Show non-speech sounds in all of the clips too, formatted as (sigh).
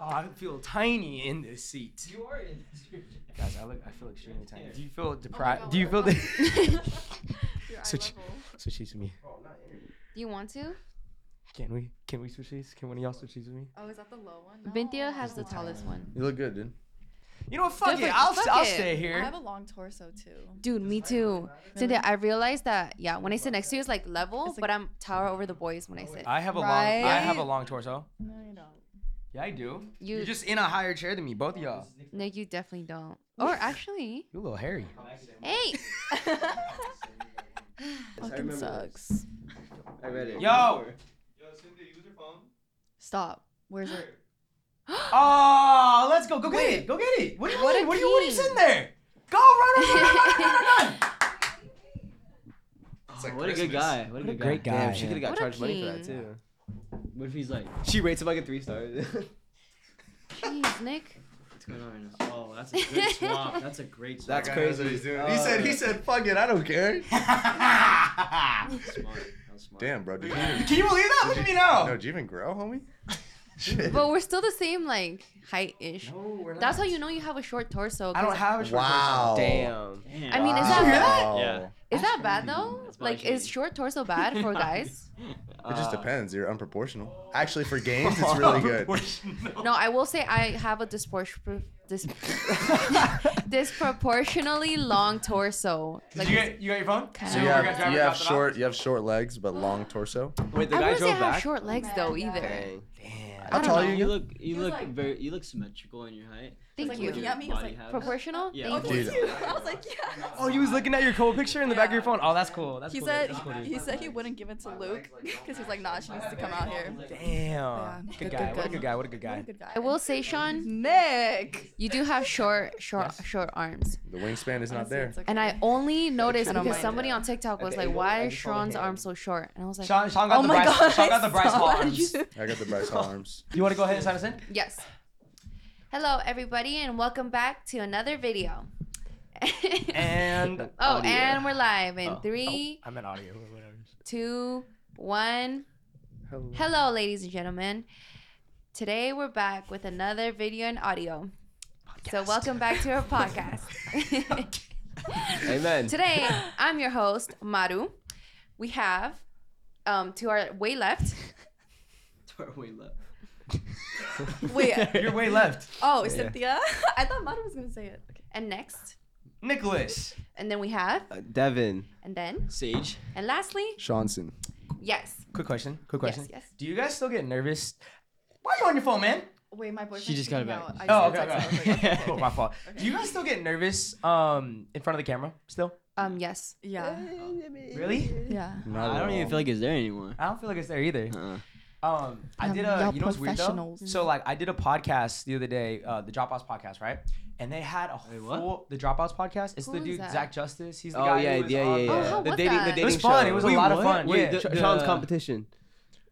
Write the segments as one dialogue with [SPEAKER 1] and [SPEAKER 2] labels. [SPEAKER 1] Oh, I feel tiny in this seat.
[SPEAKER 2] You are in.
[SPEAKER 1] Guys, I look. I feel extremely tiny.
[SPEAKER 2] Yeah.
[SPEAKER 1] Do you feel deprived?
[SPEAKER 3] God,
[SPEAKER 1] Do you feel?
[SPEAKER 3] we're
[SPEAKER 1] (laughs) The-
[SPEAKER 4] (laughs)
[SPEAKER 3] fine. Your eye
[SPEAKER 1] switch,
[SPEAKER 3] level.
[SPEAKER 1] switch seats with me.
[SPEAKER 2] Oh, not in.
[SPEAKER 3] Do you want to?
[SPEAKER 1] Can we? Can we switch seats? Can one of y'all switch seats with me?
[SPEAKER 3] Oh, is that the low one?
[SPEAKER 4] Bintia has
[SPEAKER 1] Just
[SPEAKER 4] the
[SPEAKER 1] the top.
[SPEAKER 4] tallest one.
[SPEAKER 5] You look good, dude.
[SPEAKER 1] You know what? Fuck
[SPEAKER 3] Different-
[SPEAKER 1] it. I'll,
[SPEAKER 3] fuck
[SPEAKER 1] I'll
[SPEAKER 3] it.
[SPEAKER 1] stay
[SPEAKER 4] I
[SPEAKER 1] here.
[SPEAKER 4] have a long torso too. Dude, me too. Cynthia, I realized that yeah, when I sit next to you it's like level,
[SPEAKER 3] It's like-
[SPEAKER 4] but I'm tower over the boys when I sit.
[SPEAKER 1] I have a long. I
[SPEAKER 4] Right?
[SPEAKER 1] have a long torso.
[SPEAKER 4] No, you don't.
[SPEAKER 1] Yeah, I do.
[SPEAKER 4] You-
[SPEAKER 1] You're just in a higher chair than me, both of y'all.
[SPEAKER 4] No, you definitely don't. Or actually,
[SPEAKER 1] You a little hairy.
[SPEAKER 4] hey, (laughs)
[SPEAKER 5] I
[SPEAKER 4] fucking
[SPEAKER 5] remember
[SPEAKER 4] sucks.
[SPEAKER 5] I read it.
[SPEAKER 1] Yo.
[SPEAKER 4] Stop. Where's it?
[SPEAKER 1] Oh, let's go. Go get
[SPEAKER 4] Wait.
[SPEAKER 1] it. Go get it. What do you
[SPEAKER 4] What
[SPEAKER 1] want?
[SPEAKER 4] a
[SPEAKER 1] What do you? What are you
[SPEAKER 4] king.
[SPEAKER 1] sitting there? Go run, run, run, run, run, run, run,
[SPEAKER 5] (laughs)
[SPEAKER 1] run.
[SPEAKER 2] Oh, what a good guy. What a good
[SPEAKER 1] great
[SPEAKER 2] guy.
[SPEAKER 1] guy.
[SPEAKER 5] Damn, she
[SPEAKER 1] Yeah.
[SPEAKER 5] could have got
[SPEAKER 4] What a
[SPEAKER 5] charged money for that
[SPEAKER 4] king.
[SPEAKER 5] too.
[SPEAKER 2] What if he's like,
[SPEAKER 5] She rates him like a three (laughs) star.
[SPEAKER 4] Jeez, Nick.
[SPEAKER 2] what's going on right now? Oh, that's a
[SPEAKER 4] (laughs)
[SPEAKER 2] good swap. That's a great swap.
[SPEAKER 5] That's crazy.
[SPEAKER 6] He said, he
[SPEAKER 5] Uh,
[SPEAKER 6] said, fuck it, I don't care.
[SPEAKER 2] That's smart. That's smart.
[SPEAKER 6] Damn, bro. Did you
[SPEAKER 1] (laughs)
[SPEAKER 6] even,
[SPEAKER 1] Can you believe that? Look at me now.
[SPEAKER 6] (laughs) no, did you even grow, homie? Shit.
[SPEAKER 4] But we're still the same like height ish.
[SPEAKER 1] No, we're
[SPEAKER 4] That's how you know you have a short torso.
[SPEAKER 1] I don't
[SPEAKER 4] 'cause-
[SPEAKER 1] have a short
[SPEAKER 6] Wow.
[SPEAKER 1] torso.
[SPEAKER 5] Damn.
[SPEAKER 2] Damn.
[SPEAKER 4] I mean, is
[SPEAKER 6] Wow.
[SPEAKER 4] that
[SPEAKER 2] Yeah.
[SPEAKER 4] bad? Is that bad
[SPEAKER 2] crazy.
[SPEAKER 4] though?
[SPEAKER 2] That's probably
[SPEAKER 4] Like, is
[SPEAKER 2] shitty.
[SPEAKER 4] short torso bad for guys?
[SPEAKER 6] It just
[SPEAKER 2] Uh,
[SPEAKER 6] depends. You're unproportional. Actually, for
[SPEAKER 1] (laughs)
[SPEAKER 6] games,
[SPEAKER 5] (laughs)
[SPEAKER 6] it's really good.
[SPEAKER 4] No, I will say I have a dispor- dis- disproportionately long torso.
[SPEAKER 1] Did you get you got your phone?
[SPEAKER 4] Kinda.
[SPEAKER 6] So you
[SPEAKER 4] Oh,
[SPEAKER 6] have
[SPEAKER 4] we're
[SPEAKER 6] you have short you have short legs but long torso.
[SPEAKER 5] Wait, the
[SPEAKER 4] I
[SPEAKER 5] guy
[SPEAKER 4] wouldn't say I
[SPEAKER 5] drove
[SPEAKER 4] have
[SPEAKER 5] back.
[SPEAKER 4] short legs though either.
[SPEAKER 5] Dang.
[SPEAKER 1] Damn.
[SPEAKER 4] I
[SPEAKER 5] How
[SPEAKER 4] don't
[SPEAKER 5] tall
[SPEAKER 4] know.
[SPEAKER 5] you?
[SPEAKER 2] You look, you
[SPEAKER 3] was
[SPEAKER 2] look
[SPEAKER 3] like-
[SPEAKER 2] very, you look symmetrical in your height.
[SPEAKER 4] Thank
[SPEAKER 3] like
[SPEAKER 4] you.
[SPEAKER 3] looking at me, he was
[SPEAKER 2] Body
[SPEAKER 3] like,
[SPEAKER 2] habits.
[SPEAKER 4] Proportional?
[SPEAKER 2] Yeah.
[SPEAKER 3] Oh,
[SPEAKER 4] Thank
[SPEAKER 3] thank
[SPEAKER 4] you.
[SPEAKER 6] Dude.
[SPEAKER 3] you. (laughs) I was like, yeah.
[SPEAKER 1] Oh, he was looking at your cool picture in the back of your
[SPEAKER 3] Yeah.
[SPEAKER 1] phone. Oh, that's cool. That's
[SPEAKER 3] He
[SPEAKER 1] cool.
[SPEAKER 3] said
[SPEAKER 1] That's cool, dude.
[SPEAKER 3] he said he wouldn't give it to Luke because he's like, nah, she needs to come out here.
[SPEAKER 1] Damn.
[SPEAKER 3] Yeah.
[SPEAKER 1] Good
[SPEAKER 3] Good,
[SPEAKER 1] guy.
[SPEAKER 3] good,
[SPEAKER 1] What a
[SPEAKER 3] good.
[SPEAKER 1] good guy. What a good
[SPEAKER 3] What a
[SPEAKER 1] guy.
[SPEAKER 3] good guy.
[SPEAKER 4] I will say, Sean,
[SPEAKER 3] Nick.
[SPEAKER 4] you do have short, short,
[SPEAKER 1] Yes.
[SPEAKER 4] short arms.
[SPEAKER 6] The wingspan is not there.
[SPEAKER 4] And I only noticed
[SPEAKER 3] I don't
[SPEAKER 4] because
[SPEAKER 3] mind
[SPEAKER 4] somebody
[SPEAKER 5] that.
[SPEAKER 4] on TikTok
[SPEAKER 5] At
[SPEAKER 4] was
[SPEAKER 5] the
[SPEAKER 4] like,
[SPEAKER 5] angle,
[SPEAKER 4] why
[SPEAKER 5] I
[SPEAKER 4] is
[SPEAKER 5] just saw the
[SPEAKER 4] Sean's
[SPEAKER 5] hand.
[SPEAKER 4] arm so short? And I was like,
[SPEAKER 1] Sean, Sean got
[SPEAKER 3] Oh
[SPEAKER 1] the
[SPEAKER 3] my
[SPEAKER 1] Bryce.
[SPEAKER 3] God,
[SPEAKER 1] Sean
[SPEAKER 3] (laughs) I
[SPEAKER 1] got the Bryce
[SPEAKER 3] saw
[SPEAKER 1] Hall
[SPEAKER 3] that.
[SPEAKER 1] arms. Do
[SPEAKER 6] I got
[SPEAKER 4] (laughs)
[SPEAKER 6] the Bryce Hall arms.
[SPEAKER 1] you want to go ahead and sign us
[SPEAKER 3] (laughs)
[SPEAKER 5] (laughs)
[SPEAKER 1] in?
[SPEAKER 4] Yes. Hello, everybody, and welcome back to another video.
[SPEAKER 1] And
[SPEAKER 4] (laughs) oh,
[SPEAKER 5] audio.
[SPEAKER 4] and we're live in
[SPEAKER 5] Oh, oh.
[SPEAKER 4] three,
[SPEAKER 1] I'm in audio. or Whatever.
[SPEAKER 4] two, one. Hello, ladies and gentlemen. Today we're back with another video and audio. So, welcome back
[SPEAKER 2] (laughs)
[SPEAKER 4] to our podcast.
[SPEAKER 5] Amen.
[SPEAKER 4] Today, I'm your host, Maru. We have um, to our way left.
[SPEAKER 2] To our way
[SPEAKER 4] (laughs)
[SPEAKER 2] left.
[SPEAKER 3] Wait.
[SPEAKER 2] (laughs)
[SPEAKER 1] You're way left.
[SPEAKER 3] Oh, Cynthia.
[SPEAKER 4] (laughs)
[SPEAKER 3] I thought Madu was gonna say it. Okay.
[SPEAKER 4] and next
[SPEAKER 1] Nicholas.
[SPEAKER 4] and then we have
[SPEAKER 5] Uh, Devin.
[SPEAKER 4] and then
[SPEAKER 2] Sage.
[SPEAKER 4] and lastly
[SPEAKER 5] Johnson.
[SPEAKER 4] yes
[SPEAKER 1] Quick question. Quick question.
[SPEAKER 4] yes.
[SPEAKER 1] Do you guys still get nervous? Why are you on your phone, man?
[SPEAKER 3] Wait, my boyfriend.
[SPEAKER 2] She just got it back.
[SPEAKER 1] Oh, okay, okay.
[SPEAKER 2] okay, okay.
[SPEAKER 1] (laughs) Oh, my fault. Do you guys still get nervous um in front of the camera still?
[SPEAKER 4] um yes
[SPEAKER 3] (laughs) Yeah.
[SPEAKER 1] Really?
[SPEAKER 3] Yeah.
[SPEAKER 5] Not
[SPEAKER 2] Oh. I
[SPEAKER 5] at
[SPEAKER 2] don't even
[SPEAKER 5] all.
[SPEAKER 2] feel like it's there anymore.
[SPEAKER 1] I don't feel like it's there either.
[SPEAKER 2] Uh-uh.
[SPEAKER 1] Um, I
[SPEAKER 3] Um,
[SPEAKER 1] did a
[SPEAKER 3] y'all
[SPEAKER 1] you know what's weird though.
[SPEAKER 3] professionals.
[SPEAKER 1] So like I did a podcast the other day, uh, the Dropouts podcast, right? And they had a
[SPEAKER 2] Wait, what?
[SPEAKER 1] full the Dropouts podcast. It's
[SPEAKER 4] Who
[SPEAKER 1] the
[SPEAKER 4] is
[SPEAKER 1] dude
[SPEAKER 4] that?
[SPEAKER 1] Zach Justice. He's the
[SPEAKER 5] Oh
[SPEAKER 1] guy.
[SPEAKER 5] yeah,
[SPEAKER 1] who um,
[SPEAKER 5] yeah,
[SPEAKER 1] was
[SPEAKER 5] yeah,
[SPEAKER 1] on-
[SPEAKER 5] yeah.
[SPEAKER 4] Oh, how
[SPEAKER 5] the
[SPEAKER 4] was
[SPEAKER 5] dating,
[SPEAKER 4] that?
[SPEAKER 5] the
[SPEAKER 4] It
[SPEAKER 5] dating
[SPEAKER 1] was fun,
[SPEAKER 5] show.
[SPEAKER 1] it was a lot of fun,
[SPEAKER 5] Wait,
[SPEAKER 1] yeah.
[SPEAKER 5] the,
[SPEAKER 2] The-
[SPEAKER 5] Sean's competition.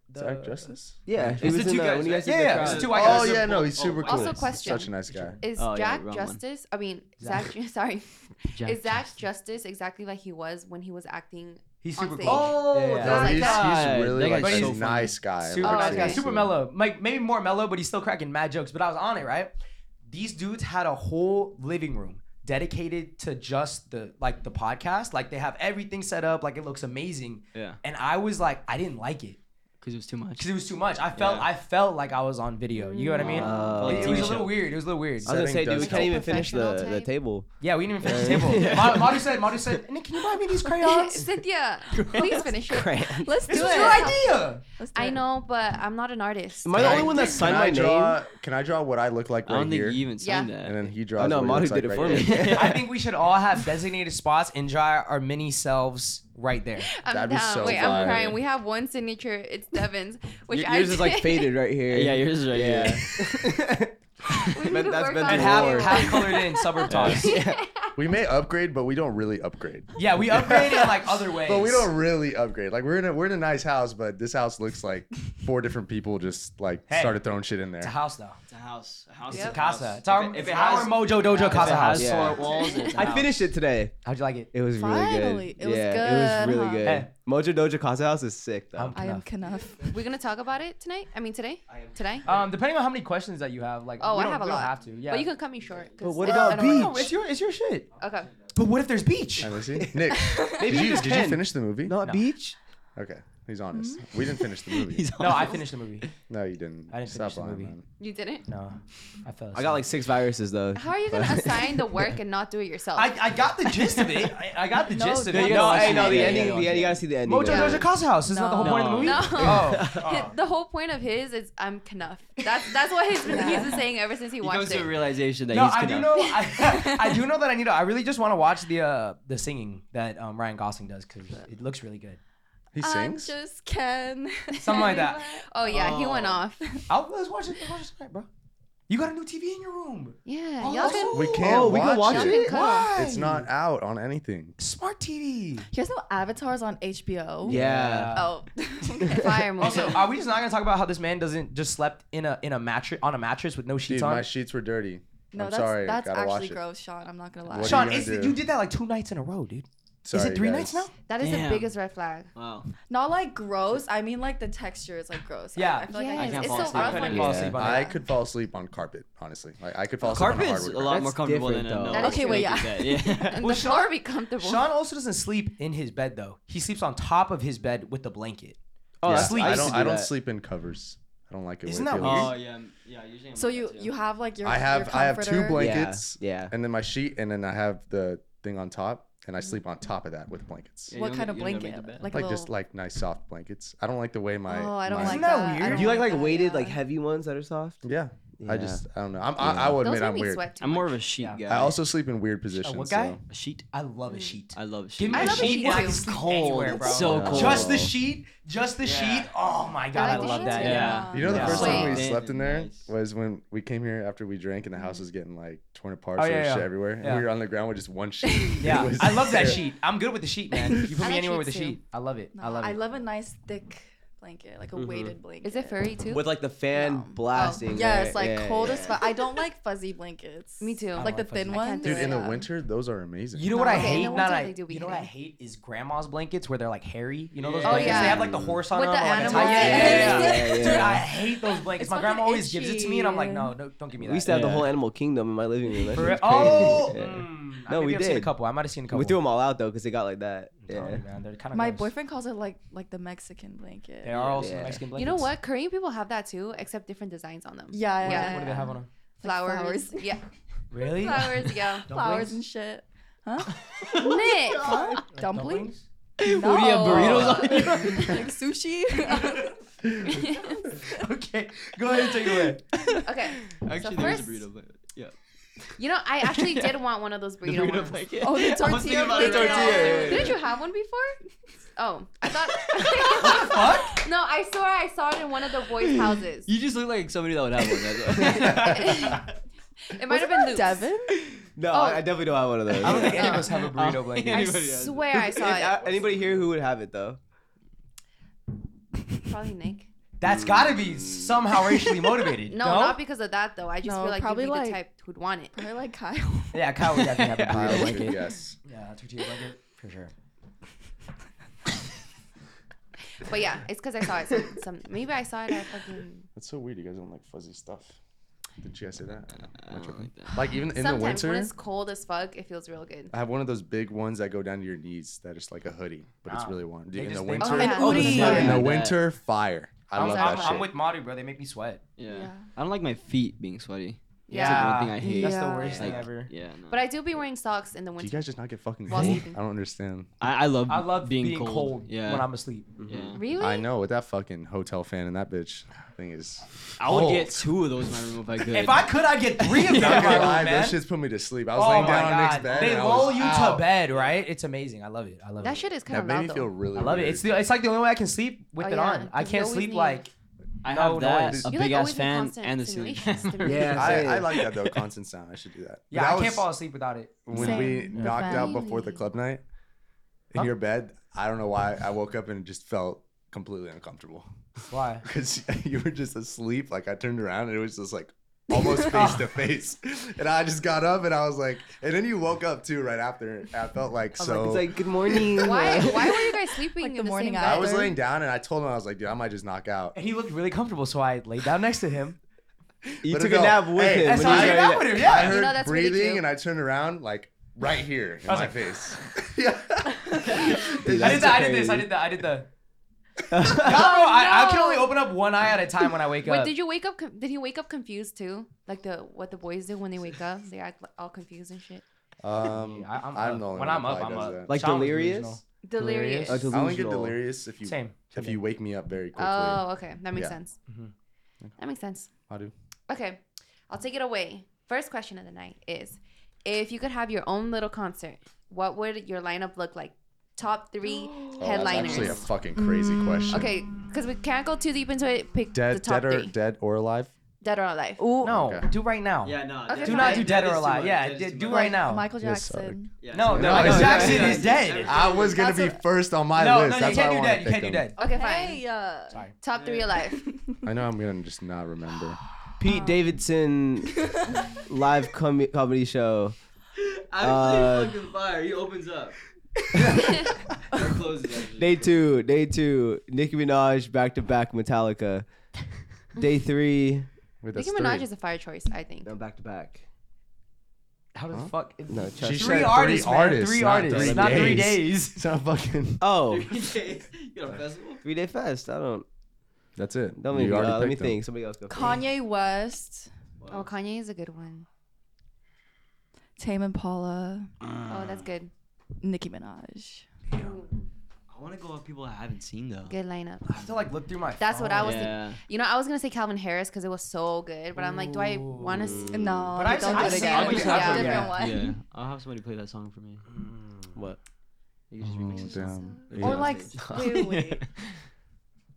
[SPEAKER 1] the-
[SPEAKER 6] Zach Justice?
[SPEAKER 5] Yeah,
[SPEAKER 1] It's the two guys,
[SPEAKER 5] when you
[SPEAKER 1] right?
[SPEAKER 5] guys did
[SPEAKER 1] Yeah,
[SPEAKER 5] the
[SPEAKER 1] yeah,
[SPEAKER 5] crowd.
[SPEAKER 1] it's the two white
[SPEAKER 6] Oh
[SPEAKER 1] guys.
[SPEAKER 6] yeah, no, he's super cool.
[SPEAKER 4] Also, question.
[SPEAKER 6] Such a nice guy.
[SPEAKER 4] is
[SPEAKER 2] Oh, yeah,
[SPEAKER 4] Jack
[SPEAKER 2] wrong one.
[SPEAKER 4] Justice I mean
[SPEAKER 1] Zach.
[SPEAKER 4] Zach, (laughs) sorry
[SPEAKER 2] Jack
[SPEAKER 4] is Zach Justice exactly like he was when he was acting
[SPEAKER 1] He's
[SPEAKER 4] on
[SPEAKER 1] super
[SPEAKER 4] stage.
[SPEAKER 1] cool.
[SPEAKER 2] Oh,
[SPEAKER 1] Yeah, yeah.
[SPEAKER 6] No,
[SPEAKER 2] That
[SPEAKER 6] he's,
[SPEAKER 2] guy-
[SPEAKER 6] he's really
[SPEAKER 2] that
[SPEAKER 6] like
[SPEAKER 2] guy's
[SPEAKER 6] a
[SPEAKER 2] so funny.
[SPEAKER 6] nice guy.
[SPEAKER 1] super
[SPEAKER 4] Oh,
[SPEAKER 1] nice guy,
[SPEAKER 4] okay.
[SPEAKER 1] super mellow, like maybe more mellow, but he's still cracking mad jokes. But I was on it, right? These dudes had a whole living room dedicated to just the like the podcast. Like they have everything set up, like it looks amazing.
[SPEAKER 2] Yeah,
[SPEAKER 1] And I was like, I didn't like it
[SPEAKER 2] because it was too much.
[SPEAKER 1] because it was too much. I felt
[SPEAKER 2] Yeah.
[SPEAKER 1] I felt like I was on video. You know what I
[SPEAKER 7] Uh,
[SPEAKER 1] mean?
[SPEAKER 5] Wow.
[SPEAKER 1] it,
[SPEAKER 2] Like
[SPEAKER 1] it
[SPEAKER 2] TV
[SPEAKER 1] was a
[SPEAKER 2] show.
[SPEAKER 1] little weird. It was a little weird.
[SPEAKER 5] Uh, I was gonna
[SPEAKER 6] Setting
[SPEAKER 5] say, dude, we
[SPEAKER 6] does
[SPEAKER 5] can't
[SPEAKER 6] help.
[SPEAKER 5] even finish the,
[SPEAKER 4] Professional
[SPEAKER 5] the
[SPEAKER 4] type.
[SPEAKER 5] table.
[SPEAKER 1] Yeah, we didn't even finish the
[SPEAKER 5] Yeah.
[SPEAKER 1] table. Ma- Madu said, Madu said, Nick, can you buy me these crayons?
[SPEAKER 4] Cynthia please finish it
[SPEAKER 3] Let's do
[SPEAKER 1] This
[SPEAKER 3] it.
[SPEAKER 1] was your idea.
[SPEAKER 3] Let's do
[SPEAKER 4] I
[SPEAKER 3] it.
[SPEAKER 4] know but I'm not an artist
[SPEAKER 5] Am I the
[SPEAKER 1] Can I-
[SPEAKER 5] only one that signed
[SPEAKER 6] Can I
[SPEAKER 5] my
[SPEAKER 6] draw?
[SPEAKER 5] name?
[SPEAKER 6] Can I draw what I look like
[SPEAKER 2] I
[SPEAKER 6] right
[SPEAKER 2] don't think
[SPEAKER 6] here?
[SPEAKER 2] you even signed
[SPEAKER 4] Yeah.
[SPEAKER 2] that.
[SPEAKER 6] And then he draws.
[SPEAKER 5] Oh no,
[SPEAKER 6] what he
[SPEAKER 5] Madu
[SPEAKER 6] looks
[SPEAKER 5] did it
[SPEAKER 6] like
[SPEAKER 5] for
[SPEAKER 6] right
[SPEAKER 5] me.
[SPEAKER 6] here.
[SPEAKER 1] (laughs) I think we should all have designated spots and draw our mini selves right there.
[SPEAKER 4] (laughs) I'm
[SPEAKER 6] That'd be
[SPEAKER 4] down
[SPEAKER 6] so
[SPEAKER 4] wait
[SPEAKER 6] fire.
[SPEAKER 4] I'm crying we have one signature it's Devin's which
[SPEAKER 5] Your-
[SPEAKER 4] I
[SPEAKER 5] Yours is like
[SPEAKER 4] did. (laughs)
[SPEAKER 5] faded right here.
[SPEAKER 2] yeah, yours is right
[SPEAKER 5] Yeah.
[SPEAKER 2] here.
[SPEAKER 4] we need
[SPEAKER 5] That-
[SPEAKER 4] to
[SPEAKER 5] that's
[SPEAKER 4] work
[SPEAKER 5] been
[SPEAKER 4] on
[SPEAKER 1] And
[SPEAKER 5] the
[SPEAKER 4] it.
[SPEAKER 5] whole-
[SPEAKER 4] (laughs)
[SPEAKER 1] half, half colored in suburb talks.
[SPEAKER 5] Yeah.
[SPEAKER 6] We may upgrade, but we don't really upgrade.
[SPEAKER 1] Yeah, we upgrade in like other ways.
[SPEAKER 6] But we don't really upgrade. Like we're in a we're in a nice house, but this house looks like four different people just like
[SPEAKER 1] Hey.
[SPEAKER 6] started throwing shit in
[SPEAKER 1] It's a
[SPEAKER 6] there.
[SPEAKER 1] house though.
[SPEAKER 2] It's a house. A house.
[SPEAKER 1] It's
[SPEAKER 2] is
[SPEAKER 1] a
[SPEAKER 2] a house.
[SPEAKER 1] casa. It's our,
[SPEAKER 2] If it-
[SPEAKER 1] it's
[SPEAKER 2] if it
[SPEAKER 1] our
[SPEAKER 2] has-
[SPEAKER 1] Mojo Dojo
[SPEAKER 2] if it
[SPEAKER 1] casa house.
[SPEAKER 2] has
[SPEAKER 5] Yeah.
[SPEAKER 2] solid walls, it's a
[SPEAKER 5] I
[SPEAKER 2] house.
[SPEAKER 5] finished it today.
[SPEAKER 1] How'd you like it?
[SPEAKER 5] It was really
[SPEAKER 3] Finally.
[SPEAKER 5] good.
[SPEAKER 3] It was
[SPEAKER 5] yeah, it
[SPEAKER 3] good,
[SPEAKER 5] was really
[SPEAKER 3] huh?
[SPEAKER 5] good.
[SPEAKER 1] Hey.
[SPEAKER 5] Mojo Dojo Casa House is sick though.
[SPEAKER 1] Um,
[SPEAKER 3] I am
[SPEAKER 1] Enough.
[SPEAKER 3] Knuff.
[SPEAKER 4] We're gonna talk about it tonight. I mean today.
[SPEAKER 2] I am-
[SPEAKER 4] Today.
[SPEAKER 5] Uh,
[SPEAKER 1] Um, depending on how many questions that you have, like
[SPEAKER 4] Oh,
[SPEAKER 1] we
[SPEAKER 4] I
[SPEAKER 1] don't-
[SPEAKER 4] have a
[SPEAKER 1] we don't
[SPEAKER 4] lot.
[SPEAKER 1] Have to, yeah.
[SPEAKER 4] But you can cut me short. 'cause
[SPEAKER 5] But what
[SPEAKER 4] I don't-
[SPEAKER 5] about
[SPEAKER 4] I don't
[SPEAKER 1] No,
[SPEAKER 4] wanna-
[SPEAKER 1] it's your it's your shit.
[SPEAKER 4] Okay.
[SPEAKER 1] But what if there's beach?
[SPEAKER 6] And let's see.
[SPEAKER 1] (laughs)
[SPEAKER 6] Nick, did
[SPEAKER 5] (laughs) Maybe
[SPEAKER 6] you,
[SPEAKER 5] just
[SPEAKER 6] did you
[SPEAKER 5] ten.
[SPEAKER 6] finish the movie?
[SPEAKER 5] Not
[SPEAKER 1] No. Mm-hmm.
[SPEAKER 5] beach.
[SPEAKER 6] Okay, he's honest. We didn't finish the
[SPEAKER 1] (laughs)
[SPEAKER 6] movie.
[SPEAKER 5] He's
[SPEAKER 1] No, I
[SPEAKER 5] honest.
[SPEAKER 1] finished the movie.
[SPEAKER 6] No, you didn't.
[SPEAKER 1] I didn't
[SPEAKER 6] Stop
[SPEAKER 1] finish the
[SPEAKER 6] lying,
[SPEAKER 1] movie.
[SPEAKER 6] man.
[SPEAKER 4] You didn't.
[SPEAKER 1] No, I fell.
[SPEAKER 5] I got like
[SPEAKER 1] asleep.
[SPEAKER 5] six viruses though.
[SPEAKER 4] How are you
[SPEAKER 5] (laughs)
[SPEAKER 4] gonna
[SPEAKER 5] But-
[SPEAKER 4] assign the work and not do it yourself?
[SPEAKER 1] I, I got the gist of it. I, I got the
[SPEAKER 3] No,
[SPEAKER 1] gist of
[SPEAKER 3] no,
[SPEAKER 1] it.
[SPEAKER 3] you gotta
[SPEAKER 5] no,
[SPEAKER 3] watch
[SPEAKER 5] hey,
[SPEAKER 3] it.
[SPEAKER 5] no, the
[SPEAKER 3] Yeah,
[SPEAKER 5] ending.
[SPEAKER 1] yeah,
[SPEAKER 5] the
[SPEAKER 1] yeah.
[SPEAKER 5] end. You gotta see the ending.
[SPEAKER 1] Mojo
[SPEAKER 5] yeah.
[SPEAKER 1] Dojo Casa House. Isn't that the whole point of the movie?
[SPEAKER 4] No.
[SPEAKER 1] Oh.
[SPEAKER 5] uh.
[SPEAKER 4] Hi- the whole point of his is I'm knuff. That's that's what he's been, he's
[SPEAKER 5] (laughs)
[SPEAKER 4] been saying ever since he
[SPEAKER 2] He comes
[SPEAKER 4] watched
[SPEAKER 2] to a
[SPEAKER 4] it.
[SPEAKER 2] realization that
[SPEAKER 1] No,
[SPEAKER 2] he's
[SPEAKER 1] I
[SPEAKER 2] gonna.
[SPEAKER 1] do know. I, (laughs) I do know that I need. To, I really just want to watch the uh, the singing that um, Ryan Gosling does because it looks really good.
[SPEAKER 6] He
[SPEAKER 3] I'm
[SPEAKER 6] sings.
[SPEAKER 3] just Ken.
[SPEAKER 1] Something like that.
[SPEAKER 4] (laughs) Oh yeah, he went
[SPEAKER 2] Oh.
[SPEAKER 4] off.
[SPEAKER 1] I'll, let's watch it. Let's watch it tonight, bro. You got a new TV in your room.
[SPEAKER 4] Yeah,
[SPEAKER 1] Oh,
[SPEAKER 4] y'all
[SPEAKER 1] that's
[SPEAKER 4] can
[SPEAKER 1] cool.
[SPEAKER 6] We can't
[SPEAKER 5] Oh, we
[SPEAKER 6] watch,
[SPEAKER 5] can watch
[SPEAKER 6] it.
[SPEAKER 5] it?
[SPEAKER 4] Y'all can cut
[SPEAKER 1] Why?
[SPEAKER 6] It's not out on anything.
[SPEAKER 1] smart TV.
[SPEAKER 3] Here's no avatars on HBO.
[SPEAKER 5] Yeah.
[SPEAKER 3] Oh. (laughs) okay.
[SPEAKER 4] fire movie.
[SPEAKER 1] Also, are we just not gonna talk about how this man doesn't just slept in a in a mattress on a mattress with no
[SPEAKER 6] Dude,
[SPEAKER 1] sheets
[SPEAKER 6] my
[SPEAKER 1] on?
[SPEAKER 6] sheets were dirty.
[SPEAKER 3] No,
[SPEAKER 6] I'm
[SPEAKER 3] that's
[SPEAKER 6] sorry.
[SPEAKER 3] that's
[SPEAKER 6] Gotta watch
[SPEAKER 3] actually
[SPEAKER 6] it.
[SPEAKER 3] gross, Sean. I'm not gonna lie.
[SPEAKER 6] What are
[SPEAKER 1] Sean,
[SPEAKER 6] you gonna
[SPEAKER 1] it's,
[SPEAKER 6] do?
[SPEAKER 1] you did that like two nights in a row, dude.
[SPEAKER 6] Sorry,
[SPEAKER 1] Is it three
[SPEAKER 6] guys.
[SPEAKER 1] nights now?
[SPEAKER 4] that is
[SPEAKER 2] Damn.
[SPEAKER 4] the biggest red flag.
[SPEAKER 2] Wow.
[SPEAKER 3] Not like gross. I mean like the texture is like gross. I-
[SPEAKER 1] Yeah.
[SPEAKER 3] I, feel like
[SPEAKER 4] Yes,
[SPEAKER 3] I
[SPEAKER 2] I can't
[SPEAKER 3] can't
[SPEAKER 4] it's
[SPEAKER 2] fall
[SPEAKER 4] so
[SPEAKER 2] asleep. I
[SPEAKER 4] rough
[SPEAKER 2] couldn't
[SPEAKER 4] when
[SPEAKER 1] fall
[SPEAKER 4] you're-
[SPEAKER 1] asleep on
[SPEAKER 6] I
[SPEAKER 1] that.
[SPEAKER 6] could fall asleep on carpet, honestly. Like I could fall asleep on
[SPEAKER 2] Carpet's
[SPEAKER 6] hardwood.
[SPEAKER 2] a lot
[SPEAKER 6] carpet.
[SPEAKER 2] more
[SPEAKER 5] That's
[SPEAKER 2] comfortable than
[SPEAKER 5] different,
[SPEAKER 2] a no.
[SPEAKER 5] though.
[SPEAKER 3] That's Okay, wait,
[SPEAKER 2] naked bed. Yeah.
[SPEAKER 4] And
[SPEAKER 1] Well,
[SPEAKER 4] the
[SPEAKER 1] Sean-
[SPEAKER 4] floor be comfortable.
[SPEAKER 1] Sean also doesn't sleep in his bed though. He sleeps on top of his bed with the blanket.
[SPEAKER 5] Oh,
[SPEAKER 1] Yeah.
[SPEAKER 5] that's-
[SPEAKER 1] Sleep.
[SPEAKER 5] I
[SPEAKER 6] I
[SPEAKER 5] used to
[SPEAKER 6] don't.
[SPEAKER 5] do
[SPEAKER 6] I don't
[SPEAKER 5] that.
[SPEAKER 6] sleep in covers. I don't like it.
[SPEAKER 1] Isn't
[SPEAKER 6] where it
[SPEAKER 1] that
[SPEAKER 6] feels.
[SPEAKER 2] Oh
[SPEAKER 1] weird?
[SPEAKER 2] yeah, yeah. Usually. I'm
[SPEAKER 3] (laughs) So
[SPEAKER 2] like
[SPEAKER 3] you
[SPEAKER 2] that, too.
[SPEAKER 3] you have like your
[SPEAKER 6] I have-
[SPEAKER 3] your
[SPEAKER 6] I have two
[SPEAKER 3] comforter.
[SPEAKER 6] blank-
[SPEAKER 5] Yeah,
[SPEAKER 6] blankets.
[SPEAKER 5] Yeah.
[SPEAKER 6] And then my sheet, and then I have the thing on top, and I sleep on top of that with blankets.
[SPEAKER 2] Yeah, you
[SPEAKER 3] What
[SPEAKER 2] don't
[SPEAKER 3] kind
[SPEAKER 2] get-
[SPEAKER 3] of
[SPEAKER 2] you don't get to
[SPEAKER 3] blanket?
[SPEAKER 2] bed.
[SPEAKER 3] Like,
[SPEAKER 6] Like
[SPEAKER 3] a
[SPEAKER 6] just
[SPEAKER 3] little-
[SPEAKER 6] like nice soft blankets. I don't like the way my.
[SPEAKER 3] Oh, I don't
[SPEAKER 6] my-
[SPEAKER 3] like
[SPEAKER 1] Isn't that
[SPEAKER 3] that. I
[SPEAKER 1] weird?
[SPEAKER 3] don't
[SPEAKER 5] Do you like like
[SPEAKER 3] that,
[SPEAKER 5] weighted
[SPEAKER 3] yeah.
[SPEAKER 5] like heavy ones that are soft?
[SPEAKER 6] Yeah, I
[SPEAKER 5] Yeah.
[SPEAKER 6] just. I don't know. I'm,
[SPEAKER 5] Yeah.
[SPEAKER 6] I, I will
[SPEAKER 4] Those
[SPEAKER 6] admit
[SPEAKER 4] make
[SPEAKER 6] I'm
[SPEAKER 4] me
[SPEAKER 6] weird.
[SPEAKER 4] sweat. too
[SPEAKER 2] I'm more of
[SPEAKER 4] much.
[SPEAKER 2] a sheet
[SPEAKER 1] Yeah.
[SPEAKER 2] guy.
[SPEAKER 6] I also sleep in weird positions.
[SPEAKER 1] what guy?
[SPEAKER 6] so-
[SPEAKER 2] a sheet.
[SPEAKER 1] I love a sheet.
[SPEAKER 2] I love sheet.
[SPEAKER 1] Give me
[SPEAKER 4] I
[SPEAKER 1] a
[SPEAKER 4] love a
[SPEAKER 1] sheet
[SPEAKER 4] sheet,
[SPEAKER 1] and I
[SPEAKER 4] too.
[SPEAKER 1] can sleep anywhere,
[SPEAKER 2] It's
[SPEAKER 1] bro.
[SPEAKER 2] so
[SPEAKER 5] Yeah.
[SPEAKER 2] cool.
[SPEAKER 1] Just the sheet, just the
[SPEAKER 2] Yeah.
[SPEAKER 1] sheet. Oh my god,
[SPEAKER 4] I
[SPEAKER 1] I,
[SPEAKER 4] like
[SPEAKER 1] love
[SPEAKER 4] it
[SPEAKER 1] that.
[SPEAKER 3] (laughs)
[SPEAKER 4] too.
[SPEAKER 1] Yeah.
[SPEAKER 2] Yeah.
[SPEAKER 6] You know the
[SPEAKER 1] Yeah.
[SPEAKER 6] first time we
[SPEAKER 2] Wait.
[SPEAKER 6] slept in there
[SPEAKER 2] Nice.
[SPEAKER 6] was when we came here after we drank and the house was getting like torn apart,
[SPEAKER 1] Mm. Oh,
[SPEAKER 6] so there
[SPEAKER 1] yeah,
[SPEAKER 6] was
[SPEAKER 1] yeah.
[SPEAKER 6] shit everywhere, and
[SPEAKER 1] Yeah.
[SPEAKER 6] we were on the ground with
[SPEAKER 1] (laughs)
[SPEAKER 6] just one sheet.
[SPEAKER 1] Yeah,
[SPEAKER 6] It was
[SPEAKER 1] I love that
[SPEAKER 6] (laughs) terrible.
[SPEAKER 1] sheet. I'm good with the sheet, man. You put
[SPEAKER 3] I
[SPEAKER 1] me
[SPEAKER 3] like
[SPEAKER 1] anywhere with a
[SPEAKER 3] sheets, too.
[SPEAKER 1] sheet. I love it.
[SPEAKER 3] No,
[SPEAKER 1] I love it.
[SPEAKER 3] a nice thick blanket, like a
[SPEAKER 5] Mhm.
[SPEAKER 6] Mm-hmm.
[SPEAKER 3] weighted blanket.
[SPEAKER 4] Is it furry too?
[SPEAKER 5] With like the fan
[SPEAKER 3] No.
[SPEAKER 5] blasting.
[SPEAKER 3] Oh, yes,
[SPEAKER 5] right?
[SPEAKER 3] like
[SPEAKER 5] Yeah,
[SPEAKER 3] cold
[SPEAKER 5] yeah.
[SPEAKER 3] as fuck. I don't like fuzzy blankets.
[SPEAKER 4] (laughs) Me too. I
[SPEAKER 1] don't
[SPEAKER 3] Like, the
[SPEAKER 1] like fuzzy
[SPEAKER 3] thin
[SPEAKER 1] blankets.
[SPEAKER 4] I
[SPEAKER 3] ones.
[SPEAKER 4] can't
[SPEAKER 6] Dude, in the
[SPEAKER 4] Yeah.
[SPEAKER 6] winter, those are amazing.
[SPEAKER 1] You know what I
[SPEAKER 4] Okay, in
[SPEAKER 1] hate?
[SPEAKER 4] the
[SPEAKER 1] Not
[SPEAKER 4] winter
[SPEAKER 1] I,
[SPEAKER 4] they do be
[SPEAKER 1] you know what I
[SPEAKER 4] hitting.
[SPEAKER 1] hate is grandma's blankets where they're like hairy. You know those
[SPEAKER 2] Yeah. Oh,
[SPEAKER 1] blankets?
[SPEAKER 4] yeah.
[SPEAKER 1] They have like the horse on
[SPEAKER 4] With
[SPEAKER 1] them.
[SPEAKER 4] the
[SPEAKER 1] or, like, a
[SPEAKER 4] animal.
[SPEAKER 1] tiger.
[SPEAKER 4] Yeah,
[SPEAKER 5] yeah, yeah,
[SPEAKER 1] (laughs)
[SPEAKER 5] yeah,
[SPEAKER 1] Dude,
[SPEAKER 5] yeah.
[SPEAKER 1] I hate those blankets.
[SPEAKER 3] It's
[SPEAKER 1] My
[SPEAKER 3] fucking
[SPEAKER 1] grandma always gives it to me, and I'm like,
[SPEAKER 3] itchy.
[SPEAKER 1] no, no, don't give me that.
[SPEAKER 5] We used to have the
[SPEAKER 2] Yeah.
[SPEAKER 5] whole Animal Kingdom in my living room. That
[SPEAKER 1] For real?
[SPEAKER 5] shit was
[SPEAKER 1] Oh,
[SPEAKER 5] crazy. Yeah.
[SPEAKER 1] mm, I
[SPEAKER 5] No,
[SPEAKER 1] maybe
[SPEAKER 5] we
[SPEAKER 1] I've seen a
[SPEAKER 5] did.
[SPEAKER 1] couple. I might have seen a couple.
[SPEAKER 5] We threw them all out though because they got like that.
[SPEAKER 1] I'm telling
[SPEAKER 5] Yeah.
[SPEAKER 1] you, man, they're kinda
[SPEAKER 3] My
[SPEAKER 1] gross.
[SPEAKER 3] boyfriend calls it like like the Mexican blanket.
[SPEAKER 1] They are also
[SPEAKER 5] Yeah.
[SPEAKER 1] Mexican
[SPEAKER 4] you
[SPEAKER 1] blankets.
[SPEAKER 4] know what? Korean people have that too, except different designs on them.
[SPEAKER 3] Yeah, yeah.
[SPEAKER 1] What,
[SPEAKER 3] yeah.
[SPEAKER 1] what do they have on them?
[SPEAKER 3] Like
[SPEAKER 4] Flowers.
[SPEAKER 3] (laughs)
[SPEAKER 4] (laughs)
[SPEAKER 2] (laughs)
[SPEAKER 3] flowers.
[SPEAKER 4] Yeah.
[SPEAKER 1] Really? (laughs)
[SPEAKER 4] Flowers, yeah.
[SPEAKER 1] Dumplings?
[SPEAKER 3] Flowers and shit.
[SPEAKER 1] (laughs)
[SPEAKER 3] Huh?
[SPEAKER 4] (laughs)
[SPEAKER 2] (laughs)
[SPEAKER 4] Nick.
[SPEAKER 1] Like
[SPEAKER 3] Dumplings?
[SPEAKER 2] What do you have, burritos
[SPEAKER 7] (laughs)
[SPEAKER 3] on like (laughs) sushi.
[SPEAKER 1] (laughs) okay, go ahead and take it away.
[SPEAKER 4] (laughs) Okay.
[SPEAKER 2] (laughs) Actually,
[SPEAKER 4] So
[SPEAKER 2] there's a
[SPEAKER 4] first-
[SPEAKER 2] burrito blanket. Yeah.
[SPEAKER 4] You know, I actually did want one of those
[SPEAKER 2] The
[SPEAKER 4] burrito ones. (laughs)
[SPEAKER 2] blanket.
[SPEAKER 3] Oh,
[SPEAKER 2] (laughs)
[SPEAKER 3] the
[SPEAKER 2] I was thinking
[SPEAKER 3] tortilla
[SPEAKER 2] about the
[SPEAKER 3] blanket.
[SPEAKER 2] tortilla. yeah, yeah,
[SPEAKER 4] Didn't
[SPEAKER 2] yeah.
[SPEAKER 4] you have one before? Oh,
[SPEAKER 2] (laughs)
[SPEAKER 4] I thought.
[SPEAKER 1] What the
[SPEAKER 4] (laughs)
[SPEAKER 1] fuck?
[SPEAKER 4] No, I saw I saw it in one of the
[SPEAKER 2] (gasps)
[SPEAKER 4] boys' houses.
[SPEAKER 2] You just look like somebody that would have one. That's all.
[SPEAKER 4] (laughs)
[SPEAKER 2] (laughs)
[SPEAKER 4] it might have been Luke's.
[SPEAKER 3] Devin.
[SPEAKER 5] No,
[SPEAKER 4] Oh.
[SPEAKER 5] I I definitely don't have one of those. Oh.
[SPEAKER 1] I don't think (laughs) any of
[SPEAKER 4] Yeah.
[SPEAKER 1] us have a burrito
[SPEAKER 4] I
[SPEAKER 1] blanket.
[SPEAKER 2] Anybody has it.
[SPEAKER 4] swear I
[SPEAKER 5] If-
[SPEAKER 4] saw
[SPEAKER 5] uh, Anybody here who would have it though?
[SPEAKER 4] it. Probably Nick.
[SPEAKER 1] That's gotta be somehow racially motivated.
[SPEAKER 4] No, not because of that though. I just
[SPEAKER 3] No,
[SPEAKER 4] feel like you'd
[SPEAKER 3] probably
[SPEAKER 4] be the
[SPEAKER 3] like-
[SPEAKER 4] type who'd want it.
[SPEAKER 3] Probably like Kyle.
[SPEAKER 1] Yeah, Kyle would definitely have a
[SPEAKER 5] Yeah.
[SPEAKER 1] burrito
[SPEAKER 6] (laughs) I
[SPEAKER 1] blanket.
[SPEAKER 6] would guess.
[SPEAKER 1] Yeah, tortilla blanket for sure.
[SPEAKER 4] But yeah, it's because I saw it. Some, some maybe I saw it at fucking.
[SPEAKER 6] That's so weird. You guys don't like fuzzy stuff. Did you guys say that?
[SPEAKER 2] I don't like that.
[SPEAKER 6] Like even in the
[SPEAKER 4] sometimes
[SPEAKER 6] winter,
[SPEAKER 4] when it's cold as fuck, it feels real good.
[SPEAKER 6] I have one of those big ones that go down to your knees that is like a hoodie, but it's
[SPEAKER 1] Nah.
[SPEAKER 6] really warm.
[SPEAKER 1] Ah. They
[SPEAKER 6] Dude, in
[SPEAKER 1] just-
[SPEAKER 6] the
[SPEAKER 1] they-
[SPEAKER 6] winter,
[SPEAKER 4] Oh, yeah.
[SPEAKER 3] An hoodie.
[SPEAKER 6] in
[SPEAKER 2] Yeah.
[SPEAKER 6] the winter, fire. I
[SPEAKER 1] I'm,
[SPEAKER 6] love
[SPEAKER 1] I'm,
[SPEAKER 6] that shit.
[SPEAKER 1] I'm with Madu, bro. They make me sweat.
[SPEAKER 2] Yeah.
[SPEAKER 3] Yeah.
[SPEAKER 2] I don't like my feet being sweaty.
[SPEAKER 4] Yeah.
[SPEAKER 2] That's like one thing I hate.
[SPEAKER 1] That's the
[SPEAKER 3] Yeah.
[SPEAKER 1] worst thing
[SPEAKER 2] Like,
[SPEAKER 1] ever.
[SPEAKER 2] Yeah. No.
[SPEAKER 4] But I do be wearing socks in the
[SPEAKER 6] Do you
[SPEAKER 4] winter.
[SPEAKER 6] guys just not get fucking
[SPEAKER 4] While
[SPEAKER 6] cold? I
[SPEAKER 4] sleeping.
[SPEAKER 6] don't understand.
[SPEAKER 2] I, I love.
[SPEAKER 1] I love
[SPEAKER 2] being,
[SPEAKER 1] being,
[SPEAKER 2] cold.
[SPEAKER 1] cold,
[SPEAKER 2] Yeah.
[SPEAKER 1] when I'm asleep.
[SPEAKER 2] yeah.
[SPEAKER 5] (laughs)
[SPEAKER 4] really?
[SPEAKER 6] I know with that fucking hotel fan and that bitch thing is.
[SPEAKER 2] I would
[SPEAKER 6] Cold.
[SPEAKER 2] get two of those in my room if I could.
[SPEAKER 1] If I could, I'd get three of them.
[SPEAKER 6] (laughs) Not
[SPEAKER 1] in my
[SPEAKER 6] gonna
[SPEAKER 1] room,
[SPEAKER 6] lie,
[SPEAKER 1] man.
[SPEAKER 6] those shits put me to sleep. I was
[SPEAKER 1] Oh
[SPEAKER 6] laying
[SPEAKER 1] my
[SPEAKER 6] down on
[SPEAKER 1] god,
[SPEAKER 6] Nick's bed.
[SPEAKER 1] they
[SPEAKER 6] and I
[SPEAKER 1] lull
[SPEAKER 6] was
[SPEAKER 1] you
[SPEAKER 6] out.
[SPEAKER 1] to bed, right? It's amazing. I love it. I love
[SPEAKER 4] That
[SPEAKER 1] it.
[SPEAKER 4] shit is kind
[SPEAKER 6] That
[SPEAKER 4] of
[SPEAKER 6] made me
[SPEAKER 4] loud
[SPEAKER 6] feel
[SPEAKER 4] though.
[SPEAKER 6] really.
[SPEAKER 1] I love it.
[SPEAKER 6] weird.
[SPEAKER 1] It's the it's like the only way I can sleep with
[SPEAKER 4] Oh,
[SPEAKER 1] it
[SPEAKER 4] yeah,
[SPEAKER 1] on. I
[SPEAKER 4] 'cause you
[SPEAKER 1] can't
[SPEAKER 4] always
[SPEAKER 1] sleep
[SPEAKER 4] need-
[SPEAKER 1] like
[SPEAKER 2] I
[SPEAKER 1] No,
[SPEAKER 2] have
[SPEAKER 1] no, I
[SPEAKER 2] that,
[SPEAKER 1] just-
[SPEAKER 2] a
[SPEAKER 4] You're, like,
[SPEAKER 2] big ass
[SPEAKER 4] always in
[SPEAKER 2] fan,
[SPEAKER 4] constant
[SPEAKER 2] and the ceiling.
[SPEAKER 5] (laughs)
[SPEAKER 4] stimulation.
[SPEAKER 5] Yeah,
[SPEAKER 6] I,
[SPEAKER 5] same.
[SPEAKER 6] I like that though,
[SPEAKER 1] (laughs)
[SPEAKER 6] constant sound. I should do that.
[SPEAKER 1] Yeah,
[SPEAKER 6] That
[SPEAKER 1] I
[SPEAKER 6] was
[SPEAKER 1] can't fall asleep without it.
[SPEAKER 6] When
[SPEAKER 4] Same.
[SPEAKER 6] we
[SPEAKER 2] Yeah.
[SPEAKER 6] knocked out before the
[SPEAKER 4] Really?
[SPEAKER 6] club night in
[SPEAKER 1] Huh?
[SPEAKER 6] your bed, I don't know why I woke up and just felt completely uncomfortable (laughs)
[SPEAKER 1] Why?
[SPEAKER 6] because (laughs) you were just asleep. Like I turned around and it was just like
[SPEAKER 1] (laughs)
[SPEAKER 6] almost face
[SPEAKER 1] Oh.
[SPEAKER 6] to face, and I just got up and I was like, and then you woke up too right after. and I felt like
[SPEAKER 5] I was
[SPEAKER 6] so.
[SPEAKER 5] like, it's (laughs) like good morning.
[SPEAKER 4] Why? Why were you guys sleeping
[SPEAKER 3] Like
[SPEAKER 4] in
[SPEAKER 3] the
[SPEAKER 4] the,
[SPEAKER 3] morning
[SPEAKER 4] same
[SPEAKER 3] after.
[SPEAKER 4] bed?
[SPEAKER 6] I was laying down and I told him I was like, dude, I might just knock out.
[SPEAKER 1] (laughs) And he looked really comfortable, so I laid down next to him.
[SPEAKER 5] You
[SPEAKER 6] But
[SPEAKER 5] took
[SPEAKER 6] no,
[SPEAKER 5] a nap with
[SPEAKER 6] hey,
[SPEAKER 5] him.
[SPEAKER 1] And
[SPEAKER 6] that's
[SPEAKER 5] when
[SPEAKER 1] so
[SPEAKER 5] he was
[SPEAKER 1] I laid
[SPEAKER 6] not-
[SPEAKER 5] already-
[SPEAKER 1] down with him. Yeah.
[SPEAKER 6] I
[SPEAKER 4] You
[SPEAKER 6] heard
[SPEAKER 4] know, that's really
[SPEAKER 6] breathing
[SPEAKER 4] cute.
[SPEAKER 6] and I turned around like right here in
[SPEAKER 1] I was
[SPEAKER 6] my
[SPEAKER 1] like-
[SPEAKER 6] face.
[SPEAKER 1] (laughs)
[SPEAKER 6] (laughs) yeah.
[SPEAKER 5] Dude,
[SPEAKER 1] I did
[SPEAKER 5] that's
[SPEAKER 1] that. I did this. I
[SPEAKER 5] crazy.
[SPEAKER 1] did that. I did the. I
[SPEAKER 5] (laughs)
[SPEAKER 1] don't know. I, I can
[SPEAKER 4] no.
[SPEAKER 1] only open up one eye at a time when I wake
[SPEAKER 4] Wait,
[SPEAKER 1] up.
[SPEAKER 4] did you wake up? con- Did he wake up confused too? Like the what the boys do when they wake up, they act like all confused and shit.
[SPEAKER 6] Um,
[SPEAKER 1] I, I'm,
[SPEAKER 6] I'm
[SPEAKER 1] up.
[SPEAKER 6] the only
[SPEAKER 1] when
[SPEAKER 6] one
[SPEAKER 1] I'm
[SPEAKER 6] that
[SPEAKER 1] up,
[SPEAKER 6] probably
[SPEAKER 1] I'm
[SPEAKER 6] does
[SPEAKER 1] up.
[SPEAKER 6] that.
[SPEAKER 5] Like
[SPEAKER 1] Sean was
[SPEAKER 5] delirious?
[SPEAKER 1] delusional.
[SPEAKER 4] Delirious.
[SPEAKER 1] Delirious.
[SPEAKER 5] Oh,
[SPEAKER 6] I only get
[SPEAKER 5] delusional.
[SPEAKER 6] delirious if you
[SPEAKER 1] Same.
[SPEAKER 6] if you wake me up very quickly.
[SPEAKER 4] Oh, okay, that makes
[SPEAKER 6] Yeah. Mm-hmm.
[SPEAKER 4] sense.
[SPEAKER 1] Mhm.
[SPEAKER 4] That makes sense.
[SPEAKER 6] I do.
[SPEAKER 4] Okay, I'll take it away. First question of the night is: If you could have your own little concert, what would your lineup look like? Top three
[SPEAKER 6] That's actually a
[SPEAKER 4] headliners.
[SPEAKER 6] fucking crazy question.
[SPEAKER 4] Okay, because we can't go too deep into it. Pick the
[SPEAKER 6] Dead,
[SPEAKER 4] top
[SPEAKER 6] dead or
[SPEAKER 4] three.
[SPEAKER 6] dead or alive?
[SPEAKER 4] Dead or alive.
[SPEAKER 3] Ooh,
[SPEAKER 1] No,
[SPEAKER 6] Okay.
[SPEAKER 1] do right now.
[SPEAKER 2] Yeah, no.
[SPEAKER 4] Okay,
[SPEAKER 1] Do
[SPEAKER 4] fine.
[SPEAKER 1] not do dead or
[SPEAKER 2] is too
[SPEAKER 1] alive.
[SPEAKER 2] much,
[SPEAKER 1] Yeah,
[SPEAKER 2] that is
[SPEAKER 1] d-
[SPEAKER 2] too
[SPEAKER 1] do
[SPEAKER 2] much.
[SPEAKER 1] right now.
[SPEAKER 3] Michael
[SPEAKER 6] Yes, sir.
[SPEAKER 3] Jackson.
[SPEAKER 2] Yeah,
[SPEAKER 1] No,
[SPEAKER 2] so-
[SPEAKER 1] no, Michael
[SPEAKER 6] yeah,
[SPEAKER 1] Jackson
[SPEAKER 6] yeah.
[SPEAKER 1] is dead.
[SPEAKER 6] I was gonna
[SPEAKER 3] That's
[SPEAKER 6] be first on my
[SPEAKER 1] No,
[SPEAKER 6] list.
[SPEAKER 1] no, you
[SPEAKER 6] That's why
[SPEAKER 1] can't
[SPEAKER 6] I
[SPEAKER 1] do
[SPEAKER 6] wanted
[SPEAKER 1] dead.
[SPEAKER 6] to
[SPEAKER 1] You
[SPEAKER 6] pick
[SPEAKER 1] can't do
[SPEAKER 6] them.
[SPEAKER 1] dead.
[SPEAKER 4] Okay,
[SPEAKER 3] Hey,
[SPEAKER 4] fine.
[SPEAKER 3] uh,
[SPEAKER 1] Sorry.
[SPEAKER 4] Top three alive.
[SPEAKER 6] I know I'm gonna just not remember.
[SPEAKER 5] Pete Davidson live com- comedy show.
[SPEAKER 2] Actually,
[SPEAKER 5] Uh,
[SPEAKER 2] fucking fire. He opens up. or closes. actually.
[SPEAKER 5] Day two, day two, Nicki Minaj back to back Metallica. Day three,
[SPEAKER 6] Wait, (laughs) that's
[SPEAKER 4] Nicki Minaj
[SPEAKER 6] three.
[SPEAKER 4] is a fire choice, I think. Oh,
[SPEAKER 5] no back to back.
[SPEAKER 1] How the
[SPEAKER 6] Huh?
[SPEAKER 1] fuck?
[SPEAKER 5] No,
[SPEAKER 6] She
[SPEAKER 5] Chester.
[SPEAKER 6] said
[SPEAKER 1] Three
[SPEAKER 6] three
[SPEAKER 1] artists, man.
[SPEAKER 6] artists,
[SPEAKER 1] Three
[SPEAKER 6] not
[SPEAKER 1] artists,
[SPEAKER 6] three
[SPEAKER 1] not three
[SPEAKER 6] days. (laughs)
[SPEAKER 1] days.
[SPEAKER 6] It's not fucking.
[SPEAKER 5] Oh,
[SPEAKER 2] Three days. You got a festival?
[SPEAKER 5] three day fest. I don't.
[SPEAKER 6] That's it.
[SPEAKER 5] Don't make me.
[SPEAKER 6] already
[SPEAKER 5] Uh, let me
[SPEAKER 6] picked them.
[SPEAKER 5] think. Somebody else go. first.
[SPEAKER 3] Kanye West,
[SPEAKER 4] Oh, Kanye is a good one.
[SPEAKER 3] Tame Impala,
[SPEAKER 2] Uh,
[SPEAKER 4] Oh,
[SPEAKER 6] Mm.
[SPEAKER 4] that's good.
[SPEAKER 3] Nicki Minaj.
[SPEAKER 2] I want to go with people I haven't seen though.
[SPEAKER 4] Good lineup.
[SPEAKER 1] I have to like look through my.
[SPEAKER 4] That's what I
[SPEAKER 1] phone.
[SPEAKER 4] was thinking.
[SPEAKER 2] yeah.
[SPEAKER 4] You know, I was gonna say Calvin Harris because it was so good, but I'm like, do I want
[SPEAKER 5] Ooh.
[SPEAKER 4] to?
[SPEAKER 3] No,
[SPEAKER 1] But I-
[SPEAKER 3] don't
[SPEAKER 1] I
[SPEAKER 3] do it
[SPEAKER 1] see
[SPEAKER 3] again.
[SPEAKER 1] what you
[SPEAKER 4] have
[SPEAKER 3] yeah.
[SPEAKER 4] there.
[SPEAKER 3] Different one.
[SPEAKER 2] Yeah. I'll have somebody play that song for me.
[SPEAKER 5] What?
[SPEAKER 2] You can just remix it.
[SPEAKER 6] Oh,
[SPEAKER 2] Or
[SPEAKER 6] damn. Mm. Yeah.
[SPEAKER 4] Or like,
[SPEAKER 2] (laughs)
[SPEAKER 4] wait, wait.
[SPEAKER 5] (laughs)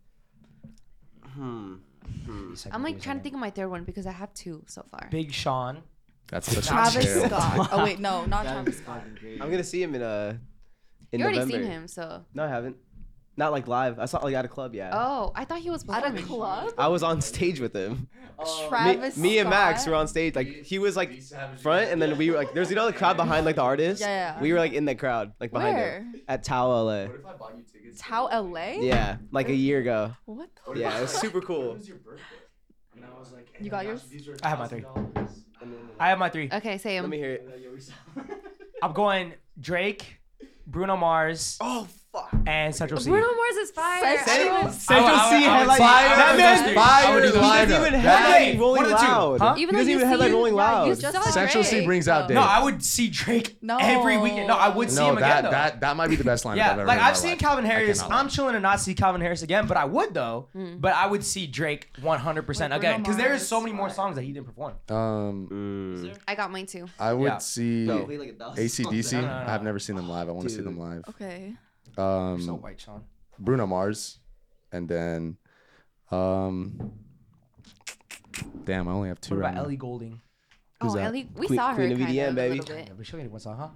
[SPEAKER 5] Hmm.
[SPEAKER 1] Second, give me a
[SPEAKER 4] I'm like trying to
[SPEAKER 1] second.
[SPEAKER 4] think of my third one because I have two so far.
[SPEAKER 1] Big Sean.
[SPEAKER 6] That's such a
[SPEAKER 3] Travis
[SPEAKER 6] terrible-
[SPEAKER 3] Scott. Oh wait, no, not
[SPEAKER 2] That
[SPEAKER 3] Travis
[SPEAKER 2] is
[SPEAKER 3] Scott.
[SPEAKER 2] fucking great.
[SPEAKER 5] I'm gonna see him in uh. In
[SPEAKER 4] you already
[SPEAKER 5] November.
[SPEAKER 4] seen him, so.
[SPEAKER 5] No, I haven't. Not like live. I saw like at a club. Yeah.
[SPEAKER 4] Oh, I thought he was
[SPEAKER 3] At a
[SPEAKER 4] performing.
[SPEAKER 3] club.
[SPEAKER 5] I was on stage with him. Me,
[SPEAKER 3] Travis.
[SPEAKER 5] me and Max were
[SPEAKER 3] Scott?
[SPEAKER 5] on stage. Like he was like front, and then we were like, there's you know the crowd behind like the artist.
[SPEAKER 3] Yeah, yeah, yeah.
[SPEAKER 5] We were like in the crowd, like behind him
[SPEAKER 3] Where?
[SPEAKER 5] at Tau LA.
[SPEAKER 3] Tao LA.
[SPEAKER 5] Yeah, like a year ago.
[SPEAKER 3] What? The
[SPEAKER 5] Yeah, it was super cool.
[SPEAKER 3] You got yours?
[SPEAKER 1] I have my three. I have my three.
[SPEAKER 4] Okay, say
[SPEAKER 5] Let
[SPEAKER 4] him.
[SPEAKER 5] me hear it.
[SPEAKER 1] I'm going Drake, Bruno Mars,
[SPEAKER 5] Oh fuck.
[SPEAKER 1] and Central C.
[SPEAKER 4] Bruno Mars is fire.
[SPEAKER 3] Sex-
[SPEAKER 4] I don't-
[SPEAKER 5] Central
[SPEAKER 1] I would-
[SPEAKER 5] C
[SPEAKER 1] I would-
[SPEAKER 5] headline.
[SPEAKER 1] Fire
[SPEAKER 5] That
[SPEAKER 1] versus
[SPEAKER 5] man-
[SPEAKER 1] Drake. I would do
[SPEAKER 5] He
[SPEAKER 1] the
[SPEAKER 5] doesn't
[SPEAKER 1] lineup.
[SPEAKER 5] even
[SPEAKER 1] Hey,
[SPEAKER 5] headline Rolling
[SPEAKER 1] one of the two,
[SPEAKER 5] Loud.
[SPEAKER 1] huh?
[SPEAKER 4] Even
[SPEAKER 5] He
[SPEAKER 4] though
[SPEAKER 5] doesn't
[SPEAKER 4] you
[SPEAKER 5] even
[SPEAKER 4] see-
[SPEAKER 5] headline Rolling
[SPEAKER 4] yeah, you
[SPEAKER 5] Loud.
[SPEAKER 4] just saw
[SPEAKER 6] Central C
[SPEAKER 4] Drake,
[SPEAKER 6] brings out
[SPEAKER 4] so-
[SPEAKER 1] No,
[SPEAKER 6] Dave.
[SPEAKER 1] I would see Drake
[SPEAKER 3] No.
[SPEAKER 1] every weekend. No, I would see
[SPEAKER 6] No,
[SPEAKER 1] him again
[SPEAKER 6] that
[SPEAKER 1] though.
[SPEAKER 6] that that might be the best lineup I've
[SPEAKER 1] yeah,
[SPEAKER 6] ever
[SPEAKER 1] like
[SPEAKER 6] heard in my
[SPEAKER 1] I've seen
[SPEAKER 6] life.
[SPEAKER 1] Calvin
[SPEAKER 6] I
[SPEAKER 1] Harris.
[SPEAKER 6] cannot lie.
[SPEAKER 1] I'm chilling to not see Calvin Harris again, but I would though. But I would see Drake 100 percent
[SPEAKER 3] Like
[SPEAKER 1] again
[SPEAKER 3] Bruno
[SPEAKER 1] because there is
[SPEAKER 3] Mars,
[SPEAKER 1] so many more
[SPEAKER 3] but-
[SPEAKER 1] songs that he didn't perform.
[SPEAKER 6] Um,
[SPEAKER 5] Mm.
[SPEAKER 4] I got mine too.
[SPEAKER 6] I would
[SPEAKER 1] Yeah.
[SPEAKER 6] see
[SPEAKER 5] No.
[SPEAKER 2] Play like a thousand
[SPEAKER 6] ACDC.
[SPEAKER 1] No,
[SPEAKER 2] songs.
[SPEAKER 1] no, no, no.
[SPEAKER 6] I've never seen them live. I want to see
[SPEAKER 5] Dude.
[SPEAKER 6] them live.
[SPEAKER 3] Okay.
[SPEAKER 1] You're so
[SPEAKER 6] Um,
[SPEAKER 1] white, Sean.
[SPEAKER 6] Bruno Mars, and then, um, damn, I only have two
[SPEAKER 1] What
[SPEAKER 6] right
[SPEAKER 1] about
[SPEAKER 6] now.
[SPEAKER 1] Ellie Golding?
[SPEAKER 5] Who's
[SPEAKER 4] oh,
[SPEAKER 5] that?
[SPEAKER 4] Ellie, we
[SPEAKER 5] Queen-
[SPEAKER 4] saw her
[SPEAKER 5] Queen of
[SPEAKER 4] kind
[SPEAKER 5] EDM,
[SPEAKER 4] of
[SPEAKER 5] baby.
[SPEAKER 4] a little bit.
[SPEAKER 1] Yeah, but she only did one song, huh?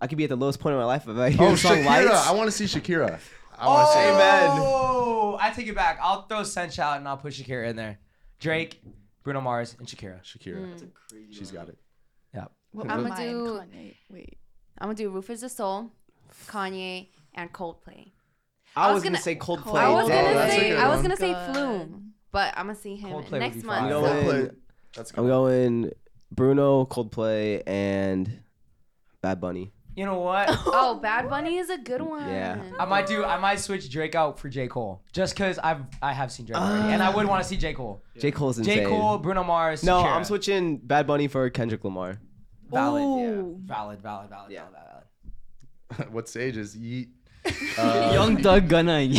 [SPEAKER 5] I could be at the lowest point of my life if I hear
[SPEAKER 6] Oh,
[SPEAKER 5] (laughs) the song
[SPEAKER 6] Shakira!
[SPEAKER 5] Lights.
[SPEAKER 6] I want to see Shakira. I want to see.
[SPEAKER 5] Amen.
[SPEAKER 1] Oh, I take it back. I'll throw Sench out and I'll put Shakira in there. Drake, Bruno Mars, and Shakira.
[SPEAKER 6] Shakira.
[SPEAKER 4] Mm.
[SPEAKER 2] Crazy
[SPEAKER 6] She's
[SPEAKER 2] lineup.
[SPEAKER 6] got it.
[SPEAKER 3] What
[SPEAKER 4] I'ma
[SPEAKER 3] was mine?
[SPEAKER 4] do-
[SPEAKER 3] Kanye. Wait.
[SPEAKER 4] I'm gonna do Rufus the Soul, Kanye, and Coldplay.
[SPEAKER 5] I
[SPEAKER 4] I
[SPEAKER 5] was
[SPEAKER 4] was
[SPEAKER 5] gonna
[SPEAKER 4] gonna-
[SPEAKER 5] say Coldplay.
[SPEAKER 4] I was
[SPEAKER 6] Oh,
[SPEAKER 4] gonna
[SPEAKER 6] that's a
[SPEAKER 4] say
[SPEAKER 6] good
[SPEAKER 4] I was
[SPEAKER 6] one.
[SPEAKER 4] gonna say
[SPEAKER 3] Good.
[SPEAKER 4] Flume, but I'm gonna see him
[SPEAKER 1] Coldplay would
[SPEAKER 4] next
[SPEAKER 1] be fire.
[SPEAKER 4] month.
[SPEAKER 5] You know what? Coldplay.
[SPEAKER 6] That's a good.
[SPEAKER 5] I'm going Bruno, Coldplay, and Bad Bunny.
[SPEAKER 1] You know what?
[SPEAKER 4] Oh, Bad Bunny is a good one.
[SPEAKER 5] Yeah.
[SPEAKER 1] I might do. I might switch Drake out for J Cole just because I've I have seen Drake already, and I
[SPEAKER 6] Ah.
[SPEAKER 1] would want to see J Cole.
[SPEAKER 5] J Cole's insane.
[SPEAKER 1] J Cole, Bruno Mars.
[SPEAKER 5] No,
[SPEAKER 1] Shakira.
[SPEAKER 5] I'm switching Bad Bunny for Kendrick Lamar.
[SPEAKER 1] Valid,
[SPEAKER 3] Ooh.
[SPEAKER 1] valid, valid, valid,
[SPEAKER 5] Yeah.
[SPEAKER 1] valid, valid.
[SPEAKER 6] (laughs) What stage is yeet? Uh,
[SPEAKER 2] Young Thug Gunna. (laughs)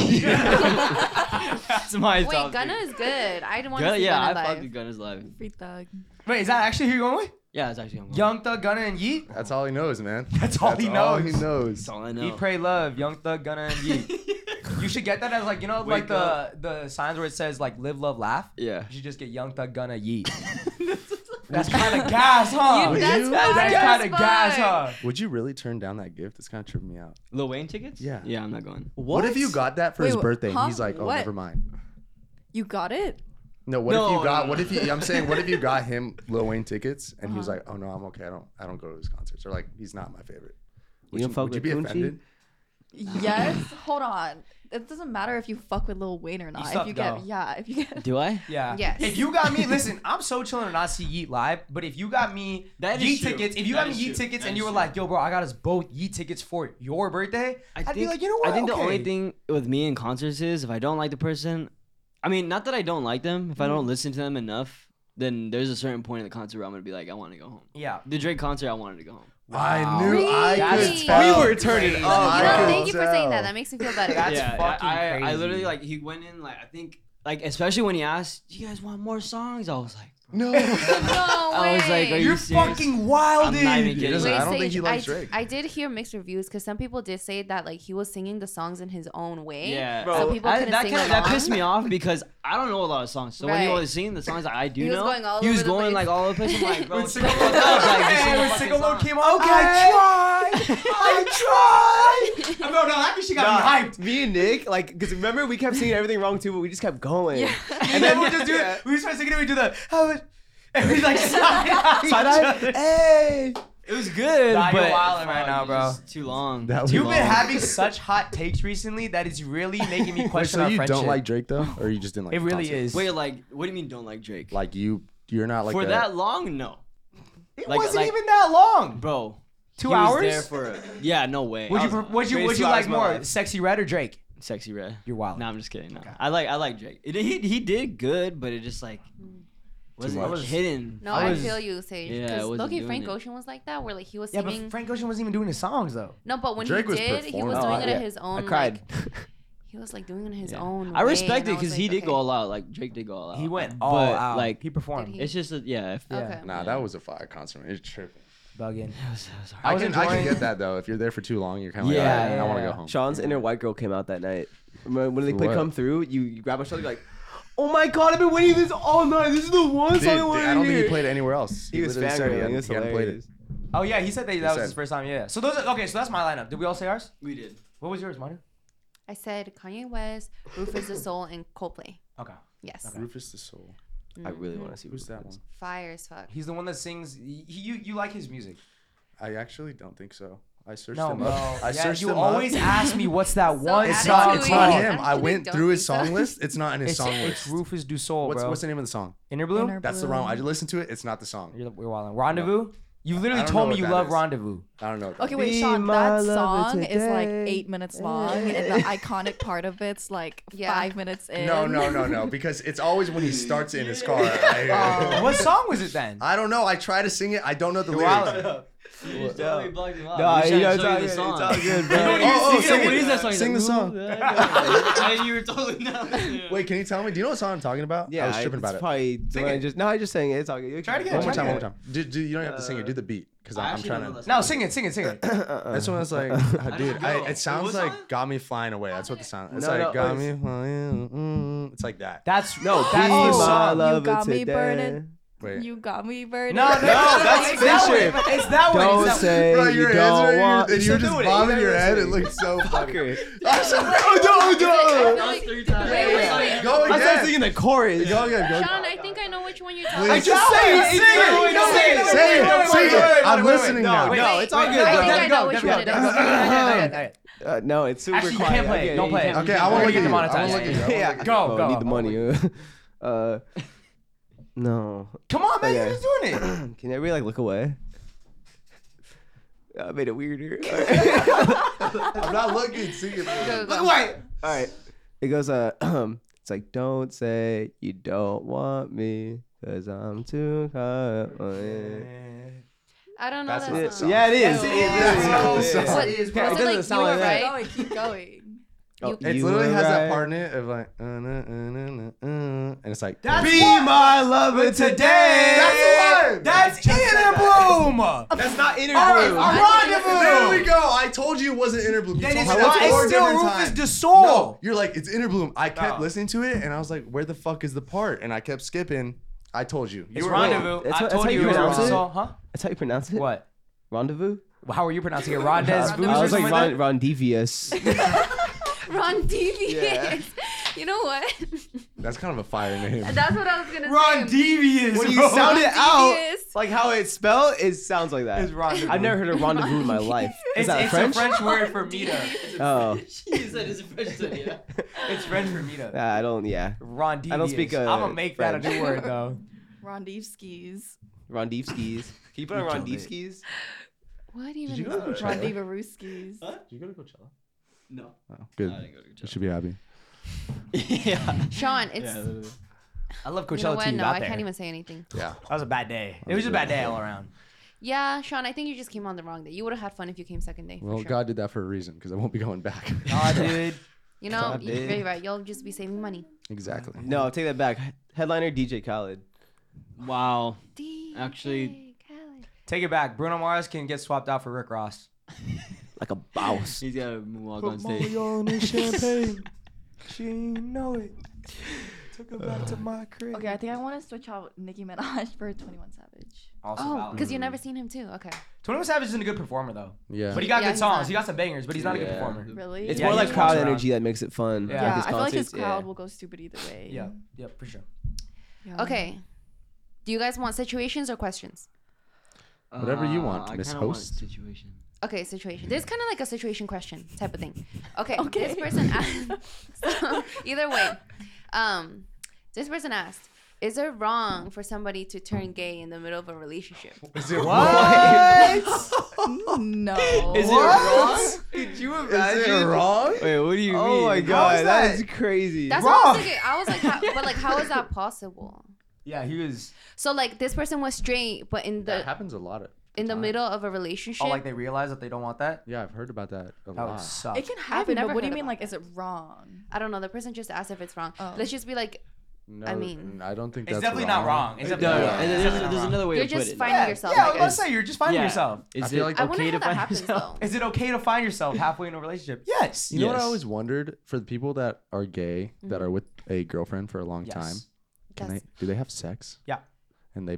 [SPEAKER 2] That's my
[SPEAKER 4] Wait,
[SPEAKER 2] top
[SPEAKER 4] Gunna
[SPEAKER 2] three.
[SPEAKER 4] is good. I didn't want to
[SPEAKER 2] Gunna,
[SPEAKER 4] see
[SPEAKER 2] yeah, I
[SPEAKER 4] Gunna live.
[SPEAKER 2] fucked with Gunna's live.
[SPEAKER 3] Free Thug.
[SPEAKER 1] Wait, is that actually who you're going with?
[SPEAKER 2] Yeah, it's actually on my-
[SPEAKER 1] Young Thug, Gunna, and Yeet.
[SPEAKER 6] That's all he knows, man.
[SPEAKER 1] That's all he
[SPEAKER 6] all
[SPEAKER 1] knows.
[SPEAKER 6] he knows.
[SPEAKER 7] (laughs)
[SPEAKER 2] That's all I
[SPEAKER 1] Eat,
[SPEAKER 2] know. (laughs)
[SPEAKER 1] pray, love. Young Thug, Gunna, and Yeet. You should get that as like you know like
[SPEAKER 2] Wake
[SPEAKER 1] the
[SPEAKER 2] up.
[SPEAKER 1] the signs where it says like live, love, laugh.
[SPEAKER 5] Yeah.
[SPEAKER 1] (laughs) You should just get Young Thug gonna
[SPEAKER 2] (laughs)
[SPEAKER 1] yeet. That's kind of gas, huh?
[SPEAKER 4] You-
[SPEAKER 6] that's
[SPEAKER 1] that's
[SPEAKER 4] fire
[SPEAKER 1] kind
[SPEAKER 4] as
[SPEAKER 1] of gas,
[SPEAKER 4] fuck.
[SPEAKER 1] huh?
[SPEAKER 6] Would you really turn down that gift? It's kind of tripping me out.
[SPEAKER 7] Lil Wayne tickets?
[SPEAKER 6] Yeah.
[SPEAKER 7] Yeah, I'm not going.
[SPEAKER 6] What, if you got that for
[SPEAKER 3] Wait,
[SPEAKER 6] his
[SPEAKER 3] wh-
[SPEAKER 6] birthday? and
[SPEAKER 3] huh?
[SPEAKER 6] He's like, oh,
[SPEAKER 3] What?
[SPEAKER 6] never mind.
[SPEAKER 3] You got it?
[SPEAKER 6] No, what if
[SPEAKER 7] No,
[SPEAKER 6] you got?
[SPEAKER 7] no,
[SPEAKER 6] What
[SPEAKER 7] no.
[SPEAKER 6] if you? I'm saying, what if you got him Lil Wayne tickets and he was
[SPEAKER 3] Uh-huh.
[SPEAKER 6] like, oh no, I'm okay. I don't, I don't go to his concerts. Or like, he's not my favorite.
[SPEAKER 5] You don't fuck with Kunchi?
[SPEAKER 3] Yes. (laughs) Hold on. It doesn't matter if you fuck with Lil Wayne or not.
[SPEAKER 1] suck,
[SPEAKER 3] if you get,
[SPEAKER 1] though.
[SPEAKER 3] yeah, if you
[SPEAKER 6] (laughs)
[SPEAKER 3] get.
[SPEAKER 7] Do I?
[SPEAKER 1] Yeah.
[SPEAKER 4] Yes.
[SPEAKER 1] If you got
[SPEAKER 4] (laughs)
[SPEAKER 1] me, listen, I'm so chilling to not see Yeet live, but if you got me
[SPEAKER 7] That is
[SPEAKER 1] Yeet
[SPEAKER 7] true.
[SPEAKER 1] tickets, if you
[SPEAKER 2] That
[SPEAKER 1] got me
[SPEAKER 2] is
[SPEAKER 1] Yeet
[SPEAKER 2] true.
[SPEAKER 1] tickets
[SPEAKER 2] That
[SPEAKER 1] and
[SPEAKER 2] is
[SPEAKER 1] you were
[SPEAKER 2] true.
[SPEAKER 1] like, yo, bro, I got us both Yeet tickets for your birthday,
[SPEAKER 7] I
[SPEAKER 1] I'd
[SPEAKER 7] think,
[SPEAKER 1] be like, you know what?
[SPEAKER 7] I think the only
[SPEAKER 1] okay.
[SPEAKER 7] thing with me in concerts is if I don't like the person, I mean, not that I don't like them, if I
[SPEAKER 4] Mm-hmm.
[SPEAKER 7] don't listen to them enough, then there's a certain point in the concert where I'm gonna be like, I want to go home.
[SPEAKER 1] Yeah.
[SPEAKER 7] The Drake concert, I wanted to go home.
[SPEAKER 6] I
[SPEAKER 1] Wow.
[SPEAKER 6] knew I
[SPEAKER 1] That's
[SPEAKER 6] could
[SPEAKER 4] We
[SPEAKER 6] tell.
[SPEAKER 1] were turning
[SPEAKER 4] Oh,
[SPEAKER 1] up,
[SPEAKER 4] you
[SPEAKER 1] I
[SPEAKER 4] know,
[SPEAKER 1] could
[SPEAKER 4] thank you for saying that.
[SPEAKER 6] tell.
[SPEAKER 4] That makes me feel better.
[SPEAKER 1] That's
[SPEAKER 7] yeah,
[SPEAKER 1] fucking
[SPEAKER 7] I, I
[SPEAKER 1] crazy.
[SPEAKER 7] literally like he went in like I think like especially when he asked, "You guys want more songs?" I was like,
[SPEAKER 6] No,
[SPEAKER 4] no
[SPEAKER 6] (laughs)
[SPEAKER 4] way.
[SPEAKER 7] I was like, "Are you
[SPEAKER 1] You're
[SPEAKER 7] serious?"
[SPEAKER 1] fucking wild,
[SPEAKER 7] I'm not even
[SPEAKER 1] dude.
[SPEAKER 7] kidding.
[SPEAKER 6] Listen,
[SPEAKER 4] Wait,
[SPEAKER 6] I don't
[SPEAKER 4] Sage,
[SPEAKER 6] think he likes
[SPEAKER 4] I,
[SPEAKER 6] Drake.
[SPEAKER 4] I did hear mixed reviews because some people did say that like he was singing the songs in his own way. (laughs)
[SPEAKER 7] Yeah,
[SPEAKER 4] Eh? so people
[SPEAKER 7] I-
[SPEAKER 4] couldn't
[SPEAKER 7] that
[SPEAKER 4] sing
[SPEAKER 7] kinda- that
[SPEAKER 4] along.
[SPEAKER 7] pissed me off because I don't know a lot of songs. So when
[SPEAKER 4] Right.
[SPEAKER 7] he was singing the songs that I do
[SPEAKER 4] He was
[SPEAKER 7] know,
[SPEAKER 4] going all
[SPEAKER 7] he was
[SPEAKER 4] over the
[SPEAKER 7] going
[SPEAKER 4] place.
[SPEAKER 7] like all over the place.
[SPEAKER 4] (laughs)
[SPEAKER 7] I'm like, bro,
[SPEAKER 1] When
[SPEAKER 7] shut the
[SPEAKER 1] Sicko
[SPEAKER 7] fuck
[SPEAKER 1] Mode
[SPEAKER 7] up, like, just sing
[SPEAKER 1] "Oh, Hey,
[SPEAKER 7] the
[SPEAKER 1] when
[SPEAKER 7] fucking
[SPEAKER 1] Sicko Mode
[SPEAKER 7] song.
[SPEAKER 1] came out,
[SPEAKER 7] (laughs)
[SPEAKER 1] I tried. I tried. Bro, no, that bitch (laughs) she got me hyped.
[SPEAKER 5] Me and Nick, like, because remember we kept seeing everything wrong too, but we just kept going. (laughs)
[SPEAKER 3] Yeah.
[SPEAKER 1] And then we just do it. We start singing it. We do the how it. And we (laughs) like side eye each other.
[SPEAKER 5] Hey!
[SPEAKER 7] It was good,
[SPEAKER 1] Nah, you're
[SPEAKER 7] but
[SPEAKER 1] wildin' right
[SPEAKER 7] fuck,
[SPEAKER 1] now,
[SPEAKER 7] it's
[SPEAKER 1] bro.
[SPEAKER 7] just Too long.
[SPEAKER 6] That was-
[SPEAKER 1] (laughs)
[SPEAKER 7] too
[SPEAKER 1] You've
[SPEAKER 7] long.
[SPEAKER 1] been having such hot takes recently that it's really making me
[SPEAKER 6] Wait,
[SPEAKER 1] question
[SPEAKER 6] so
[SPEAKER 1] our
[SPEAKER 6] you
[SPEAKER 1] friendship.
[SPEAKER 6] don't like Drake though, or you just didn't like?
[SPEAKER 1] it
[SPEAKER 6] the
[SPEAKER 1] really
[SPEAKER 6] concert?
[SPEAKER 1] is.
[SPEAKER 7] (laughs) Wait, like, what do you mean? Don't like Drake?
[SPEAKER 6] Like you, you're not like
[SPEAKER 7] for
[SPEAKER 6] a-
[SPEAKER 7] that long? No,
[SPEAKER 1] it
[SPEAKER 7] like-
[SPEAKER 1] wasn't
[SPEAKER 7] like-
[SPEAKER 1] even that long.
[SPEAKER 7] bro.
[SPEAKER 1] Two
[SPEAKER 7] he
[SPEAKER 1] hours.
[SPEAKER 7] Was there for a, yeah, no way.
[SPEAKER 1] would
[SPEAKER 7] I
[SPEAKER 1] you
[SPEAKER 7] was-
[SPEAKER 1] pre- would you
[SPEAKER 7] greatest
[SPEAKER 1] would you
[SPEAKER 7] two
[SPEAKER 1] like Oh.
[SPEAKER 7] hours of my
[SPEAKER 1] more
[SPEAKER 7] life.
[SPEAKER 1] sexy red or Drake?
[SPEAKER 7] Sexy red.
[SPEAKER 1] You're wild.
[SPEAKER 7] No, I'm just kidding. No, I like I like Drake. It, he he did good, but it just like wasn't
[SPEAKER 6] much.
[SPEAKER 7] hidden.
[SPEAKER 4] Hmm. No,
[SPEAKER 1] I
[SPEAKER 4] I,
[SPEAKER 1] was-
[SPEAKER 4] feel you, Sage.
[SPEAKER 7] Yeah, I
[SPEAKER 4] Because
[SPEAKER 7] wasn't
[SPEAKER 4] Loki
[SPEAKER 7] doing
[SPEAKER 4] Frank
[SPEAKER 7] it.
[SPEAKER 4] Ocean was like that, where like he was
[SPEAKER 1] Yeah,
[SPEAKER 4] singing.
[SPEAKER 1] but Frank Ocean wasn't even doing his songs though.
[SPEAKER 4] no, but when
[SPEAKER 6] Drake
[SPEAKER 4] he
[SPEAKER 6] was
[SPEAKER 4] did, he was
[SPEAKER 6] performing.
[SPEAKER 4] doing
[SPEAKER 5] Oh,
[SPEAKER 4] it
[SPEAKER 5] yeah.
[SPEAKER 4] at his own.
[SPEAKER 5] I cried.
[SPEAKER 4] Like, he was like doing it his
[SPEAKER 7] Yeah.
[SPEAKER 4] own.
[SPEAKER 7] (laughs) I
[SPEAKER 4] way, and
[SPEAKER 7] respect it
[SPEAKER 4] was
[SPEAKER 7] because he
[SPEAKER 4] like,
[SPEAKER 7] did go
[SPEAKER 4] okay.
[SPEAKER 7] all out. Like Drake did go all out.
[SPEAKER 1] He went
[SPEAKER 7] But,
[SPEAKER 1] all out.
[SPEAKER 7] Like
[SPEAKER 1] he performed.
[SPEAKER 4] Did he?
[SPEAKER 7] it's just a, yeah. If,
[SPEAKER 1] Yeah.
[SPEAKER 4] Okay.
[SPEAKER 6] Nah, that was a fire concert. man. It's tripping.
[SPEAKER 1] Bugging.
[SPEAKER 7] That was- that was hard.
[SPEAKER 1] I
[SPEAKER 6] I,
[SPEAKER 1] was
[SPEAKER 6] can, I can
[SPEAKER 1] enjoying-
[SPEAKER 6] get that though. If you're there for too long, you're kind of like,
[SPEAKER 7] Yeah,
[SPEAKER 6] "Alright,
[SPEAKER 1] yeah,
[SPEAKER 6] I want to
[SPEAKER 1] yeah.
[SPEAKER 6] go home.
[SPEAKER 5] Sean's inner white girl came out that night. Remember when they
[SPEAKER 6] For
[SPEAKER 5] play
[SPEAKER 6] what?
[SPEAKER 5] Come Through, you, you grab my shoulder, you're like, oh my god, I've been waiting for this all night. This is the one
[SPEAKER 6] Dude,
[SPEAKER 5] song I
[SPEAKER 6] dude,
[SPEAKER 5] wanted
[SPEAKER 6] I don't
[SPEAKER 5] to
[SPEAKER 6] think
[SPEAKER 5] hear.
[SPEAKER 6] he played anywhere else.
[SPEAKER 5] He was
[SPEAKER 6] literally said
[SPEAKER 5] fangirling.
[SPEAKER 6] hadn't-
[SPEAKER 5] That's
[SPEAKER 6] he hadn't played it.
[SPEAKER 5] hilarious.
[SPEAKER 1] Oh yeah, he said that, that was his
[SPEAKER 6] said-
[SPEAKER 1] first time. Yeah. So those are, okay. So that's my lineup. Did we all say ours?
[SPEAKER 7] we did.
[SPEAKER 1] What was yours, Manu?
[SPEAKER 4] I said Kanye West, Rufus the Soul, and Coldplay.
[SPEAKER 1] Okay.
[SPEAKER 4] Yes,
[SPEAKER 1] Okay.
[SPEAKER 6] Rufus the Soul.
[SPEAKER 5] I
[SPEAKER 6] Mm-hmm.
[SPEAKER 5] really want to see
[SPEAKER 6] Who's
[SPEAKER 5] what
[SPEAKER 6] that
[SPEAKER 5] it is.
[SPEAKER 6] one?
[SPEAKER 4] fire as fuck.
[SPEAKER 1] He's the one that sings. He, you you like his music?
[SPEAKER 6] I actually don't think so. I searched
[SPEAKER 1] No,
[SPEAKER 6] him
[SPEAKER 1] bro.
[SPEAKER 6] up.
[SPEAKER 1] (laughs)
[SPEAKER 6] I
[SPEAKER 1] yeah,
[SPEAKER 6] searched
[SPEAKER 1] you
[SPEAKER 6] him
[SPEAKER 1] always
[SPEAKER 6] up.
[SPEAKER 1] ask me what's that
[SPEAKER 4] So
[SPEAKER 1] one.
[SPEAKER 6] It's
[SPEAKER 4] Attitude
[SPEAKER 6] not. It's not
[SPEAKER 4] is-
[SPEAKER 6] him. I
[SPEAKER 4] actually
[SPEAKER 6] went
[SPEAKER 4] don't
[SPEAKER 6] through his
[SPEAKER 4] think so.
[SPEAKER 6] song list. It's not in his
[SPEAKER 1] It's,
[SPEAKER 6] song
[SPEAKER 1] it's
[SPEAKER 6] list.
[SPEAKER 1] Rufus Du Soul,
[SPEAKER 6] What's
[SPEAKER 1] bro.
[SPEAKER 6] what's the name of the song?
[SPEAKER 1] Inner Blue?
[SPEAKER 3] Inner-
[SPEAKER 6] That's the wrong. one. I just listened to it. It's not the song.
[SPEAKER 1] You're, we're wilding. Rendezvous? You literally
[SPEAKER 6] don't
[SPEAKER 1] told
[SPEAKER 6] know
[SPEAKER 1] me
[SPEAKER 6] what
[SPEAKER 1] you
[SPEAKER 6] that
[SPEAKER 1] love
[SPEAKER 6] is. (laughs)
[SPEAKER 1] Rendezvous.
[SPEAKER 6] I don't know. what that
[SPEAKER 3] Okay,
[SPEAKER 6] is.
[SPEAKER 3] wait,
[SPEAKER 5] Be
[SPEAKER 3] Sean,
[SPEAKER 5] my
[SPEAKER 3] that
[SPEAKER 5] lover
[SPEAKER 3] song is like
[SPEAKER 5] today.
[SPEAKER 3] eight minutes long, and the
[SPEAKER 6] (laughs)
[SPEAKER 3] iconic part of it's like
[SPEAKER 4] Yeah.
[SPEAKER 3] five minutes in.
[SPEAKER 6] No, no,
[SPEAKER 3] (laughs)
[SPEAKER 6] no, no. Because it's always when he starts it in his car. I,
[SPEAKER 1] what song was it
[SPEAKER 6] (laughs)
[SPEAKER 1] then?
[SPEAKER 6] I don't know. I try to sing it. I don't know the
[SPEAKER 1] Wildin'.
[SPEAKER 6] lyrics.
[SPEAKER 7] You just totally blocked him out.
[SPEAKER 5] Nah,
[SPEAKER 7] We
[SPEAKER 5] you know,
[SPEAKER 7] tried to
[SPEAKER 5] it's
[SPEAKER 7] show
[SPEAKER 5] all
[SPEAKER 7] you the song.
[SPEAKER 5] good, it's all
[SPEAKER 7] (laughs)
[SPEAKER 5] good, bro.
[SPEAKER 7] You know what he was
[SPEAKER 6] Oh, oh,
[SPEAKER 7] singing?
[SPEAKER 6] sing
[SPEAKER 7] What
[SPEAKER 6] it.
[SPEAKER 7] is that song? He's
[SPEAKER 6] Sing
[SPEAKER 7] like,
[SPEAKER 6] the song.
[SPEAKER 7] (laughs) "Ooh." And (laughs) you were totally not.
[SPEAKER 6] Wait, can you tell me? Do you know what song I'm talking about?
[SPEAKER 5] Yeah,
[SPEAKER 6] I was tripping
[SPEAKER 5] it's
[SPEAKER 6] about it.
[SPEAKER 5] probably the one I
[SPEAKER 1] it.
[SPEAKER 5] just no, I just sang it. It's all good.
[SPEAKER 1] Try it again,
[SPEAKER 6] One more
[SPEAKER 1] try
[SPEAKER 6] time.
[SPEAKER 1] it
[SPEAKER 6] One more time. Do, do, you don't have to sing it. Do the beat because
[SPEAKER 7] I
[SPEAKER 6] I'm
[SPEAKER 7] actually
[SPEAKER 6] trying
[SPEAKER 7] don't
[SPEAKER 6] to.
[SPEAKER 7] know that
[SPEAKER 1] No, sing it, sing it, sing it.
[SPEAKER 6] That's when it's
[SPEAKER 5] (laughs)
[SPEAKER 6] like, "Ah,
[SPEAKER 7] did
[SPEAKER 6] dude,
[SPEAKER 7] it
[SPEAKER 6] I,
[SPEAKER 7] go?
[SPEAKER 6] it sounds
[SPEAKER 7] What
[SPEAKER 6] like
[SPEAKER 7] song?
[SPEAKER 6] got me flying away. That's what the sound. It's
[SPEAKER 5] No,
[SPEAKER 6] like
[SPEAKER 5] no,
[SPEAKER 6] got
[SPEAKER 5] it's-
[SPEAKER 6] me flying. mm, It's like that.
[SPEAKER 1] That's
[SPEAKER 5] No,
[SPEAKER 1] that's
[SPEAKER 5] be my
[SPEAKER 1] the song.
[SPEAKER 3] love.
[SPEAKER 5] lover
[SPEAKER 3] got me
[SPEAKER 5] today.
[SPEAKER 3] burning.
[SPEAKER 6] Wait.
[SPEAKER 3] You got me burning.
[SPEAKER 1] No, no, no,
[SPEAKER 5] that's
[SPEAKER 1] it's that
[SPEAKER 5] Fisher.
[SPEAKER 1] one. It's that one.
[SPEAKER 5] Don't
[SPEAKER 1] it's that
[SPEAKER 5] say
[SPEAKER 6] Bro,
[SPEAKER 5] you
[SPEAKER 6] your
[SPEAKER 5] don't
[SPEAKER 6] hands are in your-
[SPEAKER 5] want.
[SPEAKER 6] and
[SPEAKER 5] You
[SPEAKER 6] you're
[SPEAKER 5] should
[SPEAKER 6] just
[SPEAKER 5] do it. You
[SPEAKER 6] bobbing
[SPEAKER 5] gotta
[SPEAKER 6] your
[SPEAKER 5] do
[SPEAKER 6] head. It
[SPEAKER 5] thing.
[SPEAKER 6] looks so funny.
[SPEAKER 5] Fucker.
[SPEAKER 6] (laughs) I'm so- Oh, no, no.
[SPEAKER 7] was three times.
[SPEAKER 4] Wait, wait, wait.
[SPEAKER 6] Go
[SPEAKER 5] I started
[SPEAKER 6] again.
[SPEAKER 5] singing the chorus.
[SPEAKER 6] Go again. Go
[SPEAKER 4] Sean,
[SPEAKER 6] again.
[SPEAKER 4] I think I know which one you're
[SPEAKER 6] Please.
[SPEAKER 4] talking about.
[SPEAKER 6] I
[SPEAKER 5] I just sang it.
[SPEAKER 1] Say it,
[SPEAKER 5] No,
[SPEAKER 1] say it,
[SPEAKER 5] no,
[SPEAKER 1] say it,
[SPEAKER 5] no, no,
[SPEAKER 1] say it.
[SPEAKER 5] no, no, no,
[SPEAKER 6] I'm
[SPEAKER 5] no, no,
[SPEAKER 6] listening
[SPEAKER 5] no,
[SPEAKER 6] now.
[SPEAKER 5] No,
[SPEAKER 4] wait,
[SPEAKER 5] it's all
[SPEAKER 4] wait,
[SPEAKER 5] good,
[SPEAKER 4] I
[SPEAKER 5] bro.
[SPEAKER 4] think I know which one it is.
[SPEAKER 5] Uh, no, it's
[SPEAKER 1] (laughs)
[SPEAKER 5] super
[SPEAKER 1] Actually, you
[SPEAKER 5] quiet.
[SPEAKER 1] can't play it.
[SPEAKER 5] Okay,
[SPEAKER 1] Don't play it.
[SPEAKER 5] yeah,
[SPEAKER 6] Okay,
[SPEAKER 5] yeah.
[SPEAKER 6] I want to
[SPEAKER 1] We're getting
[SPEAKER 6] get you. I want
[SPEAKER 1] demonetized.
[SPEAKER 6] to look at you. I wanna
[SPEAKER 5] Yeah.
[SPEAKER 6] look at you.
[SPEAKER 1] Go,
[SPEAKER 5] Oh,
[SPEAKER 1] go.
[SPEAKER 5] Need the money. uh, (laughs) no. (clears throat)
[SPEAKER 1] Come on, man,
[SPEAKER 5] Okay.
[SPEAKER 1] you're just doing it.
[SPEAKER 5] Can everybody like look away? (laughs) I made it weirder. (laughs)
[SPEAKER 6] I'm not looking. Sing it.
[SPEAKER 4] Go,
[SPEAKER 6] bro.
[SPEAKER 4] go, go.
[SPEAKER 1] Wait.
[SPEAKER 5] All right. It goes, uh, (clears throat) it's like, don't say you don't want me, cause I'm too hot. on
[SPEAKER 4] I don't know
[SPEAKER 6] That's
[SPEAKER 4] that
[SPEAKER 6] not
[SPEAKER 5] it.
[SPEAKER 4] song.
[SPEAKER 5] Yeah, it is.
[SPEAKER 1] That's
[SPEAKER 5] It
[SPEAKER 1] it.
[SPEAKER 5] is.
[SPEAKER 1] That's
[SPEAKER 6] not the
[SPEAKER 5] It
[SPEAKER 6] song.
[SPEAKER 5] is.
[SPEAKER 4] What-
[SPEAKER 5] It is.
[SPEAKER 4] was it
[SPEAKER 5] It doesn't
[SPEAKER 4] like
[SPEAKER 5] sound
[SPEAKER 4] you
[SPEAKER 5] like
[SPEAKER 4] were
[SPEAKER 5] that.
[SPEAKER 4] right?
[SPEAKER 3] Keep going, keep going.
[SPEAKER 5] Oh,
[SPEAKER 4] You-
[SPEAKER 6] It
[SPEAKER 5] you
[SPEAKER 6] literally
[SPEAKER 5] were
[SPEAKER 6] has that
[SPEAKER 5] right.
[SPEAKER 6] part in it of like, uh, nah, uh, nah, uh, uh, and it's like,
[SPEAKER 1] That's
[SPEAKER 5] Be
[SPEAKER 1] what-
[SPEAKER 5] my lover today.
[SPEAKER 1] That's it. That's in a bloom. diploma.
[SPEAKER 2] That's not interview.
[SPEAKER 1] Alright,
[SPEAKER 2] That's
[SPEAKER 1] alright.
[SPEAKER 6] There
[SPEAKER 1] Rendezvous!
[SPEAKER 6] we go. I told you it wasn't Interbloom. You
[SPEAKER 1] Then it's
[SPEAKER 6] told me that's
[SPEAKER 1] not. It's
[SPEAKER 6] Oregon
[SPEAKER 1] still
[SPEAKER 6] every
[SPEAKER 1] Rufus
[SPEAKER 6] time.
[SPEAKER 1] Du Sol.
[SPEAKER 6] No, you're like it's Interbloom. I kept
[SPEAKER 1] No.
[SPEAKER 6] listening to it and I was like, where the fuck is the part? And I kept skipping. I told you. You
[SPEAKER 1] It's
[SPEAKER 6] were
[SPEAKER 1] rendezvous.
[SPEAKER 5] That's
[SPEAKER 1] I told
[SPEAKER 5] what- that's
[SPEAKER 1] you
[SPEAKER 5] how
[SPEAKER 1] it
[SPEAKER 5] you
[SPEAKER 1] was Rufus
[SPEAKER 5] pronounce it?
[SPEAKER 1] Du Sol, huh?
[SPEAKER 5] That's how you pronounce it.
[SPEAKER 1] What?
[SPEAKER 5] Rendezvous.
[SPEAKER 1] How are you pronouncing it? Rendez
[SPEAKER 5] I
[SPEAKER 1] or
[SPEAKER 5] was like
[SPEAKER 1] something like that?
[SPEAKER 5] Ron, (laughs) Rondevious.
[SPEAKER 4] (laughs) Ron Devious.
[SPEAKER 6] Yeah.
[SPEAKER 4] You know what?
[SPEAKER 5] (laughs)
[SPEAKER 6] That's kind of a fire name.
[SPEAKER 4] That's what I was gonna
[SPEAKER 1] Ron
[SPEAKER 4] say.
[SPEAKER 1] Devious.
[SPEAKER 5] When you
[SPEAKER 1] bro.
[SPEAKER 4] (laughs)
[SPEAKER 5] sound it out,
[SPEAKER 4] Devious.
[SPEAKER 5] like how it's spelled, it sounds like that.
[SPEAKER 1] It's rendezvous.
[SPEAKER 5] I've never heard of rendezvous in my life.
[SPEAKER 1] (laughs) It's,
[SPEAKER 5] Is that
[SPEAKER 1] it's
[SPEAKER 5] French?
[SPEAKER 1] a French word for meetup.
[SPEAKER 5] Oh,
[SPEAKER 2] She said it's a French yeah.
[SPEAKER 1] It's French for meetup.
[SPEAKER 5] I don't. Yeah,
[SPEAKER 1] Ron Devious.
[SPEAKER 5] I don't speak, uh,
[SPEAKER 1] I'm gonna make that a new word
[SPEAKER 5] French. (laughs)
[SPEAKER 1] though.
[SPEAKER 3] Rondivskis.
[SPEAKER 5] Rondevskis. Can you put on
[SPEAKER 1] killed it.
[SPEAKER 5] Rondevskis?
[SPEAKER 4] What
[SPEAKER 6] you
[SPEAKER 4] even?
[SPEAKER 6] go to
[SPEAKER 4] is that?
[SPEAKER 6] Coachella?
[SPEAKER 3] Rondivaruskis.
[SPEAKER 6] Did you go to Coachella?
[SPEAKER 2] No.
[SPEAKER 6] Good.
[SPEAKER 7] I didn't (laughs) go to
[SPEAKER 6] You
[SPEAKER 7] Coachella.
[SPEAKER 6] should be happy.
[SPEAKER 7] yeah.
[SPEAKER 4] Sean, it's.
[SPEAKER 1] I love
[SPEAKER 4] you know
[SPEAKER 1] Coachella
[SPEAKER 4] what?
[SPEAKER 1] team
[SPEAKER 4] No,
[SPEAKER 1] out
[SPEAKER 4] I
[SPEAKER 1] there.
[SPEAKER 4] can't even say anything.
[SPEAKER 6] Yeah.
[SPEAKER 1] That was a bad day. It was just a bad day all around.
[SPEAKER 4] Yeah, Sean, I think you just came on the wrong day. You would have had fun if you came second day. for
[SPEAKER 6] (laughs) Well,
[SPEAKER 4] sure.
[SPEAKER 6] God did that for a reason because I won't be going back.
[SPEAKER 1] Nah, dude.
[SPEAKER 4] You know,
[SPEAKER 5] God
[SPEAKER 4] you're
[SPEAKER 5] did.
[SPEAKER 4] very right. You'll just be saving money.
[SPEAKER 6] (laughs) exactly.
[SPEAKER 5] No, I'll take that back. Headliner DJ Khaled.
[SPEAKER 7] Wow.
[SPEAKER 4] DJ
[SPEAKER 7] Actually-
[SPEAKER 4] Khaled.
[SPEAKER 1] Take it back. Bruno Mars can get swapped out for Rick Ross.
[SPEAKER 5] Like a
[SPEAKER 1] (laughs)
[SPEAKER 5] boss.
[SPEAKER 7] He's got to moonwalk on stage.
[SPEAKER 5] champagne.
[SPEAKER 7] (laughs)
[SPEAKER 6] (laughs)
[SPEAKER 1] She know it. Took her back
[SPEAKER 6] (sighs)
[SPEAKER 1] to my crib.
[SPEAKER 3] Okay, I think I want to switch out Nicki Minaj (laughs) for 21 Savage.
[SPEAKER 1] Also
[SPEAKER 4] Oh,
[SPEAKER 1] valid.
[SPEAKER 4] because you never seen him too. Okay.
[SPEAKER 1] 21 Savage isn't a good performer though.
[SPEAKER 6] Yeah.
[SPEAKER 1] But he got
[SPEAKER 4] Yeah,
[SPEAKER 1] good
[SPEAKER 4] he's
[SPEAKER 1] songs.
[SPEAKER 4] not.
[SPEAKER 1] He got some bangers, but he's not a good
[SPEAKER 7] Yeah.
[SPEAKER 1] performer.
[SPEAKER 3] Really?
[SPEAKER 5] It's
[SPEAKER 1] Yeah,
[SPEAKER 5] more
[SPEAKER 1] he
[SPEAKER 5] like
[SPEAKER 1] walks
[SPEAKER 5] crowd
[SPEAKER 1] around.
[SPEAKER 5] energy that makes it fun.
[SPEAKER 1] Yeah.
[SPEAKER 3] Yeah,
[SPEAKER 5] his
[SPEAKER 3] I feel like his
[SPEAKER 5] concerts, yeah.
[SPEAKER 3] crowd will go stupid either way.
[SPEAKER 1] Yeah. Yeah, for sure.
[SPEAKER 3] Yeah.
[SPEAKER 5] Oh.
[SPEAKER 4] Okay. Do you guys want situations or questions?
[SPEAKER 6] Whatever you want,
[SPEAKER 7] Uh, I
[SPEAKER 6] Miss
[SPEAKER 7] kinda want
[SPEAKER 6] Host.
[SPEAKER 7] Situation.
[SPEAKER 4] Okay, situation. There's kind of like a situation question type of thing. Okay.
[SPEAKER 3] Okay.
[SPEAKER 4] This
[SPEAKER 3] (laughs)
[SPEAKER 4] person asked. (laughs) so, either way, um, this person asked, "Is it wrong for somebody to turn gay in the middle of a relationship?"
[SPEAKER 6] (laughs) Is it (laughs)
[SPEAKER 3] no.
[SPEAKER 5] Is
[SPEAKER 1] What?
[SPEAKER 5] it wrong? Did you
[SPEAKER 6] wrong? Is it wrong?
[SPEAKER 7] Wait, what do you mean?
[SPEAKER 5] Oh my
[SPEAKER 1] is
[SPEAKER 5] god, that
[SPEAKER 1] that?
[SPEAKER 5] is crazy.
[SPEAKER 4] That's what I
[SPEAKER 1] Wrong.
[SPEAKER 4] was thinking. I was like, how, but like, how is that possible?
[SPEAKER 1] Yeah, he was.
[SPEAKER 4] So like, this person was straight, but in
[SPEAKER 6] That
[SPEAKER 4] the
[SPEAKER 6] happens a lot. Of
[SPEAKER 4] in the
[SPEAKER 6] time.
[SPEAKER 4] middle of a relationship.
[SPEAKER 1] Oh, like they realized that they don't want that.
[SPEAKER 6] Yeah, I've heard about that a
[SPEAKER 1] That
[SPEAKER 6] lot.
[SPEAKER 1] would suck.
[SPEAKER 3] It can happen,
[SPEAKER 4] never
[SPEAKER 3] but what do
[SPEAKER 4] heard
[SPEAKER 3] you mean?
[SPEAKER 4] about
[SPEAKER 3] Like,
[SPEAKER 4] that.
[SPEAKER 3] is it wrong?
[SPEAKER 4] I don't know. The person just asked if it's wrong.
[SPEAKER 3] Oh.
[SPEAKER 4] Let's just be like,
[SPEAKER 6] No,
[SPEAKER 4] I mean-
[SPEAKER 6] I don't think
[SPEAKER 1] It's
[SPEAKER 6] that's
[SPEAKER 1] definitely
[SPEAKER 6] wrong.
[SPEAKER 1] not wrong. It's
[SPEAKER 7] No,
[SPEAKER 1] definitely
[SPEAKER 7] no,
[SPEAKER 1] not wrong.
[SPEAKER 7] and
[SPEAKER 1] It's
[SPEAKER 7] there's,
[SPEAKER 1] definitely
[SPEAKER 7] there's
[SPEAKER 1] not wrong.
[SPEAKER 7] another way
[SPEAKER 4] You're
[SPEAKER 7] to put
[SPEAKER 4] just
[SPEAKER 7] it.
[SPEAKER 4] finding
[SPEAKER 1] Yeah,
[SPEAKER 4] yourself.
[SPEAKER 1] yeah, I
[SPEAKER 4] I
[SPEAKER 1] was about to
[SPEAKER 4] guess.
[SPEAKER 1] say you're just finding
[SPEAKER 7] Yeah.
[SPEAKER 1] yourself.
[SPEAKER 7] Is
[SPEAKER 6] I feel
[SPEAKER 7] it
[SPEAKER 6] like
[SPEAKER 4] I
[SPEAKER 6] okay
[SPEAKER 4] wonder how
[SPEAKER 7] to
[SPEAKER 4] that
[SPEAKER 1] (laughs)
[SPEAKER 7] find
[SPEAKER 4] happens
[SPEAKER 7] yourself?
[SPEAKER 4] though.
[SPEAKER 1] Is it okay to find yourself halfway in a relationship? Yes.
[SPEAKER 6] You know what I
[SPEAKER 7] Yes.
[SPEAKER 6] always wondered for the people that are gay that
[SPEAKER 4] Mm-hmm.
[SPEAKER 6] are with a girlfriend for a long
[SPEAKER 1] Yes.
[SPEAKER 6] time. Can they,
[SPEAKER 4] That's-
[SPEAKER 6] do they have sex?
[SPEAKER 1] Yeah.
[SPEAKER 6] And they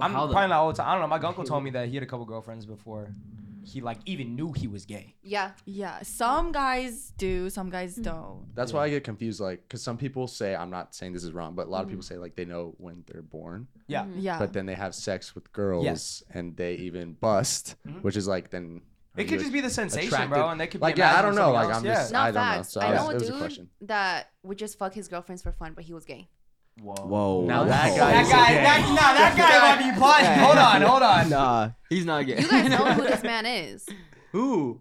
[SPEAKER 1] I'm
[SPEAKER 7] How, though?
[SPEAKER 1] probably not all the time. I don't know. My uncle told me that he had a couple girlfriends before he like even knew he was gay.
[SPEAKER 4] Yeah.
[SPEAKER 3] Yeah, some guys do, some guys don't.
[SPEAKER 6] that's why I get confused like cuz some people say I'm not saying this is wrong, but a lot of
[SPEAKER 4] Mm-hmm.
[SPEAKER 6] people say like they know when they're born,
[SPEAKER 1] Yeah.
[SPEAKER 3] Yeah.
[SPEAKER 4] Uh-huh.
[SPEAKER 6] but then they have sex with girls
[SPEAKER 1] Yes. Mm-hmm.
[SPEAKER 6] and they even bust, which is like then
[SPEAKER 1] It could just be the sensation, bro,
[SPEAKER 6] attracted-
[SPEAKER 1] and they could be
[SPEAKER 6] like, yeah, I don't
[SPEAKER 1] imagining
[SPEAKER 6] know,
[SPEAKER 1] something else.
[SPEAKER 6] like, I'm
[SPEAKER 1] yeah.
[SPEAKER 6] just-
[SPEAKER 4] No
[SPEAKER 6] I don't know,
[SPEAKER 4] facts.
[SPEAKER 6] so
[SPEAKER 4] I
[SPEAKER 6] I
[SPEAKER 4] know
[SPEAKER 6] was-
[SPEAKER 4] a
[SPEAKER 6] it was a
[SPEAKER 4] dude
[SPEAKER 6] question.
[SPEAKER 4] that would just fuck his girlfriends for fun, but he was gay.
[SPEAKER 1] Whoa.
[SPEAKER 5] Whoa. (laughs)
[SPEAKER 6] Now
[SPEAKER 1] That
[SPEAKER 6] That
[SPEAKER 1] guy,
[SPEAKER 6] guy
[SPEAKER 1] that
[SPEAKER 6] is
[SPEAKER 1] guy,
[SPEAKER 6] gay.
[SPEAKER 1] that, nah, that guy might be
[SPEAKER 6] (laughs)
[SPEAKER 1] plotting. Hold on, hold on.
[SPEAKER 5] Nah.
[SPEAKER 7] He's not gay.
[SPEAKER 4] You guys know
[SPEAKER 7] (laughs)
[SPEAKER 4] who this man is.
[SPEAKER 7] Who?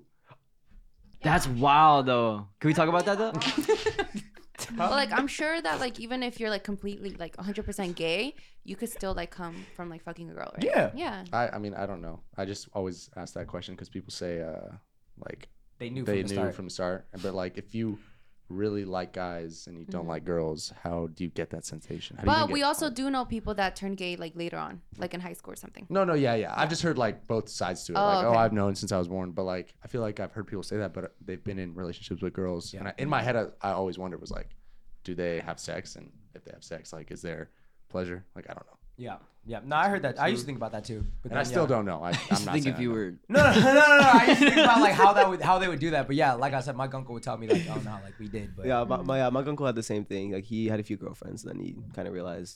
[SPEAKER 7] That's wild though. Can we talk about
[SPEAKER 4] (laughs)
[SPEAKER 7] that (laughs) though?
[SPEAKER 4] But like, I'm sure that like, even if you're like completely like 100% gay, you could still like come from like fucking a girl, right?
[SPEAKER 1] Yeah.
[SPEAKER 4] Yeah.
[SPEAKER 6] I I mean, I don't know. I just always ask that question cuz people say uh like
[SPEAKER 1] They knew
[SPEAKER 6] they
[SPEAKER 1] from the
[SPEAKER 6] knew
[SPEAKER 1] start.
[SPEAKER 6] from the start. But like, if you really like guys and you don't like girls, how do you get that sensation? How do you
[SPEAKER 4] But
[SPEAKER 6] even
[SPEAKER 4] Mm-hmm. we
[SPEAKER 6] get-
[SPEAKER 4] also do know people that turn gay like later on, like in high school or something.
[SPEAKER 6] No, no, yeah, yeah. I've just heard like both sides to it.
[SPEAKER 4] Oh,
[SPEAKER 6] like,
[SPEAKER 4] okay.
[SPEAKER 6] oh, I've known since I was born, but like, I feel like I've heard people say that, but they've been in relationships with girls, and I, in my head, I, I always wondered was like, do they have sex? And if they have sex, like, is there pleasure? Like, I don't know,
[SPEAKER 1] Yeah, yeah. No, I heard that. I used to think about that too. But
[SPEAKER 6] and I
[SPEAKER 1] then,
[SPEAKER 6] still
[SPEAKER 1] yeah.
[SPEAKER 6] don't
[SPEAKER 1] (laughs)
[SPEAKER 6] know.
[SPEAKER 7] I
[SPEAKER 6] I, I'm
[SPEAKER 7] just
[SPEAKER 6] not
[SPEAKER 7] think
[SPEAKER 6] saying
[SPEAKER 7] if you
[SPEAKER 6] I know.
[SPEAKER 7] were
[SPEAKER 1] No, no, no, no, no. I used to think about like how that would, how they would do that. But yeah, like I said, my uncle would tell me like, oh no, like we did. But
[SPEAKER 5] Yeah, my my, uh, my uncle had the same thing. Like he had a few girlfriends, then he kind of realized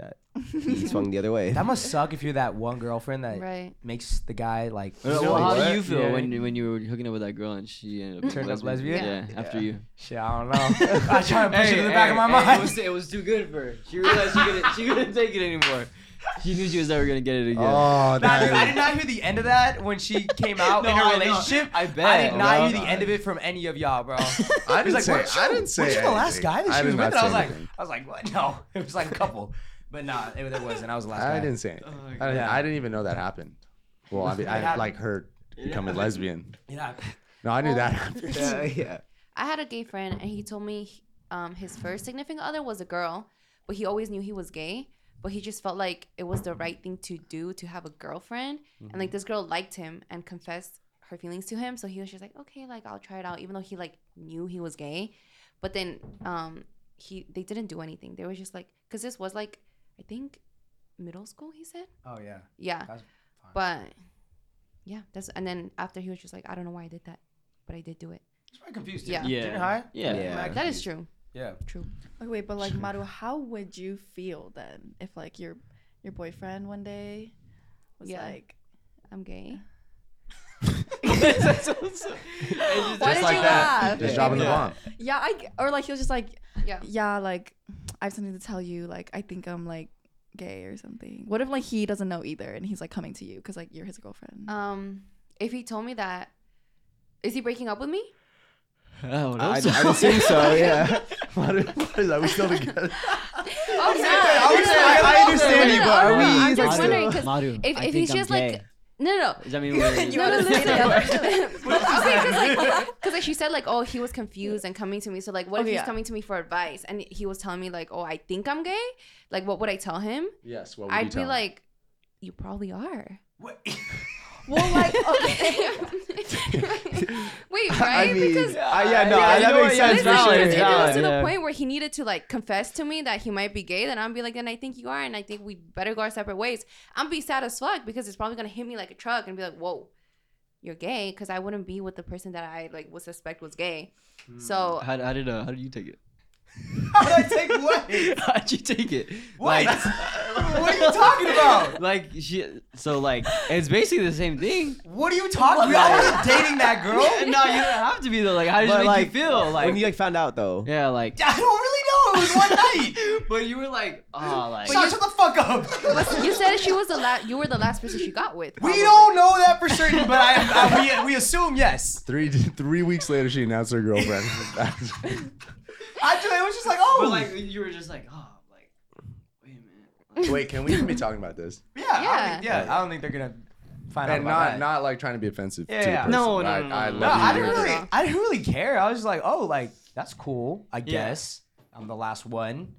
[SPEAKER 5] that
[SPEAKER 1] (laughs)
[SPEAKER 5] he swung the other way.
[SPEAKER 1] that must suck if you're that one girlfriend that
[SPEAKER 4] Right.
[SPEAKER 1] makes the guy like.
[SPEAKER 7] Uh, well, how do you
[SPEAKER 1] Yeah.
[SPEAKER 7] feel when when you were hooking up with that girl and she ended up
[SPEAKER 1] Turned
[SPEAKER 7] being
[SPEAKER 1] up lesbian?
[SPEAKER 7] Yeah, after you.
[SPEAKER 1] Shit, (laughs) I don't know. I try to push it to the back of my mind.
[SPEAKER 7] It
[SPEAKER 1] (laughs)
[SPEAKER 7] was, it was too good for her. She realized she couldn't she couldn't take it anymore. She knew she was never gonna get it again. (laughs)
[SPEAKER 1] Nah,
[SPEAKER 6] Oh,
[SPEAKER 1] dude, I
[SPEAKER 6] that
[SPEAKER 1] did (laughs) not hear the end of that when she came out
[SPEAKER 7] No,
[SPEAKER 1] in her
[SPEAKER 7] I know.
[SPEAKER 1] relationship.
[SPEAKER 7] I
[SPEAKER 1] I
[SPEAKER 7] bet,
[SPEAKER 1] did not
[SPEAKER 7] bro.
[SPEAKER 1] hear the end of it from any of y'all,
[SPEAKER 6] (laughs)
[SPEAKER 1] bro.
[SPEAKER 6] I
[SPEAKER 1] He's
[SPEAKER 6] didn't say.
[SPEAKER 1] "Weren't
[SPEAKER 6] I
[SPEAKER 1] you-
[SPEAKER 6] didn't say.
[SPEAKER 1] weren't you the last
[SPEAKER 6] anything.
[SPEAKER 1] guy that
[SPEAKER 6] I
[SPEAKER 1] she was
[SPEAKER 6] did
[SPEAKER 1] with? And I
[SPEAKER 6] not say
[SPEAKER 1] was like,
[SPEAKER 6] anything.
[SPEAKER 1] I was like, what? No, (laughs) it was like a couple, but nah, it, there wasn't. I was the last guy.
[SPEAKER 6] I didn't say. Anything.
[SPEAKER 7] Oh,
[SPEAKER 6] I, didn't,
[SPEAKER 1] God.
[SPEAKER 6] I didn't even know that happened. Well, I mean,
[SPEAKER 1] It
[SPEAKER 6] I
[SPEAKER 1] happened.
[SPEAKER 6] like heard become a lesbian.
[SPEAKER 1] Yeah.
[SPEAKER 6] No, I knew that
[SPEAKER 1] (laughs)
[SPEAKER 6] happened.
[SPEAKER 5] yeah, yeah.
[SPEAKER 4] I had a gay friend, and he told me um, his first significant other was a girl, but he always knew he was gay but he just felt like it was the right thing to do to have a girlfriend. And
[SPEAKER 6] Mm-hmm.
[SPEAKER 4] like this girl liked him and confessed her feelings to him, so he was just like, okay, like I'll try it out, even though he like knew he was gay. But then um he they didn't do anything. They were just like, because this was like I think middle school. He said,
[SPEAKER 1] Oh yeah.
[SPEAKER 4] yeah,
[SPEAKER 6] Uh.
[SPEAKER 1] That's fine.
[SPEAKER 4] but yeah, that's and then after he was just like, I don't know why I did that, but I did do it.
[SPEAKER 1] He's probably confused. Too.
[SPEAKER 4] Yeah.
[SPEAKER 7] Yeah.
[SPEAKER 1] Junior high.
[SPEAKER 7] Yeah.
[SPEAKER 5] Yeah.
[SPEAKER 4] That is true.
[SPEAKER 1] Yeah.
[SPEAKER 4] True.
[SPEAKER 3] Okay, wait, but like Maru, how would you feel then if like your your boyfriend one day was
[SPEAKER 4] Yeah.
[SPEAKER 3] like,
[SPEAKER 4] I'm gay.
[SPEAKER 3] (laughs) why
[SPEAKER 6] Just
[SPEAKER 3] did
[SPEAKER 6] like
[SPEAKER 3] you
[SPEAKER 6] that.
[SPEAKER 3] laugh?
[SPEAKER 6] Just dropping the
[SPEAKER 3] Yeah.
[SPEAKER 6] bomb.
[SPEAKER 3] Yeah, I g- or like he was just like,
[SPEAKER 4] Yeah.
[SPEAKER 3] yeah, like I have something to tell you. Like I think I'm like gay or something. What if like he doesn't know either and he's like coming to you because like you're his girlfriend?
[SPEAKER 4] Um, if he told me that, is he breaking up with me?
[SPEAKER 7] Oh,
[SPEAKER 5] I, I
[SPEAKER 7] those- (laughs)
[SPEAKER 5] didn't think
[SPEAKER 6] (laughs)
[SPEAKER 5] so. Yeah.
[SPEAKER 6] What is, what is that? We still
[SPEAKER 4] Oh
[SPEAKER 6] together?
[SPEAKER 4] no!
[SPEAKER 5] I, would say, I, I understand
[SPEAKER 4] No,
[SPEAKER 5] you,
[SPEAKER 4] no,
[SPEAKER 5] but
[SPEAKER 4] no,
[SPEAKER 5] are we
[SPEAKER 4] no, I'm
[SPEAKER 5] like
[SPEAKER 4] just wondering
[SPEAKER 5] still?
[SPEAKER 4] because
[SPEAKER 7] Maru,
[SPEAKER 4] if-
[SPEAKER 7] I
[SPEAKER 4] if
[SPEAKER 7] think
[SPEAKER 4] he's
[SPEAKER 7] I'm
[SPEAKER 4] just like-
[SPEAKER 7] gay.
[SPEAKER 4] no, no. (laughs)
[SPEAKER 7] Does that mean we're?
[SPEAKER 3] You
[SPEAKER 4] No, no,
[SPEAKER 3] wanna
[SPEAKER 4] listen.
[SPEAKER 3] say that?
[SPEAKER 4] (laughs) Because like, 'cause, like she said, like oh, he was confused and coming to me. So like, what if
[SPEAKER 3] Okay,
[SPEAKER 4] he's
[SPEAKER 3] yeah.
[SPEAKER 4] coming to me for advice and he was telling me like, oh, I think I'm gay? Like, what would I tell him?
[SPEAKER 6] Yes. What would you
[SPEAKER 4] I'd
[SPEAKER 6] tell
[SPEAKER 4] be
[SPEAKER 6] him?
[SPEAKER 4] like, you probably are.
[SPEAKER 5] (laughs)
[SPEAKER 1] What?
[SPEAKER 3] (laughs) well, (laughs) like okay.
[SPEAKER 4] (laughs) Wait, right?
[SPEAKER 5] I mean,
[SPEAKER 4] because
[SPEAKER 5] I- yeah, no,
[SPEAKER 1] Yeah, you
[SPEAKER 5] that
[SPEAKER 1] know
[SPEAKER 5] makes
[SPEAKER 1] what, yeah,
[SPEAKER 5] sense.
[SPEAKER 1] it's
[SPEAKER 4] Listen,
[SPEAKER 5] for
[SPEAKER 4] if
[SPEAKER 5] sure.
[SPEAKER 4] it was- if it was to
[SPEAKER 5] Yeah.
[SPEAKER 4] the point where he needed to like confess to me that he might be gay, then I'd be like, then I think you are, and I think we better go our separate ways. I'm be sad as fuck because it's probably gonna hit me like a truck and be like, whoa, you're gay, because I wouldn't be with the person that I like would suspect was gay. So
[SPEAKER 7] How, how did uh, how did you take it?
[SPEAKER 1] How did I
[SPEAKER 7] (laughs)
[SPEAKER 1] take what?
[SPEAKER 7] How'd you take it?
[SPEAKER 1] What?
[SPEAKER 7] Like-
[SPEAKER 1] (laughs) what are you talking about?
[SPEAKER 7] (laughs) Like she, so like it's basically the same thing.
[SPEAKER 1] (laughs) What are you talking about? I wasn't dating that girl.
[SPEAKER 7] (laughs) no, you don't have to be though. Like how does it
[SPEAKER 5] But
[SPEAKER 7] make
[SPEAKER 5] like,
[SPEAKER 7] you feel? Like
[SPEAKER 5] when you like found out though.
[SPEAKER 7] yeah,
[SPEAKER 1] (laughs)
[SPEAKER 7] like
[SPEAKER 1] I don't really know. It was one night.
[SPEAKER 7] (laughs) but you were like oh like
[SPEAKER 1] Shut, shut the fuck up.
[SPEAKER 4] you said she was the last, you were the last person she got with.
[SPEAKER 1] (laughs) We
[SPEAKER 4] probably.
[SPEAKER 1] don't know that for certain, but I, I we, we assume yes.
[SPEAKER 6] Three (laughs) three weeks later, she announced her girlfriend.
[SPEAKER 1] I just, it was just like, oh,
[SPEAKER 7] but like you were just like oh like wait a minute.
[SPEAKER 6] Wait, can we even be talking about this?
[SPEAKER 1] yeah, I don't think,
[SPEAKER 6] Yeah.
[SPEAKER 1] yeah. I don't think they're gonna find
[SPEAKER 6] And
[SPEAKER 1] out about
[SPEAKER 6] not
[SPEAKER 1] that.
[SPEAKER 6] not like trying to be offensive.
[SPEAKER 1] Yeah,
[SPEAKER 6] To the
[SPEAKER 1] yeah.
[SPEAKER 6] person.
[SPEAKER 7] No, no,
[SPEAKER 6] I,
[SPEAKER 7] no, no,
[SPEAKER 6] I
[SPEAKER 7] no,
[SPEAKER 6] love
[SPEAKER 1] no,
[SPEAKER 6] you.
[SPEAKER 1] I didn't
[SPEAKER 6] You're-
[SPEAKER 1] really,
[SPEAKER 4] Yeah.
[SPEAKER 1] I didn't really care. I was just like, oh, like that's cool. I
[SPEAKER 7] Yeah.
[SPEAKER 1] guess I'm the last one.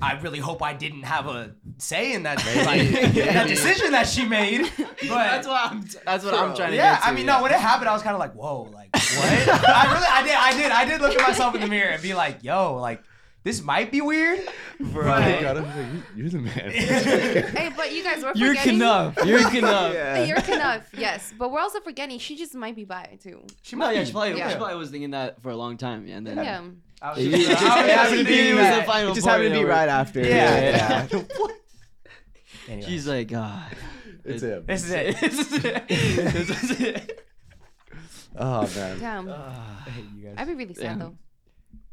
[SPEAKER 1] I really hope I didn't have a say in that
[SPEAKER 7] (laughs)
[SPEAKER 6] Maybe.
[SPEAKER 1] like, that decision that she made. But
[SPEAKER 7] that's what I'm that's what I'm trying to
[SPEAKER 1] yeah,
[SPEAKER 7] get to,
[SPEAKER 1] I mean, no, when it happened, I was kind of like, whoa, like
[SPEAKER 7] (laughs)
[SPEAKER 1] what? I really, I did, I did, I did look at myself in the mirror and be like, yo, like this might be weird.
[SPEAKER 6] Bro,
[SPEAKER 1] Right.
[SPEAKER 6] I got him, like, you- you're the
[SPEAKER 4] (laughs)
[SPEAKER 6] man. (laughs)
[SPEAKER 4] Hey, but you guys were
[SPEAKER 7] You're
[SPEAKER 4] forgetting.
[SPEAKER 7] enough.
[SPEAKER 1] (laughs)
[SPEAKER 7] You're enough.
[SPEAKER 5] Yeah.
[SPEAKER 4] You're enough. Yes, but we're also forgetting she just might be bi too.
[SPEAKER 1] She
[SPEAKER 7] No,
[SPEAKER 1] might,
[SPEAKER 7] yeah,
[SPEAKER 1] be-
[SPEAKER 7] she probably,
[SPEAKER 4] Yeah.
[SPEAKER 7] she probably was thinking that for a long time, yeah. And then
[SPEAKER 4] Yeah.
[SPEAKER 1] I was
[SPEAKER 7] It
[SPEAKER 1] just-
[SPEAKER 7] just
[SPEAKER 1] I
[SPEAKER 7] (laughs)
[SPEAKER 1] was
[SPEAKER 7] happened to
[SPEAKER 1] just
[SPEAKER 7] be-
[SPEAKER 1] thinking
[SPEAKER 7] it was the
[SPEAKER 1] that.
[SPEAKER 7] final
[SPEAKER 5] It just
[SPEAKER 7] part
[SPEAKER 5] happened to be
[SPEAKER 7] that
[SPEAKER 5] right
[SPEAKER 7] we're-
[SPEAKER 5] after.
[SPEAKER 1] Yeah,
[SPEAKER 7] (laughs)
[SPEAKER 1] Anyway,
[SPEAKER 7] She's like, ah,
[SPEAKER 6] it's him.
[SPEAKER 1] this is it.
[SPEAKER 7] this is it. (laughs) This is (laughs) it.
[SPEAKER 6] Oh man.
[SPEAKER 4] Damn,
[SPEAKER 1] I hate you guys.
[SPEAKER 4] I'd be really sad
[SPEAKER 7] Yeah.
[SPEAKER 4] though.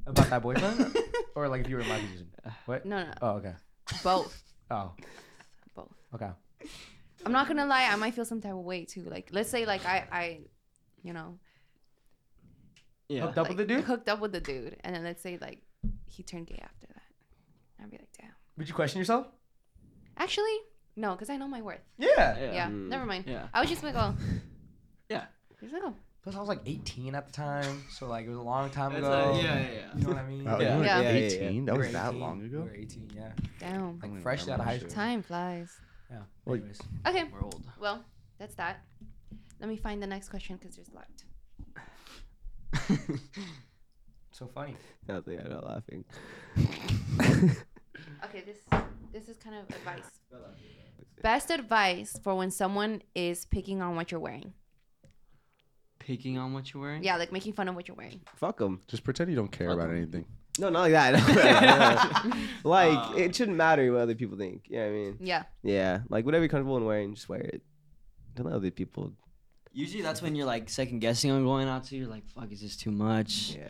[SPEAKER 1] About that boyfriend,
[SPEAKER 7] (laughs)
[SPEAKER 1] or like if you were in my position. What?
[SPEAKER 4] No, no,
[SPEAKER 1] Oh, okay.
[SPEAKER 4] both.
[SPEAKER 1] Oh,
[SPEAKER 4] Both.
[SPEAKER 1] okay.
[SPEAKER 4] I'm not gonna lie, I might feel some type of way too. Like, let's say like I, I, you know,
[SPEAKER 7] Yeah.
[SPEAKER 1] Hooked up
[SPEAKER 4] like,
[SPEAKER 1] with the dude?
[SPEAKER 4] hooked up with the dude, and then let's say like he turned gay after that. I'd be like, damn.
[SPEAKER 1] Would you question yourself?
[SPEAKER 4] Actually, no, because I know my worth.
[SPEAKER 1] Yeah.
[SPEAKER 4] Yeah, never mind.
[SPEAKER 7] Yeah.
[SPEAKER 4] I was just like,
[SPEAKER 1] (laughs)
[SPEAKER 4] oh,
[SPEAKER 7] Yeah.
[SPEAKER 4] just like, oh,
[SPEAKER 1] Plus, I was like 18 at the time, so like it was a long time
[SPEAKER 7] That's
[SPEAKER 1] ago.
[SPEAKER 7] a- yeah, yeah, yeah.
[SPEAKER 1] You
[SPEAKER 7] (laughs)
[SPEAKER 1] know what I mean?
[SPEAKER 6] Oh,
[SPEAKER 7] Yeah.
[SPEAKER 6] You were
[SPEAKER 4] Yeah.
[SPEAKER 5] Yeah, yeah, yeah.
[SPEAKER 6] 18? That
[SPEAKER 1] We
[SPEAKER 6] was
[SPEAKER 1] were
[SPEAKER 6] that
[SPEAKER 1] 18.
[SPEAKER 6] long
[SPEAKER 1] We
[SPEAKER 6] ago.
[SPEAKER 1] were 18, yeah.
[SPEAKER 4] damn.
[SPEAKER 1] Like
[SPEAKER 6] don't
[SPEAKER 1] fresh out of
[SPEAKER 6] remember
[SPEAKER 1] high
[SPEAKER 6] shit.
[SPEAKER 1] school.
[SPEAKER 4] Time flies.
[SPEAKER 1] Yeah.
[SPEAKER 6] Well,
[SPEAKER 1] Anyways.
[SPEAKER 4] Okay,
[SPEAKER 7] We're old. (laughs)
[SPEAKER 4] well, that's that. Let me find the next question because there's a lot.
[SPEAKER 1] So funny.
[SPEAKER 5] Nothing. I'm not laughing.
[SPEAKER 4] Okay, this this is kind of advice. Best advice for when someone is picking on what you're wearing.
[SPEAKER 7] Picking on what you're wearing? (laughs)
[SPEAKER 4] Yeah, like making fun of what you're wearing.
[SPEAKER 5] Fuck them.
[SPEAKER 6] Just pretend you don't care about anything.
[SPEAKER 5] No, not like that. (laughs)
[SPEAKER 7] (laughs)
[SPEAKER 5] like it shouldn't matter what other people think. You know what I mean?
[SPEAKER 4] Yeah.
[SPEAKER 5] Yeah. Like whatever you're comfortable in wearing, just wear it. Don't let other people.
[SPEAKER 7] Usually that's when you're like second guessing on going out to. You're like, fuck, is this too much?
[SPEAKER 5] Yeah.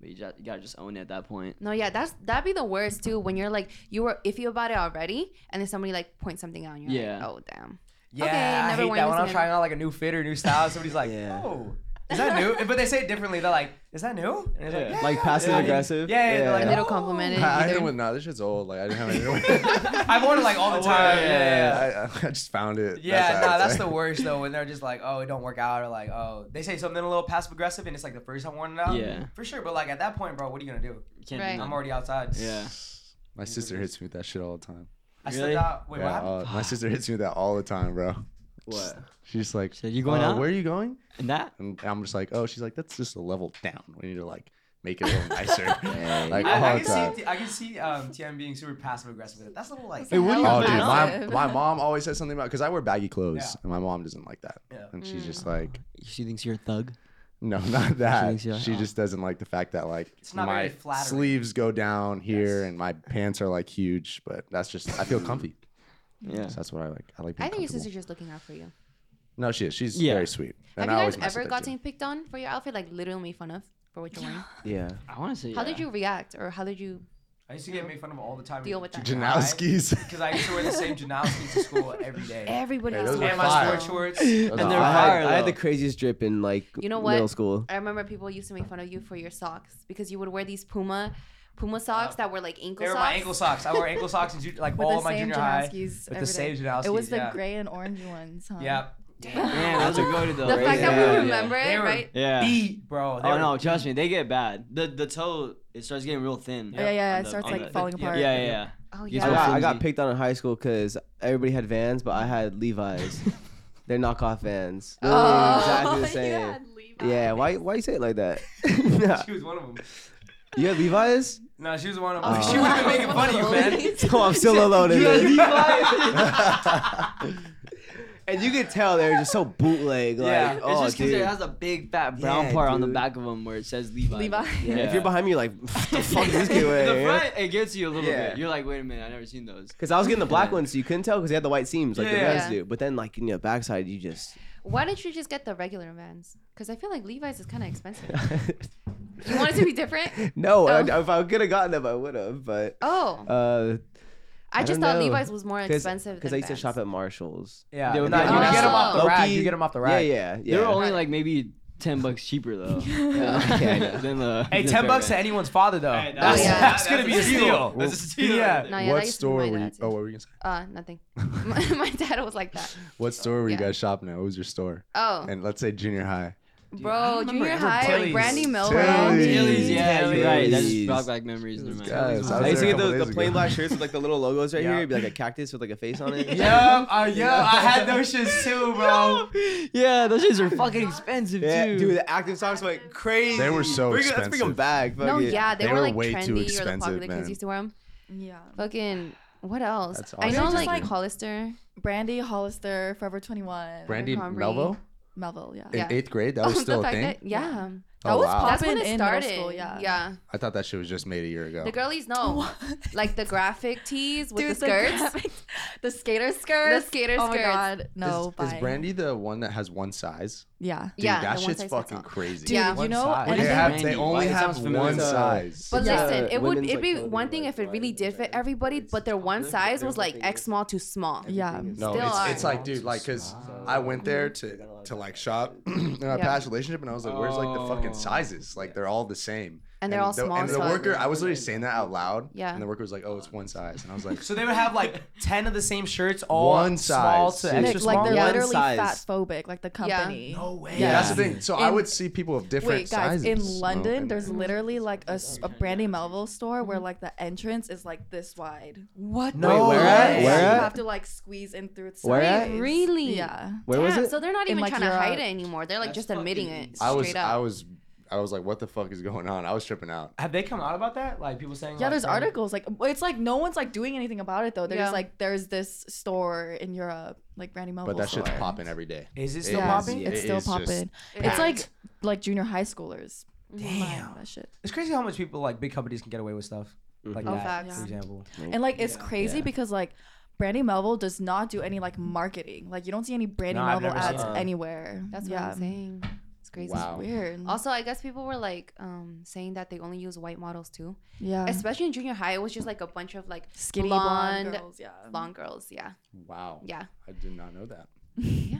[SPEAKER 7] But you, just, you gotta just own it at that point.
[SPEAKER 4] No, yeah, that's that'd be the worst too when you're like you were iffy about it already, and then somebody like points something out. And you're Like,
[SPEAKER 7] Yeah.
[SPEAKER 4] oh damn.
[SPEAKER 1] Yeah,
[SPEAKER 4] Okay,
[SPEAKER 1] I
[SPEAKER 4] never
[SPEAKER 1] hate
[SPEAKER 4] worn
[SPEAKER 1] that
[SPEAKER 4] this
[SPEAKER 1] when I'm
[SPEAKER 4] again.
[SPEAKER 1] trying out like a new fit or new style. Somebody's like,
[SPEAKER 5] Yeah.
[SPEAKER 1] "Oh, is that new?" But they say it differently. They're like, "Is that new?" And it's
[SPEAKER 7] Yeah.
[SPEAKER 1] like,
[SPEAKER 5] Like
[SPEAKER 1] "Yeah,
[SPEAKER 5] passive
[SPEAKER 1] yeah."
[SPEAKER 5] aggressive?
[SPEAKER 1] Yeah, yeah.
[SPEAKER 5] Yeah.
[SPEAKER 1] They're like,
[SPEAKER 4] And they don't
[SPEAKER 1] "Oh."
[SPEAKER 4] compliment it.
[SPEAKER 6] (laughs) I, I
[SPEAKER 4] either.
[SPEAKER 6] didn't with nah, this shit's old. Like
[SPEAKER 4] (laughs)
[SPEAKER 6] I didn't have anything.
[SPEAKER 1] (laughs) I've worn it like all the time. Yeah, yeah.
[SPEAKER 6] I, I just found it.
[SPEAKER 1] Yeah,
[SPEAKER 6] how
[SPEAKER 1] nah,
[SPEAKER 6] it's
[SPEAKER 1] that's the
[SPEAKER 6] like.
[SPEAKER 1] worst though. When they're just like, "Oh, it don't work out," or like, "Oh," they say something a little passive aggressive, and it's like the first time worn it out.
[SPEAKER 7] Yeah.
[SPEAKER 1] for sure. But like at that point, bro, what are you gonna do?
[SPEAKER 7] You can't do
[SPEAKER 4] Right.
[SPEAKER 7] nothing. (laughs)
[SPEAKER 1] I'm already outside.
[SPEAKER 7] Yeah.
[SPEAKER 6] My sister hits me with that shit all the time.
[SPEAKER 1] I
[SPEAKER 7] Really?
[SPEAKER 1] slipped out. Wait, what
[SPEAKER 6] Yeah, uh,
[SPEAKER 1] happened?
[SPEAKER 6] all- my sister hits me with that all the time, bro. (laughs)
[SPEAKER 7] What?
[SPEAKER 6] She's just like,
[SPEAKER 7] So you going
[SPEAKER 6] "Uh,
[SPEAKER 7] out?
[SPEAKER 6] Where are you going?
[SPEAKER 7] And that?
[SPEAKER 6] And I'm just like, oh, she's like, that's just a level down. We need to like make it a
[SPEAKER 7] (laughs)
[SPEAKER 6] little nicer.
[SPEAKER 5] Dang.
[SPEAKER 6] like all
[SPEAKER 1] I, I
[SPEAKER 6] the
[SPEAKER 1] can
[SPEAKER 6] time.
[SPEAKER 1] see I can see um, TM being super passive aggressive with it. That's a little like
[SPEAKER 3] Hey, what do you
[SPEAKER 6] Oh, dude,
[SPEAKER 3] think?
[SPEAKER 6] my,
[SPEAKER 3] Massive.
[SPEAKER 6] my mom always says something about because I wear baggy clothes
[SPEAKER 1] Yeah.
[SPEAKER 6] and my mom doesn't like that,
[SPEAKER 1] Yeah.
[SPEAKER 6] and she's just
[SPEAKER 7] Mm.
[SPEAKER 6] like,
[SPEAKER 7] She thinks you're a thug.
[SPEAKER 6] no, (laughs) not that.
[SPEAKER 7] thinks you're-
[SPEAKER 6] She just doesn't like the fact that like
[SPEAKER 1] It's not
[SPEAKER 6] my
[SPEAKER 1] very flattering.
[SPEAKER 6] sleeves go down here
[SPEAKER 1] Yes.
[SPEAKER 6] and my pants are like huge, but that's just I feel (laughs) comfy.
[SPEAKER 7] Yeah.
[SPEAKER 6] So that's what I like. I like. Being
[SPEAKER 4] I think your
[SPEAKER 6] comfortable.
[SPEAKER 4] sister's just looking out for you.
[SPEAKER 6] No, she is. She's
[SPEAKER 7] Yeah.
[SPEAKER 6] very sweet.
[SPEAKER 4] Have
[SPEAKER 6] And
[SPEAKER 4] you guys
[SPEAKER 6] I always mess
[SPEAKER 4] ever
[SPEAKER 6] with her,
[SPEAKER 4] gotten picked on for your outfit? Like literally made fun of for what you're wearing?
[SPEAKER 5] (laughs) Yeah.
[SPEAKER 7] I want to say.
[SPEAKER 4] How
[SPEAKER 7] yeah.
[SPEAKER 4] did you react, or how did you?
[SPEAKER 1] I used to get made fun of all the time.
[SPEAKER 4] Deal with that.
[SPEAKER 6] too.
[SPEAKER 4] (laughs)
[SPEAKER 6] Janowski's.
[SPEAKER 1] Because I used to wear the same Janowskis to school every day.
[SPEAKER 4] Everybody
[SPEAKER 6] Hey,
[SPEAKER 4] was
[SPEAKER 6] those
[SPEAKER 4] wearing
[SPEAKER 1] and
[SPEAKER 6] were
[SPEAKER 1] my
[SPEAKER 6] fire.
[SPEAKER 1] sport shorts.
[SPEAKER 6] Those
[SPEAKER 7] And
[SPEAKER 6] are
[SPEAKER 7] they're
[SPEAKER 6] hot.
[SPEAKER 5] I,
[SPEAKER 7] hot.
[SPEAKER 5] had,
[SPEAKER 7] fire,
[SPEAKER 5] I had
[SPEAKER 7] though.
[SPEAKER 5] the craziest drip in like
[SPEAKER 4] You know
[SPEAKER 5] middle
[SPEAKER 4] what?
[SPEAKER 5] school.
[SPEAKER 4] I remember people used to make fun of you for your socks because you would wear these Puma, Puma socks that were like ankle
[SPEAKER 1] They were
[SPEAKER 4] socks.
[SPEAKER 1] my ankle socks. I wore ankle socks in ju- like
[SPEAKER 3] With
[SPEAKER 1] all
[SPEAKER 3] the
[SPEAKER 1] my
[SPEAKER 3] same
[SPEAKER 1] junior high. With
[SPEAKER 3] Janowskis every
[SPEAKER 1] the same
[SPEAKER 3] day.
[SPEAKER 1] Janowskis.
[SPEAKER 3] It was the
[SPEAKER 1] yeah.
[SPEAKER 3] gray and orange ones, huh?
[SPEAKER 1] Yeah.
[SPEAKER 7] Yeah, those are goated though.
[SPEAKER 4] The
[SPEAKER 7] right?
[SPEAKER 4] fact that
[SPEAKER 7] Yeah.
[SPEAKER 4] we remember
[SPEAKER 1] They
[SPEAKER 4] it,
[SPEAKER 1] were-
[SPEAKER 4] right?
[SPEAKER 7] Yeah.
[SPEAKER 1] Beat, bro. They
[SPEAKER 7] Oh
[SPEAKER 1] were-
[SPEAKER 7] no, trust me, they get bad. The the toe it starts getting real thin.
[SPEAKER 3] Oh, Yeah, yeah, yeah,
[SPEAKER 7] on
[SPEAKER 3] it
[SPEAKER 7] the-
[SPEAKER 3] starts
[SPEAKER 7] on
[SPEAKER 3] like
[SPEAKER 7] the-
[SPEAKER 3] falling
[SPEAKER 1] yeah,
[SPEAKER 3] apart.
[SPEAKER 7] Yeah, yeah, (laughs) yeah.
[SPEAKER 4] Oh
[SPEAKER 7] You
[SPEAKER 4] yeah.
[SPEAKER 5] I got, (laughs) I got
[SPEAKER 7] flimsy.
[SPEAKER 5] picked on in high school because everybody had Vans, but I had (laughs) Levi's. They're knockoff Vans. They're
[SPEAKER 4] (laughs) Oh,
[SPEAKER 5] exactly the same.
[SPEAKER 4] yeah,
[SPEAKER 5] Yeah. Why? Why you say it
[SPEAKER 4] (laughs)
[SPEAKER 5] like that? (laughs) Nah.
[SPEAKER 1] (laughs) She was one of them.
[SPEAKER 5] You had Levi's? (laughs)
[SPEAKER 1] No, she was one of them.
[SPEAKER 5] Oh.
[SPEAKER 1] (laughs) She would have been making fun of
[SPEAKER 4] (laughs)
[SPEAKER 1] you, man.
[SPEAKER 5] Oh, I'm still alone in
[SPEAKER 7] had
[SPEAKER 5] this.
[SPEAKER 7] (laughs)
[SPEAKER 5] (laughs) and you could tell they were just so bootleg. Like,
[SPEAKER 1] Yeah.
[SPEAKER 7] It's
[SPEAKER 5] oh,
[SPEAKER 7] just because
[SPEAKER 5] dude.
[SPEAKER 7] it has a big fat brown
[SPEAKER 5] Yeah,
[SPEAKER 7] part on the
[SPEAKER 5] dude.
[SPEAKER 7] back of them where it says Levi.
[SPEAKER 3] Levi. (laughs)
[SPEAKER 5] Yeah, If you're behind me, you're like, (laughs) "What
[SPEAKER 7] (laughs)
[SPEAKER 5] the fuck is this kid
[SPEAKER 7] the
[SPEAKER 5] wearing?"
[SPEAKER 7] front, it gets you a little
[SPEAKER 5] Yeah.
[SPEAKER 7] bit. You're like, wait a minute, I never seen those.
[SPEAKER 5] Because I was getting the black
[SPEAKER 7] Yeah.
[SPEAKER 5] ones, so you couldn't tell because they had the white seams like the
[SPEAKER 1] Yeah.
[SPEAKER 5] Vans
[SPEAKER 4] Yeah.
[SPEAKER 5] do. But then, like in your backside, you just
[SPEAKER 4] Why didn't you just get the regular Vans? Because I feel like Levi's is kind of
[SPEAKER 5] (laughs)
[SPEAKER 4] expensive. you want it to be different?
[SPEAKER 5] no. I,
[SPEAKER 4] Oh.
[SPEAKER 5] if I could have gotten them, I would have. But
[SPEAKER 4] Oh,
[SPEAKER 5] uh,
[SPEAKER 4] I
[SPEAKER 5] I
[SPEAKER 4] just
[SPEAKER 5] don't
[SPEAKER 4] thought
[SPEAKER 5] know.
[SPEAKER 4] Levi's was more
[SPEAKER 5] because I
[SPEAKER 4] expensive.
[SPEAKER 5] used
[SPEAKER 4] than
[SPEAKER 5] to
[SPEAKER 4] Vans.
[SPEAKER 5] shop at Marshalls.
[SPEAKER 1] Yeah.
[SPEAKER 7] They
[SPEAKER 1] No,
[SPEAKER 7] were
[SPEAKER 1] you
[SPEAKER 7] bad.
[SPEAKER 1] get them off the
[SPEAKER 4] Oh.
[SPEAKER 1] rack. You get them off the
[SPEAKER 5] Yeah,
[SPEAKER 1] rack.
[SPEAKER 5] yeah, yeah.
[SPEAKER 7] They were only like maybe ten bucks cheaper
[SPEAKER 3] (laughs)
[SPEAKER 7] though.
[SPEAKER 5] Yeah. Yeah, I know.
[SPEAKER 7] than the,
[SPEAKER 1] Hey,
[SPEAKER 7] than
[SPEAKER 1] ten
[SPEAKER 7] the
[SPEAKER 1] bucks to
[SPEAKER 7] Fairbanks.
[SPEAKER 1] anyone's father though.
[SPEAKER 7] Hey,
[SPEAKER 3] Oh,
[SPEAKER 1] that's,
[SPEAKER 4] yeah.
[SPEAKER 1] that's,
[SPEAKER 7] (laughs) that's
[SPEAKER 1] gonna
[SPEAKER 7] a
[SPEAKER 1] be a
[SPEAKER 7] steal.
[SPEAKER 1] steal.
[SPEAKER 7] That's a steal
[SPEAKER 1] Yeah.
[SPEAKER 7] right there.
[SPEAKER 4] No, yeah,
[SPEAKER 6] what
[SPEAKER 4] that used to be
[SPEAKER 6] store
[SPEAKER 4] my
[SPEAKER 6] were you?
[SPEAKER 4] dad's.
[SPEAKER 6] Oh, what were you gonna say?
[SPEAKER 4] Uh, nothing. (laughs) my, my dad was like that.
[SPEAKER 6] What store were you
[SPEAKER 4] Yeah.
[SPEAKER 6] guys shopping at? What was your store?
[SPEAKER 4] Oh,
[SPEAKER 6] And let's say junior high.
[SPEAKER 4] bro,
[SPEAKER 1] remember
[SPEAKER 4] junior
[SPEAKER 1] ever
[SPEAKER 4] high,
[SPEAKER 1] Tilly's.
[SPEAKER 4] Brandy Milrow.
[SPEAKER 6] Tilly's.
[SPEAKER 7] Tilly's, yeah, you're right. That just
[SPEAKER 5] Tilly's.
[SPEAKER 7] brought back memories. Never mind.
[SPEAKER 6] Guys, was
[SPEAKER 5] I used to
[SPEAKER 6] there a
[SPEAKER 5] get
[SPEAKER 6] couple
[SPEAKER 5] those, the
[SPEAKER 6] days ago.
[SPEAKER 5] plain black shirts with like the little logos right
[SPEAKER 1] Yeah.
[SPEAKER 5] here. It'd be like a cactus with like a face
[SPEAKER 7] (laughs)
[SPEAKER 5] on (laughs) it.
[SPEAKER 1] Yeah, uh, yeah, I had those shits too, bro.
[SPEAKER 7] (laughs) Yeah, those shits are fucking expensive
[SPEAKER 5] Yeah,
[SPEAKER 7] too.
[SPEAKER 5] dude, the active socks went crazy.
[SPEAKER 6] They were so
[SPEAKER 5] Bring- Let's bring them
[SPEAKER 6] expensive.
[SPEAKER 5] back. fuck
[SPEAKER 4] No,
[SPEAKER 5] it.
[SPEAKER 4] yeah, they,
[SPEAKER 6] They
[SPEAKER 4] were,
[SPEAKER 6] were
[SPEAKER 4] like
[SPEAKER 6] way too
[SPEAKER 4] trendy or the
[SPEAKER 6] expensive,
[SPEAKER 4] popular kids
[SPEAKER 6] man.
[SPEAKER 4] used to wear them.
[SPEAKER 3] Yeah.
[SPEAKER 4] Fucking what else?
[SPEAKER 6] That's
[SPEAKER 4] I
[SPEAKER 6] awesome.
[SPEAKER 4] know
[SPEAKER 3] They're
[SPEAKER 4] like
[SPEAKER 3] just like-
[SPEAKER 4] Hollister.
[SPEAKER 3] Brandy, Hollister, Forever 21.
[SPEAKER 6] Brandy
[SPEAKER 4] Montgomery.
[SPEAKER 6] Melville
[SPEAKER 3] Melville, yeah.
[SPEAKER 6] in
[SPEAKER 4] Yeah.
[SPEAKER 6] eighth
[SPEAKER 4] (laughs)
[SPEAKER 6] grade. That was
[SPEAKER 4] The
[SPEAKER 6] still a
[SPEAKER 4] fact
[SPEAKER 6] thing. Oh,
[SPEAKER 4] that- yeah.
[SPEAKER 3] That was
[SPEAKER 6] wow.
[SPEAKER 3] pop-
[SPEAKER 4] That's when
[SPEAKER 3] Poppin'
[SPEAKER 4] it
[SPEAKER 3] in middle
[SPEAKER 4] started.
[SPEAKER 3] school, yeah.
[SPEAKER 4] Yeah.
[SPEAKER 6] I thought that shit was just made a year ago.
[SPEAKER 4] The girlies know.
[SPEAKER 3] (laughs) What?
[SPEAKER 4] Like the graphic tees with
[SPEAKER 3] Oh. Dude,
[SPEAKER 4] the skirts.
[SPEAKER 3] graphic- (laughs) the skater skirts.
[SPEAKER 4] skater
[SPEAKER 3] Oh my
[SPEAKER 4] skirts.
[SPEAKER 3] god, no.
[SPEAKER 6] is, is
[SPEAKER 3] bye.
[SPEAKER 6] Brandy the one that has one size?
[SPEAKER 3] Yeah.
[SPEAKER 6] Dude,
[SPEAKER 4] Yeah,
[SPEAKER 6] that
[SPEAKER 4] the one size
[SPEAKER 6] shit's
[SPEAKER 4] fits
[SPEAKER 6] fucking
[SPEAKER 4] all.
[SPEAKER 6] crazy.
[SPEAKER 3] Dude,
[SPEAKER 4] Yeah.
[SPEAKER 3] you
[SPEAKER 1] One
[SPEAKER 3] know,
[SPEAKER 1] side.
[SPEAKER 3] and
[SPEAKER 6] They
[SPEAKER 3] I think-
[SPEAKER 6] have,
[SPEAKER 7] Brandy.
[SPEAKER 6] they only
[SPEAKER 7] Why does it
[SPEAKER 6] have
[SPEAKER 7] sound familiar?
[SPEAKER 6] one
[SPEAKER 7] It's, uh,
[SPEAKER 6] size.
[SPEAKER 4] But
[SPEAKER 3] Yeah.
[SPEAKER 4] listen, it would
[SPEAKER 5] Women's,
[SPEAKER 4] it'd
[SPEAKER 5] like,
[SPEAKER 4] be
[SPEAKER 5] clothing
[SPEAKER 4] one thing
[SPEAKER 5] lines
[SPEAKER 4] if it
[SPEAKER 5] are
[SPEAKER 4] really did
[SPEAKER 5] very
[SPEAKER 4] fit everybody, but their one
[SPEAKER 5] Everything
[SPEAKER 4] size
[SPEAKER 5] is-
[SPEAKER 4] was like
[SPEAKER 5] everything
[SPEAKER 4] X
[SPEAKER 5] is-
[SPEAKER 4] small to small.
[SPEAKER 3] Yeah.
[SPEAKER 6] No,
[SPEAKER 4] Still
[SPEAKER 6] it's,
[SPEAKER 4] are.
[SPEAKER 6] it's like, dude, like, cause I went there to to like shop (clears throat) in my past relationship, and I was like, "Where's like the fucking
[SPEAKER 7] Oh.
[SPEAKER 6] sizes? Like, they're all the same."
[SPEAKER 4] And they're all
[SPEAKER 6] the,
[SPEAKER 4] small
[SPEAKER 6] And the
[SPEAKER 4] sizes.
[SPEAKER 6] worker, I was literally saying that out loud.
[SPEAKER 4] Yeah.
[SPEAKER 6] And the worker was like, "Oh, it's one size," and I was
[SPEAKER 1] (laughs)
[SPEAKER 6] like,
[SPEAKER 1] So they would have like ten of the same shirts, all
[SPEAKER 6] One
[SPEAKER 1] small
[SPEAKER 6] size.
[SPEAKER 1] to
[SPEAKER 6] Nick,
[SPEAKER 1] extra
[SPEAKER 3] Nick, like
[SPEAKER 1] small.
[SPEAKER 3] they're
[SPEAKER 5] One
[SPEAKER 3] literally
[SPEAKER 5] size.
[SPEAKER 3] fat phobic, like the company.
[SPEAKER 1] no way.
[SPEAKER 5] Yeah.
[SPEAKER 6] That's the thing. So I
[SPEAKER 3] In-
[SPEAKER 6] would see people of different
[SPEAKER 3] Wait, guys,
[SPEAKER 6] sizes.
[SPEAKER 4] Oh,
[SPEAKER 6] Oh,
[SPEAKER 3] in London, there's literally
[SPEAKER 4] (laughs)
[SPEAKER 6] literally
[SPEAKER 3] like a, s- a Brandy Melville store where like the entrance is like this wide.
[SPEAKER 4] What?
[SPEAKER 1] No Wait, where way. at?
[SPEAKER 3] Yeah,
[SPEAKER 5] Where
[SPEAKER 3] you
[SPEAKER 5] at?
[SPEAKER 3] have to like squeeze in through its
[SPEAKER 5] Where at?
[SPEAKER 3] sides.
[SPEAKER 4] Really?
[SPEAKER 3] Yeah.
[SPEAKER 6] Oh
[SPEAKER 5] Where was it?
[SPEAKER 4] So they're not
[SPEAKER 3] In,
[SPEAKER 4] even
[SPEAKER 3] like,
[SPEAKER 4] trying to
[SPEAKER 3] Europe.
[SPEAKER 4] hide it anymore. They're like
[SPEAKER 7] That's
[SPEAKER 4] just admitting
[SPEAKER 7] fucking-
[SPEAKER 4] it straight
[SPEAKER 6] I was,
[SPEAKER 4] up.
[SPEAKER 6] I was, I was like, "What the fuck is going on?" I was tripping out.
[SPEAKER 1] Have they come out about that? Like people saying.
[SPEAKER 3] Yeah,
[SPEAKER 1] like,
[SPEAKER 3] there's
[SPEAKER 1] they're-
[SPEAKER 3] articles like it's like no one's like doing anything about it though. They're
[SPEAKER 4] Yeah.
[SPEAKER 3] just like there's this store in Europe, like Brandy Melville.
[SPEAKER 6] But that
[SPEAKER 3] store.
[SPEAKER 6] shit's popping every day.
[SPEAKER 1] Is it
[SPEAKER 6] It
[SPEAKER 1] still
[SPEAKER 6] is.
[SPEAKER 1] popping?
[SPEAKER 6] Yeah.
[SPEAKER 3] It's
[SPEAKER 6] It
[SPEAKER 3] still
[SPEAKER 6] is just
[SPEAKER 3] popping. It's
[SPEAKER 4] packed.
[SPEAKER 3] like like junior high schoolers.
[SPEAKER 1] Damn.
[SPEAKER 4] mm,
[SPEAKER 3] Buying That shit.
[SPEAKER 1] It's crazy how much people like big companies can get away with stuff like
[SPEAKER 4] Oh,
[SPEAKER 1] that.
[SPEAKER 4] facts.
[SPEAKER 1] For example,
[SPEAKER 3] And like it's crazy because like Brandy Melville does not do any like marketing. Like you don't see any Brandy
[SPEAKER 1] No, I've
[SPEAKER 3] Melville
[SPEAKER 1] never seen
[SPEAKER 3] ads
[SPEAKER 1] her.
[SPEAKER 3] anywhere.
[SPEAKER 4] That's what
[SPEAKER 3] yeah.
[SPEAKER 4] I'm saying. It's crazy.
[SPEAKER 6] Wow.
[SPEAKER 3] Weird.
[SPEAKER 4] Also, I guess people were like um, saying that they only use white models too,
[SPEAKER 3] yeah.
[SPEAKER 4] especially in junior high. It was just like a bunch of like
[SPEAKER 3] Skinny blonde,
[SPEAKER 4] blonde-
[SPEAKER 3] girls. Yeah.
[SPEAKER 4] blonde girls. Yeah,
[SPEAKER 6] Wow.
[SPEAKER 4] yeah.
[SPEAKER 6] I did not know that.
[SPEAKER 4] Yeah.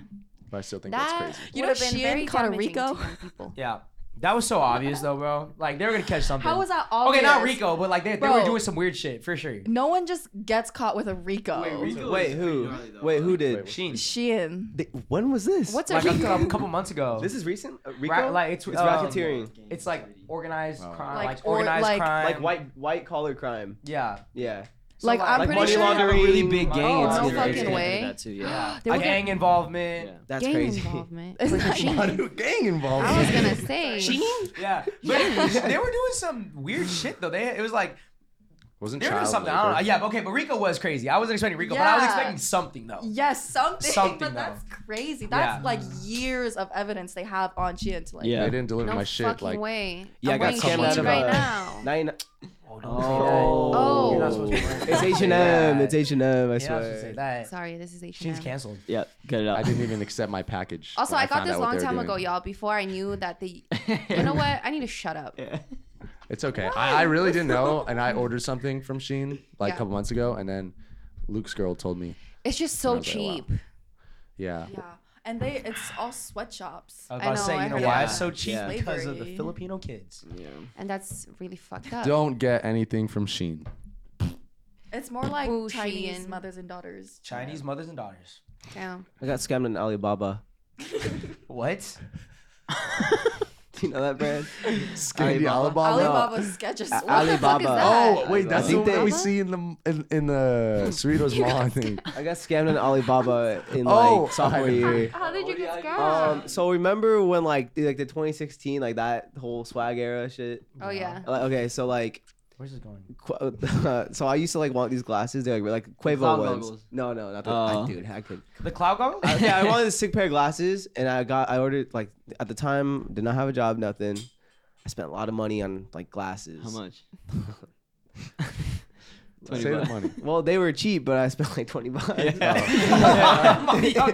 [SPEAKER 6] But I still think
[SPEAKER 4] That
[SPEAKER 6] that's crazy.
[SPEAKER 3] You
[SPEAKER 4] would
[SPEAKER 3] know
[SPEAKER 4] have been
[SPEAKER 3] Shein
[SPEAKER 4] very
[SPEAKER 3] caught a
[SPEAKER 4] damaging to
[SPEAKER 3] Rico?
[SPEAKER 4] young
[SPEAKER 6] (laughs)
[SPEAKER 4] people.
[SPEAKER 1] yeah, that was so obvious though, bro. Like they were gonna catch something.
[SPEAKER 4] How was that all?
[SPEAKER 1] Okay, not Rico, but like they, they were
[SPEAKER 3] Bro.
[SPEAKER 1] doing some weird shit for sure.
[SPEAKER 3] No one just gets caught with a Rico.
[SPEAKER 5] Wait, who? Wait, who did?
[SPEAKER 1] Sheen.
[SPEAKER 3] Shein.
[SPEAKER 5] They- when was this?
[SPEAKER 4] What's a
[SPEAKER 1] Like a,
[SPEAKER 4] Rico?
[SPEAKER 1] cou- couple months ago.
[SPEAKER 5] this is recent? Uh, Rico?
[SPEAKER 1] Ra- like it's,
[SPEAKER 5] it's
[SPEAKER 1] um,
[SPEAKER 5] racketeering.
[SPEAKER 1] It's like organized
[SPEAKER 6] Wow.
[SPEAKER 1] crime,
[SPEAKER 3] Like,
[SPEAKER 1] like,
[SPEAKER 3] or-
[SPEAKER 1] organized
[SPEAKER 3] like-
[SPEAKER 1] crime,
[SPEAKER 5] Like white white collar crime.
[SPEAKER 1] Yeah,
[SPEAKER 5] Yeah.
[SPEAKER 3] Like, I'm
[SPEAKER 7] like
[SPEAKER 3] pretty
[SPEAKER 7] money
[SPEAKER 3] sure-
[SPEAKER 7] laundering, a really big gang.
[SPEAKER 4] Oh,
[SPEAKER 7] it's
[SPEAKER 4] no fucking
[SPEAKER 7] either connected to
[SPEAKER 4] way.
[SPEAKER 7] That too,
[SPEAKER 5] (gasps)
[SPEAKER 7] yeah.
[SPEAKER 4] There was
[SPEAKER 1] gang
[SPEAKER 7] yeah.
[SPEAKER 1] involvement.
[SPEAKER 5] That's
[SPEAKER 4] gang
[SPEAKER 5] crazy.
[SPEAKER 4] (laughs)
[SPEAKER 5] (laughs)
[SPEAKER 4] involvement.
[SPEAKER 3] It's
[SPEAKER 4] With
[SPEAKER 3] not
[SPEAKER 4] machines.
[SPEAKER 6] lot of gang
[SPEAKER 4] I was
[SPEAKER 6] involved.
[SPEAKER 4] gonna say.
[SPEAKER 1] Yeah, but
[SPEAKER 3] (laughs)
[SPEAKER 1] it- they were doing some weird shit though. They it was like
[SPEAKER 6] Wasn't
[SPEAKER 1] they were doing
[SPEAKER 6] child
[SPEAKER 1] something. I
[SPEAKER 6] labor.
[SPEAKER 1] don't know. Yeah, but okay, but Rico was crazy. I wasn't expecting Rico, but I was
[SPEAKER 3] Yeah.
[SPEAKER 1] expecting something though.
[SPEAKER 3] Yes, something.
[SPEAKER 1] Something,
[SPEAKER 3] but
[SPEAKER 1] though.
[SPEAKER 3] that's crazy. That's
[SPEAKER 1] Yeah.
[SPEAKER 3] like years of evidence they have on Gian to like.
[SPEAKER 7] Yeah.
[SPEAKER 6] They didn't deliver
[SPEAKER 4] No
[SPEAKER 6] my
[SPEAKER 4] fucking
[SPEAKER 6] shit. Like,
[SPEAKER 4] way. I'm
[SPEAKER 5] Yeah, I got
[SPEAKER 4] wearing
[SPEAKER 5] scammed out
[SPEAKER 4] jeans
[SPEAKER 5] of,
[SPEAKER 4] right
[SPEAKER 5] uh,
[SPEAKER 4] now.
[SPEAKER 5] 99
[SPEAKER 1] Oh, don't (laughs)
[SPEAKER 7] Oh.
[SPEAKER 1] You're not supposed to wear
[SPEAKER 5] It's
[SPEAKER 1] that.
[SPEAKER 5] H and M. It's H and M. I
[SPEAKER 1] You're not supposed to say
[SPEAKER 5] swear.
[SPEAKER 1] that.
[SPEAKER 4] Sorry, this is H&M.
[SPEAKER 1] She's canceled.
[SPEAKER 7] Yeah, cut it out.
[SPEAKER 6] I didn't even accept my package.
[SPEAKER 4] Also,
[SPEAKER 6] when
[SPEAKER 4] I got
[SPEAKER 6] found
[SPEAKER 4] this
[SPEAKER 6] out what
[SPEAKER 4] long
[SPEAKER 6] they were
[SPEAKER 4] time ago,
[SPEAKER 6] doing.
[SPEAKER 4] y'all. Before I knew that they.
[SPEAKER 7] (laughs)
[SPEAKER 4] You
[SPEAKER 6] (laughs)
[SPEAKER 4] know what? I need to shut up.
[SPEAKER 6] It's okay. I, I really didn't
[SPEAKER 4] (laughs)
[SPEAKER 6] know, and I ordered something from Sheen like
[SPEAKER 4] Yeah.
[SPEAKER 6] a couple months ago, and then Luke's girl told me,
[SPEAKER 4] It's just so
[SPEAKER 6] I was like, wow.
[SPEAKER 4] cheap.
[SPEAKER 6] yeah,
[SPEAKER 3] Yeah. And they, it's all sweatshops.
[SPEAKER 1] I was
[SPEAKER 4] I
[SPEAKER 1] about to
[SPEAKER 4] know,
[SPEAKER 1] say,
[SPEAKER 4] I
[SPEAKER 1] you know
[SPEAKER 4] heard
[SPEAKER 1] why
[SPEAKER 7] that.
[SPEAKER 1] it's so cheap?
[SPEAKER 7] Yeah.
[SPEAKER 1] Because of the
[SPEAKER 3] Slavery.
[SPEAKER 1] Filipino kids.
[SPEAKER 7] Yeah.
[SPEAKER 4] And that's really fucked up.
[SPEAKER 6] don't get anything from Sheen.
[SPEAKER 3] It's more like
[SPEAKER 4] Ooh,
[SPEAKER 3] Chinese
[SPEAKER 4] Shein.
[SPEAKER 3] mothers and daughters.
[SPEAKER 1] Chinese mothers and daughters.
[SPEAKER 4] Damn.
[SPEAKER 5] I got scammed on Alibaba. (laughs)
[SPEAKER 1] What?
[SPEAKER 5] Do you know that brand?
[SPEAKER 6] Scandi Alibaba.
[SPEAKER 3] Alibaba sketches.
[SPEAKER 5] A-
[SPEAKER 4] What the fuck is
[SPEAKER 5] Alibaba.
[SPEAKER 4] that?
[SPEAKER 6] Oh wait, that's
[SPEAKER 5] I
[SPEAKER 6] the one
[SPEAKER 5] think
[SPEAKER 6] that we
[SPEAKER 4] they-
[SPEAKER 6] see in the in, in
[SPEAKER 4] (laughs)
[SPEAKER 6] the Cerritos Mall, I think.
[SPEAKER 5] I got scammed on Alibaba in like
[SPEAKER 6] Oh,
[SPEAKER 5] sophomore
[SPEAKER 6] I-
[SPEAKER 5] year.
[SPEAKER 4] How did you get scammed?
[SPEAKER 5] Um, so remember when like the, like the 2016 like that whole swag era shit?
[SPEAKER 4] oh yeah.
[SPEAKER 5] Like, okay, so like
[SPEAKER 1] Where's this going?
[SPEAKER 5] qu- (laughs) uh, so I used to like want these glasses. They're like like Quavo
[SPEAKER 7] Cloud
[SPEAKER 5] ones.
[SPEAKER 7] goggles.
[SPEAKER 5] No, no, not the
[SPEAKER 7] Oh.
[SPEAKER 5] I, dude.
[SPEAKER 7] (laughs)
[SPEAKER 5] I could.
[SPEAKER 1] The cloud goggles?
[SPEAKER 5] I, yeah, I wanted a sick pair of glasses, and I got I ordered like at the time did not have a job, nothing. I spent a lot of money on like glasses.
[SPEAKER 7] How (laughs) much?
[SPEAKER 6] Say
[SPEAKER 7] 20
[SPEAKER 6] the
[SPEAKER 7] bucks.
[SPEAKER 6] money.
[SPEAKER 5] Well, they were cheap, but I spent like twenty bucks.
[SPEAKER 1] (laughs) My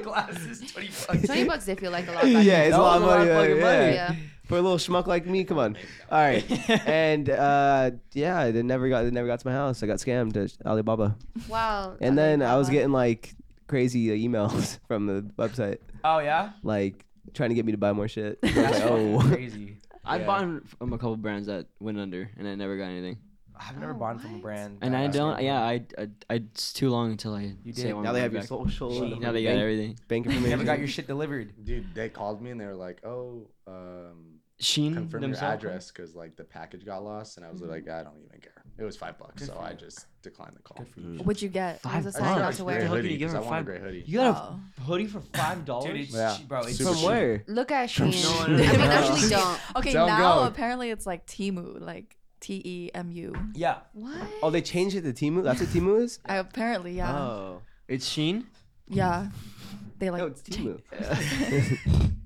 [SPEAKER 1] glasses, 20 bucks. (laughs)
[SPEAKER 4] Twenty bucks. They feel like a lot. back
[SPEAKER 5] (laughs) (laughs) yeah,
[SPEAKER 4] then.
[SPEAKER 5] it's
[SPEAKER 7] That
[SPEAKER 5] a lot of
[SPEAKER 7] was a lot of fucking
[SPEAKER 5] money. right? yeah.
[SPEAKER 7] money.
[SPEAKER 4] Yeah.
[SPEAKER 5] For a little schmuck like me, come on. All right, and uh, yeah, they never got they never got to my house. I got scammed at Alibaba,
[SPEAKER 4] Wow.
[SPEAKER 5] and then I was
[SPEAKER 4] Alibaba.
[SPEAKER 5] getting like crazy uh, emails (laughs) from the website,
[SPEAKER 1] Oh, yeah?
[SPEAKER 5] like trying to get me to buy more shit. I was
[SPEAKER 1] That's
[SPEAKER 5] like,
[SPEAKER 1] fucking
[SPEAKER 5] oh,
[SPEAKER 1] crazy.
[SPEAKER 7] (laughs) I bought from a couple brands that went under, and I never got anything.
[SPEAKER 1] I've never
[SPEAKER 4] Oh,
[SPEAKER 1] bought from a
[SPEAKER 4] what?
[SPEAKER 1] brand.
[SPEAKER 7] And
[SPEAKER 1] that
[SPEAKER 7] I
[SPEAKER 1] was
[SPEAKER 7] don't.
[SPEAKER 1] good.
[SPEAKER 7] Yeah, I, I, I. It's too long until I.
[SPEAKER 1] You
[SPEAKER 7] say
[SPEAKER 1] did.
[SPEAKER 7] I want
[SPEAKER 5] now they
[SPEAKER 7] my
[SPEAKER 5] have your
[SPEAKER 7] back.
[SPEAKER 5] social. and
[SPEAKER 7] Now they got
[SPEAKER 5] bank-
[SPEAKER 7] everything.
[SPEAKER 5] Bank
[SPEAKER 1] You
[SPEAKER 5] information.
[SPEAKER 1] never got your shit delivered.
[SPEAKER 6] Dude, they called me and they were like, "Oh, um,
[SPEAKER 7] Sheen
[SPEAKER 6] confirm your
[SPEAKER 7] themselves?
[SPEAKER 6] address because like the package got lost." And I was like, "I don't even care." It was five bucks, so I just declined the call.
[SPEAKER 3] (laughs) What'd you get?
[SPEAKER 4] I was
[SPEAKER 7] Five
[SPEAKER 4] deciding
[SPEAKER 7] bucks.
[SPEAKER 4] not to
[SPEAKER 7] What the
[SPEAKER 4] wear.
[SPEAKER 7] hell
[SPEAKER 6] Hoodie,
[SPEAKER 7] can you give
[SPEAKER 6] 'cause
[SPEAKER 7] her
[SPEAKER 6] I want a
[SPEAKER 7] five-
[SPEAKER 6] gray hoodie.
[SPEAKER 7] You got
[SPEAKER 3] Oh.
[SPEAKER 7] a hoodie for five
[SPEAKER 1] Dude,
[SPEAKER 7] dollars.
[SPEAKER 1] it's
[SPEAKER 6] Yeah.
[SPEAKER 1] cheap, bro. It's
[SPEAKER 6] Super
[SPEAKER 1] so
[SPEAKER 5] (laughs) From
[SPEAKER 6] cheap.
[SPEAKER 5] where?
[SPEAKER 4] Look at Shein.
[SPEAKER 7] No,
[SPEAKER 4] I
[SPEAKER 7] no, no.
[SPEAKER 4] mean,
[SPEAKER 7] No.
[SPEAKER 3] (laughs)
[SPEAKER 4] actually, don't.
[SPEAKER 3] Okay,
[SPEAKER 6] Don't
[SPEAKER 3] now
[SPEAKER 6] go.
[SPEAKER 3] apparently it's like Temu, like T E M U.
[SPEAKER 1] Yeah.
[SPEAKER 4] What?
[SPEAKER 5] Oh, they changed it to Timu. That's what Timu is.
[SPEAKER 3] I apparently, yeah,
[SPEAKER 5] Oh,
[SPEAKER 7] It's Sheen.
[SPEAKER 3] yeah. They like
[SPEAKER 5] no, it's Timu.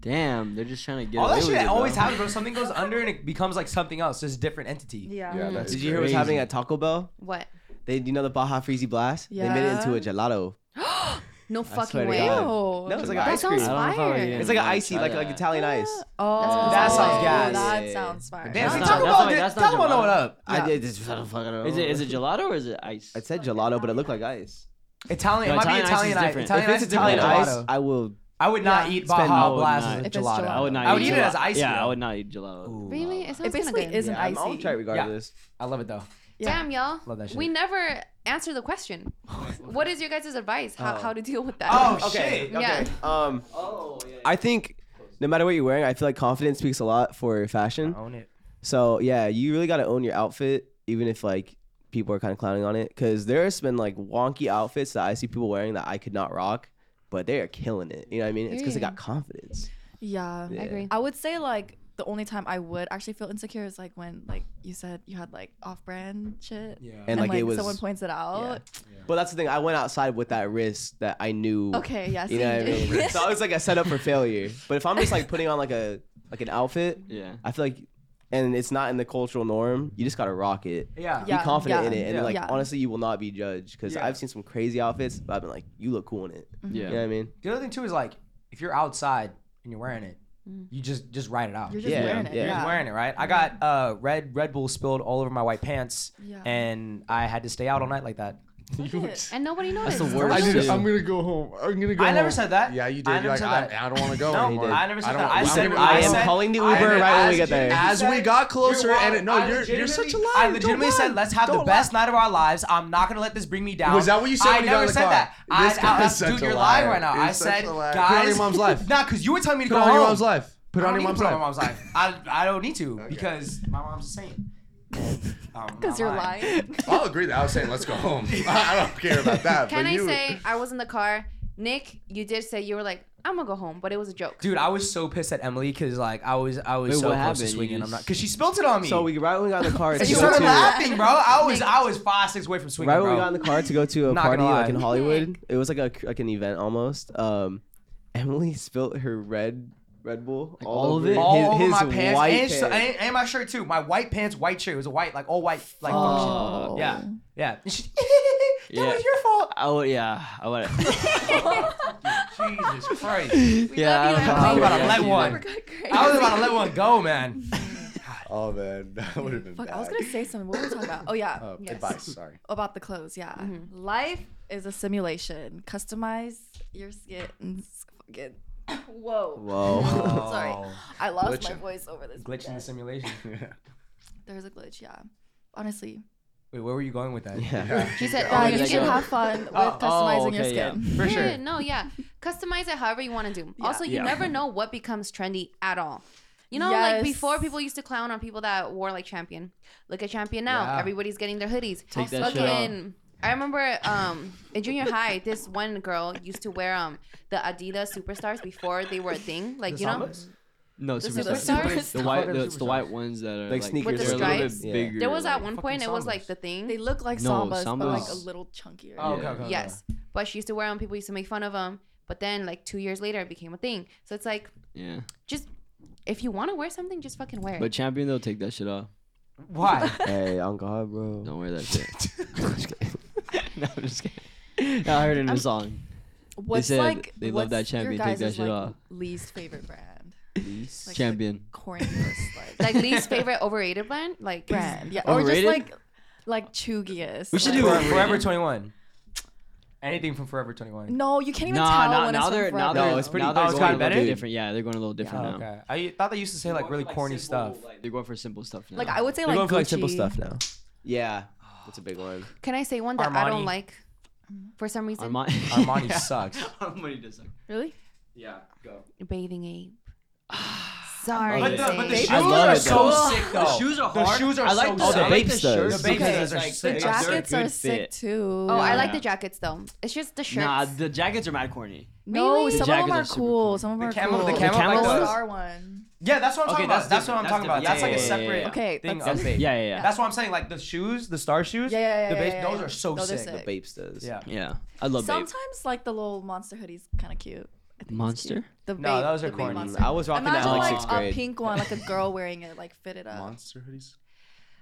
[SPEAKER 7] Damn, they're just trying to get.
[SPEAKER 1] All
[SPEAKER 7] away
[SPEAKER 1] that shit
[SPEAKER 7] with it, bro.
[SPEAKER 1] always happens, bro. Something goes under and it becomes like something else. Just a different entity.
[SPEAKER 3] yeah.
[SPEAKER 6] Yeah, that's
[SPEAKER 5] (laughs) Did you hear what's
[SPEAKER 7] crazy.
[SPEAKER 5] happening at Taco Bell?
[SPEAKER 4] What? (gasps)
[SPEAKER 5] They, you know the Baja Freezy Blast? They made it into a gelato.
[SPEAKER 4] No
[SPEAKER 5] swear
[SPEAKER 4] fucking
[SPEAKER 5] to
[SPEAKER 4] way.
[SPEAKER 5] God.
[SPEAKER 3] Ew.
[SPEAKER 5] No, it's like an
[SPEAKER 4] That
[SPEAKER 5] ice cream.
[SPEAKER 4] sounds
[SPEAKER 7] I don't know if I would
[SPEAKER 4] fire.
[SPEAKER 7] even
[SPEAKER 5] It's like an
[SPEAKER 7] wanna
[SPEAKER 5] icy,
[SPEAKER 7] try
[SPEAKER 5] like
[SPEAKER 7] that.
[SPEAKER 5] like Italian ice.
[SPEAKER 3] Oh,
[SPEAKER 1] That sounds gas.
[SPEAKER 3] That
[SPEAKER 5] Yeah.
[SPEAKER 3] sounds fire.
[SPEAKER 1] Damn,
[SPEAKER 7] That's
[SPEAKER 1] see,
[SPEAKER 7] not-
[SPEAKER 1] Taco
[SPEAKER 7] that's
[SPEAKER 1] Bell
[SPEAKER 7] not-
[SPEAKER 1] did-
[SPEAKER 7] that's not
[SPEAKER 1] Taco Bell know
[SPEAKER 7] gelato.
[SPEAKER 1] what up.
[SPEAKER 5] I did just I don't fucking know.
[SPEAKER 7] Is it is it gelato or is it ice?
[SPEAKER 5] It said gelato, but it looked like ice.
[SPEAKER 1] Italian, it
[SPEAKER 7] No,
[SPEAKER 1] might be
[SPEAKER 7] Italian ice is
[SPEAKER 1] Italian ice.
[SPEAKER 7] different.
[SPEAKER 1] Italian
[SPEAKER 5] if
[SPEAKER 1] ice,
[SPEAKER 5] it's
[SPEAKER 1] is
[SPEAKER 5] Italian
[SPEAKER 1] different.
[SPEAKER 5] ice,
[SPEAKER 1] Gelato.
[SPEAKER 5] I will.
[SPEAKER 1] I would not
[SPEAKER 3] Yeah.
[SPEAKER 1] eat
[SPEAKER 5] Spend- I
[SPEAKER 1] Baja
[SPEAKER 7] would
[SPEAKER 1] Blast
[SPEAKER 7] not.
[SPEAKER 1] as a
[SPEAKER 3] If it's
[SPEAKER 1] gelato.
[SPEAKER 3] gelato.
[SPEAKER 7] I would not.
[SPEAKER 1] I would eat it
[SPEAKER 7] gelato.
[SPEAKER 1] as ice.
[SPEAKER 7] Yeah,
[SPEAKER 1] cream.
[SPEAKER 7] I would not eat gelato.
[SPEAKER 1] Ooh,
[SPEAKER 4] Really? It
[SPEAKER 3] It
[SPEAKER 4] sounds kind of
[SPEAKER 3] basically
[SPEAKER 4] good.
[SPEAKER 3] is an
[SPEAKER 5] Yeah, I'm,
[SPEAKER 3] icy.
[SPEAKER 5] I'll try it regardless.
[SPEAKER 1] I love it though.
[SPEAKER 3] Yeah.
[SPEAKER 4] Damn, y'all.
[SPEAKER 1] Love that shit.
[SPEAKER 4] We never answered the question. what is your guys' advice? How, how to deal with that?
[SPEAKER 1] Oh
[SPEAKER 5] Okay.
[SPEAKER 1] shit.
[SPEAKER 4] Yeah.
[SPEAKER 5] Okay. Um,
[SPEAKER 7] Oh yeah.
[SPEAKER 5] I think no matter what you're wearing, I feel like confidence speaks a lot for fashion.
[SPEAKER 1] Own it.
[SPEAKER 5] So yeah, you really gotta own your outfit, even if like people are kind of clowning on it, because there's been like wonky outfits that I see people wearing that I could not rock, but they are killing it. You know what I mean? It's because they got
[SPEAKER 4] Period.
[SPEAKER 5] confidence.
[SPEAKER 3] Yeah.
[SPEAKER 4] I agree.
[SPEAKER 3] Mm. I would say like the only time I would actually feel insecure is like when like you said you had like off-brand shit.
[SPEAKER 1] Yeah.
[SPEAKER 5] And, like, it was.
[SPEAKER 3] someone points it out.
[SPEAKER 5] But that's the thing. I went outside with that risk that I knew.
[SPEAKER 3] Okay, yeah.
[SPEAKER 5] You
[SPEAKER 3] see,
[SPEAKER 5] know what I
[SPEAKER 3] (laughs)
[SPEAKER 5] mean? so I was like a setup for failure. But if I'm just like putting on like a like an outfit,
[SPEAKER 7] Yeah.
[SPEAKER 5] I feel like, and it's not in the cultural norm. You just gotta rock it.
[SPEAKER 1] Yeah.
[SPEAKER 3] Yeah.
[SPEAKER 5] Be confident in
[SPEAKER 3] yeah,
[SPEAKER 5] it, and
[SPEAKER 1] yeah.
[SPEAKER 5] like
[SPEAKER 3] yeah.
[SPEAKER 5] honestly, you will not be judged. Because
[SPEAKER 1] Yeah.
[SPEAKER 5] I've seen some crazy outfits, but I've been like, you look cool in it.
[SPEAKER 7] Yeah.
[SPEAKER 5] You know what I mean?
[SPEAKER 1] The other thing too is like if you're outside and you're wearing it,
[SPEAKER 4] Mhm.
[SPEAKER 1] you just just ride it out.
[SPEAKER 3] Mm. You're just
[SPEAKER 5] Yeah,
[SPEAKER 3] wearing it.
[SPEAKER 5] yeah.
[SPEAKER 1] You're just
[SPEAKER 3] Yeah.
[SPEAKER 1] wearing it, right? I got uh red Red Bull spilled all over my white pants,
[SPEAKER 3] Yeah.
[SPEAKER 1] and I had to stay out all night like that.
[SPEAKER 4] And nobody noticed.
[SPEAKER 7] That's the worst.
[SPEAKER 6] I
[SPEAKER 7] shit.
[SPEAKER 6] am gonna go home. I'm gonna go.
[SPEAKER 1] I
[SPEAKER 6] home.
[SPEAKER 1] never said that.
[SPEAKER 6] Yeah, you did.
[SPEAKER 1] I
[SPEAKER 6] You're
[SPEAKER 1] never
[SPEAKER 6] like,
[SPEAKER 1] said that.
[SPEAKER 6] I, I don't want to go.
[SPEAKER 1] No,
[SPEAKER 6] anymore.
[SPEAKER 1] I never said
[SPEAKER 6] don't
[SPEAKER 1] that.
[SPEAKER 6] wanna-
[SPEAKER 1] I
[SPEAKER 6] I'm
[SPEAKER 1] said-
[SPEAKER 6] gonna-
[SPEAKER 1] I
[SPEAKER 5] I,
[SPEAKER 6] I'm
[SPEAKER 5] am
[SPEAKER 1] said-
[SPEAKER 6] gonna-
[SPEAKER 5] calling the
[SPEAKER 1] I
[SPEAKER 5] Uber
[SPEAKER 1] said-
[SPEAKER 5] right when we
[SPEAKER 1] as
[SPEAKER 5] get
[SPEAKER 1] you-
[SPEAKER 5] there.
[SPEAKER 1] as-
[SPEAKER 6] As we got closer,
[SPEAKER 1] You're
[SPEAKER 6] and
[SPEAKER 1] wild.
[SPEAKER 6] it, no,
[SPEAKER 1] I
[SPEAKER 6] you're you're
[SPEAKER 1] legitimately-
[SPEAKER 6] such a liar.
[SPEAKER 1] I
[SPEAKER 6] Don't
[SPEAKER 1] legitimately
[SPEAKER 6] lie.
[SPEAKER 1] said, let's have the
[SPEAKER 6] Don't lie.
[SPEAKER 1] best night of our lives. I'm not gonna let this bring me down.
[SPEAKER 6] Was that what you said
[SPEAKER 1] I
[SPEAKER 6] when you got
[SPEAKER 1] never
[SPEAKER 6] in the
[SPEAKER 1] said
[SPEAKER 6] car?
[SPEAKER 1] that.
[SPEAKER 6] This
[SPEAKER 1] I, I,
[SPEAKER 6] guy's such
[SPEAKER 1] dude,
[SPEAKER 6] a
[SPEAKER 1] you're lying
[SPEAKER 6] liar.
[SPEAKER 1] right now.
[SPEAKER 6] He's
[SPEAKER 1] I
[SPEAKER 6] such
[SPEAKER 1] said,
[SPEAKER 6] a liar.
[SPEAKER 1] guys,
[SPEAKER 6] Put it on your mom's life.
[SPEAKER 1] Nah, cause you were telling me to
[SPEAKER 6] Put
[SPEAKER 1] go
[SPEAKER 6] on your
[SPEAKER 1] home.
[SPEAKER 6] mom's life. Put
[SPEAKER 1] I
[SPEAKER 6] on
[SPEAKER 1] don't
[SPEAKER 6] your
[SPEAKER 1] need to
[SPEAKER 6] mom's
[SPEAKER 1] put on my
[SPEAKER 6] life.
[SPEAKER 1] mom's life. I, I don't need to because my mom's a saint.
[SPEAKER 3] Because you're
[SPEAKER 5] (laughs)
[SPEAKER 3] lying.
[SPEAKER 6] I'll agree that I was saying let's go home. I don't care about that.
[SPEAKER 4] Can
[SPEAKER 6] but
[SPEAKER 4] I
[SPEAKER 6] you,
[SPEAKER 4] say I was in the car? Nick, you did say you were like, I'm gonna go home, but it was a joke.
[SPEAKER 1] Dude, I was so pissed at Emily because like I was I was
[SPEAKER 7] Wait,
[SPEAKER 1] so
[SPEAKER 7] what
[SPEAKER 1] close
[SPEAKER 7] happened?
[SPEAKER 1] to
[SPEAKER 7] You
[SPEAKER 1] swinging. I'm
[SPEAKER 7] just-
[SPEAKER 1] not because she spilled it on me.
[SPEAKER 5] So we right when we got in the car,
[SPEAKER 1] and
[SPEAKER 5] to
[SPEAKER 1] she
[SPEAKER 5] go
[SPEAKER 1] started
[SPEAKER 5] to-
[SPEAKER 1] laughing, bro. I was I was five six away from swinging,
[SPEAKER 5] right
[SPEAKER 1] bro.
[SPEAKER 5] when we got in the car to go to a
[SPEAKER 1] Not gonna
[SPEAKER 5] party like in
[SPEAKER 1] lie.
[SPEAKER 5] Hollywood, it was like a like an event almost. Um, Emily (laughs) spilt her red Red Bull
[SPEAKER 7] Like all of
[SPEAKER 5] over
[SPEAKER 7] it?
[SPEAKER 1] all
[SPEAKER 5] his-
[SPEAKER 1] over
[SPEAKER 5] his
[SPEAKER 1] my pants
[SPEAKER 5] white
[SPEAKER 1] and, so-
[SPEAKER 5] pants.
[SPEAKER 1] and, and my shirt too. My white pants, white shirt. It was a white, like all white, like function.
[SPEAKER 3] Oh.
[SPEAKER 1] Yeah, yeah. And she, that
[SPEAKER 7] Yeah.
[SPEAKER 1] was your fault.
[SPEAKER 7] I would, yeah, I would.
[SPEAKER 1] Jesus Christ!
[SPEAKER 7] yeah,
[SPEAKER 4] love you, Emily.
[SPEAKER 7] I
[SPEAKER 1] I was about to
[SPEAKER 7] yeah,
[SPEAKER 1] let
[SPEAKER 7] she's
[SPEAKER 1] one. I was about to
[SPEAKER 4] (laughs)
[SPEAKER 1] let one go, man.
[SPEAKER 6] Oh man, that would have been
[SPEAKER 3] Fuck,
[SPEAKER 6] bad.
[SPEAKER 3] I was gonna say something. What were we talking about? Oh yeah,
[SPEAKER 5] (laughs)
[SPEAKER 6] Oh,
[SPEAKER 3] yes.
[SPEAKER 1] (laughs)
[SPEAKER 6] Advice, sorry.
[SPEAKER 3] about the clothes. Yeah,
[SPEAKER 4] Mm-hmm. Uh,
[SPEAKER 3] life is a simulation. Customize your skin. and s- Fucking whoa.
[SPEAKER 1] (laughs)
[SPEAKER 5] Whoa.
[SPEAKER 3] Sorry, I lost my
[SPEAKER 6] Glitching.
[SPEAKER 3] voice over this.
[SPEAKER 1] Glitch in the simulation.
[SPEAKER 3] There's a glitch. Yeah, honestly,
[SPEAKER 1] Wait, where were you going with that?
[SPEAKER 5] Yeah.
[SPEAKER 4] She said,
[SPEAKER 3] yeah,
[SPEAKER 4] "Oh,
[SPEAKER 3] uh, you
[SPEAKER 7] yeah,
[SPEAKER 4] you
[SPEAKER 3] should
[SPEAKER 7] yeah.
[SPEAKER 3] have fun with
[SPEAKER 1] Oh, Mhm.
[SPEAKER 3] customizing
[SPEAKER 7] oh,
[SPEAKER 3] your
[SPEAKER 7] okay, yeah.
[SPEAKER 3] sure.
[SPEAKER 1] For
[SPEAKER 4] Yeah,
[SPEAKER 1] sure.
[SPEAKER 4] No, yeah. Customize it however you want to do.
[SPEAKER 3] Yeah.
[SPEAKER 4] Also, you
[SPEAKER 7] Yeah.
[SPEAKER 4] never know what becomes trendy at all. You know,
[SPEAKER 3] Yes.
[SPEAKER 4] like before people used to clown on people that wore like champion. Look at champion now.
[SPEAKER 1] Yeah.
[SPEAKER 4] Everybody's getting their hoodies.
[SPEAKER 7] Take that shit
[SPEAKER 4] Fucking- I remember um in junior high, this one girl used to wear um the Adidas superstars before they were a thing. Like, you know,
[SPEAKER 7] (laughs) No,
[SPEAKER 4] The
[SPEAKER 7] superstars.
[SPEAKER 4] superstars?
[SPEAKER 7] The white,
[SPEAKER 1] Superstars.
[SPEAKER 7] the, it's the white ones that are like,
[SPEAKER 5] Like sneakers
[SPEAKER 4] with
[SPEAKER 7] they're
[SPEAKER 4] the
[SPEAKER 7] a little bit
[SPEAKER 4] stripes?
[SPEAKER 5] Yeah.
[SPEAKER 7] bigger.
[SPEAKER 4] there was at
[SPEAKER 7] like-
[SPEAKER 4] one
[SPEAKER 1] fucking
[SPEAKER 4] point it was like
[SPEAKER 1] sambas.
[SPEAKER 4] the thing.
[SPEAKER 3] They look like
[SPEAKER 7] No,
[SPEAKER 3] sambas, but like a
[SPEAKER 7] sambas-
[SPEAKER 3] little chunkier.
[SPEAKER 1] Oh, okay,
[SPEAKER 7] Yeah.
[SPEAKER 1] okay, okay.
[SPEAKER 4] yes, but she used to wear them. People used to make fun of them. But then, like two years later, it became a thing. So it's like,
[SPEAKER 7] Yeah,
[SPEAKER 4] just if you want to wear something, just fucking wear it.
[SPEAKER 7] but champion they'll take that shit off.
[SPEAKER 1] (laughs)
[SPEAKER 3] (laughs)
[SPEAKER 1] Why?
[SPEAKER 5] hey, on God, bro.
[SPEAKER 7] Don't wear that shit. (laughs) no, I'm just kidding. No, I heard it in a song.
[SPEAKER 3] What's
[SPEAKER 7] said
[SPEAKER 3] like?
[SPEAKER 7] they love
[SPEAKER 3] what's
[SPEAKER 7] that
[SPEAKER 3] your
[SPEAKER 7] champion, take
[SPEAKER 3] guys'
[SPEAKER 7] that shit
[SPEAKER 3] like,
[SPEAKER 7] off.
[SPEAKER 3] Least favorite
[SPEAKER 7] (laughs)
[SPEAKER 3] brand. Like,
[SPEAKER 7] champion.
[SPEAKER 3] The corniest, like,
[SPEAKER 4] (laughs) like
[SPEAKER 7] (laughs)
[SPEAKER 4] least favorite overrated brand,
[SPEAKER 3] (laughs)
[SPEAKER 4] like
[SPEAKER 3] brand. Yeah, or
[SPEAKER 7] Overrated?
[SPEAKER 3] just like like chuggiest.
[SPEAKER 7] We should
[SPEAKER 3] like-
[SPEAKER 7] do
[SPEAKER 1] For-
[SPEAKER 7] it.
[SPEAKER 1] Forever 21. Anything from Forever 21.
[SPEAKER 3] No, you can't even
[SPEAKER 7] Nah,
[SPEAKER 3] tell
[SPEAKER 7] nah,
[SPEAKER 3] when
[SPEAKER 7] now
[SPEAKER 3] it's from
[SPEAKER 7] they're now
[SPEAKER 3] Forever.
[SPEAKER 7] they're
[SPEAKER 5] No, it's pretty-
[SPEAKER 7] now
[SPEAKER 1] oh,
[SPEAKER 7] they're
[SPEAKER 1] it's
[SPEAKER 7] going
[SPEAKER 1] gotten
[SPEAKER 7] a little
[SPEAKER 1] better?
[SPEAKER 7] different. Yeah, they're going a little different
[SPEAKER 1] Oh,
[SPEAKER 7] now.
[SPEAKER 1] okay. I thought they used to say like really corny stuff.
[SPEAKER 7] They're going for simple stuff now.
[SPEAKER 3] like I would say like
[SPEAKER 5] They're going for like
[SPEAKER 3] Gucci.
[SPEAKER 5] simple stuff now. Yeah, that's a big one.
[SPEAKER 4] Can I say one that I
[SPEAKER 1] Armani.
[SPEAKER 4] don't like for some reason?
[SPEAKER 7] Armani,
[SPEAKER 1] (laughs) Armani sucks.
[SPEAKER 7] (laughs) Armani does suck.
[SPEAKER 3] Really?
[SPEAKER 7] Yeah, go.
[SPEAKER 4] Bathing ape.
[SPEAKER 7] (sighs)
[SPEAKER 4] (sighs) Sorry.
[SPEAKER 7] But the-
[SPEAKER 1] but the
[SPEAKER 4] Zay.
[SPEAKER 1] shoes
[SPEAKER 7] I love
[SPEAKER 1] are
[SPEAKER 7] it,
[SPEAKER 1] so
[SPEAKER 7] though.
[SPEAKER 1] sick though.
[SPEAKER 7] The shoes are hard.
[SPEAKER 1] The shoes are
[SPEAKER 7] I like
[SPEAKER 1] so
[SPEAKER 7] the,
[SPEAKER 5] sick.
[SPEAKER 7] I like the
[SPEAKER 5] Base though.
[SPEAKER 7] shirts.
[SPEAKER 5] The
[SPEAKER 1] base
[SPEAKER 7] because,
[SPEAKER 1] is are
[SPEAKER 7] like,
[SPEAKER 1] sick.
[SPEAKER 7] they're
[SPEAKER 1] The
[SPEAKER 7] a
[SPEAKER 3] Jackets
[SPEAKER 7] good
[SPEAKER 3] are sick
[SPEAKER 7] fit.
[SPEAKER 3] too.
[SPEAKER 4] oh, I
[SPEAKER 7] Yeah.
[SPEAKER 4] like the jackets though. It's just the shirts.
[SPEAKER 7] Nah, the jackets are mad corny.
[SPEAKER 3] No,
[SPEAKER 4] Really?
[SPEAKER 7] The
[SPEAKER 3] some of them
[SPEAKER 7] jackets
[SPEAKER 3] are
[SPEAKER 7] are super
[SPEAKER 3] cool.
[SPEAKER 7] cool.
[SPEAKER 3] Some of them
[SPEAKER 1] The
[SPEAKER 3] are
[SPEAKER 1] camel-
[SPEAKER 3] cool.
[SPEAKER 1] the camel,
[SPEAKER 7] like
[SPEAKER 3] the
[SPEAKER 7] those?
[SPEAKER 3] star one.
[SPEAKER 1] Yeah, that's what I'm
[SPEAKER 7] Okay,
[SPEAKER 1] talking about.
[SPEAKER 7] that's
[SPEAKER 1] That's what I'm
[SPEAKER 7] different.
[SPEAKER 1] talking about.
[SPEAKER 7] That's
[SPEAKER 1] That's like a
[SPEAKER 7] different. Yeah, yeah,
[SPEAKER 1] separate
[SPEAKER 7] yeah.
[SPEAKER 3] Okay,
[SPEAKER 1] thing
[SPEAKER 3] that's
[SPEAKER 1] of
[SPEAKER 3] different.
[SPEAKER 1] vape.
[SPEAKER 7] Yeah, yeah, yeah.
[SPEAKER 1] That's what I'm saying. Like the shoes, the star shoes.
[SPEAKER 3] Yeah, yeah, yeah,
[SPEAKER 1] The
[SPEAKER 3] yeah,
[SPEAKER 1] base,
[SPEAKER 3] yeah,
[SPEAKER 1] those
[SPEAKER 3] yeah.
[SPEAKER 1] are so
[SPEAKER 3] Those are
[SPEAKER 1] sick.
[SPEAKER 5] The
[SPEAKER 3] sick.
[SPEAKER 5] Bapes does.
[SPEAKER 1] Yeah.
[SPEAKER 7] Yeah, I love Bape.
[SPEAKER 3] Sometimes like the little monster hoodies kind of cute. I think it's cute.
[SPEAKER 7] Monster?
[SPEAKER 3] The
[SPEAKER 1] No,
[SPEAKER 3] vape-
[SPEAKER 1] those are
[SPEAKER 3] the vape
[SPEAKER 1] corny.
[SPEAKER 3] monster.
[SPEAKER 5] I was rocking
[SPEAKER 3] Imagine
[SPEAKER 5] that in like
[SPEAKER 3] like,
[SPEAKER 5] sixth
[SPEAKER 3] a
[SPEAKER 5] grade.
[SPEAKER 3] pink one, like a girl wearing it, like fitted up.
[SPEAKER 6] Monster hoodies.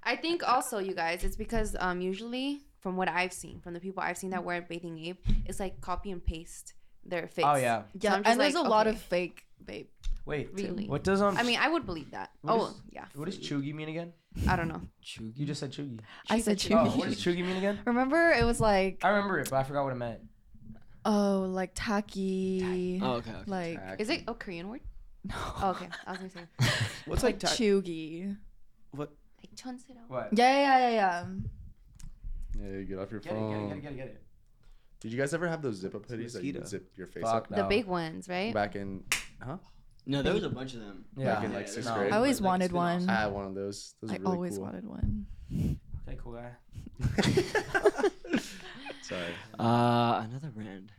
[SPEAKER 4] I think also you guys, it's because um usually from what I've seen, from the people I've seen that wear bathing ape, it's like copy and paste their face.
[SPEAKER 1] Oh yeah.
[SPEAKER 3] Yeah,
[SPEAKER 4] So I'm just
[SPEAKER 3] and there's
[SPEAKER 4] like,
[SPEAKER 3] a lot
[SPEAKER 4] okay.
[SPEAKER 3] of fake vape.
[SPEAKER 1] Wait.
[SPEAKER 4] Really?
[SPEAKER 1] What does um?
[SPEAKER 4] I mean, I would believe that.
[SPEAKER 1] What
[SPEAKER 4] oh
[SPEAKER 1] is-
[SPEAKER 4] yeah.
[SPEAKER 1] what does chuggy mean again?
[SPEAKER 4] I don't know.
[SPEAKER 1] You just said
[SPEAKER 4] (laughs)
[SPEAKER 1] chuggy.
[SPEAKER 3] I
[SPEAKER 4] She's a
[SPEAKER 3] said
[SPEAKER 4] chuggy.
[SPEAKER 1] Oh,
[SPEAKER 3] chuggy.
[SPEAKER 1] what does chuggy mean again?
[SPEAKER 3] Remember, it was like
[SPEAKER 1] I remember it, but I forgot what it meant.
[SPEAKER 3] oh, like tacky,
[SPEAKER 7] Oh, okay. okay.
[SPEAKER 3] like
[SPEAKER 4] Is it a Korean word?
[SPEAKER 3] no, (laughs)
[SPEAKER 4] Oh, okay. I was gonna say
[SPEAKER 5] What's like
[SPEAKER 3] like
[SPEAKER 5] ta-
[SPEAKER 3] chuggy.
[SPEAKER 4] like chonsero.
[SPEAKER 1] What?
[SPEAKER 3] Yeah, yeah, yeah, yeah.
[SPEAKER 6] Yeah, get off your
[SPEAKER 1] Get it, get it,
[SPEAKER 6] phone.
[SPEAKER 1] get it, get it, get it.
[SPEAKER 6] Did you guys ever have those zip up hoodies that you
[SPEAKER 5] mosquito.
[SPEAKER 6] could zip your face
[SPEAKER 1] Fuck
[SPEAKER 6] up?
[SPEAKER 1] no.
[SPEAKER 4] The big ones, right?
[SPEAKER 6] Back in, huh?
[SPEAKER 7] No, there was a bunch of them.
[SPEAKER 1] Yeah.
[SPEAKER 6] Back in like sixth
[SPEAKER 1] No.
[SPEAKER 6] grade.
[SPEAKER 3] I always
[SPEAKER 7] Like,
[SPEAKER 3] wanted
[SPEAKER 7] it's been awesome.
[SPEAKER 3] one.
[SPEAKER 6] I had one of those. Those
[SPEAKER 3] I
[SPEAKER 6] are really
[SPEAKER 3] always
[SPEAKER 6] cool. (laughs)
[SPEAKER 3] wanted one.
[SPEAKER 1] Okay, cool (laughs) guy.
[SPEAKER 6] Sorry.
[SPEAKER 7] Uh, another brand.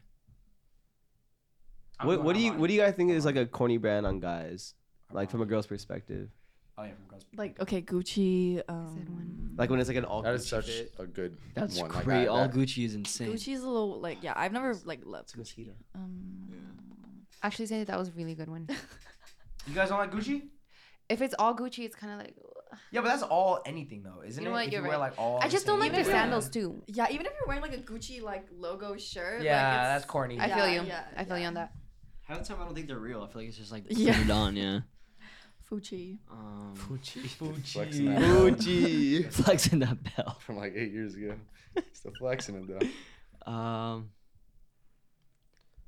[SPEAKER 1] I'm
[SPEAKER 5] What
[SPEAKER 1] going
[SPEAKER 5] what do you
[SPEAKER 1] online.
[SPEAKER 5] what do you guys think is like a corny brand on guys? Like from a girl's perspective,
[SPEAKER 1] Oh yeah, from girls.
[SPEAKER 3] Like okay, Gucci. Um,
[SPEAKER 4] one.
[SPEAKER 5] like when it's like an all
[SPEAKER 6] That is
[SPEAKER 5] Gucci
[SPEAKER 6] such
[SPEAKER 5] fit.
[SPEAKER 6] a good
[SPEAKER 7] That's
[SPEAKER 6] one.
[SPEAKER 7] great.
[SPEAKER 6] Like, I-
[SPEAKER 7] All
[SPEAKER 6] that-
[SPEAKER 7] Gucci is insane.
[SPEAKER 3] Gucci's a little like yeah. I've never like loved. Gucci.
[SPEAKER 5] mosquito.
[SPEAKER 3] Um,
[SPEAKER 4] Actually, say that was a really good one.
[SPEAKER 1] You guys don't like Gucci?
[SPEAKER 4] if it's all Gucci, it's kind of like ugh.
[SPEAKER 1] Yeah, but that's all anything though, isn't
[SPEAKER 4] You know
[SPEAKER 1] it?
[SPEAKER 4] what,
[SPEAKER 1] If
[SPEAKER 4] you're
[SPEAKER 1] wear
[SPEAKER 4] right.
[SPEAKER 1] like all.
[SPEAKER 4] I
[SPEAKER 1] the
[SPEAKER 4] just don't
[SPEAKER 1] same-
[SPEAKER 4] like their
[SPEAKER 3] Yeah.
[SPEAKER 4] sandals too.
[SPEAKER 3] yeah, even if you're wearing like a Gucci like logo shirt. like,
[SPEAKER 1] Yeah,
[SPEAKER 3] it's-
[SPEAKER 1] that's corny.
[SPEAKER 4] I
[SPEAKER 3] Yeah,
[SPEAKER 4] feel you.
[SPEAKER 3] yeah,
[SPEAKER 4] I feel you on that.
[SPEAKER 7] Half the time, I don't think they're real. I feel like it's just like
[SPEAKER 3] Yeah.
[SPEAKER 7] printed on. Yeah.
[SPEAKER 1] (laughs)
[SPEAKER 3] Fuchi.
[SPEAKER 7] Um, (laughs)
[SPEAKER 6] Flexing
[SPEAKER 1] Gucci.
[SPEAKER 6] that belt
[SPEAKER 5] Gucci.
[SPEAKER 7] flexing that bell.
[SPEAKER 6] (laughs) From like eight years ago. Still flexing it though.
[SPEAKER 7] Um,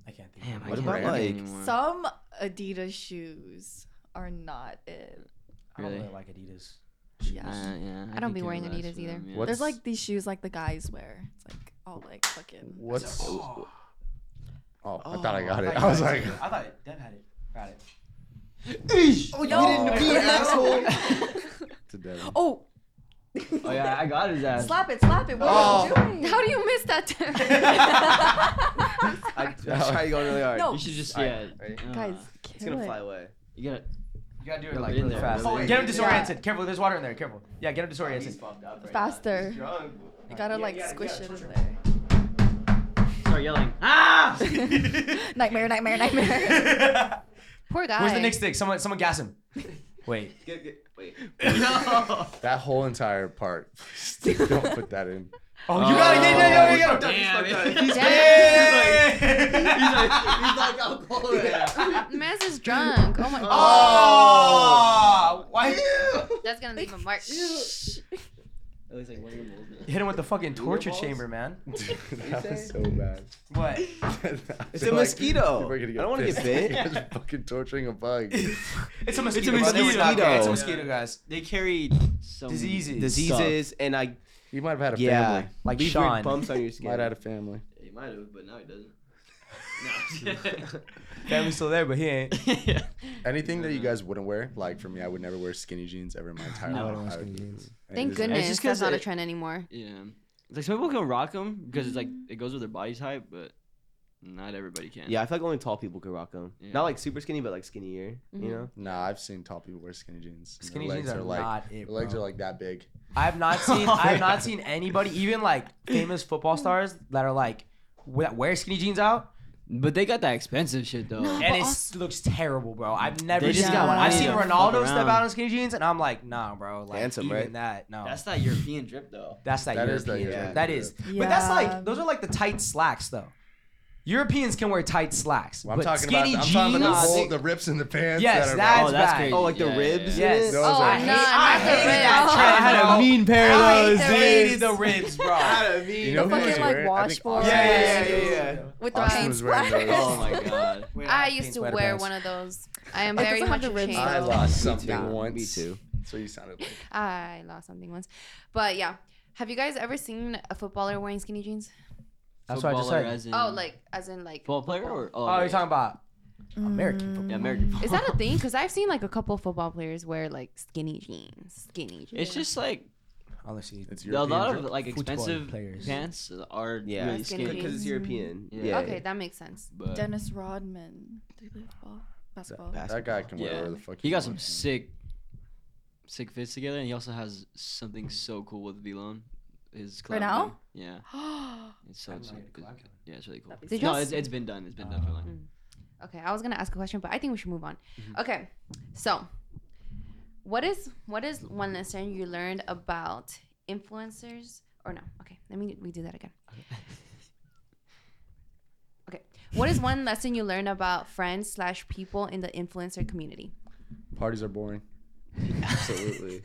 [SPEAKER 1] I can't think.
[SPEAKER 7] damn,
[SPEAKER 1] of
[SPEAKER 7] I
[SPEAKER 5] What
[SPEAKER 7] can't
[SPEAKER 5] about,
[SPEAKER 7] remember
[SPEAKER 5] like,
[SPEAKER 7] anymore.
[SPEAKER 3] Some Adidas shoes are not it.
[SPEAKER 1] I don't really
[SPEAKER 7] Really?
[SPEAKER 1] like Adidas.
[SPEAKER 3] Yeah.
[SPEAKER 7] Uh, yeah,
[SPEAKER 4] I don't
[SPEAKER 7] could
[SPEAKER 4] be
[SPEAKER 7] care
[SPEAKER 4] wearing
[SPEAKER 7] less
[SPEAKER 4] Adidas
[SPEAKER 7] for
[SPEAKER 4] either.
[SPEAKER 7] them, yeah.
[SPEAKER 6] What-
[SPEAKER 3] There's
[SPEAKER 6] What's-
[SPEAKER 3] like these shoes like the guys wear. It's like all like fucking.
[SPEAKER 6] What's?
[SPEAKER 1] Oh.
[SPEAKER 6] Oh, I thought I got it.
[SPEAKER 1] thought
[SPEAKER 6] (laughs) I was
[SPEAKER 1] you had
[SPEAKER 6] like,
[SPEAKER 1] it. I thought Dev had it. Got it.
[SPEAKER 5] Oh, you didn't
[SPEAKER 1] be an
[SPEAKER 5] asshole.
[SPEAKER 6] to Devin.
[SPEAKER 3] (laughs) Oh,
[SPEAKER 7] Oh yeah, I got his ass.
[SPEAKER 3] Slap it, slap it. What
[SPEAKER 1] Oh.
[SPEAKER 3] are you doing?
[SPEAKER 4] How do you
[SPEAKER 3] (laughs)
[SPEAKER 4] miss that? turn?
[SPEAKER 6] (laughs)
[SPEAKER 5] I, I tried going really hard.
[SPEAKER 3] No.
[SPEAKER 7] You should just
[SPEAKER 5] All
[SPEAKER 7] yeah.
[SPEAKER 5] right, ready?
[SPEAKER 7] uh,
[SPEAKER 3] Guys,
[SPEAKER 5] It's
[SPEAKER 3] kill
[SPEAKER 5] gonna
[SPEAKER 3] it.
[SPEAKER 5] fly away.
[SPEAKER 7] You gotta.
[SPEAKER 1] You gotta do it
[SPEAKER 7] Rub
[SPEAKER 1] like
[SPEAKER 7] it in
[SPEAKER 1] really
[SPEAKER 7] there,
[SPEAKER 1] fast. Oh,
[SPEAKER 7] really.
[SPEAKER 1] Get him disoriented. Careful, there's water in there. Careful. Yeah, get him (laughs) disoriented.
[SPEAKER 3] Faster. You gotta like
[SPEAKER 1] yeah,
[SPEAKER 3] squish
[SPEAKER 1] yeah,
[SPEAKER 3] it
[SPEAKER 1] sure,
[SPEAKER 3] in there.
[SPEAKER 7] Start yelling. (laughs)
[SPEAKER 1] (laughs)
[SPEAKER 7] Ah!
[SPEAKER 3] Nightmare, nightmare, nightmare.
[SPEAKER 4] Poor guy.
[SPEAKER 1] Where's the next stick? Someone, someone gas
[SPEAKER 7] (laughs)
[SPEAKER 1] him. Wait.
[SPEAKER 5] Get- get- wait.
[SPEAKER 1] no.
[SPEAKER 6] That whole entire part. (laughs) Don't put that in. (laughs)
[SPEAKER 1] Oh, you gotta get, yeah, yeah, yeah, yeah.
[SPEAKER 7] Damn.
[SPEAKER 1] (laughs)
[SPEAKER 4] Maz is drunk. Oh my god.
[SPEAKER 1] Oh, why?
[SPEAKER 4] That's gonna (laughs) leave a mark.
[SPEAKER 7] It looks like one of your (laughs) moles.
[SPEAKER 1] Hit him with the fucking torture
[SPEAKER 7] balls?
[SPEAKER 1] chamber, man.
[SPEAKER 6] that was so bad.
[SPEAKER 1] What?
[SPEAKER 6] (laughs)
[SPEAKER 5] It's a mosquito.
[SPEAKER 6] people are gonna
[SPEAKER 5] I don't wanna get
[SPEAKER 6] pissed. (laughs)
[SPEAKER 5] bit.
[SPEAKER 6] You guys are fucking torturing a bug.
[SPEAKER 1] It's a mosquito. It's a
[SPEAKER 5] mosquito.
[SPEAKER 1] mosquito, it's a
[SPEAKER 5] Yeah.
[SPEAKER 1] mosquito (laughs) guys.
[SPEAKER 7] They carry some
[SPEAKER 1] Diseases.
[SPEAKER 5] Diseases and I
[SPEAKER 6] You might have had a
[SPEAKER 5] yeah,
[SPEAKER 6] family.
[SPEAKER 1] Like
[SPEAKER 5] leave
[SPEAKER 1] Sean.
[SPEAKER 5] weird bumps
[SPEAKER 6] (laughs)
[SPEAKER 5] on your
[SPEAKER 6] Might have had
[SPEAKER 5] skin.
[SPEAKER 6] a family.
[SPEAKER 7] He might have, but now he (laughs) doesn't.
[SPEAKER 6] (laughs)
[SPEAKER 1] Family's still there, but he ain't.
[SPEAKER 7] (laughs)
[SPEAKER 6] Anything that you guys wouldn't wear, like for me, I would never wear skinny jeans ever in my entire
[SPEAKER 7] No, I
[SPEAKER 6] life.
[SPEAKER 7] don't
[SPEAKER 6] I would- and
[SPEAKER 4] Thank
[SPEAKER 6] it doesn't-
[SPEAKER 4] goodness
[SPEAKER 7] just uh, 'cause
[SPEAKER 4] that's not a
[SPEAKER 7] it-
[SPEAKER 4] trend anymore.
[SPEAKER 7] yeah. It's Like some people can rock them because it's like it goes with their body type, but not everybody can.
[SPEAKER 5] Yeah, I feel like only tall people could rock them.
[SPEAKER 7] Yeah.
[SPEAKER 5] Not like super skinny, but like skinnier.
[SPEAKER 4] Mhm.
[SPEAKER 5] You know.
[SPEAKER 6] Nah, I've seen tall people wear skinny jeans. and their
[SPEAKER 1] Skinny
[SPEAKER 6] legs
[SPEAKER 1] jeans are,
[SPEAKER 6] like
[SPEAKER 1] not it.
[SPEAKER 6] their legs
[SPEAKER 1] bro.
[SPEAKER 6] are like that big.
[SPEAKER 1] I've
[SPEAKER 6] (laughs)
[SPEAKER 1] not seen I've not seen anybody, even like famous football stars that are like that wear skinny jeans out,
[SPEAKER 7] But they got that expensive shit though.
[SPEAKER 4] No.
[SPEAKER 1] and
[SPEAKER 4] But
[SPEAKER 1] it
[SPEAKER 4] also-
[SPEAKER 1] looks terrible, bro. I've never
[SPEAKER 7] just
[SPEAKER 1] seen
[SPEAKER 3] got
[SPEAKER 1] one. I've
[SPEAKER 3] money
[SPEAKER 1] seen
[SPEAKER 7] to fuck
[SPEAKER 1] Ronaldo step
[SPEAKER 7] around.
[SPEAKER 1] out in skinny jeans, and I'm like, nah, bro. Like
[SPEAKER 5] Handsome,
[SPEAKER 1] even
[SPEAKER 5] right?
[SPEAKER 1] that, no. That's
[SPEAKER 7] That's that European drip though.
[SPEAKER 1] that's that,
[SPEAKER 6] That is
[SPEAKER 1] European.
[SPEAKER 6] that
[SPEAKER 1] That
[SPEAKER 5] European
[SPEAKER 1] is. But that's like those are like the tight slacks though. Europeans can wear tight slacks.
[SPEAKER 6] Well, I'm
[SPEAKER 1] but
[SPEAKER 6] talking about.
[SPEAKER 1] skinny
[SPEAKER 6] I'm
[SPEAKER 1] jeans.
[SPEAKER 6] talking about the,
[SPEAKER 7] jeans-
[SPEAKER 6] whole, the rips and the pants.
[SPEAKER 1] Yes,
[SPEAKER 6] that are
[SPEAKER 1] that's
[SPEAKER 7] oh, that's
[SPEAKER 1] bad.
[SPEAKER 7] crazy.
[SPEAKER 5] Oh, like the
[SPEAKER 7] Yeah,
[SPEAKER 5] ribs.
[SPEAKER 1] yeah, yeah.
[SPEAKER 5] in it?
[SPEAKER 1] Yes.
[SPEAKER 6] Those
[SPEAKER 4] Oh,
[SPEAKER 6] are-
[SPEAKER 1] I,
[SPEAKER 4] I'm
[SPEAKER 1] hate,
[SPEAKER 4] not-
[SPEAKER 1] I
[SPEAKER 4] not the
[SPEAKER 1] hated that
[SPEAKER 4] ribs.
[SPEAKER 1] trend.
[SPEAKER 5] I had a
[SPEAKER 1] bro. Oh,
[SPEAKER 5] mean pair of
[SPEAKER 1] I
[SPEAKER 5] those.
[SPEAKER 1] hated
[SPEAKER 5] dude.
[SPEAKER 1] the ribs,
[SPEAKER 6] (laughs)
[SPEAKER 1] bro. yeah,
[SPEAKER 5] had a mean.
[SPEAKER 6] You know who
[SPEAKER 3] fucking,
[SPEAKER 6] was
[SPEAKER 3] like,
[SPEAKER 6] wearing? I think
[SPEAKER 3] washboard.
[SPEAKER 6] Austin-
[SPEAKER 1] yeah, yeah, yeah.
[SPEAKER 4] With the
[SPEAKER 6] Austin
[SPEAKER 4] pants.
[SPEAKER 6] was wearing those.
[SPEAKER 4] (laughs)
[SPEAKER 7] Oh my god.
[SPEAKER 4] I used to wear one of those. I am
[SPEAKER 3] It
[SPEAKER 4] very
[SPEAKER 3] doesn't have
[SPEAKER 4] much
[SPEAKER 3] the
[SPEAKER 4] ashamed.
[SPEAKER 3] ribbed
[SPEAKER 6] I
[SPEAKER 3] though.
[SPEAKER 6] lost something
[SPEAKER 5] Yeah,
[SPEAKER 6] once.
[SPEAKER 5] Me too.
[SPEAKER 6] So you sounded like.
[SPEAKER 4] I lost something once. But yeah. Have you guys ever seen a footballer wearing skinny jeans?
[SPEAKER 1] That's what I just said.
[SPEAKER 4] Oh, like as in like
[SPEAKER 7] Mm. football player or oh,
[SPEAKER 1] Oh,
[SPEAKER 7] yeah,
[SPEAKER 1] you're talking about
[SPEAKER 3] Mm.
[SPEAKER 1] American
[SPEAKER 7] yeah,
[SPEAKER 1] football.
[SPEAKER 7] American.
[SPEAKER 4] Is
[SPEAKER 7] football. (laughs)
[SPEAKER 4] that a thing? Because I've seen like a couple football players wear like skinny jeans, skinny jeans.
[SPEAKER 7] It's just like
[SPEAKER 1] Unless you
[SPEAKER 6] It's
[SPEAKER 7] a
[SPEAKER 6] European
[SPEAKER 7] lot of
[SPEAKER 6] drip.
[SPEAKER 7] like
[SPEAKER 1] Football
[SPEAKER 7] expensive
[SPEAKER 1] players.
[SPEAKER 7] pants are
[SPEAKER 5] Yeah.
[SPEAKER 7] really
[SPEAKER 4] Skinny
[SPEAKER 7] skinny.
[SPEAKER 5] Because it's European.
[SPEAKER 7] Yeah.
[SPEAKER 5] Yeah.
[SPEAKER 4] okay, that makes sense.
[SPEAKER 7] But
[SPEAKER 3] Dennis Rodman. Did he play football? Basketball. (gasps)
[SPEAKER 6] That guy can wear
[SPEAKER 7] Yeah.
[SPEAKER 6] whatever the fuck.
[SPEAKER 7] he got some
[SPEAKER 6] wants.
[SPEAKER 7] sick, sick fits together, and he also has something so cool with Velon. His collab
[SPEAKER 3] Right
[SPEAKER 7] with
[SPEAKER 3] now?
[SPEAKER 7] him. Yeah. It's so
[SPEAKER 1] I'm
[SPEAKER 7] it's,
[SPEAKER 1] not
[SPEAKER 7] like-
[SPEAKER 1] gonna collab
[SPEAKER 7] it's- yeah, it's really cool.
[SPEAKER 4] Did
[SPEAKER 7] No,
[SPEAKER 4] y'all
[SPEAKER 7] it's,
[SPEAKER 4] see-
[SPEAKER 7] it's been done. It's been
[SPEAKER 5] Um,
[SPEAKER 7] done for a (laughs) while.
[SPEAKER 4] Okay, I was gonna ask a question, but I think we should move on.
[SPEAKER 7] Mm-hmm.
[SPEAKER 4] Okay, so what is what is one lesson you learned about influencers? Or no? Okay, let me redo that again. Okay, what is one lesson you learned about friends slash people in the influencer community?
[SPEAKER 6] Parties are boring.
[SPEAKER 5] (laughs) Absolutely.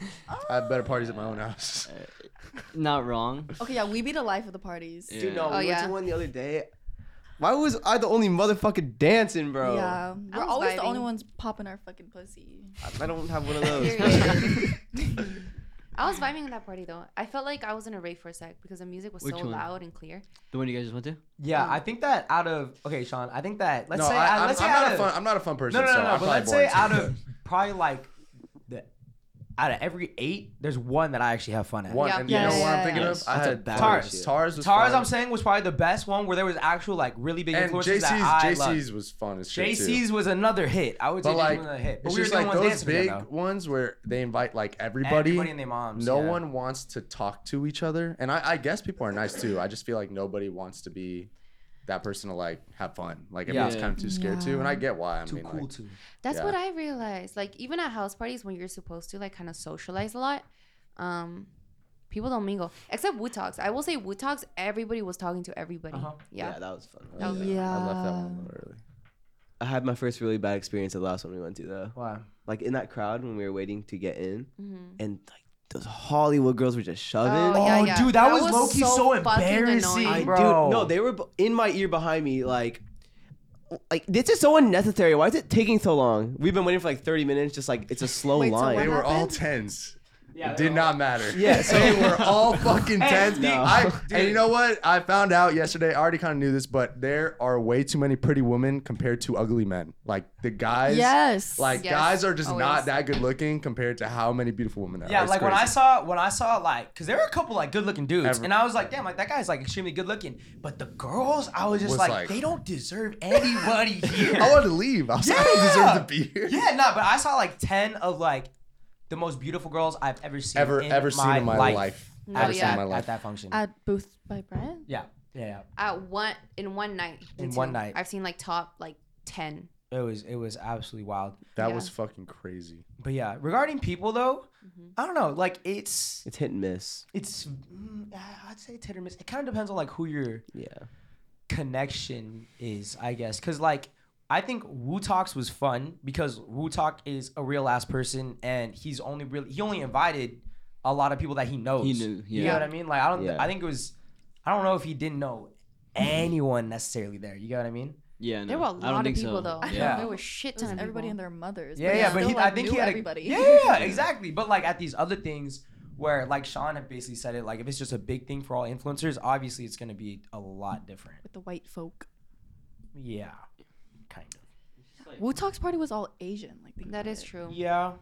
[SPEAKER 6] I have better parties at my own house.
[SPEAKER 7] Uh, Not wrong.
[SPEAKER 3] Okay, yeah, we be the life of the parties.
[SPEAKER 7] Yeah.
[SPEAKER 5] Dude, no,
[SPEAKER 4] Oh,
[SPEAKER 5] we went
[SPEAKER 4] yeah.
[SPEAKER 5] to one the other day. Why was I the only motherfucking dancing, bro?
[SPEAKER 3] Yeah, we're
[SPEAKER 4] was
[SPEAKER 3] always the only
[SPEAKER 4] vibing.
[SPEAKER 3] ones popping our fucking pussy.
[SPEAKER 5] I don't have one of those. (laughs)
[SPEAKER 4] Period. I
[SPEAKER 7] (sighs)
[SPEAKER 4] was vibing in that party though. I felt like I was in a rave for a sec because the music was
[SPEAKER 7] Which
[SPEAKER 4] so
[SPEAKER 7] one?
[SPEAKER 4] loud and clear.
[SPEAKER 7] (laughs) The one you guys just went to?
[SPEAKER 1] Yeah, I think that out of okay, Sean. I think that (laughs) let's
[SPEAKER 6] no,
[SPEAKER 1] say
[SPEAKER 6] I,
[SPEAKER 1] uh,
[SPEAKER 6] I'm,
[SPEAKER 1] let's
[SPEAKER 6] I'm
[SPEAKER 1] say out
[SPEAKER 6] not a
[SPEAKER 1] of
[SPEAKER 6] fun. I'm not a fun person.
[SPEAKER 1] no, no,
[SPEAKER 6] so
[SPEAKER 1] no, no.
[SPEAKER 6] I'm
[SPEAKER 1] But
[SPEAKER 6] probably
[SPEAKER 1] let's say
[SPEAKER 6] boring
[SPEAKER 1] out
[SPEAKER 6] too. (laughs)
[SPEAKER 1] of probably like the out of every eight, there's one that I actually have fun at.
[SPEAKER 6] (laughs) One,
[SPEAKER 4] Yeah.
[SPEAKER 6] and
[SPEAKER 3] Yeah,
[SPEAKER 6] you know
[SPEAKER 3] yeah,
[SPEAKER 6] what
[SPEAKER 3] yeah,
[SPEAKER 6] I'm thinking
[SPEAKER 7] yeah.
[SPEAKER 6] of? I
[SPEAKER 5] That's a
[SPEAKER 6] had
[SPEAKER 5] bad
[SPEAKER 6] Tars.
[SPEAKER 5] shit.
[SPEAKER 6] Tars was
[SPEAKER 1] Tars,
[SPEAKER 6] fun.
[SPEAKER 1] I'm saying, was probably the best one where there was actual like really big
[SPEAKER 6] and
[SPEAKER 1] influences
[SPEAKER 6] JC's
[SPEAKER 1] that I loved.
[SPEAKER 6] JC's was fun as shit too.
[SPEAKER 1] JC's was another hit. I would say
[SPEAKER 6] But
[SPEAKER 1] JC's
[SPEAKER 6] like,
[SPEAKER 1] was another hit. But
[SPEAKER 6] it's
[SPEAKER 1] we were
[SPEAKER 6] just
[SPEAKER 1] the only
[SPEAKER 6] like
[SPEAKER 1] ones
[SPEAKER 6] those
[SPEAKER 1] dancing
[SPEAKER 6] big
[SPEAKER 1] together.
[SPEAKER 6] ones where they invite like everybody.
[SPEAKER 1] Everybody and their moms.
[SPEAKER 6] no
[SPEAKER 1] yeah.
[SPEAKER 6] one wants to talk to each other, and I, I guess people are nice too. I just feel like nobody wants to be that person to like have fun. Like everyone's
[SPEAKER 7] Yeah.
[SPEAKER 6] kind of too scared to, and I get why. I
[SPEAKER 1] too
[SPEAKER 6] mean,
[SPEAKER 1] cool
[SPEAKER 6] like,
[SPEAKER 1] to.
[SPEAKER 4] That's
[SPEAKER 6] Yeah.
[SPEAKER 4] what I realized. Like even at house parties when you're supposed to like kind of socialize a lot, um, people don't mingle. Except Wu Talks. I will say Wu Talks, everybody was talking to everybody.
[SPEAKER 1] Uh-huh.
[SPEAKER 4] Yeah.
[SPEAKER 5] that was fun.
[SPEAKER 4] That was-
[SPEAKER 3] Yeah.
[SPEAKER 6] I left that one a little early.
[SPEAKER 5] I had my first really bad experience at the last one we went to though.
[SPEAKER 1] Wow.
[SPEAKER 5] Like in that crowd when we were waiting to get in,
[SPEAKER 4] Mhm.
[SPEAKER 5] and like those Hollywood girls were just shoving.
[SPEAKER 4] Oh, yeah,
[SPEAKER 1] oh,
[SPEAKER 4] yeah.
[SPEAKER 1] dude, that,
[SPEAKER 4] That
[SPEAKER 1] was,
[SPEAKER 4] was
[SPEAKER 1] low-key
[SPEAKER 4] so
[SPEAKER 1] so
[SPEAKER 4] fucking
[SPEAKER 1] embarrassing,
[SPEAKER 4] annoying.
[SPEAKER 5] I
[SPEAKER 1] bro.
[SPEAKER 5] dude, no, they were b- in my ear behind me, like, like this is so unnecessary. Why is it taking so long? We've been waiting for like thirty minutes, just like it's a slow
[SPEAKER 3] Wait, so
[SPEAKER 5] line.
[SPEAKER 3] what
[SPEAKER 6] They were all
[SPEAKER 3] happened?
[SPEAKER 6] tense.
[SPEAKER 7] Yeah,
[SPEAKER 6] it did not matter.
[SPEAKER 5] Yes.
[SPEAKER 6] they were all fucking tense.
[SPEAKER 5] No.
[SPEAKER 6] I, and you know what? I found out yesterday. I already kind of knew this, but there are way too many pretty women compared to ugly men. Like the guys,
[SPEAKER 3] yes.
[SPEAKER 6] like
[SPEAKER 4] Yes,
[SPEAKER 6] guys are just
[SPEAKER 4] always.
[SPEAKER 6] not that good looking compared to how many beautiful women there are.
[SPEAKER 1] Yeah,
[SPEAKER 6] It's
[SPEAKER 1] like when
[SPEAKER 6] crazy.
[SPEAKER 1] I saw when I saw like, cause there were a couple like good looking dudes,
[SPEAKER 6] Every-
[SPEAKER 1] and I was like, damn, like that guy's like extremely good looking. But the girls, I was just
[SPEAKER 6] Was
[SPEAKER 1] like,
[SPEAKER 6] like-
[SPEAKER 1] they don't deserve anybody
[SPEAKER 6] (laughs)
[SPEAKER 1] here.
[SPEAKER 6] I wanted to leave. I was like, I don't deserve
[SPEAKER 1] Yeah.
[SPEAKER 6] to be
[SPEAKER 1] (laughs)
[SPEAKER 6] here.
[SPEAKER 1] yeah, no, but I saw like ten of like the most beautiful girls I've ever seen
[SPEAKER 6] Ever,
[SPEAKER 1] in
[SPEAKER 6] ever
[SPEAKER 1] my
[SPEAKER 6] seen in my life.
[SPEAKER 4] No,
[SPEAKER 1] at,
[SPEAKER 6] ever seen
[SPEAKER 4] yeah.
[SPEAKER 6] in my
[SPEAKER 1] at
[SPEAKER 6] life.
[SPEAKER 1] that function.
[SPEAKER 3] at booth by Brent.
[SPEAKER 1] yeah, yeah,
[SPEAKER 4] At one in one night. me
[SPEAKER 1] In
[SPEAKER 4] too.
[SPEAKER 1] one night.
[SPEAKER 4] I've seen like top like ten.
[SPEAKER 1] yeah. It was it was absolutely wild.
[SPEAKER 6] That
[SPEAKER 4] Yeah.
[SPEAKER 6] was fucking crazy.
[SPEAKER 1] But yeah, regarding people though,
[SPEAKER 7] Mm-hmm.
[SPEAKER 4] Mhm.
[SPEAKER 1] I don't know. Like it's
[SPEAKER 5] It's hit and miss.
[SPEAKER 1] it's mm, I'd say hit or miss. It kind of depends on like who you're
[SPEAKER 5] Yeah.
[SPEAKER 1] connection is, I guess. Cause like I think Wu Talks was fun because Wu Talk is a real ass person and he's only really he only invited a lot of people that he knows.
[SPEAKER 7] He knew,
[SPEAKER 1] You
[SPEAKER 7] yeah.
[SPEAKER 1] know what I mean? Like I don't
[SPEAKER 5] Yeah.
[SPEAKER 1] I think it was I don't know if he didn't know anyone necessarily there. You get what I mean?
[SPEAKER 7] Yeah, no,
[SPEAKER 4] There were a
[SPEAKER 7] I don't
[SPEAKER 4] lot of
[SPEAKER 7] think
[SPEAKER 4] people
[SPEAKER 7] so.
[SPEAKER 4] though.
[SPEAKER 1] Yeah.
[SPEAKER 4] There were shit
[SPEAKER 3] It was
[SPEAKER 4] ton of
[SPEAKER 3] everybody
[SPEAKER 4] people.
[SPEAKER 3] and their mothers.
[SPEAKER 1] Yeah, yeah, but
[SPEAKER 3] still,
[SPEAKER 1] he, I
[SPEAKER 3] like,
[SPEAKER 1] think
[SPEAKER 3] knew
[SPEAKER 1] he had
[SPEAKER 3] everybody.
[SPEAKER 1] A, yeah, yeah, yeah, exactly. But like at these other things where like Sean had basically said it, like if it's just a big thing for all influencers, obviously it's gonna be a lot different.
[SPEAKER 3] (laughs) With the white folk.
[SPEAKER 1] Yeah, kind
[SPEAKER 3] Wu Talk's party was all Asian. Like think
[SPEAKER 4] That
[SPEAKER 3] about
[SPEAKER 4] is
[SPEAKER 3] it.
[SPEAKER 4] true.
[SPEAKER 1] of. Yeah,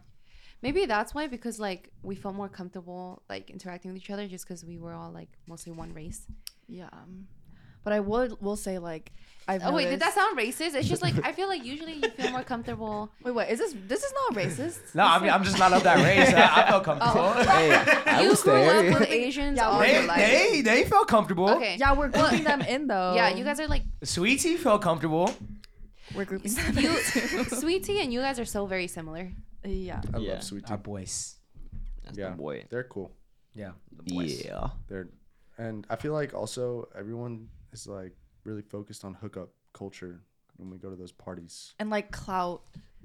[SPEAKER 4] Maybe that's why because like we felt more comfortable like interacting with each other just because we were all like mostly one race.
[SPEAKER 3] Yeah. um, But I would will say like I've.
[SPEAKER 4] Oh wait, did that
[SPEAKER 3] noticed-
[SPEAKER 4] sound racist? It's
[SPEAKER 1] (laughs)
[SPEAKER 4] just like I feel like usually you feel more comfortable.
[SPEAKER 3] Wait, wait. Is this this is not racist?
[SPEAKER 1] (laughs) No, I mean, I'm just not of (laughs) that race. I, I felt comfortable.
[SPEAKER 3] Oh,
[SPEAKER 1] (laughs)
[SPEAKER 5] Hey, I
[SPEAKER 4] you
[SPEAKER 5] was
[SPEAKER 4] grew
[SPEAKER 5] there.
[SPEAKER 4] up with Asians
[SPEAKER 3] Yeah,
[SPEAKER 4] all
[SPEAKER 3] we-
[SPEAKER 4] your
[SPEAKER 1] they,
[SPEAKER 4] life.
[SPEAKER 1] they, they felt comfortable.
[SPEAKER 4] okay.
[SPEAKER 3] Yeah, we're
[SPEAKER 4] Well-
[SPEAKER 3] grouping them in though.
[SPEAKER 4] Yeah, you guys are (laughs) like
[SPEAKER 1] Sweetie felt comfortable.
[SPEAKER 3] We're (laughs) grouping them.
[SPEAKER 4] you,
[SPEAKER 3] in, too.
[SPEAKER 4] (laughs) Sweet Tea, and you guys are so very similar.
[SPEAKER 3] (laughs) yeah.
[SPEAKER 6] I
[SPEAKER 7] Yeah.
[SPEAKER 6] love sweet tea.
[SPEAKER 1] Our boys.
[SPEAKER 7] That's
[SPEAKER 6] Yeah.
[SPEAKER 7] the boy.
[SPEAKER 6] They're cool.
[SPEAKER 7] The boys.
[SPEAKER 5] Yeah.
[SPEAKER 6] They're, and I feel like also everyone is like really focused on hookup culture when we go to those parties.
[SPEAKER 3] And like clout.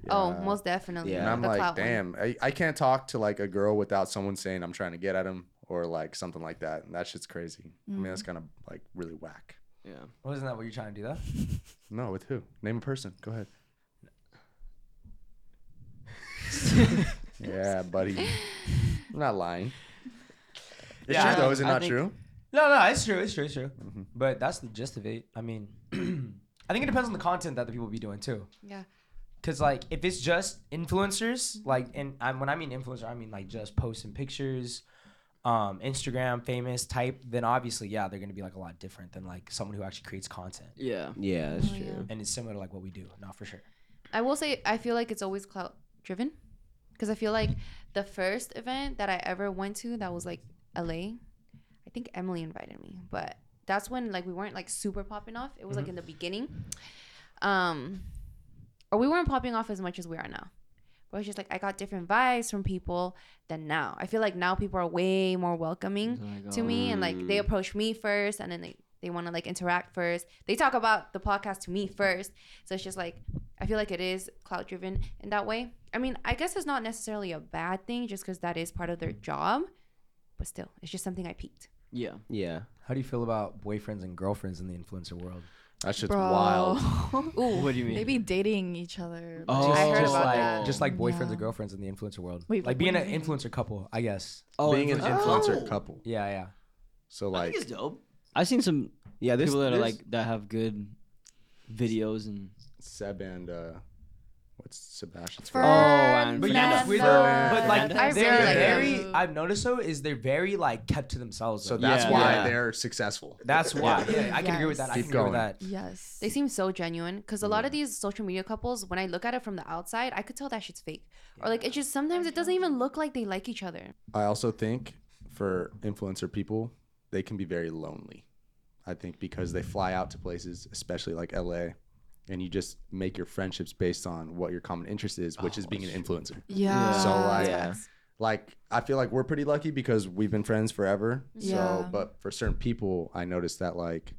[SPEAKER 4] Oh,
[SPEAKER 6] Yeah.
[SPEAKER 4] most definitely.
[SPEAKER 5] Yeah.
[SPEAKER 6] And I'm
[SPEAKER 4] The
[SPEAKER 6] like,
[SPEAKER 4] clout one.
[SPEAKER 6] damn, I, I can't talk to like a girl without someone saying I'm trying to get at him or like something like that. And that shit's crazy. I mean, that's kind of like really whack.
[SPEAKER 7] Yeah.
[SPEAKER 1] Wasn't that what you're trying to do, though?
[SPEAKER 6] No, with who? Name a person. Go ahead. yeah, buddy. I'm not lying. It's
[SPEAKER 1] Yeah, I-
[SPEAKER 6] true though, is it
[SPEAKER 7] I
[SPEAKER 6] not
[SPEAKER 7] think-
[SPEAKER 6] true?
[SPEAKER 1] No, no, it's true. It's true. It's true. But that's the gist of it. I mean, (clears throat) I think it depends on the content that the people be doing, too.
[SPEAKER 4] Yeah.
[SPEAKER 1] Cause like if it's just
[SPEAKER 3] Mm-hmm.
[SPEAKER 1] influencers, like and I'm, when I mean influencer, I mean like just posting pictures, um, Instagram famous type. Then obviously, yeah, they're gonna be like a lot different than like someone who actually creates content.
[SPEAKER 7] Yeah.
[SPEAKER 5] Yeah, that's
[SPEAKER 4] Oh, yeah.
[SPEAKER 5] true.
[SPEAKER 1] And it's similar to like what we do, not for sure.
[SPEAKER 4] I will say I feel like it's always clout driven because I feel like the first event that I ever went to that was like LA. I think Emily invited me, but that's when like we weren't like super popping off. It was
[SPEAKER 6] Mm-hmm.
[SPEAKER 4] like in the beginning. Um or we weren't popping off as much as we are now. But it's just like I got different vibes from people than now. I feel like now people are way more
[SPEAKER 7] Oh
[SPEAKER 4] welcoming to me and like
[SPEAKER 1] Mm.
[SPEAKER 4] they approach me first and then they they want to like interact first they talk about the podcast to me first so it's just like i feel like it is cloud driven in that way i mean i guess it's not necessarily a bad thing just because that is part of their job but still it's just something i peaked
[SPEAKER 7] Yeah.
[SPEAKER 5] Yeah.
[SPEAKER 1] How do you feel about boyfriends and girlfriends in the influencer world?
[SPEAKER 6] That shit's
[SPEAKER 3] Bro. (laughs)
[SPEAKER 6] wild.
[SPEAKER 4] ooh
[SPEAKER 7] What do you mean?
[SPEAKER 3] they be dating each other.
[SPEAKER 7] Oh,
[SPEAKER 4] I heard
[SPEAKER 1] just
[SPEAKER 4] about
[SPEAKER 1] like
[SPEAKER 4] that.
[SPEAKER 1] just like boyfriends
[SPEAKER 3] Yeah.
[SPEAKER 1] and girlfriends in the influencer world.
[SPEAKER 3] Wait,
[SPEAKER 1] like
[SPEAKER 3] what
[SPEAKER 1] being
[SPEAKER 3] do
[SPEAKER 1] an
[SPEAKER 3] you mean?
[SPEAKER 1] influencer couple, I guess.
[SPEAKER 7] Oh,
[SPEAKER 6] Being an influencer couple.
[SPEAKER 1] Yeah, yeah.
[SPEAKER 6] So
[SPEAKER 7] I
[SPEAKER 6] like
[SPEAKER 7] think it's dope. I've seen some
[SPEAKER 5] Yeah, there's
[SPEAKER 7] people that are
[SPEAKER 5] there's-
[SPEAKER 7] like that have good videos and
[SPEAKER 6] Seb and uh what's Sebastian's
[SPEAKER 3] For-
[SPEAKER 6] name?
[SPEAKER 7] and
[SPEAKER 1] But
[SPEAKER 7] Fernando.
[SPEAKER 1] yeah, with,
[SPEAKER 6] Fernando.
[SPEAKER 1] but like
[SPEAKER 4] I really
[SPEAKER 1] they're
[SPEAKER 4] like
[SPEAKER 1] very.
[SPEAKER 3] them.
[SPEAKER 1] I've noticed so is they're very like kept to themselves.
[SPEAKER 6] So
[SPEAKER 1] So
[SPEAKER 6] that's
[SPEAKER 7] Yeah.
[SPEAKER 6] why
[SPEAKER 7] Yeah.
[SPEAKER 6] they're successful.
[SPEAKER 1] that's why. Yeah, I can agree with
[SPEAKER 3] Yes.
[SPEAKER 1] that. I
[SPEAKER 6] Keep
[SPEAKER 1] can agree with
[SPEAKER 6] going.
[SPEAKER 1] that.
[SPEAKER 3] Yes.
[SPEAKER 4] they seem so genuine because a lot of these social media couples when i look at it from the outside i could tell that shit's fake or like it just sometimes it doesn't even look like they like each other
[SPEAKER 6] I also think for influencer people, they can be very lonely. I think because they fly out to places, especially like LA, and you just make your friendships based on what your common interest is, which is being an influencer.
[SPEAKER 3] yeah.
[SPEAKER 6] So like,
[SPEAKER 5] Yeah.
[SPEAKER 6] like I feel like we're pretty lucky because we've been friends forever.
[SPEAKER 3] Yeah.
[SPEAKER 6] So, but for certain people, I noticed that like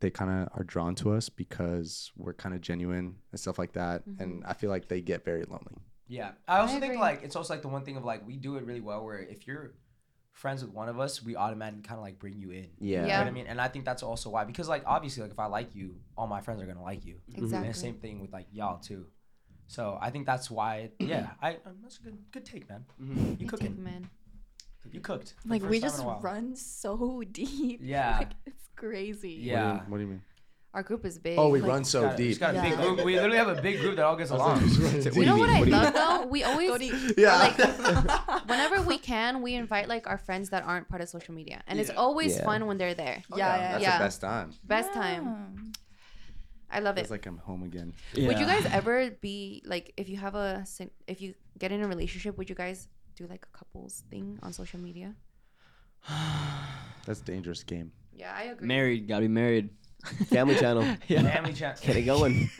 [SPEAKER 6] they kind of are drawn to us because we're kind of genuine and stuff like that.
[SPEAKER 4] Mm-hmm.
[SPEAKER 6] And I feel like they get very lonely.
[SPEAKER 1] Yeah. I also think
[SPEAKER 4] agree.
[SPEAKER 1] like it's also like the one thing of like we do it really well where if you're friends with one of us, we automatically kind of like bring you in. You
[SPEAKER 5] Yeah.
[SPEAKER 1] know
[SPEAKER 4] Yeah.
[SPEAKER 1] what I mean? And I think that's also why because like obviously like if I like you, all my friends are gonna like you.
[SPEAKER 4] exactly
[SPEAKER 1] And the same thing with like y'all too. So I think that's why. Yeah, I um, that's a good good take, man.
[SPEAKER 6] Mm-hmm.
[SPEAKER 7] Mhm.
[SPEAKER 1] You
[SPEAKER 4] Good take,
[SPEAKER 1] cooking?
[SPEAKER 4] man.
[SPEAKER 1] You cooked. for the
[SPEAKER 3] Like we
[SPEAKER 1] first time in
[SPEAKER 3] just
[SPEAKER 1] a while.
[SPEAKER 3] run so (laughs) deep.
[SPEAKER 1] Yeah.
[SPEAKER 3] Like, it's crazy.
[SPEAKER 1] Yeah.
[SPEAKER 3] (laughs)
[SPEAKER 6] What do you mean?
[SPEAKER 4] Our group is big.
[SPEAKER 6] Oh, we
[SPEAKER 4] Like,
[SPEAKER 6] run so
[SPEAKER 1] Got a-
[SPEAKER 6] deep.
[SPEAKER 1] just got a big
[SPEAKER 3] Yeah.
[SPEAKER 1] group. We literally have a big group that all
[SPEAKER 6] (laughs)
[SPEAKER 1] gets along.
[SPEAKER 4] (laughs) You know what I
[SPEAKER 5] What do you
[SPEAKER 4] love though?
[SPEAKER 1] (laughs)
[SPEAKER 4] We always
[SPEAKER 6] yeah.
[SPEAKER 4] whenever (laughs) we can, we invite like our friends that aren't part of social media, and it's
[SPEAKER 2] Yeah.
[SPEAKER 4] always
[SPEAKER 5] Yeah.
[SPEAKER 4] fun when they're there.
[SPEAKER 3] Yeah, yeah,
[SPEAKER 6] That's
[SPEAKER 4] yeah.
[SPEAKER 6] the best time.
[SPEAKER 4] Best time. I love it.
[SPEAKER 6] It's like I'm home again.
[SPEAKER 4] Would you guys ever be like, if you have a, sin- if you get in a relationship, would you guys do like a couples thing on social media?
[SPEAKER 6] That's a dangerous game.
[SPEAKER 4] Yeah, I agree.
[SPEAKER 7] married? Gotta be married.
[SPEAKER 5] Family
[SPEAKER 4] (laughs)
[SPEAKER 7] (laughs)
[SPEAKER 5] channel.
[SPEAKER 7] Yeah.
[SPEAKER 1] (laughs) Family chat.
[SPEAKER 5] Get it going.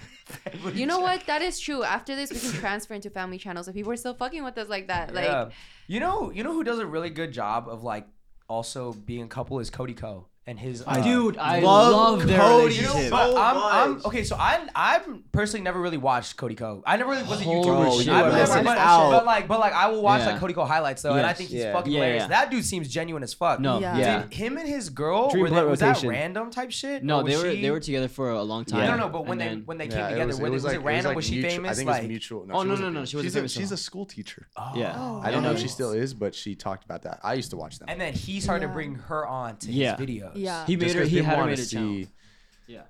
[SPEAKER 4] You know what? That is true. After this, we can transfer into family channels if people are still fucking with us like that. Like,
[SPEAKER 1] you know, you know who does a really good job of like also being a couple is Cody Co. And his uh,
[SPEAKER 7] Dude, I
[SPEAKER 5] Love
[SPEAKER 7] love, their
[SPEAKER 5] Cody
[SPEAKER 1] You know,
[SPEAKER 7] relationship.
[SPEAKER 1] but I'm, I'm okay. So I I've personally never really watched Cody Co. I never really was a YouTuber.
[SPEAKER 5] shit,
[SPEAKER 1] I've
[SPEAKER 5] bro.
[SPEAKER 1] never,
[SPEAKER 5] Listen
[SPEAKER 1] but,
[SPEAKER 5] out.
[SPEAKER 1] but like, but like, I will watch
[SPEAKER 7] Yeah.
[SPEAKER 1] like Cody Co. highlights though, and I
[SPEAKER 7] Yes.
[SPEAKER 1] think he's
[SPEAKER 5] Yeah.
[SPEAKER 1] fucking
[SPEAKER 7] Yeah,
[SPEAKER 1] hilarious.
[SPEAKER 7] yeah.
[SPEAKER 1] That dude seems genuine as fuck.
[SPEAKER 7] no,
[SPEAKER 3] Yeah.
[SPEAKER 7] yeah.
[SPEAKER 1] Did him and his girl
[SPEAKER 5] Dream
[SPEAKER 1] were they,
[SPEAKER 5] blunt
[SPEAKER 1] was that
[SPEAKER 5] rotation.
[SPEAKER 1] random type shit?
[SPEAKER 7] No,
[SPEAKER 1] Or was
[SPEAKER 7] they were
[SPEAKER 1] she-
[SPEAKER 7] they were together for a long time.
[SPEAKER 1] I don't know, but when
[SPEAKER 7] And
[SPEAKER 1] they
[SPEAKER 7] then-
[SPEAKER 1] when they came
[SPEAKER 6] Yeah,
[SPEAKER 1] together, were they- was, it
[SPEAKER 6] like-
[SPEAKER 1] random? was she
[SPEAKER 6] mutual-
[SPEAKER 1] famous?
[SPEAKER 6] I think
[SPEAKER 1] like, oh.
[SPEAKER 6] it was mutual.
[SPEAKER 7] Oh,
[SPEAKER 6] she
[SPEAKER 7] no,
[SPEAKER 6] wasn't
[SPEAKER 7] no, no,
[SPEAKER 6] famous.
[SPEAKER 7] she was a
[SPEAKER 6] she's a,
[SPEAKER 7] famous
[SPEAKER 6] she's
[SPEAKER 7] one.
[SPEAKER 6] a school teacher.
[SPEAKER 7] Yeah.
[SPEAKER 6] I don't know if
[SPEAKER 1] yeah.
[SPEAKER 6] she still is, but she talked about that. I used to watch them.
[SPEAKER 1] And then he started to
[SPEAKER 3] Yeah.
[SPEAKER 1] bring her on to
[SPEAKER 7] Yeah.
[SPEAKER 1] his videos.
[SPEAKER 3] Yeah.
[SPEAKER 7] he made
[SPEAKER 6] Just
[SPEAKER 7] her.
[SPEAKER 6] 'cause
[SPEAKER 7] He
[SPEAKER 6] people
[SPEAKER 7] had her
[SPEAKER 6] wanna
[SPEAKER 7] made a channel.
[SPEAKER 6] see-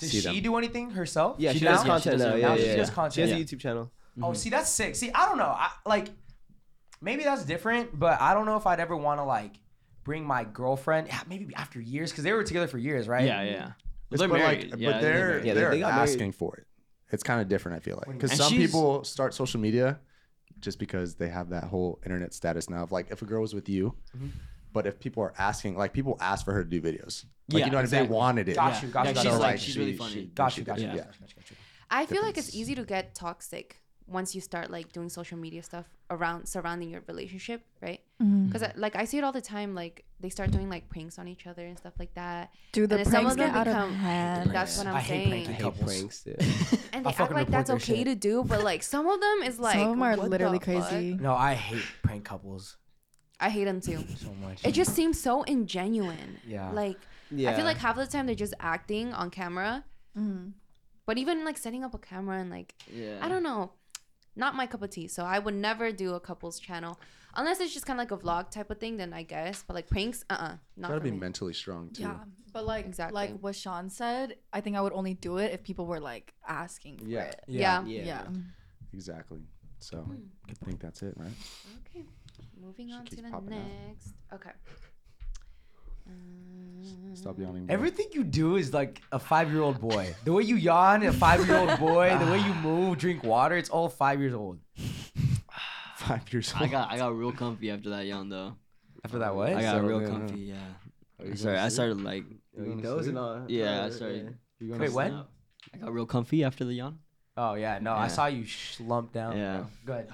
[SPEAKER 1] Does
[SPEAKER 6] See
[SPEAKER 1] she
[SPEAKER 6] them.
[SPEAKER 1] do anything herself?
[SPEAKER 5] Yeah, she,
[SPEAKER 7] does
[SPEAKER 5] does
[SPEAKER 1] now?
[SPEAKER 5] content
[SPEAKER 7] does
[SPEAKER 5] now.
[SPEAKER 7] it
[SPEAKER 5] Yeah,
[SPEAKER 7] now.
[SPEAKER 5] yeah,
[SPEAKER 7] She
[SPEAKER 5] yeah.
[SPEAKER 1] does
[SPEAKER 5] She
[SPEAKER 1] content.
[SPEAKER 5] has a YouTube channel.
[SPEAKER 1] Oh, see, that's sick. See, I don't know. I, like, maybe that's different, but I don't know if I'd ever want to like bring my girlfriend. yeah, Maybe after years, because they were together for years, right?
[SPEAKER 7] Yeah, yeah.
[SPEAKER 6] It's-
[SPEAKER 7] They're
[SPEAKER 6] but like-
[SPEAKER 7] married.
[SPEAKER 6] but
[SPEAKER 7] Yeah, they're
[SPEAKER 6] they're
[SPEAKER 7] married.
[SPEAKER 5] Yeah, they-
[SPEAKER 6] they're
[SPEAKER 5] they got married.
[SPEAKER 6] asking for it. It's kind of different, I feel like,
[SPEAKER 1] What do you
[SPEAKER 6] because
[SPEAKER 7] mean?
[SPEAKER 6] some
[SPEAKER 7] And she's-
[SPEAKER 6] people start social media just because they have that whole internet status now. Of like, if a girl was with you,
[SPEAKER 7] Mm-hmm.
[SPEAKER 6] but if people are asking, like, people ask for her to do videos. Like,
[SPEAKER 7] Yeah,
[SPEAKER 6] you know what I mean? They
[SPEAKER 7] exactly.
[SPEAKER 6] wanted it.
[SPEAKER 1] Got
[SPEAKER 7] Yeah.
[SPEAKER 1] you, got
[SPEAKER 7] Yeah,
[SPEAKER 1] you. got
[SPEAKER 7] she's
[SPEAKER 1] you.
[SPEAKER 7] like,
[SPEAKER 1] Like,
[SPEAKER 7] she's
[SPEAKER 6] she-
[SPEAKER 7] really
[SPEAKER 6] she-
[SPEAKER 7] funny.
[SPEAKER 1] Got you, got you,
[SPEAKER 7] Yeah.
[SPEAKER 1] got you, got you, got you.
[SPEAKER 4] I feel like it's
[SPEAKER 6] difference.
[SPEAKER 4] easy to get toxic once you start like doing social media stuff around surrounding your relationship, right?
[SPEAKER 3] Mm.
[SPEAKER 4] Because
[SPEAKER 6] Mm-hmm.
[SPEAKER 4] like I see it all the time. Like they start doing like pranks on each other and stuff like that.
[SPEAKER 3] Do the
[SPEAKER 4] and then some
[SPEAKER 3] pranks
[SPEAKER 4] of them
[SPEAKER 3] get out
[SPEAKER 4] become.
[SPEAKER 3] of hand?
[SPEAKER 4] That's what I'm
[SPEAKER 1] I hate
[SPEAKER 4] saying.
[SPEAKER 1] pranking.
[SPEAKER 5] I hate
[SPEAKER 1] Couples.
[SPEAKER 5] pranks, dude.
[SPEAKER 4] and
[SPEAKER 1] I
[SPEAKER 4] they act
[SPEAKER 1] fucking
[SPEAKER 4] like that's
[SPEAKER 1] report their
[SPEAKER 4] okay to do, but like some of them is like
[SPEAKER 3] Some of them are
[SPEAKER 4] what the
[SPEAKER 3] literally
[SPEAKER 4] fuck?
[SPEAKER 3] crazy.
[SPEAKER 1] No, I hate prank couples
[SPEAKER 4] I hate them too.
[SPEAKER 1] so much.
[SPEAKER 4] It just seems so ingenuine.
[SPEAKER 1] Yeah.
[SPEAKER 4] Like I
[SPEAKER 5] (laughs) Yeah.
[SPEAKER 4] feel like half the time they're just acting on camera, Mm-hmm.
[SPEAKER 3] Mhm.
[SPEAKER 4] but even like setting up a camera and like
[SPEAKER 7] Yeah.
[SPEAKER 4] I don't know, not my cup of tea. So I would never do a couple's channel unless it's just kind of like a vlog type of thing. Then I guess, but like pranks, uh, uh not
[SPEAKER 6] Gotta
[SPEAKER 4] for
[SPEAKER 6] be
[SPEAKER 4] me.
[SPEAKER 6] mentally strong too.
[SPEAKER 3] Yeah, but like
[SPEAKER 4] Exactly.
[SPEAKER 3] like what Sean said, I think I would only do it if people were like asking for
[SPEAKER 6] Yeah.
[SPEAKER 3] it.
[SPEAKER 4] Yeah.
[SPEAKER 3] Yeah.
[SPEAKER 6] Exactly. So
[SPEAKER 7] Hmm.
[SPEAKER 6] I think that's it, right?
[SPEAKER 4] Okay. Moving
[SPEAKER 6] She
[SPEAKER 4] on to
[SPEAKER 6] keeps
[SPEAKER 4] the
[SPEAKER 6] popping out.
[SPEAKER 4] next. Okay. Hmm.
[SPEAKER 6] Stop yawning. bro.
[SPEAKER 1] Everything you do is like a five year old boy. The way you yawn, a five year old boy. The way you move, drink water, it's all five years old.
[SPEAKER 6] (laughs) five years old.
[SPEAKER 7] I got I got real comfy after that yawn though.
[SPEAKER 1] After that, what?
[SPEAKER 7] I got
[SPEAKER 6] So,
[SPEAKER 7] real
[SPEAKER 6] yeah,
[SPEAKER 7] comfy. Yeah.
[SPEAKER 6] you
[SPEAKER 7] I started. I
[SPEAKER 6] gonna sleep?
[SPEAKER 7] started like.
[SPEAKER 6] gonna
[SPEAKER 5] Those
[SPEAKER 6] sleep?
[SPEAKER 5] and all.
[SPEAKER 7] Yeah,
[SPEAKER 5] all-
[SPEAKER 7] I started.
[SPEAKER 6] You gonna
[SPEAKER 1] Wait,
[SPEAKER 6] sleep?
[SPEAKER 1] what?
[SPEAKER 7] No. I got real comfy after the yawn.
[SPEAKER 1] Oh yeah, no, I
[SPEAKER 7] Yeah.
[SPEAKER 1] saw you slump down.
[SPEAKER 7] Yeah.
[SPEAKER 1] bro. Good.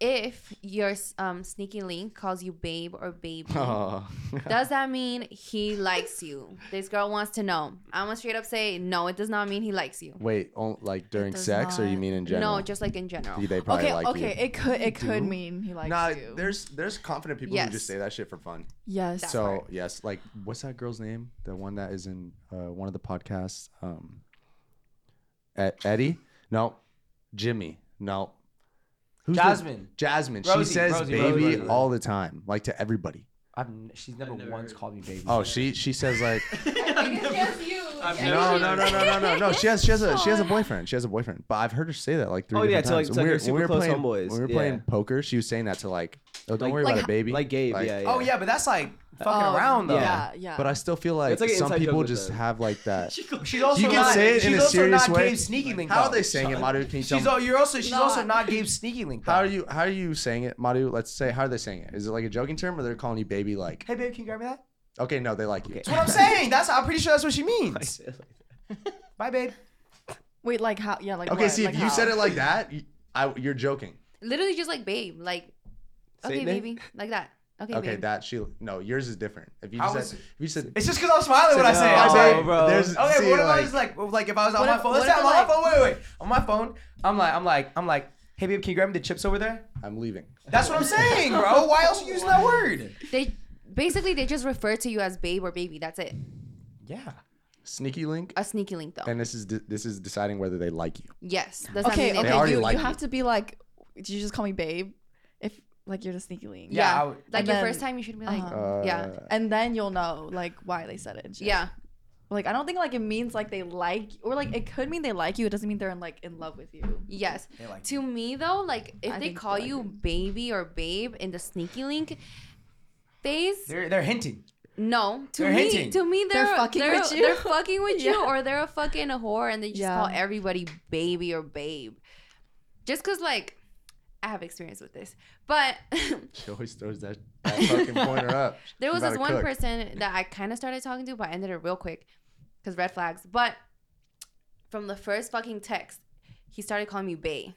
[SPEAKER 4] If your um, sneaky link calls you babe or baby,
[SPEAKER 6] Oh.
[SPEAKER 4] does that mean he likes you? This girl wants to know. I'm gonna straight up say no. It does not mean he likes you.
[SPEAKER 6] (laughs) Wait, on, like during
[SPEAKER 3] does
[SPEAKER 6] sex, or you
[SPEAKER 3] not-
[SPEAKER 6] mean in general?
[SPEAKER 4] No, just like in general.
[SPEAKER 6] You- they probably
[SPEAKER 3] Okay,
[SPEAKER 6] like
[SPEAKER 3] okay,
[SPEAKER 6] you.
[SPEAKER 3] it could it could
[SPEAKER 6] do?
[SPEAKER 3] mean he likes
[SPEAKER 6] Nah,
[SPEAKER 3] you.
[SPEAKER 6] there's there's confident people who
[SPEAKER 4] Yes.
[SPEAKER 6] just say that shit for fun.
[SPEAKER 3] yes.
[SPEAKER 4] That
[SPEAKER 6] so
[SPEAKER 4] part.
[SPEAKER 6] yes, like what's that girl's name? The one that is in uh, one of the podcasts. Um, E- Eddie? No, Jimmy? No, Who's the-
[SPEAKER 1] Jasmine.
[SPEAKER 6] Jasmine.
[SPEAKER 1] Rosie,
[SPEAKER 6] she says
[SPEAKER 1] Rosie,
[SPEAKER 6] baby
[SPEAKER 1] Rosie, Rosie.
[SPEAKER 6] all the time, like to everybody.
[SPEAKER 1] I've n- she's never,
[SPEAKER 7] never
[SPEAKER 1] once
[SPEAKER 7] heard
[SPEAKER 1] called me baby.
[SPEAKER 6] Oh, she she says like
[SPEAKER 4] you.
[SPEAKER 6] no no (laughs) no no no no no. She has she has a she has a boyfriend. She has a boyfriend. But I've heard her say that like three
[SPEAKER 5] Oh, yeah,
[SPEAKER 6] different
[SPEAKER 5] to, like-
[SPEAKER 6] times.
[SPEAKER 5] to, like,
[SPEAKER 6] When we
[SPEAKER 5] her
[SPEAKER 6] were- when we
[SPEAKER 5] super
[SPEAKER 6] were
[SPEAKER 5] close
[SPEAKER 6] playing-
[SPEAKER 5] homeboys,
[SPEAKER 6] When we were
[SPEAKER 5] yeah.
[SPEAKER 6] playing poker, she was saying that to like, oh, don't
[SPEAKER 5] Like-
[SPEAKER 6] worry about
[SPEAKER 4] like-
[SPEAKER 6] it, baby.
[SPEAKER 5] Like Gabe.
[SPEAKER 6] Like,
[SPEAKER 5] yeah, yeah.
[SPEAKER 1] Oh yeah,
[SPEAKER 4] (laughs)
[SPEAKER 1] but that's like fucking
[SPEAKER 3] Oh,
[SPEAKER 1] around though.
[SPEAKER 3] Yeah, yeah.
[SPEAKER 6] But I still feel like,
[SPEAKER 5] It's like an
[SPEAKER 6] some
[SPEAKER 5] inside joke
[SPEAKER 6] people
[SPEAKER 5] with
[SPEAKER 6] just
[SPEAKER 5] them.
[SPEAKER 6] have like that.
[SPEAKER 1] She's also
[SPEAKER 6] You can
[SPEAKER 1] not,
[SPEAKER 6] say it in
[SPEAKER 1] she's
[SPEAKER 6] a
[SPEAKER 1] also
[SPEAKER 6] serious
[SPEAKER 1] not
[SPEAKER 6] way.
[SPEAKER 1] Gabe Sneaky Link.
[SPEAKER 6] How
[SPEAKER 1] though.
[SPEAKER 6] are they saying it, Madu? Can you tell
[SPEAKER 1] She's
[SPEAKER 6] me-
[SPEAKER 1] all, you're also she's also
[SPEAKER 3] Nah.
[SPEAKER 1] not Gabe Sneaky Link.
[SPEAKER 6] How
[SPEAKER 1] though.
[SPEAKER 6] are you? How are you saying it, Madu? Let's say how are they saying it? Is it like a joking term, or they're calling you baby? Like,
[SPEAKER 1] Hey babe, can you grab me that?
[SPEAKER 6] okay, no, they like you.
[SPEAKER 1] That's what I'm saying. That's I'm pretty sure that's what she means. Bye babe.
[SPEAKER 3] Wait, like how? Yeah, like
[SPEAKER 6] Okay,
[SPEAKER 3] what?
[SPEAKER 6] see,
[SPEAKER 3] Like
[SPEAKER 6] if you
[SPEAKER 3] how?
[SPEAKER 6] said it like that, you, I, you're joking.
[SPEAKER 4] (laughs) Literally just like babe, like okay
[SPEAKER 5] Say it,
[SPEAKER 4] baby, like that. Okay,
[SPEAKER 6] Okay,
[SPEAKER 4] babe.
[SPEAKER 6] that she. No, yours is different. If you
[SPEAKER 1] How
[SPEAKER 6] said,
[SPEAKER 1] is-
[SPEAKER 6] if you said,
[SPEAKER 1] It's just because I'm smiling when I say it.
[SPEAKER 5] No,
[SPEAKER 1] It's like-
[SPEAKER 5] bro.
[SPEAKER 6] There's,
[SPEAKER 1] Okay,
[SPEAKER 6] see,
[SPEAKER 1] what if
[SPEAKER 6] like,
[SPEAKER 1] I was like, like if I was on
[SPEAKER 4] What
[SPEAKER 1] my
[SPEAKER 4] if-
[SPEAKER 1] phone?
[SPEAKER 4] what
[SPEAKER 1] Let's say
[SPEAKER 4] if
[SPEAKER 1] I'm on
[SPEAKER 4] like-
[SPEAKER 1] my phone. Wait, wait, wait. On my phone, I'm like, I'm like, I'm like, hey babe, can you grab me the chips over there?
[SPEAKER 6] I'm leaving.
[SPEAKER 1] That's what I'm saying, bro. Why else you using that word?
[SPEAKER 4] They basically they just refer to you as babe or baby. That's it.
[SPEAKER 1] Yeah.
[SPEAKER 6] sneaky link,
[SPEAKER 4] A sneaky link though.
[SPEAKER 6] and this is de- this is deciding whether they like you.
[SPEAKER 4] yes. Does that
[SPEAKER 3] Okay,
[SPEAKER 4] mean they
[SPEAKER 6] They
[SPEAKER 3] okay,
[SPEAKER 6] already
[SPEAKER 3] you,
[SPEAKER 6] like
[SPEAKER 3] you have
[SPEAKER 6] you.
[SPEAKER 3] to be like, did you just call me babe? If like you're the sneaky link.
[SPEAKER 1] Yeah, I would-
[SPEAKER 4] like
[SPEAKER 3] and
[SPEAKER 4] your
[SPEAKER 3] then-
[SPEAKER 4] first time, you should be like,
[SPEAKER 3] Uh-huh.
[SPEAKER 6] Uh,
[SPEAKER 4] yeah,
[SPEAKER 3] And then you'll know like why they said it. And shit.
[SPEAKER 4] yeah,
[SPEAKER 3] Like I don't think like it means like they like or like it could mean they like you. It doesn't mean they're in like in love with you.
[SPEAKER 4] yes.
[SPEAKER 1] They like
[SPEAKER 4] To me though, like if
[SPEAKER 3] I
[SPEAKER 4] they
[SPEAKER 3] think they
[SPEAKER 4] call
[SPEAKER 3] like
[SPEAKER 4] you
[SPEAKER 3] it.
[SPEAKER 4] baby or babe in the sneaky link phase,
[SPEAKER 1] They're they're hinting.
[SPEAKER 4] no. To
[SPEAKER 1] they're
[SPEAKER 4] me,
[SPEAKER 1] hinting.
[SPEAKER 4] to me, they're,
[SPEAKER 3] They're fucking
[SPEAKER 4] they're,
[SPEAKER 3] with you. (laughs)
[SPEAKER 4] They're fucking with you,
[SPEAKER 3] Yeah.
[SPEAKER 4] or they're a fucking whore, and they just call
[SPEAKER 3] Yeah.
[SPEAKER 4] everybody baby or babe, just cause like I have experience with this, but.
[SPEAKER 6] (laughs)
[SPEAKER 4] (laughs)
[SPEAKER 6] She always throws that, that fucking pointer up.
[SPEAKER 4] There
[SPEAKER 6] She
[SPEAKER 4] was
[SPEAKER 6] about
[SPEAKER 4] this
[SPEAKER 6] to
[SPEAKER 4] one
[SPEAKER 6] cook.
[SPEAKER 4] person that I kind of started talking to, but I ended it real quick because red flags. But from the first fucking text, he started calling me Bay.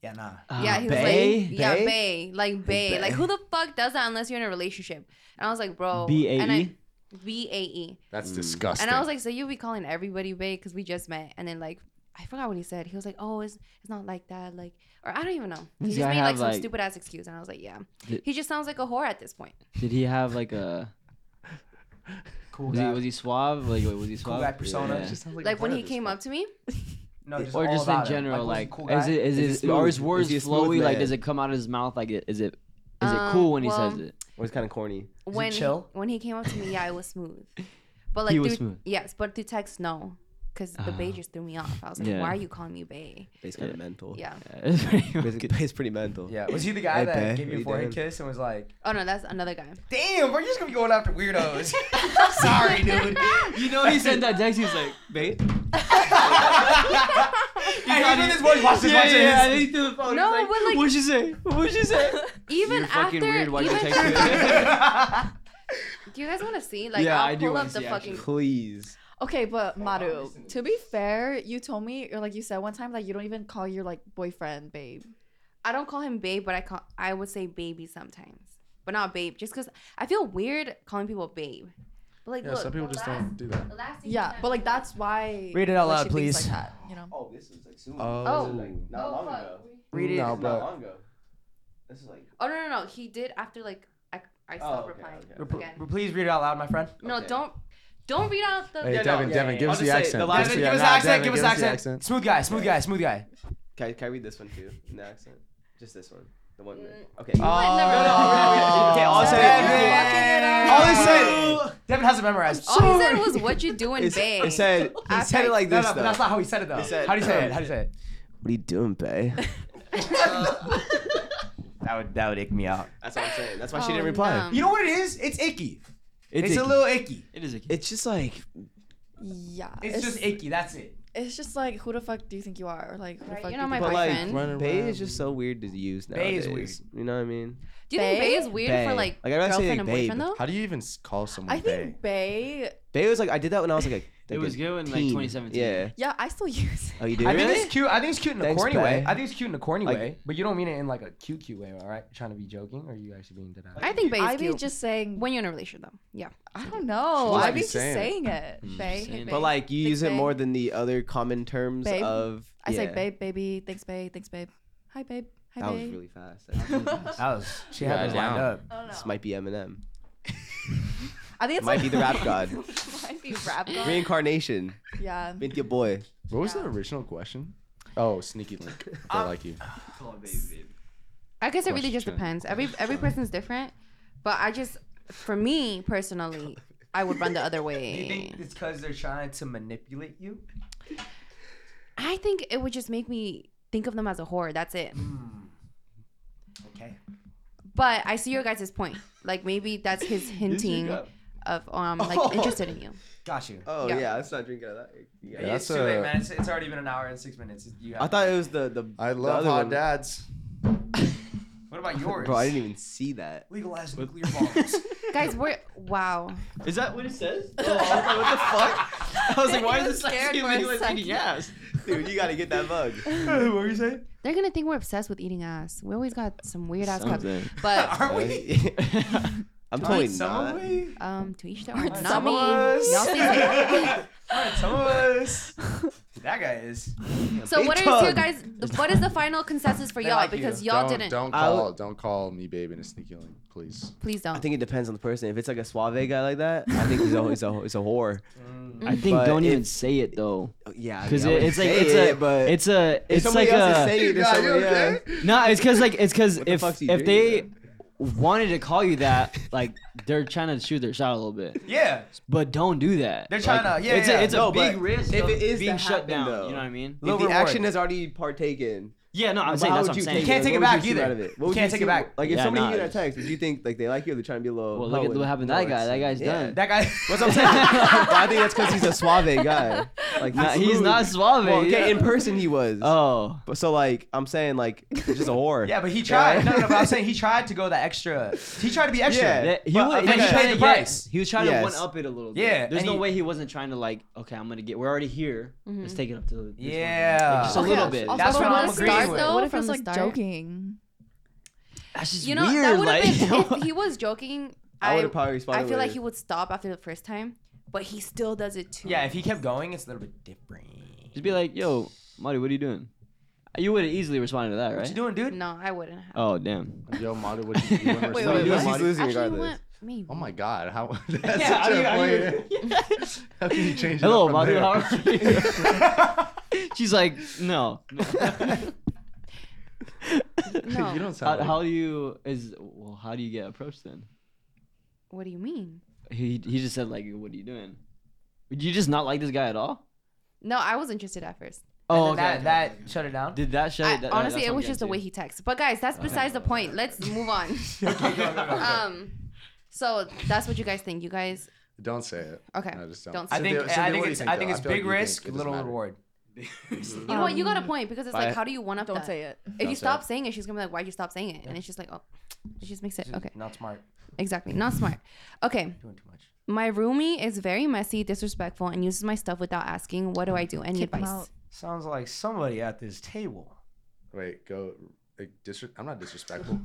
[SPEAKER 1] Yeah, nah.
[SPEAKER 4] yeah,
[SPEAKER 7] Ah,
[SPEAKER 4] he
[SPEAKER 7] bae?
[SPEAKER 4] was like, yeah,
[SPEAKER 7] Bae?
[SPEAKER 4] Bay, like Bay,
[SPEAKER 7] Bae.
[SPEAKER 4] like who the fuck does that unless you're in a relationship? And I was like, bro,
[SPEAKER 7] B-A-E?
[SPEAKER 4] and I- B A E,
[SPEAKER 6] That's
[SPEAKER 7] Mm.
[SPEAKER 6] disgusting.
[SPEAKER 4] and I was like, so you be calling everybody Bay because we just met, and then like. I forgot what he said. He was like, "Oh, it's it's not like that." Like, or I don't even know. He
[SPEAKER 7] Does
[SPEAKER 4] just
[SPEAKER 7] I
[SPEAKER 4] made like
[SPEAKER 7] have,
[SPEAKER 4] some
[SPEAKER 7] like-
[SPEAKER 4] stupid ass excuse, and I was like, "Yeah."
[SPEAKER 7] Did-
[SPEAKER 4] He just sounds like a whore at this point.
[SPEAKER 7] Did he have like a?
[SPEAKER 1] Cool
[SPEAKER 7] Was he
[SPEAKER 1] guy.
[SPEAKER 7] was he suave? Like wait, was he
[SPEAKER 1] cool
[SPEAKER 7] suave?
[SPEAKER 1] guy persona.
[SPEAKER 7] Yeah.
[SPEAKER 1] Just-
[SPEAKER 4] Like when he came up to me,
[SPEAKER 1] no, just
[SPEAKER 7] or
[SPEAKER 1] all
[SPEAKER 7] just
[SPEAKER 1] about
[SPEAKER 7] in
[SPEAKER 1] him.
[SPEAKER 7] general,
[SPEAKER 1] was he a
[SPEAKER 7] like,
[SPEAKER 1] cool
[SPEAKER 7] is
[SPEAKER 1] guy?
[SPEAKER 7] it is,
[SPEAKER 5] Is he
[SPEAKER 7] it are his
[SPEAKER 5] smooth?
[SPEAKER 7] words
[SPEAKER 5] Is he a smooth
[SPEAKER 7] flowy? Like
[SPEAKER 5] man?
[SPEAKER 7] does it come out of his mouth? Like it- is it is it
[SPEAKER 4] Um,
[SPEAKER 7] cool when he
[SPEAKER 4] well,
[SPEAKER 7] says it? (laughs)
[SPEAKER 5] Or it's kind of corny.
[SPEAKER 1] it
[SPEAKER 4] when he-
[SPEAKER 1] chill?
[SPEAKER 4] when he came up to me, yeah, it was smooth. But like
[SPEAKER 7] He
[SPEAKER 4] through,
[SPEAKER 7] was smooth.
[SPEAKER 4] Yes, but through text, no, because the bay
[SPEAKER 7] Ah.
[SPEAKER 4] just threw me off. I was like,
[SPEAKER 7] Yeah.
[SPEAKER 4] why are you calling me bay?
[SPEAKER 5] It's kind of mental. (laughs)
[SPEAKER 4] Yeah.
[SPEAKER 7] it's pretty
[SPEAKER 5] It's,
[SPEAKER 7] fucking-
[SPEAKER 5] it's pretty mental.
[SPEAKER 1] Yeah, was he the guy
[SPEAKER 5] Hey,
[SPEAKER 1] that
[SPEAKER 5] bae,
[SPEAKER 1] gave
[SPEAKER 5] what
[SPEAKER 1] you a
[SPEAKER 5] you
[SPEAKER 1] forehead
[SPEAKER 5] doing?
[SPEAKER 1] kiss and was like,
[SPEAKER 4] Oh no, that's another guy.
[SPEAKER 1] "Damn, bro, you're just gonna be going after
[SPEAKER 4] (laughs)
[SPEAKER 1] weirdos." I'm sorry, dude. (laughs)
[SPEAKER 7] You know he sent that text. He's like, babe.
[SPEAKER 1] Hey, you know this voice, watch this,
[SPEAKER 7] yeah,
[SPEAKER 1] watch
[SPEAKER 7] yeah, yeah.
[SPEAKER 1] this.
[SPEAKER 7] And he
[SPEAKER 1] (laughs)
[SPEAKER 7] threw the phone.
[SPEAKER 4] No,
[SPEAKER 7] No, like,
[SPEAKER 4] but, (laughs) like-
[SPEAKER 7] what'd you say? What'd you say?
[SPEAKER 4] Even
[SPEAKER 7] You're
[SPEAKER 4] after,
[SPEAKER 7] fucking weird. Why'd you
[SPEAKER 4] even,
[SPEAKER 7] text (laughs) me?
[SPEAKER 1] (laughs)
[SPEAKER 4] do you guys want to see? Like,
[SPEAKER 7] Yeah,
[SPEAKER 4] I'll
[SPEAKER 7] I do
[SPEAKER 4] pull
[SPEAKER 7] wanna
[SPEAKER 4] up the
[SPEAKER 7] see,
[SPEAKER 4] fucking.
[SPEAKER 7] actually.
[SPEAKER 5] Please.
[SPEAKER 3] (laughs) Okay, but Maru, to be fair, you told me or like you said one time that you don't even call your like boyfriend babe.
[SPEAKER 4] I don't call him babe, but I call I would say baby sometimes, but not babe, just because I feel weird calling people babe. But like,
[SPEAKER 6] yeah,
[SPEAKER 4] look,
[SPEAKER 6] some people
[SPEAKER 4] the
[SPEAKER 6] just
[SPEAKER 4] last-
[SPEAKER 6] don't do that.
[SPEAKER 4] the last thing
[SPEAKER 3] Yeah,
[SPEAKER 4] that-
[SPEAKER 3] but like that's why.
[SPEAKER 1] Read it out
[SPEAKER 3] like,
[SPEAKER 1] loud,
[SPEAKER 3] she thinks
[SPEAKER 1] please.
[SPEAKER 3] Like that, you know.
[SPEAKER 5] Oh, this was like soon.
[SPEAKER 4] Oh.
[SPEAKER 5] not
[SPEAKER 4] Oh, fuck.
[SPEAKER 1] Read it.
[SPEAKER 6] No, but
[SPEAKER 5] ago. This is like.
[SPEAKER 4] Oh no no no! He did after like I I stopped
[SPEAKER 5] okay,
[SPEAKER 4] replying
[SPEAKER 5] okay.
[SPEAKER 1] Rep-
[SPEAKER 4] again.
[SPEAKER 1] Please read it out loud, my friend.
[SPEAKER 4] No,
[SPEAKER 5] Okay.
[SPEAKER 4] don't don't read out (laughs) the.
[SPEAKER 6] Hey,
[SPEAKER 7] Yeah, no,
[SPEAKER 6] Devin,
[SPEAKER 7] yeah,
[SPEAKER 6] Devin,
[SPEAKER 7] yeah,
[SPEAKER 6] give
[SPEAKER 7] yeah.
[SPEAKER 6] us
[SPEAKER 7] I'll just
[SPEAKER 6] the
[SPEAKER 7] say
[SPEAKER 6] accent.
[SPEAKER 7] the
[SPEAKER 6] Give
[SPEAKER 7] last-
[SPEAKER 6] us
[SPEAKER 1] Devin,
[SPEAKER 6] the-
[SPEAKER 1] (laughs) give us
[SPEAKER 6] nah,
[SPEAKER 1] accent.
[SPEAKER 6] Devin,
[SPEAKER 1] Give us
[SPEAKER 6] the
[SPEAKER 1] accent. Smooth guy. Smooth guy. Smooth guy.
[SPEAKER 5] Can I, can I read this one too? In the accent? Just this one. The one. where-
[SPEAKER 4] Mm.
[SPEAKER 5] Okay.
[SPEAKER 4] Oh,
[SPEAKER 7] Okay, all
[SPEAKER 1] Devin.
[SPEAKER 4] said-
[SPEAKER 1] All he said. Devin has it memorized.
[SPEAKER 4] All he said was, "What you doing,
[SPEAKER 5] It said,
[SPEAKER 4] babe?" (laughs)
[SPEAKER 5] it said, he
[SPEAKER 4] After
[SPEAKER 5] said
[SPEAKER 4] I-
[SPEAKER 5] it like
[SPEAKER 1] No,
[SPEAKER 5] this
[SPEAKER 1] no, but
[SPEAKER 5] though.
[SPEAKER 1] that's not how he said it though.
[SPEAKER 5] He said-
[SPEAKER 1] how do you say it? How do you say it?
[SPEAKER 5] what are you doing, bae?
[SPEAKER 1] That would that would ick me out.
[SPEAKER 5] that's what I'm saying. That's why she
[SPEAKER 4] Oh,
[SPEAKER 5] didn't reply.
[SPEAKER 4] no.
[SPEAKER 1] You know what it is? It's icky. It's,
[SPEAKER 7] It's,
[SPEAKER 1] a
[SPEAKER 7] icky.
[SPEAKER 1] little icky.
[SPEAKER 7] It is a kid.
[SPEAKER 5] It's just like,
[SPEAKER 3] Yeah.
[SPEAKER 1] It's, just icky. That's it.
[SPEAKER 3] It's just like who the fuck do you think you are? Or, like who the
[SPEAKER 4] Right,
[SPEAKER 3] fuck?
[SPEAKER 4] you're
[SPEAKER 3] do
[SPEAKER 4] not
[SPEAKER 3] you
[SPEAKER 4] my
[SPEAKER 5] but
[SPEAKER 4] boyfriend.
[SPEAKER 5] like, bae is just so weird to use
[SPEAKER 1] Bae
[SPEAKER 5] nowadays.
[SPEAKER 1] is
[SPEAKER 5] You know what I mean?
[SPEAKER 4] Do you think
[SPEAKER 3] Bae?
[SPEAKER 4] bae is weird for
[SPEAKER 5] Bae.
[SPEAKER 4] like,
[SPEAKER 5] Like, I'd rather say,
[SPEAKER 4] girlfriend
[SPEAKER 5] like,
[SPEAKER 4] and
[SPEAKER 5] babe.
[SPEAKER 4] boyfriend though?
[SPEAKER 6] How do you even s- call someone
[SPEAKER 3] I think bae.
[SPEAKER 5] Bae was like, I did that when I
[SPEAKER 7] (laughs)
[SPEAKER 5] was like a.
[SPEAKER 7] It
[SPEAKER 5] like a
[SPEAKER 7] was good in, like,
[SPEAKER 5] teen.
[SPEAKER 7] 2017.
[SPEAKER 5] Yeah.
[SPEAKER 3] Yeah, I still (laughs) use it.
[SPEAKER 5] Oh, you do?
[SPEAKER 1] I think it's cute. I think it's cute in a
[SPEAKER 5] Thanks,
[SPEAKER 1] corny way.
[SPEAKER 5] bae.
[SPEAKER 1] I think it's cute in a corny
[SPEAKER 5] Like-
[SPEAKER 1] way, but you don't mean it in like a cute, cute way. All right? You're trying to be joking, or are you actually being dead ass?
[SPEAKER 4] I think bae
[SPEAKER 3] I
[SPEAKER 4] is
[SPEAKER 3] be
[SPEAKER 4] cute.
[SPEAKER 3] just saying.
[SPEAKER 4] when you're in a relationship though.
[SPEAKER 3] (laughs)
[SPEAKER 4] Yeah.
[SPEAKER 3] I don't know.
[SPEAKER 6] She's
[SPEAKER 3] I
[SPEAKER 6] just
[SPEAKER 3] be just
[SPEAKER 6] saying
[SPEAKER 3] saying it. Bae.
[SPEAKER 7] saying
[SPEAKER 3] Hey,
[SPEAKER 7] it.
[SPEAKER 3] bae.
[SPEAKER 5] But like, you
[SPEAKER 3] Big
[SPEAKER 5] use it
[SPEAKER 3] bae.
[SPEAKER 5] more than the other common terms
[SPEAKER 3] Babe.
[SPEAKER 5] of.
[SPEAKER 3] I say
[SPEAKER 5] yeah.
[SPEAKER 3] babe, baby. Thanks, babe. Thanks, babe. Hi, babe. Hi,
[SPEAKER 5] That was
[SPEAKER 3] babe.
[SPEAKER 5] really fast.
[SPEAKER 4] (laughs)
[SPEAKER 5] That
[SPEAKER 3] Oh,
[SPEAKER 5] was-
[SPEAKER 1] That was she
[SPEAKER 6] Yeah,
[SPEAKER 1] had those lined
[SPEAKER 6] down.
[SPEAKER 1] up.
[SPEAKER 3] I don't
[SPEAKER 5] This
[SPEAKER 3] know.
[SPEAKER 5] might be Eminem.
[SPEAKER 3] I think it's
[SPEAKER 5] might
[SPEAKER 3] like-
[SPEAKER 5] be
[SPEAKER 3] (laughs)
[SPEAKER 5] the rap god.
[SPEAKER 3] might be
[SPEAKER 5] (laughs)
[SPEAKER 3] rap god.
[SPEAKER 5] Reincarnation.
[SPEAKER 3] Yeah.
[SPEAKER 5] With your boy.
[SPEAKER 6] What was
[SPEAKER 3] Yeah.
[SPEAKER 6] the original question? Oh, sneaky link. (laughs) They like you.
[SPEAKER 4] I guess it really just
[SPEAKER 6] Question.
[SPEAKER 4] depends. Every every person's different, but I just, for me personally, I would run
[SPEAKER 3] (laughs)
[SPEAKER 4] the other
[SPEAKER 1] Do you
[SPEAKER 4] way.
[SPEAKER 1] think it's because they're trying to manipulate you?
[SPEAKER 4] I think it would just make me think of them as a whore. That's it.
[SPEAKER 1] Hmm. Okay.
[SPEAKER 4] But I see your guys' point. Like maybe that's
[SPEAKER 3] (laughs)
[SPEAKER 4] his hinting
[SPEAKER 5] cup.
[SPEAKER 4] of um like
[SPEAKER 1] Oh.
[SPEAKER 4] interested in you.
[SPEAKER 1] Got you.
[SPEAKER 5] Oh
[SPEAKER 4] Yeah.
[SPEAKER 5] yeah, let's not drink out of that. Yeah.
[SPEAKER 6] Yeah.
[SPEAKER 1] it's
[SPEAKER 6] that's
[SPEAKER 1] too late,
[SPEAKER 6] a-
[SPEAKER 1] man. It's, it's already been an hour and six minutes. You have-
[SPEAKER 5] I thought it was the the.
[SPEAKER 6] I
[SPEAKER 5] the
[SPEAKER 6] love
[SPEAKER 5] other
[SPEAKER 6] hot
[SPEAKER 5] one.
[SPEAKER 6] dads.
[SPEAKER 1] What about yours?
[SPEAKER 5] (laughs) Bro, I didn't even see that.
[SPEAKER 1] legalize nuclear
[SPEAKER 5] (laughs)
[SPEAKER 1] bombs. (laughs)
[SPEAKER 4] Guys, we're wow.
[SPEAKER 7] Is that what it says? Oh, I was like, what the fuck? I was like, why
[SPEAKER 4] I
[SPEAKER 7] is
[SPEAKER 4] was
[SPEAKER 7] this like
[SPEAKER 4] scared
[SPEAKER 7] scared
[SPEAKER 4] for a
[SPEAKER 7] like eating
[SPEAKER 4] second.
[SPEAKER 7] ass?
[SPEAKER 5] Dude, you gotta get that mug.
[SPEAKER 1] (laughs) what were you saying?
[SPEAKER 4] They're gonna think we're obsessed with eating ass. We always got some weird ass cups.
[SPEAKER 7] Something.
[SPEAKER 3] (laughs)
[SPEAKER 4] But
[SPEAKER 1] Aren't we?
[SPEAKER 5] I'm totally
[SPEAKER 1] Aren't some
[SPEAKER 5] not.
[SPEAKER 1] of we?
[SPEAKER 4] um to each their own.
[SPEAKER 1] Some
[SPEAKER 4] Not
[SPEAKER 1] of (laughs)
[SPEAKER 4] me.
[SPEAKER 1] us.
[SPEAKER 4] Y'all see
[SPEAKER 1] Aren't some of us? That guy is.
[SPEAKER 4] (laughs) So
[SPEAKER 1] Big
[SPEAKER 4] what are
[SPEAKER 1] tug.
[SPEAKER 4] you guys? What is the final consensus for
[SPEAKER 1] They
[SPEAKER 4] y'all?
[SPEAKER 1] like you.
[SPEAKER 4] because y'all
[SPEAKER 6] don't,
[SPEAKER 4] didn't.
[SPEAKER 6] Don't
[SPEAKER 5] I would-
[SPEAKER 6] call. Don't call me babe in a sneaky link, please.
[SPEAKER 4] Please don't.
[SPEAKER 5] I think it depends on the person. If it's like a suave guy like that, I think he's a he's a, he's a whore.
[SPEAKER 1] mm.
[SPEAKER 7] I think
[SPEAKER 5] But
[SPEAKER 7] don't even
[SPEAKER 5] if-
[SPEAKER 7] say it though,
[SPEAKER 5] Yeah,
[SPEAKER 7] because it, it's like it's a it's a it's like
[SPEAKER 5] somebody else is
[SPEAKER 7] a
[SPEAKER 5] saying it to somebody else.
[SPEAKER 7] no. It's because like it's because
[SPEAKER 5] What the
[SPEAKER 7] if
[SPEAKER 5] fuck's he
[SPEAKER 7] if they
[SPEAKER 5] doing
[SPEAKER 7] wanted to call you that, like they're trying to shoot their shot a little bit,
[SPEAKER 1] Yeah.
[SPEAKER 7] but don't do that.
[SPEAKER 1] They're
[SPEAKER 7] Like,
[SPEAKER 1] trying to- yeah,
[SPEAKER 7] it's
[SPEAKER 1] yeah.
[SPEAKER 7] a, it's
[SPEAKER 5] No,
[SPEAKER 7] a big
[SPEAKER 5] but
[SPEAKER 7] risk.
[SPEAKER 5] if
[SPEAKER 7] of
[SPEAKER 5] it is to
[SPEAKER 7] being shut
[SPEAKER 5] happen,
[SPEAKER 7] down,
[SPEAKER 5] though,
[SPEAKER 7] you know what I mean?
[SPEAKER 1] Little
[SPEAKER 5] if the
[SPEAKER 1] reward.
[SPEAKER 5] action has already partaken,
[SPEAKER 7] Yeah, no, I'm
[SPEAKER 5] But
[SPEAKER 7] saying
[SPEAKER 5] how
[SPEAKER 7] that's
[SPEAKER 5] would
[SPEAKER 7] what I'm
[SPEAKER 5] you
[SPEAKER 7] saying.
[SPEAKER 5] take
[SPEAKER 1] Can't
[SPEAKER 5] it?
[SPEAKER 1] take it
[SPEAKER 5] What would
[SPEAKER 1] back
[SPEAKER 5] you see
[SPEAKER 1] either.
[SPEAKER 5] Out of it? What
[SPEAKER 1] Can't
[SPEAKER 5] would you
[SPEAKER 1] take
[SPEAKER 5] see-
[SPEAKER 1] it back.
[SPEAKER 5] Like if
[SPEAKER 7] Yeah,
[SPEAKER 5] somebody
[SPEAKER 7] nah,
[SPEAKER 5] you get a
[SPEAKER 7] it's-
[SPEAKER 5] text, would you think like they like you? Or they're trying to be a little.
[SPEAKER 7] Well, look at
[SPEAKER 5] hoe
[SPEAKER 7] what
[SPEAKER 5] and-
[SPEAKER 7] happened to that
[SPEAKER 5] no,
[SPEAKER 7] guy. That
[SPEAKER 5] it's-
[SPEAKER 7] guy's done.
[SPEAKER 1] That guy.
[SPEAKER 5] That's what I'm saying. But I think that's because he's a suave guy. Like
[SPEAKER 7] Nah, he's
[SPEAKER 5] smooth.
[SPEAKER 7] not suave.
[SPEAKER 5] Well, okay,
[SPEAKER 7] yeah.
[SPEAKER 5] in person he was.
[SPEAKER 7] Oh,
[SPEAKER 5] But so like I'm saying like just a
[SPEAKER 1] (laughs) (laughs)
[SPEAKER 5] whore.
[SPEAKER 1] Yeah, but he tried. No,
[SPEAKER 5] Yeah.
[SPEAKER 1] no, but I'm saying he tried to go that extra. He tried to be extra.
[SPEAKER 5] Yeah.
[SPEAKER 7] That- he
[SPEAKER 1] But
[SPEAKER 7] was,
[SPEAKER 1] I
[SPEAKER 7] and
[SPEAKER 1] think
[SPEAKER 7] he
[SPEAKER 1] he
[SPEAKER 7] tried
[SPEAKER 1] paid
[SPEAKER 7] to
[SPEAKER 1] the
[SPEAKER 7] get-
[SPEAKER 1] price.
[SPEAKER 7] He was trying
[SPEAKER 5] Yes.
[SPEAKER 7] to one up it a little bit.
[SPEAKER 1] Yeah,
[SPEAKER 7] There's
[SPEAKER 1] and
[SPEAKER 7] no
[SPEAKER 1] he-
[SPEAKER 7] way he wasn't trying to like, okay, I'm gonna get. We're already here.
[SPEAKER 4] Mm-hmm.
[SPEAKER 7] Let's take it up to. this one.
[SPEAKER 1] Yeah.
[SPEAKER 7] Like, just a
[SPEAKER 1] Okay,
[SPEAKER 7] little bit.
[SPEAKER 1] That's
[SPEAKER 4] from
[SPEAKER 1] what I'm
[SPEAKER 4] the
[SPEAKER 1] agreeing
[SPEAKER 4] start,
[SPEAKER 1] with.
[SPEAKER 4] though,
[SPEAKER 3] What if
[SPEAKER 4] from
[SPEAKER 3] it's
[SPEAKER 4] the
[SPEAKER 3] like
[SPEAKER 4] start?
[SPEAKER 3] joking?
[SPEAKER 7] That's just
[SPEAKER 4] You know
[SPEAKER 7] weird.
[SPEAKER 4] that would
[SPEAKER 7] like,
[SPEAKER 4] have
[SPEAKER 7] (laughs)
[SPEAKER 4] been if he was joking.
[SPEAKER 5] (laughs) I
[SPEAKER 4] I
[SPEAKER 5] would've probably responded
[SPEAKER 4] I feel like
[SPEAKER 5] with-
[SPEAKER 4] he would stop after the first time, but he still does it too.
[SPEAKER 1] Yeah, if he kept going, it's a little bit different.
[SPEAKER 7] just be like, yo, Marty, what are you doing? You would have easily responded to that,
[SPEAKER 1] What
[SPEAKER 7] right?
[SPEAKER 1] you doing, dude?
[SPEAKER 4] No, I wouldn't have.
[SPEAKER 7] Oh damn.
[SPEAKER 6] Yo, Mata, what you doing?
[SPEAKER 3] Wait,
[SPEAKER 5] No,
[SPEAKER 3] wait,
[SPEAKER 5] he was-
[SPEAKER 3] what?
[SPEAKER 5] he's losing
[SPEAKER 4] Actually, you know
[SPEAKER 5] regardless.
[SPEAKER 4] what? Maybe.
[SPEAKER 6] Oh my God! How? (laughs) That's
[SPEAKER 7] Yeah,
[SPEAKER 6] such
[SPEAKER 7] are you-
[SPEAKER 6] a
[SPEAKER 7] are
[SPEAKER 6] way- How can you change? it up
[SPEAKER 7] Hello,
[SPEAKER 6] from
[SPEAKER 7] Marty.
[SPEAKER 6] there?
[SPEAKER 7] How are you? She's like, no.
[SPEAKER 6] (laughs)
[SPEAKER 4] No.
[SPEAKER 6] you don't sound.
[SPEAKER 7] (laughs) how,
[SPEAKER 6] like-
[SPEAKER 7] how do you is well? How do you get approached then?
[SPEAKER 4] What do you mean?
[SPEAKER 7] He he just said like, what are you doing? Did you just not like this guy at all?
[SPEAKER 4] No, I was interested at first.
[SPEAKER 1] Oh, that that shut it down.
[SPEAKER 7] Did that show?
[SPEAKER 4] I,
[SPEAKER 7] that- that-
[SPEAKER 4] honestly,
[SPEAKER 7] that's
[SPEAKER 4] it
[SPEAKER 7] what
[SPEAKER 4] was
[SPEAKER 7] I'm
[SPEAKER 4] just the
[SPEAKER 7] getting
[SPEAKER 4] way
[SPEAKER 7] to.
[SPEAKER 4] he texts. But guys, that's besides the point. Let's
[SPEAKER 1] (laughs)
[SPEAKER 4] move on.
[SPEAKER 6] (laughs)
[SPEAKER 4] um, so that's what you guys think. You guys,
[SPEAKER 6] Don't say it.
[SPEAKER 4] Okay,
[SPEAKER 6] I just don't.
[SPEAKER 4] don't
[SPEAKER 1] I
[SPEAKER 4] say
[SPEAKER 6] Cynthia-
[SPEAKER 1] think
[SPEAKER 6] Cynthia,
[SPEAKER 1] I
[SPEAKER 6] what do
[SPEAKER 1] think
[SPEAKER 6] you
[SPEAKER 1] it's I
[SPEAKER 6] though?
[SPEAKER 1] think it's
[SPEAKER 6] feel like
[SPEAKER 1] big
[SPEAKER 6] you think.
[SPEAKER 1] risk,
[SPEAKER 6] It doesn't
[SPEAKER 1] little
[SPEAKER 6] matter.
[SPEAKER 1] reward.
[SPEAKER 4] you know what? You got a point because it's like,
[SPEAKER 5] But-
[SPEAKER 4] how do you one up
[SPEAKER 3] Um, Don't
[SPEAKER 4] that?
[SPEAKER 3] say it.
[SPEAKER 4] If
[SPEAKER 6] Don't
[SPEAKER 4] you
[SPEAKER 6] say
[SPEAKER 4] stop
[SPEAKER 6] it.
[SPEAKER 4] saying it, she's gonna be like, why'd you stop saying it? And it's just like, oh, it just makes it okay.
[SPEAKER 1] Not smart.
[SPEAKER 4] Exactly. Not smart. Okay.
[SPEAKER 1] Doing too much.
[SPEAKER 4] My roomie is very messy, disrespectful, and uses my stuff without asking. What do I do? Any
[SPEAKER 3] Kick him
[SPEAKER 4] advice?
[SPEAKER 3] out.
[SPEAKER 1] Sounds like somebody at this table.
[SPEAKER 6] Wait, go. like, disre- I'm not disrespectful.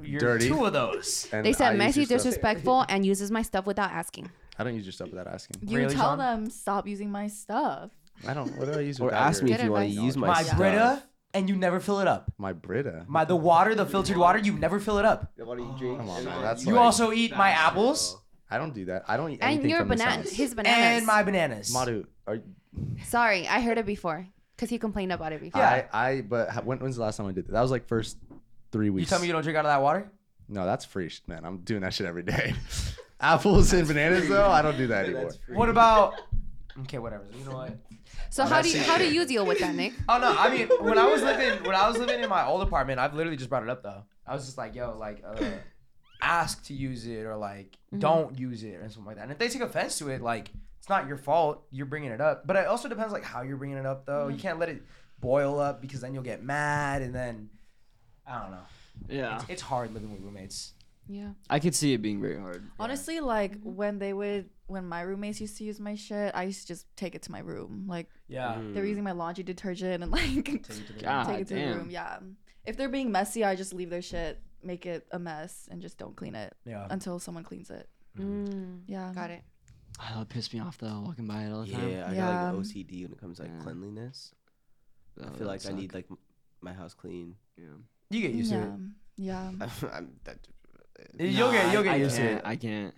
[SPEAKER 1] You're
[SPEAKER 6] Dirty.
[SPEAKER 1] two of
[SPEAKER 6] (laughs)
[SPEAKER 1] those.
[SPEAKER 4] (laughs)
[SPEAKER 6] And
[SPEAKER 4] They
[SPEAKER 6] I
[SPEAKER 4] said
[SPEAKER 6] use
[SPEAKER 4] messy,
[SPEAKER 6] your stuff-
[SPEAKER 3] (laughs)
[SPEAKER 4] disrespectful, and uses my stuff without asking.
[SPEAKER 6] I don't use your stuff without asking.
[SPEAKER 3] You
[SPEAKER 1] Really,
[SPEAKER 3] tell
[SPEAKER 1] John?
[SPEAKER 3] them stop using my stuff.
[SPEAKER 6] I don't. What do I use?
[SPEAKER 5] Or
[SPEAKER 6] without
[SPEAKER 5] ask
[SPEAKER 6] your-
[SPEAKER 5] me
[SPEAKER 4] Good
[SPEAKER 5] if you want to
[SPEAKER 4] advice.
[SPEAKER 5] use my
[SPEAKER 1] My
[SPEAKER 5] stuff.
[SPEAKER 1] Brita, and you never fill it up.
[SPEAKER 6] My Brita.
[SPEAKER 1] My the water, the filtered water, you never fill it up.
[SPEAKER 5] What do you drink?
[SPEAKER 6] Come on, man. That's
[SPEAKER 1] You
[SPEAKER 6] like-
[SPEAKER 1] also eat my apples
[SPEAKER 6] I don't do that. I don't eat anything
[SPEAKER 4] And your
[SPEAKER 6] from this
[SPEAKER 4] banana,
[SPEAKER 6] house.
[SPEAKER 4] his bananas.
[SPEAKER 1] and my bananas.
[SPEAKER 6] Madhu, are
[SPEAKER 4] Sorry, I heard it before because he complained about it before.
[SPEAKER 1] Yeah.
[SPEAKER 6] I, I but ha- when, when's the last time I did that? That was like first three
[SPEAKER 1] You
[SPEAKER 6] weeks.
[SPEAKER 1] tell me you don't drink out of that water?
[SPEAKER 6] no, that's free, sh- man. I'm doing that shit every day. (laughs) Apples and bananas, though, I don't do that anymore.
[SPEAKER 1] What
[SPEAKER 6] (laughs)
[SPEAKER 1] about? Okay, whatever. You know what?
[SPEAKER 4] So how do you, how do you deal with
[SPEAKER 3] (laughs)
[SPEAKER 4] that, Nick?
[SPEAKER 1] Oh no, I mean when I was living when I was living in my old apartment, I've literally just brought it up though. I was just like, yo, like uh, ask to use it or like
[SPEAKER 3] Mm-hmm.
[SPEAKER 1] don't use it or something like that. And if they take offense to it, like it's not your fault. You're bringing it up, but it also depends like how you're bringing it up though.
[SPEAKER 3] Mm-hmm.
[SPEAKER 1] You can't let it boil up because then you'll get mad and then I don't know.
[SPEAKER 7] Yeah,
[SPEAKER 1] It's hard living with roommates.
[SPEAKER 4] Yeah.
[SPEAKER 7] I could see it being very hard.
[SPEAKER 3] Honestly, like when they would, when my roommates used to use my shit, I used to just take it to my room. Like
[SPEAKER 1] Yeah.
[SPEAKER 7] Mm-hmm.
[SPEAKER 3] they're using my laundry detergent and (laughs) like
[SPEAKER 7] God
[SPEAKER 3] take it to the
[SPEAKER 7] damn.
[SPEAKER 3] room. Yeah. If they're being messy, I just leave their shit, make it a mess, and just don't clean it
[SPEAKER 1] Yeah.
[SPEAKER 3] until someone cleans it.
[SPEAKER 4] Mm,
[SPEAKER 3] Yeah.
[SPEAKER 4] got it.
[SPEAKER 7] Oh, it pissed me off though, walking by it all the
[SPEAKER 5] Yeah,
[SPEAKER 7] time.
[SPEAKER 3] Yeah.
[SPEAKER 5] I got like OCD when it comes to like
[SPEAKER 7] Yeah. Oh,
[SPEAKER 5] cleanliness.
[SPEAKER 7] That
[SPEAKER 5] I
[SPEAKER 7] would
[SPEAKER 5] feel like I
[SPEAKER 7] suck.
[SPEAKER 5] need like m- my house clean. (laughs)
[SPEAKER 1] You get used
[SPEAKER 3] yeah.
[SPEAKER 1] to
[SPEAKER 3] Yeah.
[SPEAKER 5] I'm, that,
[SPEAKER 1] it. You'll
[SPEAKER 7] Nah,
[SPEAKER 1] get you'll
[SPEAKER 7] I-
[SPEAKER 1] get
[SPEAKER 7] I
[SPEAKER 1] used to
[SPEAKER 7] can't,
[SPEAKER 1] it.
[SPEAKER 7] I can't.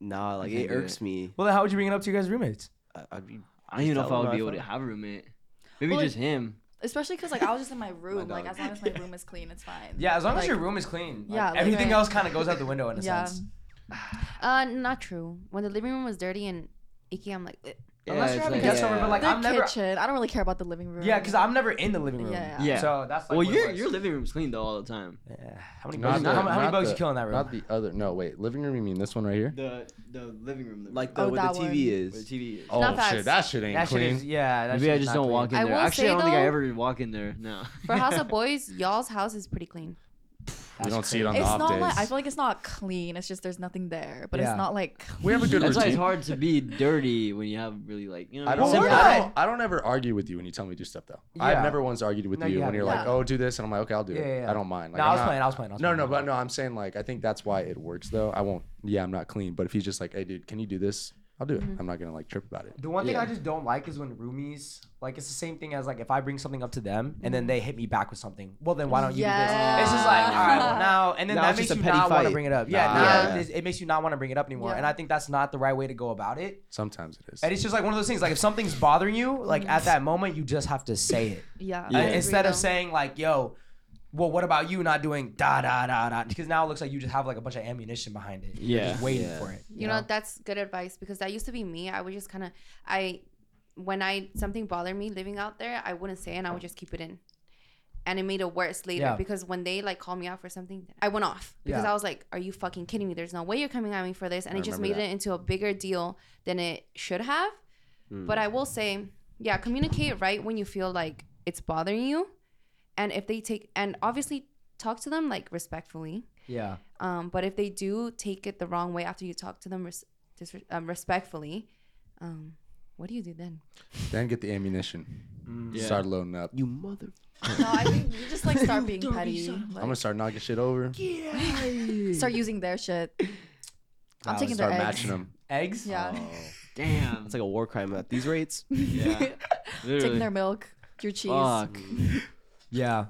[SPEAKER 5] nah, like
[SPEAKER 7] can't
[SPEAKER 5] it
[SPEAKER 7] do
[SPEAKER 5] irks me.
[SPEAKER 1] Well, then how would you bring it up to your guys' roommates?
[SPEAKER 5] I, I'd be
[SPEAKER 7] I don't even know
[SPEAKER 5] Just
[SPEAKER 7] if
[SPEAKER 5] tell
[SPEAKER 7] I
[SPEAKER 5] him
[SPEAKER 7] would
[SPEAKER 5] my
[SPEAKER 7] be able to
[SPEAKER 5] phone.
[SPEAKER 7] have a roommate. Maybe
[SPEAKER 3] Well,
[SPEAKER 7] just him.
[SPEAKER 3] Especially because like I was just
[SPEAKER 1] (laughs)
[SPEAKER 3] in my room. like
[SPEAKER 5] dog.
[SPEAKER 3] as long as my room is clean, it's fine.
[SPEAKER 1] Yeah, as long as
[SPEAKER 3] Like,
[SPEAKER 1] your room is clean. like,
[SPEAKER 3] Yeah, like-
[SPEAKER 1] everything
[SPEAKER 3] Right.
[SPEAKER 1] else kind of goes out the window in a
[SPEAKER 3] Yeah.
[SPEAKER 1] sense.
[SPEAKER 4] Uh, not true. When the living room was dirty and icky, I'm like, "Ugh."
[SPEAKER 1] Unless
[SPEAKER 7] Yeah,
[SPEAKER 1] you're
[SPEAKER 7] it's
[SPEAKER 1] having
[SPEAKER 7] like-
[SPEAKER 1] guests over, but like
[SPEAKER 3] The
[SPEAKER 1] I'm never.
[SPEAKER 3] kitchen. I don't really care about the living room.
[SPEAKER 1] Yeah, because I'm never in the living room.
[SPEAKER 3] Yeah.
[SPEAKER 7] Yeah.
[SPEAKER 1] So that's like.
[SPEAKER 7] well,
[SPEAKER 1] what it
[SPEAKER 7] your
[SPEAKER 1] was.
[SPEAKER 7] your living room's clean though all the time.
[SPEAKER 1] Yeah. How many
[SPEAKER 6] Not
[SPEAKER 1] bugs?
[SPEAKER 6] the-
[SPEAKER 1] how, how many
[SPEAKER 6] not
[SPEAKER 1] bugs
[SPEAKER 6] the-
[SPEAKER 1] you kill in that room?
[SPEAKER 6] Not the other. No, wait. Living room. You mean this one right here?
[SPEAKER 7] The the living room,
[SPEAKER 5] like the,
[SPEAKER 3] Oh,
[SPEAKER 5] what
[SPEAKER 3] that
[SPEAKER 5] the TV
[SPEAKER 3] one.
[SPEAKER 5] is.
[SPEAKER 7] TV is.
[SPEAKER 6] Oh
[SPEAKER 4] Not that.
[SPEAKER 6] shit, that shit ain't
[SPEAKER 1] that shit
[SPEAKER 6] clean.
[SPEAKER 1] is. Yeah. That
[SPEAKER 7] Maybe
[SPEAKER 1] shit
[SPEAKER 7] I
[SPEAKER 1] is
[SPEAKER 7] just
[SPEAKER 1] not
[SPEAKER 7] don't
[SPEAKER 1] clean.
[SPEAKER 7] walk in
[SPEAKER 4] I
[SPEAKER 7] there.
[SPEAKER 4] will
[SPEAKER 7] Actually,
[SPEAKER 4] say,
[SPEAKER 7] I don't think I
[SPEAKER 4] though-
[SPEAKER 7] ever walk in there. No.
[SPEAKER 4] for House
[SPEAKER 7] (laughs)
[SPEAKER 4] of Boys, y'all's house is pretty clean.
[SPEAKER 6] we don't see it on
[SPEAKER 3] It's
[SPEAKER 6] the off
[SPEAKER 3] not
[SPEAKER 6] days.
[SPEAKER 3] like I feel like it's not clean. It's just there's nothing there, but
[SPEAKER 1] Yeah.
[SPEAKER 3] it's not like
[SPEAKER 6] we have a good
[SPEAKER 7] That's why it's
[SPEAKER 6] routine.
[SPEAKER 7] hard to be dirty when you have really like you know.
[SPEAKER 6] I
[SPEAKER 7] what I mean?
[SPEAKER 6] don't,
[SPEAKER 1] Well,
[SPEAKER 6] ever,
[SPEAKER 1] we're
[SPEAKER 6] I,
[SPEAKER 1] not-
[SPEAKER 6] don't, I don't ever argue with you when you tell me to do stuff though.
[SPEAKER 1] Yeah.
[SPEAKER 6] I've never once argued with
[SPEAKER 1] No,
[SPEAKER 6] you
[SPEAKER 1] you
[SPEAKER 6] when you're
[SPEAKER 1] haven't.
[SPEAKER 6] like,
[SPEAKER 3] Yeah.
[SPEAKER 6] "Oh, do this," and I'm like, "Okay, I'll do
[SPEAKER 1] Yeah,
[SPEAKER 6] it.
[SPEAKER 1] yeah, yeah.
[SPEAKER 6] I don't mind." Like,
[SPEAKER 1] No,
[SPEAKER 6] I'm
[SPEAKER 1] I was
[SPEAKER 6] not-
[SPEAKER 1] playing. I was playing. I was
[SPEAKER 6] No,
[SPEAKER 1] playing.
[SPEAKER 6] no, but no, I'm saying like I think that's why it works though. I won't. Yeah, I'm not clean, but if he's just like, "Hey, dude, can you do this?" I'll do it. I'm not gonna like trip about it.
[SPEAKER 1] The one thing I
[SPEAKER 7] Yeah.
[SPEAKER 1] just don't like is when roomies like it's the same thing as like if I bring something up to them and then they hit me back with something. Well, then why don't you do
[SPEAKER 3] Yeah.
[SPEAKER 1] this? It's just like all right, well, now and then
[SPEAKER 5] Now
[SPEAKER 1] that
[SPEAKER 5] it's
[SPEAKER 1] makes
[SPEAKER 5] just
[SPEAKER 1] you
[SPEAKER 5] a petty
[SPEAKER 1] not want to
[SPEAKER 5] fight.
[SPEAKER 1] bring it up. Yeah,
[SPEAKER 5] Nah.
[SPEAKER 1] now
[SPEAKER 5] Yeah.
[SPEAKER 1] It, it makes you not want to bring it up anymore.
[SPEAKER 3] Yeah.
[SPEAKER 1] And I think that's not the right way to go about it.
[SPEAKER 6] Sometimes it is.
[SPEAKER 1] And it's just like one of those things. Like if something's bothering you, like at that moment, you just have to say it
[SPEAKER 3] Yeah.
[SPEAKER 1] Uh,
[SPEAKER 6] Yeah.
[SPEAKER 1] instead of
[SPEAKER 4] though.
[SPEAKER 1] saying like, "Yo, well, what about you not doing da da da da?" Because now it looks like you just have like a bunch of ammunition behind it. You're
[SPEAKER 7] Yeah.
[SPEAKER 1] just waiting
[SPEAKER 5] Yeah.
[SPEAKER 1] for it.
[SPEAKER 4] You know, that's good advice because that used to be me. I would just kind of, I, when I something bothered me living out there, I wouldn't say, it and I would just keep it in, and it made it worse later
[SPEAKER 1] Yeah.
[SPEAKER 4] because when they like called me out for something, I went off because
[SPEAKER 1] Yeah.
[SPEAKER 4] I was like, "Are you fucking kidding me? There's no way you're coming at me for this," and
[SPEAKER 6] I
[SPEAKER 4] it just made
[SPEAKER 6] remember
[SPEAKER 4] it into a bigger deal than it should have.
[SPEAKER 5] Mm.
[SPEAKER 4] But I will say, yeah, communicate right when you feel like it's bothering you, and if they take and obviously talk to them like respectfully.
[SPEAKER 1] Yeah.
[SPEAKER 4] Um, but if they do take it the wrong way after you talk to them res- dis- um, respectfully, um, what do you do then?
[SPEAKER 6] then get the ammunition.
[SPEAKER 7] Yeah.
[SPEAKER 6] Start loading up.
[SPEAKER 5] You mother.
[SPEAKER 3] (laughs) No, I think you just like start being petty.
[SPEAKER 6] I'm gonna
[SPEAKER 3] Like,
[SPEAKER 6] start knocking shit over.
[SPEAKER 3] start using their shit.
[SPEAKER 4] (laughs)
[SPEAKER 3] I'm
[SPEAKER 1] Wow,
[SPEAKER 3] taking their
[SPEAKER 6] Start
[SPEAKER 3] eggs. (laughs)
[SPEAKER 6] matching them.
[SPEAKER 1] Eggs. Oh.
[SPEAKER 3] Yeah.
[SPEAKER 7] Damn.
[SPEAKER 5] It's like a war crime at
[SPEAKER 3] (laughs)
[SPEAKER 5] these rates.
[SPEAKER 7] yeah.
[SPEAKER 3] Taking
[SPEAKER 7] Literally.
[SPEAKER 3] their milk, your cheese.
[SPEAKER 7] Fuck.
[SPEAKER 1] Yeah.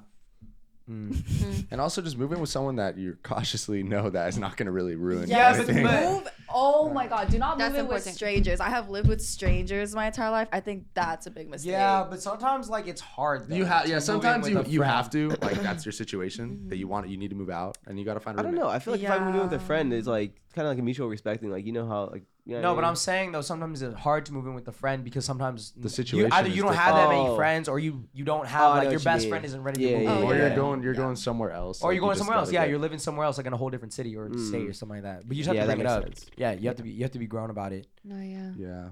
[SPEAKER 1] Mm.
[SPEAKER 6] And also just move in with someone that you cautiously know that is not gonna really ruin
[SPEAKER 1] Yeah, but-
[SPEAKER 6] anything.
[SPEAKER 1] but- (laughs)
[SPEAKER 3] Move. Oh my god, do not
[SPEAKER 4] That's
[SPEAKER 3] move in with
[SPEAKER 4] important.
[SPEAKER 3] strangers. I have lived with strangers my entire life. I think that's a big mistake.
[SPEAKER 1] Yeah, but sometimes like it's hard. Though,
[SPEAKER 6] you have
[SPEAKER 1] to
[SPEAKER 6] yeah.
[SPEAKER 1] move in
[SPEAKER 6] Sometimes
[SPEAKER 1] with
[SPEAKER 6] you
[SPEAKER 1] a
[SPEAKER 6] you
[SPEAKER 1] friend.
[SPEAKER 6] have to like that's your situation that you want you need to move out and you gotta find. a
[SPEAKER 5] I don't
[SPEAKER 6] roommate.
[SPEAKER 5] know. I feel like if I'm moving with a
[SPEAKER 3] Yeah.
[SPEAKER 5] friend, it's like kind of like a mutual respecting. Like you know how like you know
[SPEAKER 1] No,
[SPEAKER 5] what
[SPEAKER 1] but
[SPEAKER 5] I
[SPEAKER 1] I'm saying though, sometimes it's hard to move in with a friend because sometimes
[SPEAKER 6] The
[SPEAKER 1] you,
[SPEAKER 6] situation
[SPEAKER 1] either
[SPEAKER 6] is
[SPEAKER 1] you don't have that
[SPEAKER 5] different.
[SPEAKER 1] many
[SPEAKER 5] Oh.
[SPEAKER 1] friends, or you you don't
[SPEAKER 5] Oh, I
[SPEAKER 1] have
[SPEAKER 5] know
[SPEAKER 1] like your
[SPEAKER 5] what you
[SPEAKER 1] best
[SPEAKER 5] mean.
[SPEAKER 1] friend isn't ready
[SPEAKER 5] Yeah,
[SPEAKER 1] to move.
[SPEAKER 5] yeah,
[SPEAKER 1] in.
[SPEAKER 3] Oh,
[SPEAKER 6] Or
[SPEAKER 3] yeah.
[SPEAKER 6] you're going you're
[SPEAKER 3] Yeah.
[SPEAKER 6] going somewhere else.
[SPEAKER 1] Or
[SPEAKER 6] like,
[SPEAKER 1] you're going
[SPEAKER 6] just
[SPEAKER 1] somewhere else.
[SPEAKER 6] gotta
[SPEAKER 1] Yeah,
[SPEAKER 6] get-
[SPEAKER 1] you're living somewhere else, like in a whole different city or state
[SPEAKER 5] Mm.
[SPEAKER 1] or something like that. But you just have
[SPEAKER 5] Yeah,
[SPEAKER 1] to
[SPEAKER 5] that
[SPEAKER 1] bring it
[SPEAKER 5] makes
[SPEAKER 1] up.
[SPEAKER 5] sense.
[SPEAKER 1] Yeah, you have to be you have to be grown about it.
[SPEAKER 4] No, yeah.
[SPEAKER 6] Yeah.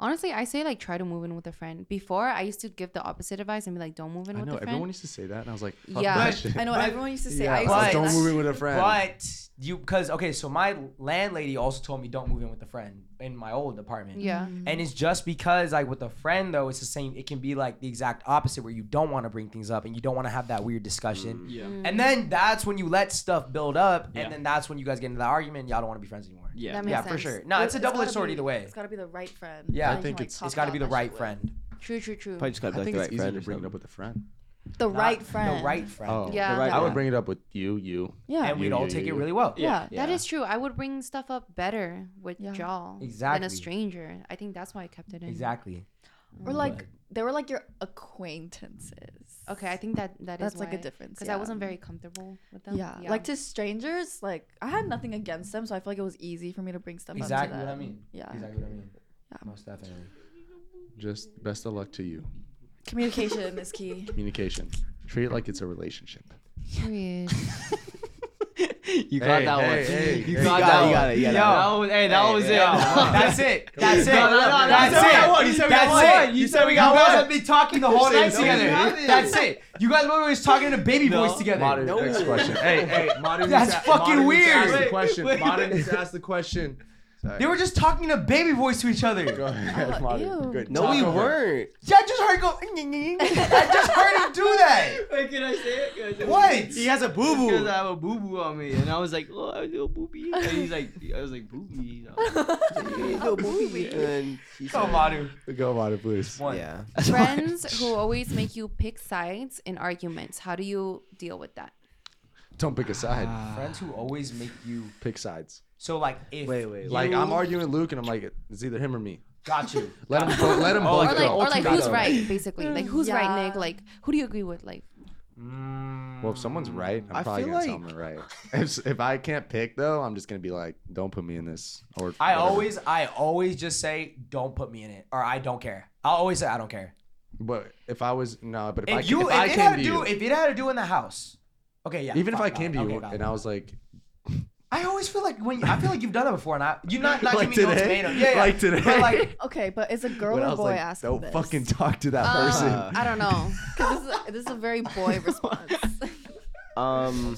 [SPEAKER 4] Honestly, I say like try to move in with a friend. Before, I used to give the opposite advice and be like, don't move in
[SPEAKER 6] I
[SPEAKER 4] with
[SPEAKER 6] know
[SPEAKER 4] a friend.
[SPEAKER 6] everyone used to say that, and I was like,
[SPEAKER 4] Yeah.
[SPEAKER 6] yeah,
[SPEAKER 1] But-
[SPEAKER 3] I know
[SPEAKER 1] But-
[SPEAKER 3] everyone used to say.
[SPEAKER 6] Yeah,
[SPEAKER 3] I used
[SPEAKER 1] but-
[SPEAKER 3] to
[SPEAKER 6] don't move in with a friend.
[SPEAKER 1] But you because okay, so my landlady also told me don't move in with a friend in my old apartment.
[SPEAKER 4] yeah.
[SPEAKER 1] And it's just because like with a friend though, it's the same. It can be like the exact opposite where you don't want to bring things up and you don't want to have that weird discussion.
[SPEAKER 7] Yeah.
[SPEAKER 5] Hmm.
[SPEAKER 4] Mm.
[SPEAKER 1] And then that's when you let stuff build up,
[SPEAKER 7] Yeah.
[SPEAKER 1] and then that's when you guys get into the argument. And y'all don't want to be friends anymore.
[SPEAKER 7] Yeah.
[SPEAKER 4] That makes
[SPEAKER 1] yeah,
[SPEAKER 4] sense.
[SPEAKER 1] for sure. No, it's a double edged sword either way.
[SPEAKER 3] It's gotta be the right friend.
[SPEAKER 1] Yeah, I
[SPEAKER 3] that you
[SPEAKER 6] think
[SPEAKER 3] can, like,
[SPEAKER 6] it's-
[SPEAKER 3] talk
[SPEAKER 1] It's got to be the
[SPEAKER 3] about that
[SPEAKER 1] right
[SPEAKER 3] shit with.
[SPEAKER 1] friend.
[SPEAKER 4] True, true, true.
[SPEAKER 5] Probably just
[SPEAKER 6] I
[SPEAKER 5] gotta be like
[SPEAKER 6] think
[SPEAKER 5] the
[SPEAKER 6] it's
[SPEAKER 5] right
[SPEAKER 6] easier
[SPEAKER 5] friend
[SPEAKER 6] to
[SPEAKER 5] or
[SPEAKER 6] bring it up
[SPEAKER 5] something.
[SPEAKER 6] with a friend.
[SPEAKER 3] The
[SPEAKER 1] Not
[SPEAKER 3] right friend.
[SPEAKER 1] The right friend.
[SPEAKER 4] Yeah.
[SPEAKER 5] The right
[SPEAKER 6] I would
[SPEAKER 5] friend.
[SPEAKER 6] bring it up with you, you.
[SPEAKER 3] Yeah.
[SPEAKER 1] And we'd
[SPEAKER 6] You,
[SPEAKER 1] all
[SPEAKER 6] you,
[SPEAKER 1] take
[SPEAKER 6] you,
[SPEAKER 1] it
[SPEAKER 6] you.
[SPEAKER 1] really well.
[SPEAKER 3] Yeah.
[SPEAKER 4] That is true. I would bring stuff up better with
[SPEAKER 3] Yeah.
[SPEAKER 4] y'all than
[SPEAKER 1] Exactly.
[SPEAKER 4] a stranger. I think that's why I kept it in.
[SPEAKER 1] Exactly.
[SPEAKER 3] Or like they were like your acquaintances.
[SPEAKER 4] Okay, I think that that is
[SPEAKER 3] That's like a
[SPEAKER 4] why.
[SPEAKER 3] difference,
[SPEAKER 4] because
[SPEAKER 3] yeah.
[SPEAKER 4] I wasn't very comfortable with them.
[SPEAKER 3] Yeah. Like
[SPEAKER 4] (laughs)
[SPEAKER 3] to strangers, like I had nothing against them, so I feel like it was easy for me to bring stuff up to
[SPEAKER 1] Exactly
[SPEAKER 3] them.
[SPEAKER 1] what I mean.
[SPEAKER 3] Yeah.
[SPEAKER 1] Exactly what I mean.
[SPEAKER 3] Yeah.
[SPEAKER 1] Most definitely.
[SPEAKER 6] Just best of luck to you.
[SPEAKER 3] Communication is
[SPEAKER 1] (laughs)
[SPEAKER 3] key.
[SPEAKER 6] Communication. Treat it like it's a relationship.
[SPEAKER 4] Period.
[SPEAKER 7] You got
[SPEAKER 6] Hey,
[SPEAKER 7] that one.
[SPEAKER 6] hey, hey, hey,
[SPEAKER 7] you
[SPEAKER 6] you
[SPEAKER 7] got
[SPEAKER 5] got
[SPEAKER 7] that
[SPEAKER 5] it,
[SPEAKER 7] one.
[SPEAKER 5] you got it, you got
[SPEAKER 7] That
[SPEAKER 5] it.
[SPEAKER 7] was, hey, that was it. (laughs)
[SPEAKER 1] (laughs) That's it. That's it.
[SPEAKER 7] No, no, no,
[SPEAKER 1] That's
[SPEAKER 7] no, no, no,
[SPEAKER 1] it.
[SPEAKER 7] you said we got
[SPEAKER 1] That's
[SPEAKER 7] one.
[SPEAKER 1] it.
[SPEAKER 7] You
[SPEAKER 1] You
[SPEAKER 7] said we got
[SPEAKER 1] You guys
[SPEAKER 7] one.
[SPEAKER 1] have been talking the whole
[SPEAKER 7] You
[SPEAKER 1] night
[SPEAKER 7] said we
[SPEAKER 1] together.
[SPEAKER 7] got it.
[SPEAKER 1] That's it. You guys were always talking to baby
[SPEAKER 7] No.
[SPEAKER 1] voice together.
[SPEAKER 6] Modern
[SPEAKER 5] No.
[SPEAKER 6] next
[SPEAKER 1] (laughs)
[SPEAKER 7] (laughs)
[SPEAKER 6] question. hey, hey, modern
[SPEAKER 1] That's
[SPEAKER 6] needs to-
[SPEAKER 1] fucking
[SPEAKER 6] modern needs
[SPEAKER 1] weird.
[SPEAKER 6] to Ask the
[SPEAKER 1] Wait,
[SPEAKER 6] question.
[SPEAKER 1] wait,
[SPEAKER 6] modern
[SPEAKER 1] wait.
[SPEAKER 6] needs to ask the question. Sorry.
[SPEAKER 1] They were just talking to baby voice to each other.
[SPEAKER 6] Go
[SPEAKER 1] Yeah, (laughs)
[SPEAKER 6] ahead,
[SPEAKER 3] Oh,
[SPEAKER 6] modern.
[SPEAKER 3] ew.
[SPEAKER 6] Good.
[SPEAKER 5] No,
[SPEAKER 6] Talk
[SPEAKER 5] we
[SPEAKER 6] over.
[SPEAKER 5] weren't.
[SPEAKER 1] I just heard go. I just heard him do that.
[SPEAKER 7] Wait, can I say it? Can I say it?
[SPEAKER 1] What?
[SPEAKER 7] He has a boo boo. Because I have a boo boo on me, and I was like, "Oh, I have a little boobie." And he's like, "I was like boobie." (laughs) you know.
[SPEAKER 5] And then she
[SPEAKER 1] Come
[SPEAKER 5] said-
[SPEAKER 1] on, dude.
[SPEAKER 6] Go, modern, please.
[SPEAKER 1] One.
[SPEAKER 5] Yeah.
[SPEAKER 4] Friends who always make you pick sides in arguments. How do you deal with that?
[SPEAKER 6] Don't pick a side.
[SPEAKER 1] Friends who always make you
[SPEAKER 6] Pick sides.
[SPEAKER 1] so like if
[SPEAKER 5] (laughs) Wait, wait,
[SPEAKER 6] Like
[SPEAKER 1] you-
[SPEAKER 6] I'm arguing with Luke, and I'm like, it's either him or me.
[SPEAKER 1] got you.
[SPEAKER 6] Let him both. Let him
[SPEAKER 1] Or
[SPEAKER 6] both
[SPEAKER 4] Or like,
[SPEAKER 6] go.
[SPEAKER 4] or like
[SPEAKER 1] ultimatum.
[SPEAKER 4] who's right, basically. Like who's right, Nick?
[SPEAKER 3] Yeah.
[SPEAKER 4] Like who do you agree with? Like
[SPEAKER 1] Mm.
[SPEAKER 6] Well, if someone's right, I'm
[SPEAKER 5] I
[SPEAKER 6] probably
[SPEAKER 5] feel
[SPEAKER 6] gonna tell them
[SPEAKER 5] like-
[SPEAKER 6] they're right. (laughs) If, if I can't pick though, I'm just gonna be like, don't put me in this. Or
[SPEAKER 1] I
[SPEAKER 6] whatever.
[SPEAKER 1] always, I always just say, don't put me in it, or I don't care. I always say I don't care.
[SPEAKER 6] But if I was no, but if, I
[SPEAKER 1] If
[SPEAKER 6] ca-
[SPEAKER 1] you,
[SPEAKER 6] if
[SPEAKER 1] if
[SPEAKER 6] I
[SPEAKER 1] it
[SPEAKER 6] came
[SPEAKER 1] had
[SPEAKER 6] to
[SPEAKER 1] to
[SPEAKER 6] you,
[SPEAKER 1] do, if it had to do in the house, okay, yeah.
[SPEAKER 6] even if
[SPEAKER 1] fuck
[SPEAKER 6] I
[SPEAKER 1] that.
[SPEAKER 6] came to you
[SPEAKER 1] Okay,
[SPEAKER 6] and
[SPEAKER 1] valid.
[SPEAKER 6] I was like,
[SPEAKER 1] I always feel like when I feel like you've done it before, and I, you're not not
[SPEAKER 6] (laughs) Like
[SPEAKER 1] giving me no
[SPEAKER 6] today?
[SPEAKER 1] tomato. Yeah, yeah.
[SPEAKER 6] Like today?
[SPEAKER 1] But
[SPEAKER 6] (laughs)
[SPEAKER 1] like,
[SPEAKER 3] Okay, but it's a girl
[SPEAKER 6] when I
[SPEAKER 3] or
[SPEAKER 6] was
[SPEAKER 3] boy
[SPEAKER 6] like,
[SPEAKER 3] asking
[SPEAKER 6] don't
[SPEAKER 3] this?
[SPEAKER 6] fucking talk to that
[SPEAKER 4] um,
[SPEAKER 6] person. (laughs)
[SPEAKER 4] I don't know.
[SPEAKER 3] 'Cause this is, this is a very boy response.
[SPEAKER 5] Um.
[SPEAKER 6] Um,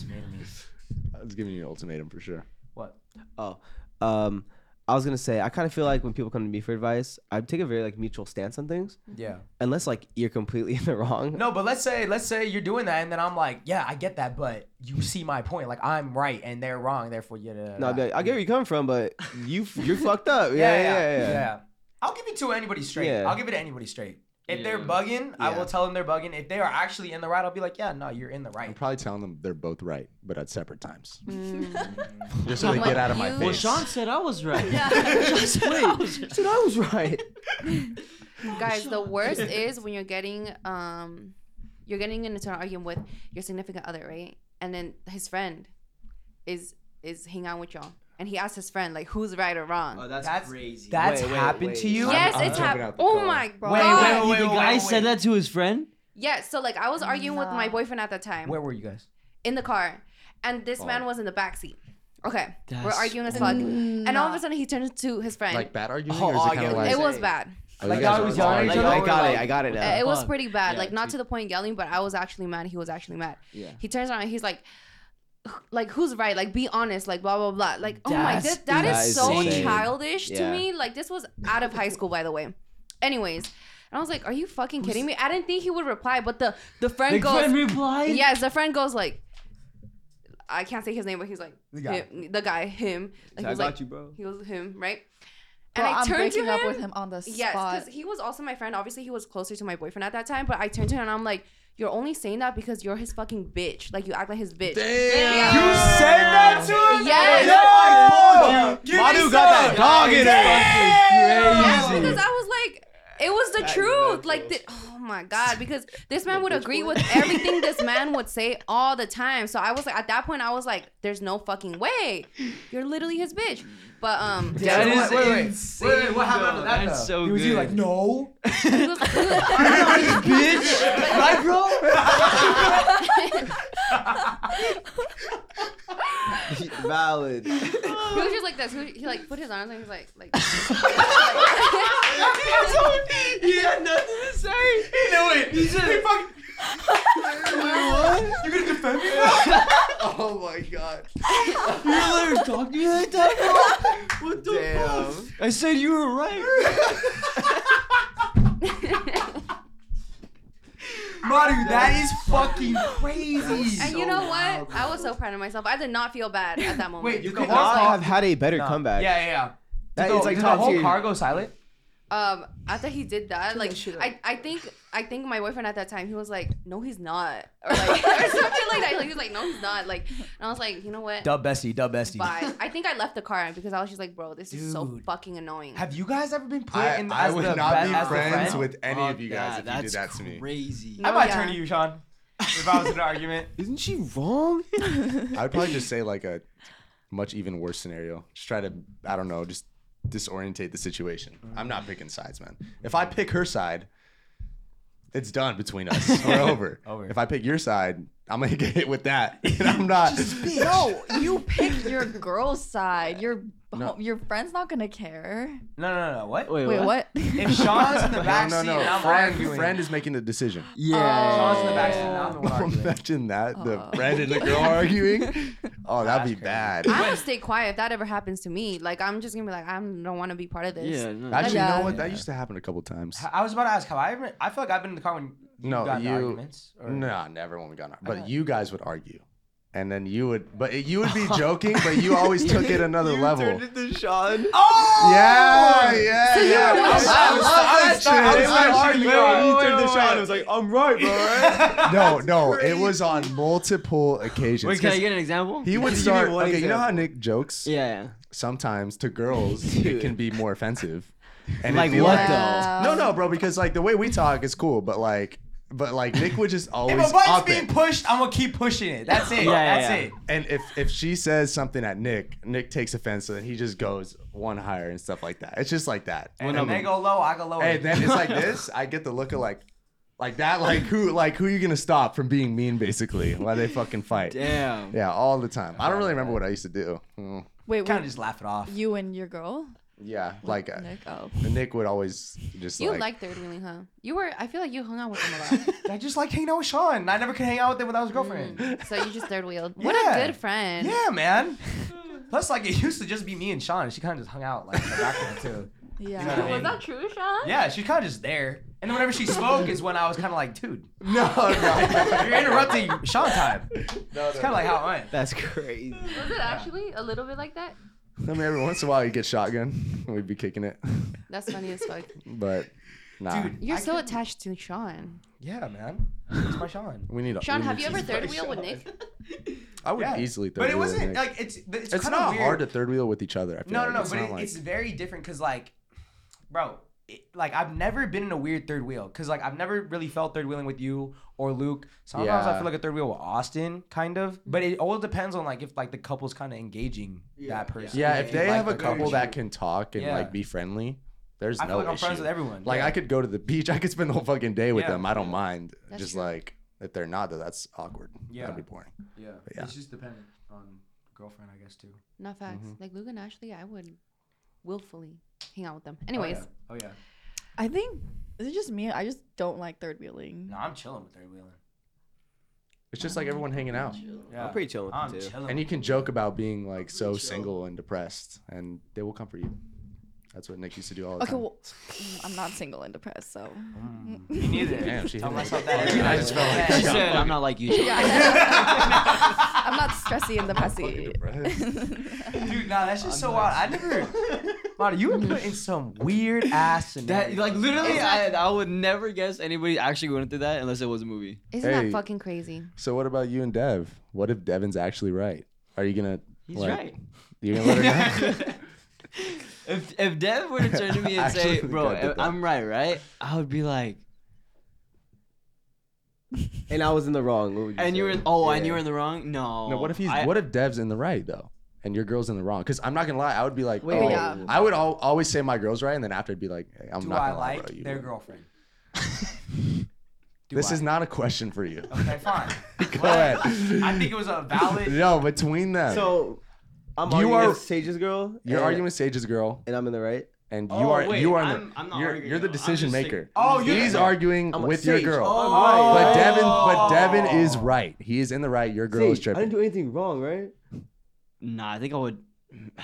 [SPEAKER 6] I was giving you an ultimatum for sure.
[SPEAKER 1] what?
[SPEAKER 5] Oh. Um. I was gonna say I kind of feel like when people come to me for advice, I take a very like mutual stance on things,
[SPEAKER 1] Yeah.
[SPEAKER 5] unless like you're completely (laughs) in the wrong.
[SPEAKER 1] No, but let's say let's say you're doing that, and then I'm like, yeah, I get that, but you see my point. Like I'm right and they're wrong, therefore you.
[SPEAKER 5] No, I'd be like, I get where you come from, but you you're fucked up. (laughs) Yeah, yeah, yeah. yeah,
[SPEAKER 1] I'll give it to anybody straight.
[SPEAKER 5] Yeah.
[SPEAKER 1] I'll give it to anybody straight. If they're
[SPEAKER 7] Yeah.
[SPEAKER 1] bugging, I
[SPEAKER 5] Yeah.
[SPEAKER 1] will tell them they're bugging. If they are actually in the right, I'll be like, yeah, no, you're in the
[SPEAKER 6] I'm
[SPEAKER 1] right.
[SPEAKER 6] probably telling them they're both right, but at separate times.
[SPEAKER 4] Mm.
[SPEAKER 6] Just so they
[SPEAKER 4] Like
[SPEAKER 6] get out of my
[SPEAKER 4] you-
[SPEAKER 6] face.
[SPEAKER 7] Well, Sean said I was right.
[SPEAKER 4] Yeah.
[SPEAKER 7] Sean said I was right.
[SPEAKER 5] Dude, I was right.
[SPEAKER 4] (laughs) Guys, the worst is when you're getting um you're getting into an argument with your significant other, right? And then his friend is is hang out with y'all. And he asks his friend, like, who's right or wrong?
[SPEAKER 7] Oh, that's,
[SPEAKER 1] That's-
[SPEAKER 7] crazy.
[SPEAKER 1] That's
[SPEAKER 5] Wait, wait,
[SPEAKER 1] happened to
[SPEAKER 5] wait.
[SPEAKER 1] you.
[SPEAKER 4] yes,
[SPEAKER 6] I'm
[SPEAKER 4] it's
[SPEAKER 6] jumping
[SPEAKER 4] happening.
[SPEAKER 6] out the
[SPEAKER 4] Oh
[SPEAKER 6] car.
[SPEAKER 4] my god.
[SPEAKER 7] wait, wait,
[SPEAKER 1] wait,
[SPEAKER 7] wait,
[SPEAKER 1] wait,
[SPEAKER 7] The guy
[SPEAKER 1] wait.
[SPEAKER 7] said that to his friend.
[SPEAKER 4] Yes, so like I was arguing with my boyfriend at that time
[SPEAKER 1] Where were you guys?
[SPEAKER 4] in the car, and this man
[SPEAKER 6] Oh.
[SPEAKER 4] was in the back seat. Okay, we're
[SPEAKER 7] That's
[SPEAKER 4] arguing as fuck, and all of a sudden he turns to his friend.
[SPEAKER 6] like bad arguing,
[SPEAKER 1] Oh,
[SPEAKER 6] or is it
[SPEAKER 1] I
[SPEAKER 6] kind
[SPEAKER 1] get
[SPEAKER 6] of
[SPEAKER 1] what
[SPEAKER 6] like
[SPEAKER 4] it
[SPEAKER 1] you're
[SPEAKER 4] was
[SPEAKER 1] saying.
[SPEAKER 4] bad.
[SPEAKER 6] Oh, you
[SPEAKER 1] Like, I
[SPEAKER 6] guys are
[SPEAKER 1] was
[SPEAKER 6] all
[SPEAKER 1] young,
[SPEAKER 6] right.
[SPEAKER 1] like,
[SPEAKER 5] I
[SPEAKER 1] were
[SPEAKER 5] got
[SPEAKER 1] like-
[SPEAKER 5] it. I got it now.
[SPEAKER 4] it was
[SPEAKER 7] fuck.
[SPEAKER 4] pretty bad.
[SPEAKER 7] Yeah,
[SPEAKER 4] like not
[SPEAKER 7] it's-
[SPEAKER 4] to the point yelling, but I was actually mad. He was actually mad.
[SPEAKER 7] Yeah.
[SPEAKER 4] He turns around and he's like, "Wh- like who's right? Like be honest. Like blah blah blah. Like oh my,
[SPEAKER 1] That's
[SPEAKER 4] this, that is
[SPEAKER 5] That is
[SPEAKER 4] so
[SPEAKER 5] insane.
[SPEAKER 4] childish to
[SPEAKER 5] Yeah.
[SPEAKER 4] me. Like this was out of high school, by the way. Anyways, and I was like, are you fucking kidding me? I didn't think he would reply, but the the friend
[SPEAKER 7] The
[SPEAKER 4] goes,
[SPEAKER 7] friend replied.
[SPEAKER 4] yes, the friend goes like, I can't say his name, but he's like
[SPEAKER 1] The guy.
[SPEAKER 4] him- the guy, him. Like, he
[SPEAKER 7] I
[SPEAKER 4] was
[SPEAKER 7] got
[SPEAKER 4] like, (laughs)
[SPEAKER 7] you, bro.
[SPEAKER 4] he was him, right?
[SPEAKER 3] Bro,
[SPEAKER 4] and I
[SPEAKER 3] I'm
[SPEAKER 4] turned to
[SPEAKER 3] breaking
[SPEAKER 4] him.
[SPEAKER 3] up with him on the
[SPEAKER 4] Yes,
[SPEAKER 3] spot.
[SPEAKER 4] because
[SPEAKER 3] (laughs)
[SPEAKER 4] he was also my friend. Obviously, he was closer to my boyfriend at that time. But I turned to him and I'm like, "You're only saying that because you're his fucking bitch. Like you act like his bitch."
[SPEAKER 6] Damn.
[SPEAKER 1] You said that to him.
[SPEAKER 4] Yes.
[SPEAKER 1] No, I told you. Give me
[SPEAKER 5] Manu got that
[SPEAKER 1] some.
[SPEAKER 5] dog in
[SPEAKER 4] Yeah,
[SPEAKER 5] it.
[SPEAKER 4] because I was like, it was the truth. Like, the, oh my god, because this man would agree with everything this man would say all the time. So I was like, at that point, I was like, "There's no fucking way. You're literally his bitch." But um,
[SPEAKER 7] That
[SPEAKER 1] Wait,
[SPEAKER 7] is
[SPEAKER 1] wait, wait.
[SPEAKER 7] insane.
[SPEAKER 1] Wait, wait, what happened after
[SPEAKER 7] though.
[SPEAKER 1] that,
[SPEAKER 7] That's
[SPEAKER 1] though?
[SPEAKER 7] so
[SPEAKER 1] He was
[SPEAKER 7] good.
[SPEAKER 1] either like, no,
[SPEAKER 4] (laughs)
[SPEAKER 7] bitch.
[SPEAKER 1] right, bro?
[SPEAKER 5] (laughs) Valid.
[SPEAKER 4] he was just like this. He, was- he, like put his arms and he's like, like.
[SPEAKER 7] he had nothing to say.
[SPEAKER 1] He knew it. He fucking. You're gonna defend (laughs) me? Bro?
[SPEAKER 5] Oh my god.
[SPEAKER 7] You let her talk to you like that, bro? What the
[SPEAKER 5] Damn.
[SPEAKER 7] fuck? I said you were
[SPEAKER 5] (laughs)
[SPEAKER 7] right.
[SPEAKER 4] (laughs)
[SPEAKER 1] Maru, that is fucking crazy.
[SPEAKER 4] And you know what? I was so proud of myself. I did not feel bad at that moment.
[SPEAKER 1] Wait, you
[SPEAKER 5] Could
[SPEAKER 1] could
[SPEAKER 5] not have had a better
[SPEAKER 1] No.
[SPEAKER 5] comeback.
[SPEAKER 1] Yeah, yeah, yeah.
[SPEAKER 5] That
[SPEAKER 1] Did
[SPEAKER 5] is
[SPEAKER 1] the,
[SPEAKER 5] like
[SPEAKER 1] did the
[SPEAKER 5] top
[SPEAKER 1] whole
[SPEAKER 5] tier.
[SPEAKER 1] car go silent?
[SPEAKER 4] um after he did that like
[SPEAKER 3] shit up.
[SPEAKER 4] I, I think i think my boyfriend at that time he was like no he's (laughs) not or like or something like that like, he was like no he's not like and i was like you know what
[SPEAKER 1] Dub Bestie, dub Bestie.
[SPEAKER 4] bye i think i left the car because i was just like bro this is so
[SPEAKER 1] Dude.
[SPEAKER 4] fucking annoying
[SPEAKER 1] Have you guys ever been put
[SPEAKER 6] I,
[SPEAKER 1] in
[SPEAKER 6] I
[SPEAKER 1] as
[SPEAKER 6] would
[SPEAKER 1] the
[SPEAKER 6] not
[SPEAKER 1] best,
[SPEAKER 6] be
[SPEAKER 1] as the
[SPEAKER 6] friends
[SPEAKER 1] friend? Oh,
[SPEAKER 6] with any
[SPEAKER 7] Fuck
[SPEAKER 6] of you guys
[SPEAKER 7] that.
[SPEAKER 6] if you did
[SPEAKER 7] That's
[SPEAKER 6] that to me.
[SPEAKER 7] Crazy.
[SPEAKER 1] I
[SPEAKER 4] No,
[SPEAKER 1] might
[SPEAKER 4] Oh, yeah.
[SPEAKER 1] turn to you, Sean. If I was in an argument,
[SPEAKER 5] Isn't
[SPEAKER 7] (laughs)
[SPEAKER 5] she wrong?
[SPEAKER 1] (laughs)
[SPEAKER 6] I would probably just say like a much even worse scenario. Just try to I don't know, just disorientate the situation. I'm not picking sides, man. If I pick her side, it's done
[SPEAKER 1] (laughs)
[SPEAKER 6] between us. We're over.
[SPEAKER 1] Over.
[SPEAKER 6] If I pick your side, I'm gonna (laughs) get hit with that. And I'm not (laughs)
[SPEAKER 3] no, Oh, you pick your girl's side. Your your friend's not gonna care.
[SPEAKER 1] no, no, no, no. What?
[SPEAKER 3] Wait, what?
[SPEAKER 1] (laughs) If Sean's in the
[SPEAKER 6] No,
[SPEAKER 1] backseat
[SPEAKER 6] no,
[SPEAKER 1] and
[SPEAKER 6] no.
[SPEAKER 1] I'm
[SPEAKER 6] Friend,
[SPEAKER 1] arguing,
[SPEAKER 6] friend is Oh. making the
[SPEAKER 1] (laughs)
[SPEAKER 6] decision.
[SPEAKER 7] Yeah.
[SPEAKER 1] Sean's in the backseat and I'm the one arguing.
[SPEAKER 6] Imagine that.
[SPEAKER 3] Uh-oh.
[SPEAKER 6] The friend and the
[SPEAKER 1] (laughs)
[SPEAKER 6] girl arguing. Oh, that'd
[SPEAKER 1] That's
[SPEAKER 6] be
[SPEAKER 1] crazy.
[SPEAKER 6] bad.
[SPEAKER 4] i'm gonna stay quiet if that ever happens to me like i'm just gonna be like i don't want to be part of this
[SPEAKER 7] Yeah. No,
[SPEAKER 6] Actually, you
[SPEAKER 3] Yeah.
[SPEAKER 6] know what? That used to happen a couple times.
[SPEAKER 1] I was about to ask how I ever. I feel like I've been in the car when you
[SPEAKER 6] No,
[SPEAKER 1] got into
[SPEAKER 6] you-
[SPEAKER 1] arguments. or-
[SPEAKER 6] No, never when we got on. But
[SPEAKER 1] Okay.
[SPEAKER 6] you guys would argue. And then you would, but you would be joking, but you always took it another level.
[SPEAKER 5] Turned into Sean.
[SPEAKER 1] (laughs) Oh!
[SPEAKER 6] yeah, yeah, yeah.
[SPEAKER 1] I was- I was- I was- I was- I was- I was-
[SPEAKER 5] He
[SPEAKER 1] Wait,
[SPEAKER 5] turned
[SPEAKER 1] wait,
[SPEAKER 5] to
[SPEAKER 1] wait,
[SPEAKER 5] Sean.
[SPEAKER 1] wait.
[SPEAKER 5] It was like, I'm right, bro. right?
[SPEAKER 6] "Oh, no, no, it was on multiple occasions.
[SPEAKER 7] Wait, can I
[SPEAKER 6] 'Cause
[SPEAKER 7] get an example?
[SPEAKER 6] he would
[SPEAKER 5] Give me
[SPEAKER 6] start.
[SPEAKER 5] one
[SPEAKER 6] Okay, you know
[SPEAKER 5] example.
[SPEAKER 6] how Nick jokes
[SPEAKER 7] Yeah. yeah.
[SPEAKER 6] sometimes to girls,
[SPEAKER 5] Dude.
[SPEAKER 6] it can be more offensive. And it'd
[SPEAKER 7] Like
[SPEAKER 6] be
[SPEAKER 7] what
[SPEAKER 3] Wow.
[SPEAKER 6] No, no, bro, because like the way we talk is cool, but like, but like Nick would just
[SPEAKER 1] If
[SPEAKER 6] always
[SPEAKER 1] a button's
[SPEAKER 6] up
[SPEAKER 1] being
[SPEAKER 6] it.
[SPEAKER 1] pushed, I'm gonna keep pushing it. That's it.
[SPEAKER 7] Yeah, yeah,
[SPEAKER 1] That's
[SPEAKER 7] yeah.
[SPEAKER 1] it.
[SPEAKER 6] And if if she says something at Nick, Nick takes offense, so then he just goes one higher and stuff like that. It's just like that.
[SPEAKER 1] And
[SPEAKER 6] And
[SPEAKER 1] if they go low, I go low.
[SPEAKER 6] And then
[SPEAKER 1] (laughs)
[SPEAKER 6] it's like this. I get the look of like, like that. Like who? Like who you gonna stop from being mean? Basically, while they fucking fight.
[SPEAKER 7] Damn.
[SPEAKER 6] Yeah, all the time. I don't really remember what I used to do. Mm.
[SPEAKER 3] Wait,
[SPEAKER 1] kind
[SPEAKER 3] wait
[SPEAKER 1] of just laugh it off.
[SPEAKER 3] you and your girl?
[SPEAKER 6] Yeah, like uh,
[SPEAKER 3] Nick, oh.
[SPEAKER 6] Nick would always just
[SPEAKER 4] you
[SPEAKER 6] like.
[SPEAKER 4] liked third wheeling huh you were i feel like you hung out with him a
[SPEAKER 1] I just like hanging out with Sean. I
[SPEAKER 7] Mm.
[SPEAKER 4] Mm.
[SPEAKER 1] never could hang out with him without his (laughs) girlfriend.
[SPEAKER 4] lot so you just third wheeled what
[SPEAKER 1] Yeah.
[SPEAKER 7] (laughs)
[SPEAKER 4] a good friend
[SPEAKER 1] Yeah, man. Plus, like it used to just be me and Sean. and She kind of just hung out like in the background too.
[SPEAKER 3] Yeah.
[SPEAKER 1] You know what I mean?
[SPEAKER 4] Was that true, Sean?
[SPEAKER 1] Yeah, she's kind of just there. And then whenever she spoke is when I was kind of like, dude,
[SPEAKER 6] (laughs) No, no.
[SPEAKER 1] (laughs) you're interrupting Sean time. It's
[SPEAKER 6] no,
[SPEAKER 1] kind of like how I am.
[SPEAKER 5] That's crazy.
[SPEAKER 4] Was it actually a little bit like that?
[SPEAKER 6] I mean, every once in a while you get shotgun, and we'd be kicking it, (laughs)
[SPEAKER 4] That's funny as fuck.
[SPEAKER 6] but nah.
[SPEAKER 1] Dude,
[SPEAKER 4] You're
[SPEAKER 1] I
[SPEAKER 4] so
[SPEAKER 1] could-
[SPEAKER 4] attached to Sean.
[SPEAKER 1] Yeah, man. It's my Sean.
[SPEAKER 6] we need. a-
[SPEAKER 4] Sean,
[SPEAKER 6] we
[SPEAKER 4] have
[SPEAKER 6] need
[SPEAKER 4] you ever
[SPEAKER 6] some-
[SPEAKER 4] third wheel with Nick?
[SPEAKER 6] I would
[SPEAKER 1] Yeah.
[SPEAKER 6] easily third
[SPEAKER 1] But it
[SPEAKER 6] wheel
[SPEAKER 1] wasn't
[SPEAKER 6] Nick.
[SPEAKER 1] like it's it's,
[SPEAKER 6] it's
[SPEAKER 1] kind
[SPEAKER 6] not
[SPEAKER 1] of weird.
[SPEAKER 6] hard to third wheel with each other. I feel
[SPEAKER 1] No,
[SPEAKER 6] like.
[SPEAKER 1] no, no.
[SPEAKER 6] It's
[SPEAKER 1] but
[SPEAKER 6] not
[SPEAKER 1] it,
[SPEAKER 6] like-
[SPEAKER 1] it's very different because, like, bro, it, like I've never been in a weird third wheel because, like, I've never really felt third wheeling with you or Luke. Sometimes I
[SPEAKER 6] Yeah.
[SPEAKER 1] feel like a third wheel with Austin, kind of. But it all depends on like if like the couple's kind of engaging that person.
[SPEAKER 6] yeah, if they
[SPEAKER 1] Like,
[SPEAKER 6] have a
[SPEAKER 1] the
[SPEAKER 6] couple
[SPEAKER 1] coach.
[SPEAKER 6] that can talk and
[SPEAKER 1] Yeah.
[SPEAKER 6] like be friendly, there's
[SPEAKER 1] I feel
[SPEAKER 6] no
[SPEAKER 1] like I'm
[SPEAKER 6] issue.
[SPEAKER 1] friends with everyone.
[SPEAKER 6] Like
[SPEAKER 1] yeah.
[SPEAKER 6] I could go to the beach. I could spend the whole fucking day with
[SPEAKER 1] Yeah.
[SPEAKER 6] them. I don't mind.
[SPEAKER 4] That's
[SPEAKER 6] just
[SPEAKER 4] true.
[SPEAKER 6] like if they're not, though, that's awkward.
[SPEAKER 1] Yeah.
[SPEAKER 6] That'd be boring.
[SPEAKER 1] yeah.
[SPEAKER 6] yeah.
[SPEAKER 1] it's just dependent on girlfriend, I guess, too.
[SPEAKER 4] Not facts.
[SPEAKER 7] Mm-hmm.
[SPEAKER 6] Mhm.
[SPEAKER 4] Like Luke and Ashley, I would willfully hang out with them. Anyways,
[SPEAKER 1] oh yeah,
[SPEAKER 3] I think is it just me? I just don't like third wheeling.
[SPEAKER 1] no, I'm chilling with third wheeling.
[SPEAKER 6] It's just like everyone hanging out,
[SPEAKER 1] Yeah.
[SPEAKER 5] I'm pretty chill with
[SPEAKER 1] I'm
[SPEAKER 5] it too.
[SPEAKER 1] chilling.
[SPEAKER 6] and you can joke about being like so
[SPEAKER 7] chill.
[SPEAKER 6] single and depressed, and they will comfort you. That's what Nick used to do all the
[SPEAKER 3] Okay,
[SPEAKER 6] time.
[SPEAKER 3] well, mm, I'm not single and depressed,
[SPEAKER 4] (laughs)
[SPEAKER 3] so
[SPEAKER 1] Mm, me neither.
[SPEAKER 6] Damn, she
[SPEAKER 1] Tell
[SPEAKER 6] hit it.
[SPEAKER 1] myself that.
[SPEAKER 6] (laughs) I just felt like-
[SPEAKER 7] She said, "I'm not like you." Sean."
[SPEAKER 3] I'm not stressy and
[SPEAKER 6] Fucking
[SPEAKER 3] depressy. (laughs)
[SPEAKER 6] depressed.
[SPEAKER 1] Dude, nah, that's just so wild. I never.
[SPEAKER 6] (laughs)
[SPEAKER 1] Mara, you were put in some weird ass
[SPEAKER 7] That
[SPEAKER 1] scenarios.
[SPEAKER 7] like literally,
[SPEAKER 4] It's
[SPEAKER 7] I, I would never guess anybody actually going through that unless it was a
[SPEAKER 6] (laughs)
[SPEAKER 7] movie.
[SPEAKER 4] isn't
[SPEAKER 6] Hey.
[SPEAKER 4] that fucking crazy?
[SPEAKER 6] so what about you and Dev? What if Devin's actually right? Are you gonna?
[SPEAKER 7] He's
[SPEAKER 6] like,
[SPEAKER 7] right.
[SPEAKER 6] You
[SPEAKER 1] (laughs)
[SPEAKER 6] gonna let her know?
[SPEAKER 7] (laughs) if if Dev were to turn
[SPEAKER 6] (laughs)
[SPEAKER 7] to me and
[SPEAKER 6] Actually,
[SPEAKER 7] say,
[SPEAKER 6] the
[SPEAKER 7] "Bro,
[SPEAKER 6] guy did that."
[SPEAKER 7] I'm right, right?" I would be like,
[SPEAKER 5] And I was in the wrong. What would you
[SPEAKER 7] "And you were,
[SPEAKER 5] say?
[SPEAKER 7] oh, and
[SPEAKER 5] Yeah.
[SPEAKER 7] you were in the wrong." No.
[SPEAKER 6] No, what if he's
[SPEAKER 7] I-
[SPEAKER 6] what if Dev's in the right though, and your girl's in the wrong? Because I'm not gonna lie, I would be like,
[SPEAKER 5] Wait,
[SPEAKER 6] oh,
[SPEAKER 3] yeah.
[SPEAKER 6] I would al- always say my girl's right, and then after I'd be like, hey, I'm
[SPEAKER 1] Do
[SPEAKER 6] not
[SPEAKER 1] I
[SPEAKER 6] gonna lie,
[SPEAKER 1] like
[SPEAKER 6] bro, you-
[SPEAKER 1] their girlfriend? Do
[SPEAKER 6] This
[SPEAKER 1] I?
[SPEAKER 6] is not a question for you.
[SPEAKER 1] Okay, fine.
[SPEAKER 6] (laughs) Go
[SPEAKER 1] Whatever.
[SPEAKER 6] ahead.
[SPEAKER 1] I think it was a
[SPEAKER 6] (laughs)
[SPEAKER 1] valid.
[SPEAKER 6] No, between them,
[SPEAKER 5] So, eh, I'm
[SPEAKER 6] You
[SPEAKER 5] arguing
[SPEAKER 6] are-
[SPEAKER 5] with Sage's girl.
[SPEAKER 6] you're
[SPEAKER 5] and-
[SPEAKER 6] arguing with Sage's girl,
[SPEAKER 5] and I'm in the right.
[SPEAKER 6] and you
[SPEAKER 7] Oh,
[SPEAKER 6] are
[SPEAKER 7] wait,
[SPEAKER 6] you are in the,
[SPEAKER 7] I'm- I'm not
[SPEAKER 6] you're,
[SPEAKER 7] arguing,
[SPEAKER 6] you're the
[SPEAKER 7] I'm just
[SPEAKER 6] decision
[SPEAKER 7] saying-
[SPEAKER 6] maker.
[SPEAKER 1] Oh, you.
[SPEAKER 6] He's arguing
[SPEAKER 5] I'm a
[SPEAKER 6] with your
[SPEAKER 5] Sage.
[SPEAKER 6] girl,
[SPEAKER 5] Oh,
[SPEAKER 1] Oh.
[SPEAKER 5] I'm
[SPEAKER 6] but
[SPEAKER 5] right.
[SPEAKER 6] Devin but Devin is right. He is in the right. Your girl is
[SPEAKER 5] Sage, I
[SPEAKER 6] tripping.
[SPEAKER 5] didn't do anything wrong, right?
[SPEAKER 7] Nah, I think I would. (sighs)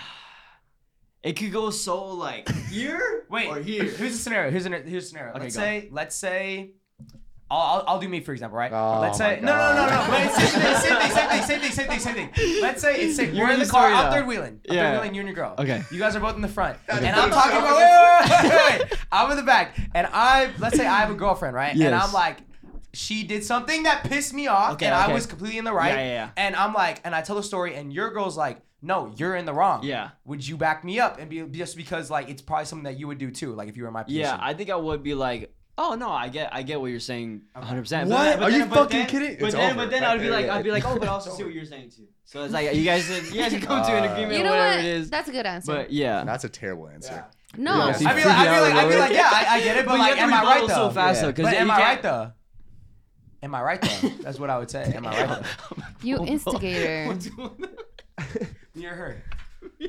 [SPEAKER 7] It could go so like (laughs) here
[SPEAKER 1] Wait.
[SPEAKER 7] or (laughs) here.
[SPEAKER 1] Here's a scenario. Here's a here's a scenario.
[SPEAKER 7] Okay,
[SPEAKER 1] let's
[SPEAKER 7] go.
[SPEAKER 1] say let's say. I'll, I'll, I'll do me for example, right?
[SPEAKER 6] Oh
[SPEAKER 1] Let's say
[SPEAKER 6] my
[SPEAKER 1] no no no no.
[SPEAKER 6] God.
[SPEAKER 1] But it's same thing, same thing, same thing, same thing, same thing, same thing. Let's say it's
[SPEAKER 7] (laughs)
[SPEAKER 1] safe.
[SPEAKER 7] You're
[SPEAKER 1] We're in the
[SPEAKER 7] in
[SPEAKER 1] car.
[SPEAKER 7] Florida.
[SPEAKER 1] I'm third wheeling. I'm
[SPEAKER 7] Yeah.
[SPEAKER 1] third wheeling. You and your girl.
[SPEAKER 7] Okay.
[SPEAKER 1] You guys are both in the front,
[SPEAKER 6] Okay.
[SPEAKER 1] and I'm talking about. Wait, wait, wait, wait, wait. I'm in the back, and I let's say I have a girlfriend, right? And
[SPEAKER 7] Yes.
[SPEAKER 1] I'm like, she did something that pissed me off,
[SPEAKER 7] Okay,
[SPEAKER 1] and I
[SPEAKER 7] okay.
[SPEAKER 1] was completely in the right.
[SPEAKER 7] Yeah, yeah, yeah.
[SPEAKER 1] And I'm like, and I tell the story, and your girl's like, no, you're in the wrong.
[SPEAKER 7] Yeah.
[SPEAKER 1] Would you back me up? And be just because like it's probably something that you would do too, like if you were in my position.
[SPEAKER 7] Yeah, I think I would be like, oh no, I get, I get what you're saying, 100. percent
[SPEAKER 6] What? Are you fucking kidding?
[SPEAKER 7] But
[SPEAKER 6] It's
[SPEAKER 7] then,
[SPEAKER 6] over.
[SPEAKER 7] but then
[SPEAKER 6] Right
[SPEAKER 7] I'd be
[SPEAKER 6] there,
[SPEAKER 7] like,
[SPEAKER 6] yeah.
[SPEAKER 7] I'd be like, oh,
[SPEAKER 1] (laughs)
[SPEAKER 7] but I also see what you're saying too. So it's like you guys, you guys can come to an
[SPEAKER 6] Uh,
[SPEAKER 7] agreement,
[SPEAKER 4] You know
[SPEAKER 7] whatever
[SPEAKER 4] what?
[SPEAKER 7] it is.
[SPEAKER 4] That's a good answer.
[SPEAKER 7] But yeah,
[SPEAKER 6] That's a terrible answer.
[SPEAKER 4] no,
[SPEAKER 5] Yeah, see-
[SPEAKER 1] I'd be like, I'd be like, I'd be like, yeah, I, I get it, but,
[SPEAKER 7] you
[SPEAKER 1] like,
[SPEAKER 7] have
[SPEAKER 1] am
[SPEAKER 7] to
[SPEAKER 1] I
[SPEAKER 7] rebuttal
[SPEAKER 1] right though?
[SPEAKER 7] So fast
[SPEAKER 5] Yeah.
[SPEAKER 7] though, 'cause
[SPEAKER 1] But
[SPEAKER 7] you
[SPEAKER 1] am I
[SPEAKER 7] can't-
[SPEAKER 1] right though? Am I right though? That's what I would say. Am I right
[SPEAKER 7] (laughs)
[SPEAKER 1] though?
[SPEAKER 4] you instigator.
[SPEAKER 1] You're her.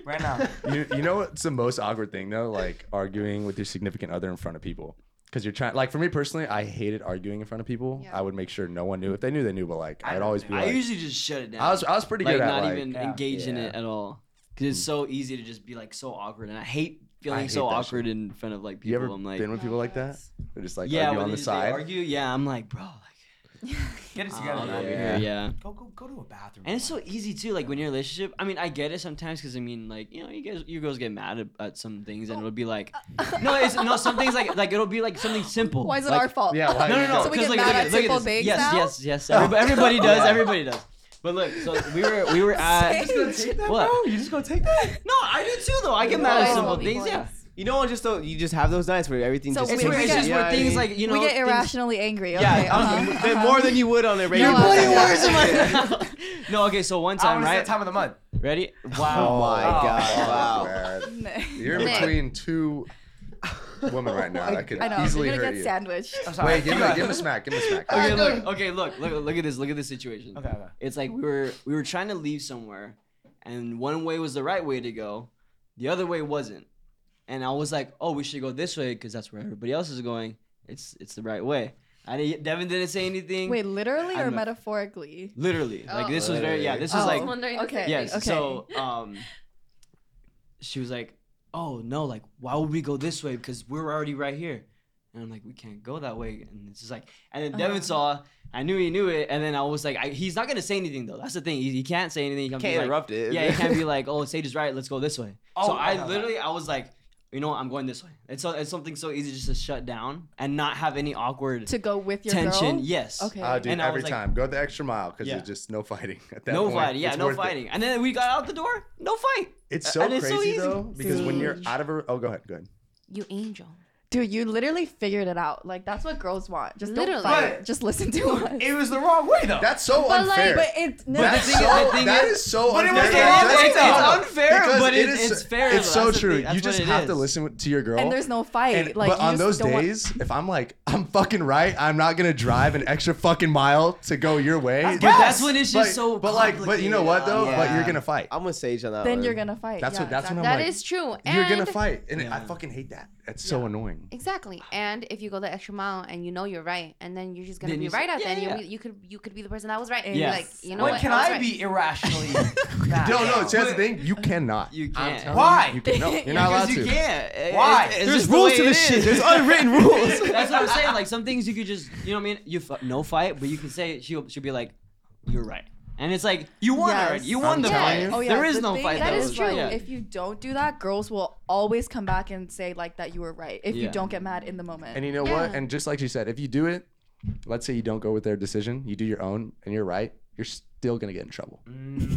[SPEAKER 1] Right now.
[SPEAKER 6] you, you know what's the most awkward thing though like arguing with your significant other in front of people because you're trying like for me personally i hated arguing in front of people
[SPEAKER 4] Yeah.
[SPEAKER 6] i would make sure no one knew if they knew they knew but like
[SPEAKER 1] I
[SPEAKER 6] i'd
[SPEAKER 1] don't
[SPEAKER 6] always
[SPEAKER 1] know.
[SPEAKER 6] be
[SPEAKER 7] I
[SPEAKER 6] like
[SPEAKER 7] usually just shut it down.
[SPEAKER 6] i was i was pretty
[SPEAKER 7] like
[SPEAKER 6] good at
[SPEAKER 7] not
[SPEAKER 6] like
[SPEAKER 7] even
[SPEAKER 1] Yeah.
[SPEAKER 7] engage in it
[SPEAKER 6] Yeah. Mm.
[SPEAKER 7] at all because it's so easy to just be like so awkward and i hate feeling
[SPEAKER 6] hate
[SPEAKER 7] so
[SPEAKER 6] that
[SPEAKER 7] awkward in front of like people
[SPEAKER 6] you ever
[SPEAKER 7] i'm like
[SPEAKER 6] been with people like that
[SPEAKER 4] Oh,
[SPEAKER 6] they're just like
[SPEAKER 7] yeah
[SPEAKER 6] argue
[SPEAKER 7] when
[SPEAKER 6] on
[SPEAKER 7] they
[SPEAKER 6] the
[SPEAKER 7] just, they
[SPEAKER 6] side
[SPEAKER 7] argue yeah i'm like oh, bro like
[SPEAKER 1] Get it
[SPEAKER 7] I
[SPEAKER 1] together.
[SPEAKER 7] don't know,
[SPEAKER 1] man.
[SPEAKER 7] yeah. yeah
[SPEAKER 1] Go go go to a bathroom.
[SPEAKER 7] and it's so easy too like when you're in a relationship i mean i get it sometimes because i mean like you know you guys you girls get mad at, at some things and it'll be
[SPEAKER 3] (laughs)
[SPEAKER 7] like no it's no some things like like it'll be like something simple
[SPEAKER 3] Why is it
[SPEAKER 7] like,
[SPEAKER 3] our fault?
[SPEAKER 6] yeah, why-
[SPEAKER 7] no, no,
[SPEAKER 3] (laughs)
[SPEAKER 7] no.
[SPEAKER 3] So we
[SPEAKER 7] 'cause
[SPEAKER 3] get
[SPEAKER 7] look
[SPEAKER 3] mad
[SPEAKER 7] look
[SPEAKER 3] at
[SPEAKER 7] look
[SPEAKER 3] simple
[SPEAKER 7] this.
[SPEAKER 3] things
[SPEAKER 7] yes,
[SPEAKER 3] now?
[SPEAKER 7] Yes, yes, Everybody,
[SPEAKER 6] (laughs)
[SPEAKER 7] everybody does.
[SPEAKER 6] Yeah.
[SPEAKER 7] Everybody does. But look, so we were
[SPEAKER 3] (laughs)
[SPEAKER 7] we were
[SPEAKER 5] (laughs)
[SPEAKER 7] at what?
[SPEAKER 1] You just gonna take that?
[SPEAKER 7] No, I do too though. I get mad
[SPEAKER 3] Boys will
[SPEAKER 7] at simple
[SPEAKER 4] be
[SPEAKER 7] things. Yeah.
[SPEAKER 4] boys.
[SPEAKER 5] You know, just don't. You just have those nights where everything
[SPEAKER 3] So
[SPEAKER 5] just.
[SPEAKER 7] It's
[SPEAKER 3] We-
[SPEAKER 7] where,
[SPEAKER 3] we
[SPEAKER 7] it's
[SPEAKER 3] get-
[SPEAKER 7] just where things like you know
[SPEAKER 3] we get
[SPEAKER 7] things-
[SPEAKER 3] irrationally angry. Okay,
[SPEAKER 7] Yeah,
[SPEAKER 3] uh-huh,
[SPEAKER 5] But more than you would on a regular.
[SPEAKER 3] putting
[SPEAKER 5] basis.
[SPEAKER 3] words in
[SPEAKER 7] (laughs) no, okay. So one
[SPEAKER 1] I
[SPEAKER 7] time,
[SPEAKER 1] want that
[SPEAKER 7] right?
[SPEAKER 1] time of the month.
[SPEAKER 7] Ready?
[SPEAKER 5] Oh
[SPEAKER 7] Wow.
[SPEAKER 5] my
[SPEAKER 1] Oh.
[SPEAKER 5] god! Wow.
[SPEAKER 6] Man,
[SPEAKER 3] uh-huh.
[SPEAKER 7] (laughs)
[SPEAKER 6] you're in
[SPEAKER 4] Nick.
[SPEAKER 6] between two women right now that could
[SPEAKER 3] (laughs) I know.
[SPEAKER 6] easily
[SPEAKER 3] you're gonna
[SPEAKER 6] hurt
[SPEAKER 3] get
[SPEAKER 6] you
[SPEAKER 3] sandwiched.
[SPEAKER 1] I'm sorry.
[SPEAKER 6] wait give
[SPEAKER 1] You
[SPEAKER 6] him,
[SPEAKER 1] got
[SPEAKER 6] a,
[SPEAKER 1] it.
[SPEAKER 3] (laughs)
[SPEAKER 6] give him a smack give him a smack
[SPEAKER 7] Okay, look. Okay, look. Look. Look at this. Look at this situation.
[SPEAKER 1] Okay, okay.
[SPEAKER 7] It's like we were we were trying to leave somewhere, and one way was the right way to go, the other way wasn't. And I was like, oh, we should go this way because that's where everybody else is going. It's it's the right way. I didn't, Devin didn't say anything.
[SPEAKER 3] Wait, literally or
[SPEAKER 7] I'm a-
[SPEAKER 3] metaphorically?
[SPEAKER 7] Literally, like
[SPEAKER 4] Oh.
[SPEAKER 7] this was very yeah. This
[SPEAKER 3] Oh.
[SPEAKER 7] was
[SPEAKER 4] I
[SPEAKER 7] like
[SPEAKER 4] was wondering the
[SPEAKER 3] Okay.
[SPEAKER 4] same
[SPEAKER 7] yes.
[SPEAKER 4] thing.
[SPEAKER 3] okay.
[SPEAKER 7] So um, she was like, "Oh no, like why would we go this way? Because we're already right here." And I'm like, "We can't go that way." And it's just like, and then Devin
[SPEAKER 3] Uh-huh.
[SPEAKER 7] saw. I knew he knew it, and then I was like, I, "He's not gonna say anything though. That's the thing. He, he can't say anything. He can't,
[SPEAKER 5] Can't
[SPEAKER 7] be like,
[SPEAKER 5] interrupt it.
[SPEAKER 7] yeah, he can't
[SPEAKER 5] (laughs)
[SPEAKER 7] be like, oh, Sage is right. Let's go this way."
[SPEAKER 1] Oh,
[SPEAKER 7] so
[SPEAKER 1] I
[SPEAKER 7] I,
[SPEAKER 1] know that.
[SPEAKER 7] literally, I was like, you know, what? I'm going this way. It's so, it's something so easy just to shut down and not have any awkward
[SPEAKER 3] to go with your
[SPEAKER 7] tension.
[SPEAKER 3] girl.
[SPEAKER 7] Yes.
[SPEAKER 3] Okay.
[SPEAKER 6] Ah, dude,
[SPEAKER 7] And I was
[SPEAKER 6] every
[SPEAKER 7] like-
[SPEAKER 6] time. Go the extra mile because
[SPEAKER 2] Yeah.
[SPEAKER 6] there's just no fighting at that
[SPEAKER 7] No
[SPEAKER 6] point.
[SPEAKER 7] fighting. Yeah,
[SPEAKER 6] It's
[SPEAKER 7] no
[SPEAKER 6] worth it.
[SPEAKER 7] fighting. And then we got out the door. No fight.
[SPEAKER 6] It's
[SPEAKER 7] A-
[SPEAKER 6] so
[SPEAKER 7] and it's so
[SPEAKER 6] crazy
[SPEAKER 7] easy.
[SPEAKER 6] though because when you're
[SPEAKER 3] Sage.
[SPEAKER 6] out of a oh go ahead go ahead
[SPEAKER 4] You angel.
[SPEAKER 3] Dude, you literally figured it out. Like that's what girls want. Just
[SPEAKER 4] Literally.
[SPEAKER 3] don't fight.
[SPEAKER 1] But-
[SPEAKER 3] Just listen to us.
[SPEAKER 1] It was the wrong way though.
[SPEAKER 6] that's so
[SPEAKER 4] But, like,
[SPEAKER 6] unfair.
[SPEAKER 3] but it's no,
[SPEAKER 6] that's
[SPEAKER 7] the
[SPEAKER 6] so
[SPEAKER 7] thing is- the thing
[SPEAKER 6] that
[SPEAKER 7] is-
[SPEAKER 6] is so
[SPEAKER 1] but it was
[SPEAKER 6] unfair.
[SPEAKER 1] the wrong
[SPEAKER 6] Just-
[SPEAKER 1] way,
[SPEAKER 7] it's,
[SPEAKER 1] though.
[SPEAKER 7] it's unfair,
[SPEAKER 6] because
[SPEAKER 7] but
[SPEAKER 6] it
[SPEAKER 7] it's,
[SPEAKER 6] is
[SPEAKER 7] it's
[SPEAKER 6] so-
[SPEAKER 7] fair.
[SPEAKER 6] It's so
[SPEAKER 7] That's the
[SPEAKER 6] true.
[SPEAKER 7] thing. That's
[SPEAKER 6] You
[SPEAKER 7] what
[SPEAKER 6] just
[SPEAKER 7] it
[SPEAKER 6] have
[SPEAKER 7] is.
[SPEAKER 6] to listen to your girl.
[SPEAKER 3] and there's no fight.
[SPEAKER 6] And-
[SPEAKER 3] like
[SPEAKER 6] but
[SPEAKER 3] you
[SPEAKER 6] on
[SPEAKER 3] just
[SPEAKER 6] those
[SPEAKER 3] don't want-
[SPEAKER 6] days, if I'm like, I'm fucking right, I'm not gonna drive an extra fucking mile to go your way.
[SPEAKER 7] But that's when it's
[SPEAKER 6] but,
[SPEAKER 7] just so.
[SPEAKER 6] But like, but you know what though?
[SPEAKER 5] complicated.
[SPEAKER 6] But you're gonna fight.
[SPEAKER 5] I'm with Sage on that.
[SPEAKER 3] then
[SPEAKER 5] one.
[SPEAKER 3] you're gonna fight.
[SPEAKER 6] uh, That's
[SPEAKER 3] yeah,
[SPEAKER 6] what- that's what
[SPEAKER 3] exactly.
[SPEAKER 6] I'm
[SPEAKER 4] That
[SPEAKER 6] like,
[SPEAKER 4] is true. And
[SPEAKER 6] You're gonna fight, and I
[SPEAKER 7] Yeah.
[SPEAKER 6] fucking hate that. That's so annoying.
[SPEAKER 4] Exactly. And if you go the extra mile and you know you're right, and then you're just gonna
[SPEAKER 7] Then
[SPEAKER 4] be
[SPEAKER 7] you s-
[SPEAKER 4] right out
[SPEAKER 7] yeah,
[SPEAKER 4] there, and
[SPEAKER 7] yeah.
[SPEAKER 4] you you could you could be the person that was right. And
[SPEAKER 7] Yeah.
[SPEAKER 4] you're like, you know
[SPEAKER 1] when
[SPEAKER 4] what?
[SPEAKER 1] can
[SPEAKER 4] was
[SPEAKER 1] I
[SPEAKER 4] right.
[SPEAKER 1] be
[SPEAKER 6] (laughs)
[SPEAKER 1] irrationally?
[SPEAKER 6] No,
[SPEAKER 1] mad?
[SPEAKER 6] no, see, that's the thing. You cannot.
[SPEAKER 7] You
[SPEAKER 6] I'm
[SPEAKER 7] can't.
[SPEAKER 6] telling
[SPEAKER 1] Why?
[SPEAKER 6] You, you can, no, you're (laughs) not allowed
[SPEAKER 7] Because you
[SPEAKER 6] to.
[SPEAKER 7] can't.
[SPEAKER 1] Why?
[SPEAKER 5] There's rules to this shit.
[SPEAKER 7] (laughs)
[SPEAKER 5] There's unwritten rules.
[SPEAKER 7] That's what I'm saying. Like some things you could just, you know what I mean? You f- no fight, but you can say she'll she'll be like, "You're right," and it's like you won
[SPEAKER 3] Yes.
[SPEAKER 7] already. You won the
[SPEAKER 4] Yeah.
[SPEAKER 7] fight.
[SPEAKER 3] Oh yeah,
[SPEAKER 7] there is
[SPEAKER 3] the
[SPEAKER 7] no
[SPEAKER 3] thing
[SPEAKER 7] fight.
[SPEAKER 3] That
[SPEAKER 7] though.
[SPEAKER 3] is
[SPEAKER 7] It's
[SPEAKER 3] true.
[SPEAKER 7] like-
[SPEAKER 3] If you don't do that, girls will always come back and say like that you were right. If
[SPEAKER 7] Yeah.
[SPEAKER 3] you don't get mad in the moment.
[SPEAKER 6] And you know
[SPEAKER 4] Yeah.
[SPEAKER 6] what? And just like you said, if you do it, let's say you don't go with their decision, you do your own, and you're right, you're still gonna get in trouble.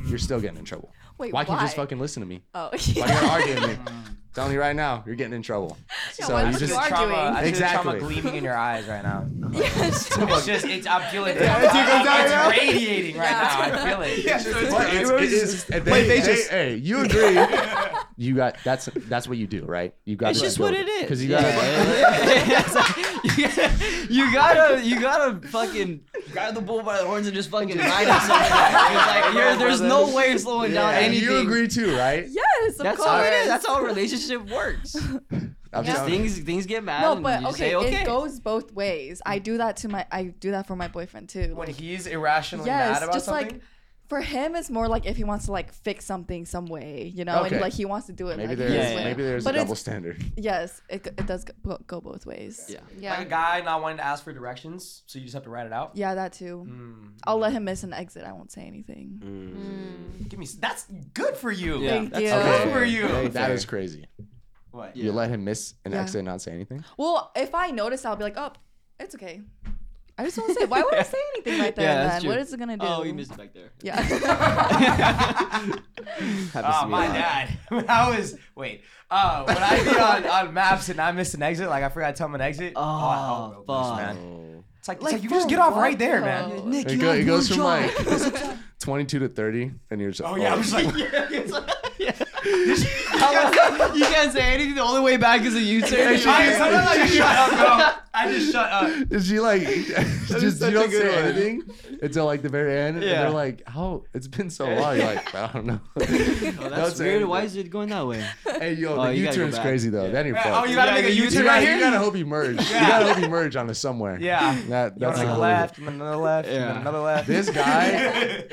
[SPEAKER 6] You're still getting in trouble.
[SPEAKER 3] Wait,
[SPEAKER 6] why can't you just
[SPEAKER 3] why?
[SPEAKER 6] fucking listen to me?
[SPEAKER 3] oh, (laughs)
[SPEAKER 6] Why
[SPEAKER 3] yeah.
[SPEAKER 6] are you arguing with me? Telling you right now, you're getting in trouble.
[SPEAKER 3] Yeah,
[SPEAKER 6] so
[SPEAKER 3] why
[SPEAKER 6] you
[SPEAKER 3] don't
[SPEAKER 6] just
[SPEAKER 3] you argue?
[SPEAKER 1] Trauma, I see the
[SPEAKER 6] Exactly.
[SPEAKER 1] trauma gleaming in your eyes right now.
[SPEAKER 3] Yes.
[SPEAKER 1] It's just, it's, I'm feeling it.
[SPEAKER 6] Yeah, it comes out
[SPEAKER 1] it's
[SPEAKER 6] now.
[SPEAKER 1] radiating right
[SPEAKER 3] Yeah.
[SPEAKER 1] now. I feel it.
[SPEAKER 6] But it's- it is- they-
[SPEAKER 5] they
[SPEAKER 6] hey,
[SPEAKER 5] just-
[SPEAKER 6] hey, you agree. You got that's that's what you do, right? You got
[SPEAKER 7] It's just what it is.
[SPEAKER 6] Because you got
[SPEAKER 7] (laughs) It's like, you gotta- you gotta, you gotta fucking grab the bull by the horns and just fucking ride it. somewhere. It's (laughs) like, you're- there's no way of slowing down
[SPEAKER 6] and
[SPEAKER 7] anything.
[SPEAKER 6] you agree too, right?
[SPEAKER 3] yes, of
[SPEAKER 7] That's
[SPEAKER 3] course.
[SPEAKER 7] how it is. That's how a relationship works.
[SPEAKER 6] I'm
[SPEAKER 4] Yeah.
[SPEAKER 6] telling you.
[SPEAKER 7] things, things get mad.
[SPEAKER 3] No,
[SPEAKER 7] and
[SPEAKER 3] but
[SPEAKER 7] you just
[SPEAKER 3] okay,
[SPEAKER 7] say, okay.
[SPEAKER 3] it goes both ways. I do that to my, I do that for my boyfriend too.
[SPEAKER 1] When
[SPEAKER 3] like-
[SPEAKER 1] he's irrationally
[SPEAKER 3] yes,
[SPEAKER 1] mad about
[SPEAKER 3] just
[SPEAKER 1] something.
[SPEAKER 3] like for him, it's more like if he wants to like fix something some way, you know,
[SPEAKER 6] Okay.
[SPEAKER 3] and like he wants to do it.
[SPEAKER 6] Maybe
[SPEAKER 3] like,
[SPEAKER 6] there's
[SPEAKER 3] his
[SPEAKER 7] yeah,
[SPEAKER 3] way.
[SPEAKER 7] yeah.
[SPEAKER 6] maybe there's
[SPEAKER 3] But
[SPEAKER 6] a
[SPEAKER 3] it's-
[SPEAKER 6] double standard.
[SPEAKER 3] Yes, it, it does go, go both ways.
[SPEAKER 7] Yeah.
[SPEAKER 1] Like a
[SPEAKER 4] Yeah.
[SPEAKER 1] guy not wanting to ask for directions, so you just have to write it out.
[SPEAKER 3] Yeah, that too.
[SPEAKER 1] Mm.
[SPEAKER 3] I'll let him miss an exit. I won't say anything.
[SPEAKER 4] Mm.
[SPEAKER 1] Give me. s- That's good for you.
[SPEAKER 7] Yeah.
[SPEAKER 3] Thank
[SPEAKER 7] that's
[SPEAKER 3] you.
[SPEAKER 1] Good
[SPEAKER 6] Okay.
[SPEAKER 1] for you.
[SPEAKER 5] Very
[SPEAKER 6] That
[SPEAKER 5] fair.
[SPEAKER 6] is crazy.
[SPEAKER 1] (laughs) What? (laughs)
[SPEAKER 7] Yeah.
[SPEAKER 6] You let him miss an
[SPEAKER 3] Yeah.
[SPEAKER 6] exit and not say anything?
[SPEAKER 3] Well, if I notice, I'll be like, oh, it's okay. I just won't say. Why would I say anything right there?
[SPEAKER 7] (laughs) Yeah,
[SPEAKER 3] and
[SPEAKER 7] that's
[SPEAKER 3] then?
[SPEAKER 7] true.
[SPEAKER 3] What is it gonna do?
[SPEAKER 7] Oh, you missed it back there. (laughs)
[SPEAKER 3] Yeah. (laughs)
[SPEAKER 5] Happens
[SPEAKER 1] Oh,
[SPEAKER 5] to me a
[SPEAKER 1] my
[SPEAKER 5] lot.
[SPEAKER 1] dad. (laughs) When I was wait, uh, when I be on, on maps and I missed an exit, like I forgot to tell him an exit.
[SPEAKER 7] Oh,
[SPEAKER 1] I hope this,
[SPEAKER 7] fuck.
[SPEAKER 5] Oh.
[SPEAKER 1] It's like, it's
[SPEAKER 3] Like,
[SPEAKER 1] like you can just
[SPEAKER 3] for
[SPEAKER 1] get off
[SPEAKER 3] what,
[SPEAKER 1] right there,
[SPEAKER 3] though?
[SPEAKER 1] man.
[SPEAKER 7] Nick,
[SPEAKER 6] It,
[SPEAKER 7] you
[SPEAKER 6] go,
[SPEAKER 7] had
[SPEAKER 6] it
[SPEAKER 7] one
[SPEAKER 6] goes from
[SPEAKER 7] job.
[SPEAKER 6] like
[SPEAKER 7] (laughs)
[SPEAKER 6] (laughs) 22 to 30, and you're just
[SPEAKER 1] Oh yeah, I was like, (laughs)
[SPEAKER 7] you can't say anything. The only way back is a U-turn.
[SPEAKER 6] she
[SPEAKER 1] I,
[SPEAKER 6] did-
[SPEAKER 1] sometimes I
[SPEAKER 7] (laughs)
[SPEAKER 1] just shut up, bro. I just shut up.
[SPEAKER 6] Is she like (laughs) just
[SPEAKER 7] such
[SPEAKER 6] you
[SPEAKER 7] a
[SPEAKER 6] don't
[SPEAKER 7] good
[SPEAKER 6] say
[SPEAKER 7] one.
[SPEAKER 6] anything until like the very end? And
[SPEAKER 7] Yeah.
[SPEAKER 6] they're like, "How? It's been so long." You're like, "I
[SPEAKER 1] (laughs)
[SPEAKER 6] don't know."
[SPEAKER 7] (laughs) Oh,
[SPEAKER 6] Don't
[SPEAKER 7] that's
[SPEAKER 6] say
[SPEAKER 7] weird.
[SPEAKER 6] anything.
[SPEAKER 7] Why is it going that way?
[SPEAKER 6] Hey, yo,
[SPEAKER 7] Oh,
[SPEAKER 6] the
[SPEAKER 7] you gotta go
[SPEAKER 6] U-turn's
[SPEAKER 7] back.
[SPEAKER 6] crazy though.
[SPEAKER 7] Yeah.
[SPEAKER 6] Then you're
[SPEAKER 1] Right,
[SPEAKER 6] fucked.
[SPEAKER 1] oh, you gotta
[SPEAKER 7] Yeah,
[SPEAKER 1] make a
[SPEAKER 7] you-
[SPEAKER 1] U
[SPEAKER 7] you
[SPEAKER 1] turn
[SPEAKER 6] gotta-
[SPEAKER 1] right here.
[SPEAKER 6] You gotta hope you merge. You
[SPEAKER 1] Yeah.
[SPEAKER 6] gotta hope you merge onto somewhere.
[SPEAKER 1] Yeah.
[SPEAKER 6] That,
[SPEAKER 1] You want
[SPEAKER 6] that's
[SPEAKER 1] to take a
[SPEAKER 6] unbelievable.
[SPEAKER 1] left and then another left and then
[SPEAKER 7] Yeah.
[SPEAKER 1] another left.
[SPEAKER 6] (laughs)
[SPEAKER 1] (laughs)
[SPEAKER 6] This guy,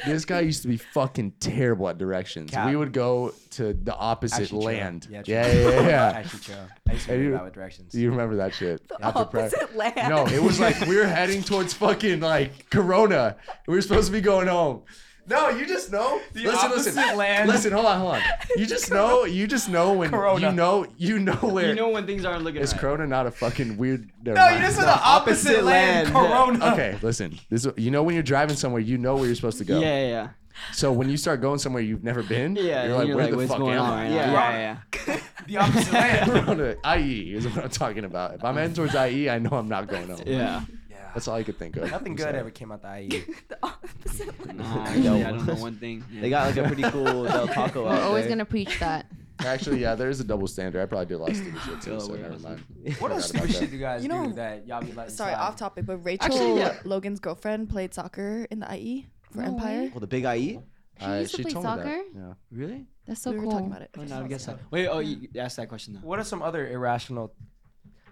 [SPEAKER 6] this guy used to be fucking terrible at directions.
[SPEAKER 1] Cap.
[SPEAKER 6] We would go to the opposite
[SPEAKER 1] Actually, true.
[SPEAKER 6] land.
[SPEAKER 1] Yeah, true.
[SPEAKER 6] Yeah, yeah, yeah.
[SPEAKER 1] (laughs)
[SPEAKER 6] yeah.
[SPEAKER 1] Actually, true. I used to
[SPEAKER 6] Hey,
[SPEAKER 1] be
[SPEAKER 6] you-
[SPEAKER 1] bad with directions.
[SPEAKER 6] Do you remember that shit? After prep.
[SPEAKER 3] Opposite (laughs) land.
[SPEAKER 6] No, it was like we were heading towards fucking like Corona. We were supposed to be going home. No, you just know. listen, listen,
[SPEAKER 1] opposite land.
[SPEAKER 6] listen. Hold on, hold on. You just know. You just know when
[SPEAKER 1] Corona.
[SPEAKER 6] you know. You know where is
[SPEAKER 7] You know when things aren't looking right.
[SPEAKER 6] Corona not a fucking weird? never
[SPEAKER 1] no, you
[SPEAKER 6] mind.
[SPEAKER 1] just said the opposite land.
[SPEAKER 7] land.
[SPEAKER 1] (laughs) Corona.
[SPEAKER 6] Okay, listen. This you know when you're driving somewhere, you know where you're supposed to
[SPEAKER 7] Yeah,
[SPEAKER 6] go.
[SPEAKER 7] yeah, yeah.
[SPEAKER 6] So when you start going somewhere you've never been,
[SPEAKER 7] Yeah,
[SPEAKER 6] you're like,
[SPEAKER 7] you're
[SPEAKER 6] where
[SPEAKER 7] like,
[SPEAKER 6] the
[SPEAKER 7] what's
[SPEAKER 6] fuck
[SPEAKER 7] going
[SPEAKER 6] am
[SPEAKER 7] on
[SPEAKER 6] I?
[SPEAKER 7] right now?
[SPEAKER 1] Yeah.
[SPEAKER 7] Yeah,
[SPEAKER 6] (laughs)
[SPEAKER 7] yeah,
[SPEAKER 1] The opposite land.
[SPEAKER 6] Corona, IE E is what I'm talking about. If I'm heading towards IE, I know I'm not going home.
[SPEAKER 7] yeah.
[SPEAKER 6] (laughs)
[SPEAKER 7] yeah.
[SPEAKER 1] Yeah.
[SPEAKER 6] That's all I could think of.
[SPEAKER 1] Nothing
[SPEAKER 6] I'm
[SPEAKER 1] good
[SPEAKER 6] sorry.
[SPEAKER 1] ever came out the IE.
[SPEAKER 3] the opposite land.
[SPEAKER 7] Nah, actually, I don't know one thing. (laughs) Yeah.
[SPEAKER 5] They got like a pretty cool (laughs)
[SPEAKER 7] (laughs)
[SPEAKER 5] Del Taco out
[SPEAKER 4] We're always
[SPEAKER 5] there.
[SPEAKER 4] gonna preach (laughs) that.
[SPEAKER 6] (laughs) Actually, yeah, there is a double standard. I probably did a lot of stupid shit too,
[SPEAKER 7] (laughs) Oh,
[SPEAKER 6] so
[SPEAKER 7] wait, I
[SPEAKER 6] never
[SPEAKER 7] was
[SPEAKER 6] mind.
[SPEAKER 7] (laughs)
[SPEAKER 1] What
[SPEAKER 6] Forgot
[SPEAKER 1] else stupid
[SPEAKER 6] about
[SPEAKER 1] shit
[SPEAKER 6] that.
[SPEAKER 1] do you guys
[SPEAKER 3] You know-
[SPEAKER 1] do that y'all be letting
[SPEAKER 3] Sorry,
[SPEAKER 1] slide?
[SPEAKER 3] off topic, but Rachel,
[SPEAKER 7] Actually, yeah.
[SPEAKER 3] Logan's girlfriend, played soccer in the IE for
[SPEAKER 4] No
[SPEAKER 3] Empire.
[SPEAKER 4] way.
[SPEAKER 5] Well, the big IE.
[SPEAKER 4] She used to play soccer?
[SPEAKER 6] Yeah.
[SPEAKER 7] Really?
[SPEAKER 4] That's so
[SPEAKER 3] we were
[SPEAKER 4] cool.
[SPEAKER 3] talking about it.
[SPEAKER 7] Oh,
[SPEAKER 3] Okay.
[SPEAKER 7] no, I guess so. Wait, oh, you you asked that question now.
[SPEAKER 1] What are some other irrational?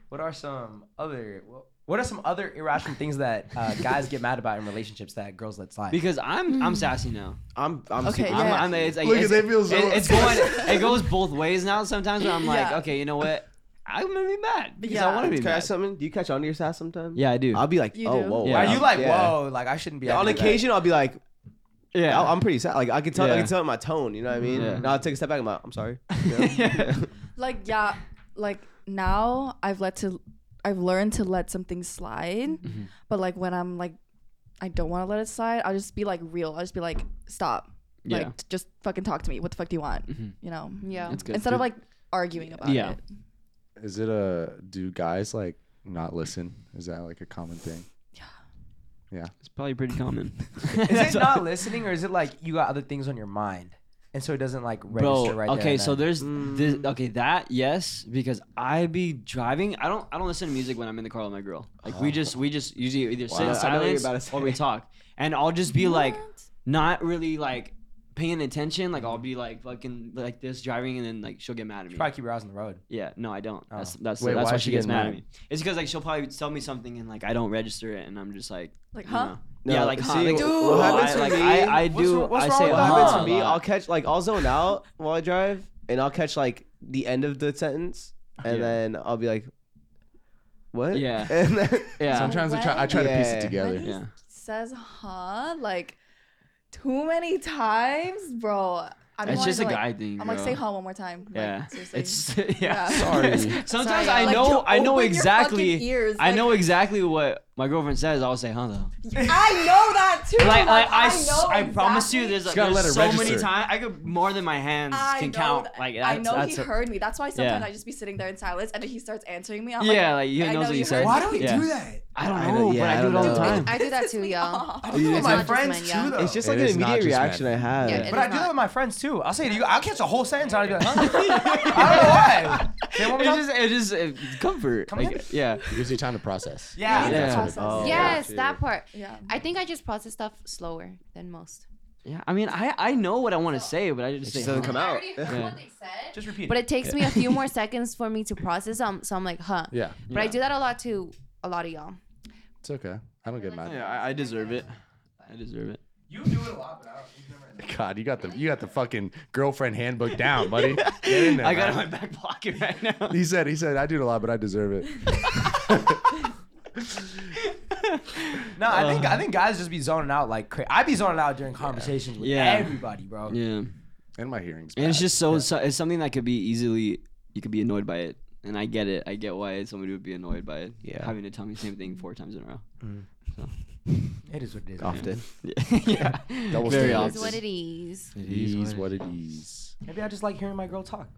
[SPEAKER 1] What are some other? Well, What are some other irrational things that uh, guys get mad about in relationships that girls let slide?
[SPEAKER 7] Because I'm I'm sassy now.
[SPEAKER 5] I'm I'm
[SPEAKER 3] Okay,
[SPEAKER 5] super-
[SPEAKER 7] I'm,
[SPEAKER 3] yeah.
[SPEAKER 7] I'm, it's, like-
[SPEAKER 6] Look at
[SPEAKER 7] it's-
[SPEAKER 6] they feel so. (laughs)
[SPEAKER 7] it, it's going it goes both ways now sometimes where I'm like,
[SPEAKER 3] Yeah.
[SPEAKER 7] okay, you know what? I'm gonna be mad because
[SPEAKER 3] Yeah.
[SPEAKER 7] I wanna be
[SPEAKER 5] Can I
[SPEAKER 7] mad.
[SPEAKER 5] ask something? Do you catch on to your sass sometimes?
[SPEAKER 7] Yeah, I do.
[SPEAKER 5] I'll be like,
[SPEAKER 3] You
[SPEAKER 5] oh,
[SPEAKER 3] do?
[SPEAKER 5] whoa.
[SPEAKER 7] Yeah.
[SPEAKER 5] wow.
[SPEAKER 1] Are you like,
[SPEAKER 5] Yeah.
[SPEAKER 1] whoa, like I shouldn't be
[SPEAKER 5] Yeah, on
[SPEAKER 1] acting like that.
[SPEAKER 5] occasion, I'll be like,
[SPEAKER 7] yeah. (laughs)
[SPEAKER 5] I'll- I'm pretty sad. Like I can tell, I
[SPEAKER 7] Yeah.
[SPEAKER 5] can tell in my tone. You know what I mean?
[SPEAKER 7] Yeah.
[SPEAKER 5] Now I take a step back. I'm like,
[SPEAKER 7] (laughs)
[SPEAKER 5] I'm sorry.
[SPEAKER 3] like yeah like now i've let to i've learned to let something slide
[SPEAKER 7] Mm-hmm.
[SPEAKER 3] but like when i'm like i don't want to let it slide i'll just be like real i'll just be like stop
[SPEAKER 7] yeah. Mm-hmm.
[SPEAKER 3] like just fucking talk to me what the fuck do you want you know
[SPEAKER 4] Yeah.
[SPEAKER 7] It's good.
[SPEAKER 3] instead of like arguing about
[SPEAKER 7] Yeah.
[SPEAKER 3] it
[SPEAKER 6] Is it a do guys like not listen? Is that like a common thing?
[SPEAKER 7] it's probably pretty common.
[SPEAKER 1] (laughs)
[SPEAKER 7] (laughs)
[SPEAKER 1] Is it not listening or is it like you got other things on your mind? And so it doesn't like register
[SPEAKER 7] Bro,
[SPEAKER 1] right there
[SPEAKER 7] okay,
[SPEAKER 1] and
[SPEAKER 7] so
[SPEAKER 1] then?
[SPEAKER 7] there's this,
[SPEAKER 3] Mm.
[SPEAKER 7] okay that yes because I be driving. I don't I don't listen to music when I'm in the car with my girl. Like we just we just usually either sit in
[SPEAKER 5] Wow. I know what you're
[SPEAKER 7] silence
[SPEAKER 5] about to
[SPEAKER 7] or we
[SPEAKER 5] say.
[SPEAKER 7] talk, and I'll just be like not really like paying attention. Like I'll be like fucking like this driving, and then like she'll get mad at me.
[SPEAKER 1] probably keep your eyes on the road.
[SPEAKER 7] Yeah, no, I don't. That's
[SPEAKER 1] Oh.
[SPEAKER 7] that's
[SPEAKER 6] Wait,
[SPEAKER 7] that's
[SPEAKER 6] why
[SPEAKER 7] why
[SPEAKER 6] is
[SPEAKER 7] she
[SPEAKER 6] she
[SPEAKER 7] gets
[SPEAKER 6] getting
[SPEAKER 7] mad at
[SPEAKER 6] mad?
[SPEAKER 7] me. It's because like she'll probably tell me something and like I don't register it, and I'm just like,
[SPEAKER 3] like
[SPEAKER 7] you
[SPEAKER 3] huh
[SPEAKER 7] know.
[SPEAKER 5] No,
[SPEAKER 7] yeah, like huh,
[SPEAKER 5] see,
[SPEAKER 7] like,
[SPEAKER 5] what-
[SPEAKER 7] ooh,
[SPEAKER 5] what happens
[SPEAKER 7] I,
[SPEAKER 5] to
[SPEAKER 7] like,
[SPEAKER 5] me-
[SPEAKER 7] I, I
[SPEAKER 1] what's
[SPEAKER 7] do.
[SPEAKER 1] wrong- what's
[SPEAKER 7] I
[SPEAKER 1] wrong
[SPEAKER 7] say
[SPEAKER 1] with
[SPEAKER 5] what
[SPEAKER 1] Uh-huh.
[SPEAKER 5] happens
[SPEAKER 7] huh
[SPEAKER 5] to me?
[SPEAKER 7] a lot.
[SPEAKER 5] I'll catch like I'll zone out while I drive, and I'll catch like the end of the sentence, and
[SPEAKER 7] Yeah.
[SPEAKER 5] then I'll be like, what?
[SPEAKER 7] Yeah.
[SPEAKER 5] (laughs) And then,
[SPEAKER 7] yeah.
[SPEAKER 6] Sometimes I try. I try to piece
[SPEAKER 5] Yeah.
[SPEAKER 6] it together.
[SPEAKER 3] When he
[SPEAKER 7] Yeah.
[SPEAKER 3] says huh like too many times bro I'm
[SPEAKER 7] It's just a guy thing.
[SPEAKER 3] i'm like
[SPEAKER 7] bro.
[SPEAKER 3] say huh one more time like,
[SPEAKER 7] Yeah.
[SPEAKER 3] seriously.
[SPEAKER 7] It's (laughs) yeah.
[SPEAKER 3] Yeah.
[SPEAKER 7] (laughs)
[SPEAKER 6] Sorry.
[SPEAKER 3] (laughs)
[SPEAKER 7] Sometimes
[SPEAKER 3] Sorry,
[SPEAKER 7] I
[SPEAKER 3] like,
[SPEAKER 7] know
[SPEAKER 3] to
[SPEAKER 7] I know
[SPEAKER 3] open your
[SPEAKER 7] exactly
[SPEAKER 3] fucking ears,
[SPEAKER 7] I
[SPEAKER 3] like-
[SPEAKER 7] know exactly what my girlfriend says. I'll say huh though.
[SPEAKER 3] I know that too.
[SPEAKER 7] Like, like I,
[SPEAKER 3] I,
[SPEAKER 7] s-
[SPEAKER 3] know
[SPEAKER 7] I promise you,
[SPEAKER 3] exactly-
[SPEAKER 7] there's, like,
[SPEAKER 6] gotta
[SPEAKER 7] there's
[SPEAKER 6] let it
[SPEAKER 7] so many
[SPEAKER 6] register.
[SPEAKER 7] times I could more than my hands
[SPEAKER 3] I
[SPEAKER 7] can
[SPEAKER 3] know
[SPEAKER 7] count.
[SPEAKER 3] that-
[SPEAKER 7] Like
[SPEAKER 3] I
[SPEAKER 7] that's,
[SPEAKER 3] know
[SPEAKER 7] that's
[SPEAKER 3] he
[SPEAKER 7] a-
[SPEAKER 3] heard me. That's why sometimes
[SPEAKER 7] Yeah.
[SPEAKER 3] I just be sitting there in silence, and then he starts answering me. I'm
[SPEAKER 7] Yeah,
[SPEAKER 3] like,
[SPEAKER 7] like you
[SPEAKER 3] I
[SPEAKER 7] knows
[SPEAKER 3] know
[SPEAKER 7] what
[SPEAKER 3] you
[SPEAKER 7] he
[SPEAKER 3] heard
[SPEAKER 7] said.
[SPEAKER 3] me.
[SPEAKER 1] Why do we
[SPEAKER 7] Yeah.
[SPEAKER 1] do that?
[SPEAKER 7] I don't
[SPEAKER 5] I
[SPEAKER 7] know,
[SPEAKER 5] don't-
[SPEAKER 7] but
[SPEAKER 5] yeah,
[SPEAKER 7] I
[SPEAKER 5] I
[SPEAKER 7] do it all the
[SPEAKER 5] don't know.
[SPEAKER 7] time.
[SPEAKER 4] I do that too,
[SPEAKER 3] Pisses me
[SPEAKER 4] y'all.
[SPEAKER 3] off.
[SPEAKER 1] I do that with
[SPEAKER 4] It's
[SPEAKER 1] my
[SPEAKER 4] not just
[SPEAKER 1] friends
[SPEAKER 4] men,
[SPEAKER 1] too,
[SPEAKER 4] yeah.
[SPEAKER 1] though.
[SPEAKER 5] It's just
[SPEAKER 6] It
[SPEAKER 5] like
[SPEAKER 6] is
[SPEAKER 5] an
[SPEAKER 6] not
[SPEAKER 5] immediate
[SPEAKER 6] just
[SPEAKER 5] reaction I
[SPEAKER 6] men.
[SPEAKER 5] have.
[SPEAKER 4] Yeah, it
[SPEAKER 1] But
[SPEAKER 4] is
[SPEAKER 1] I do
[SPEAKER 4] not.
[SPEAKER 1] that with my friends too. I'll say to you, I'll catch a whole sentence. I'll be like, huh? I don't know why. They want me
[SPEAKER 7] It's
[SPEAKER 1] to-
[SPEAKER 7] just it just it, comfort.
[SPEAKER 1] Come
[SPEAKER 7] Like,
[SPEAKER 1] on.
[SPEAKER 7] yeah.
[SPEAKER 6] It gives you time to process.
[SPEAKER 1] yeah.
[SPEAKER 3] Yeah.
[SPEAKER 5] Oh,
[SPEAKER 4] yes,
[SPEAKER 6] yeah.
[SPEAKER 4] that part.
[SPEAKER 3] Yeah.
[SPEAKER 4] I think I just process stuff slower than most.
[SPEAKER 7] Yeah. I mean I I know what I want to say, but I just,
[SPEAKER 5] It just
[SPEAKER 7] say,
[SPEAKER 5] doesn't come out.
[SPEAKER 7] heard what
[SPEAKER 4] they said.
[SPEAKER 1] Just repeat.
[SPEAKER 4] But
[SPEAKER 1] it.
[SPEAKER 4] it takes me a few more seconds for me to process them, so I'm like, huh.
[SPEAKER 6] Yeah,
[SPEAKER 4] But I do that a lot to a lot of y'all.
[SPEAKER 6] it's okay. I don't get mad.
[SPEAKER 7] Yeah, I, I deserve it. I deserve it.
[SPEAKER 1] You do it a lot, but I don't.
[SPEAKER 6] God, you got the you got the fucking girlfriend handbook
[SPEAKER 7] (laughs)
[SPEAKER 6] down, buddy. Get in there.
[SPEAKER 7] I got it in my
[SPEAKER 6] man.
[SPEAKER 7] back pocket right now.
[SPEAKER 6] He said. He said. I do it a lot, but I deserve it.
[SPEAKER 1] No, I think
[SPEAKER 7] Um,
[SPEAKER 1] I think guys just be zoning out like cra- I be zoning out during conversations with
[SPEAKER 7] Yeah.
[SPEAKER 1] everybody, bro.
[SPEAKER 7] Yeah.
[SPEAKER 6] And my hearing's bad.
[SPEAKER 7] And it's just so, so it's something that could be easily you could be annoyed by it. And I get it. I get why somebody would be annoyed by it.
[SPEAKER 5] Yeah.
[SPEAKER 7] Having to tell me the same thing four times in a
[SPEAKER 6] (laughs)
[SPEAKER 7] row.
[SPEAKER 1] It is what it is. man.
[SPEAKER 5] Often.
[SPEAKER 7] (laughs) yeah.
[SPEAKER 6] Double
[SPEAKER 7] Very
[SPEAKER 4] It
[SPEAKER 6] standards.
[SPEAKER 4] is what it is.
[SPEAKER 6] It is what it is.
[SPEAKER 1] Maybe I just like hearing my girl talk.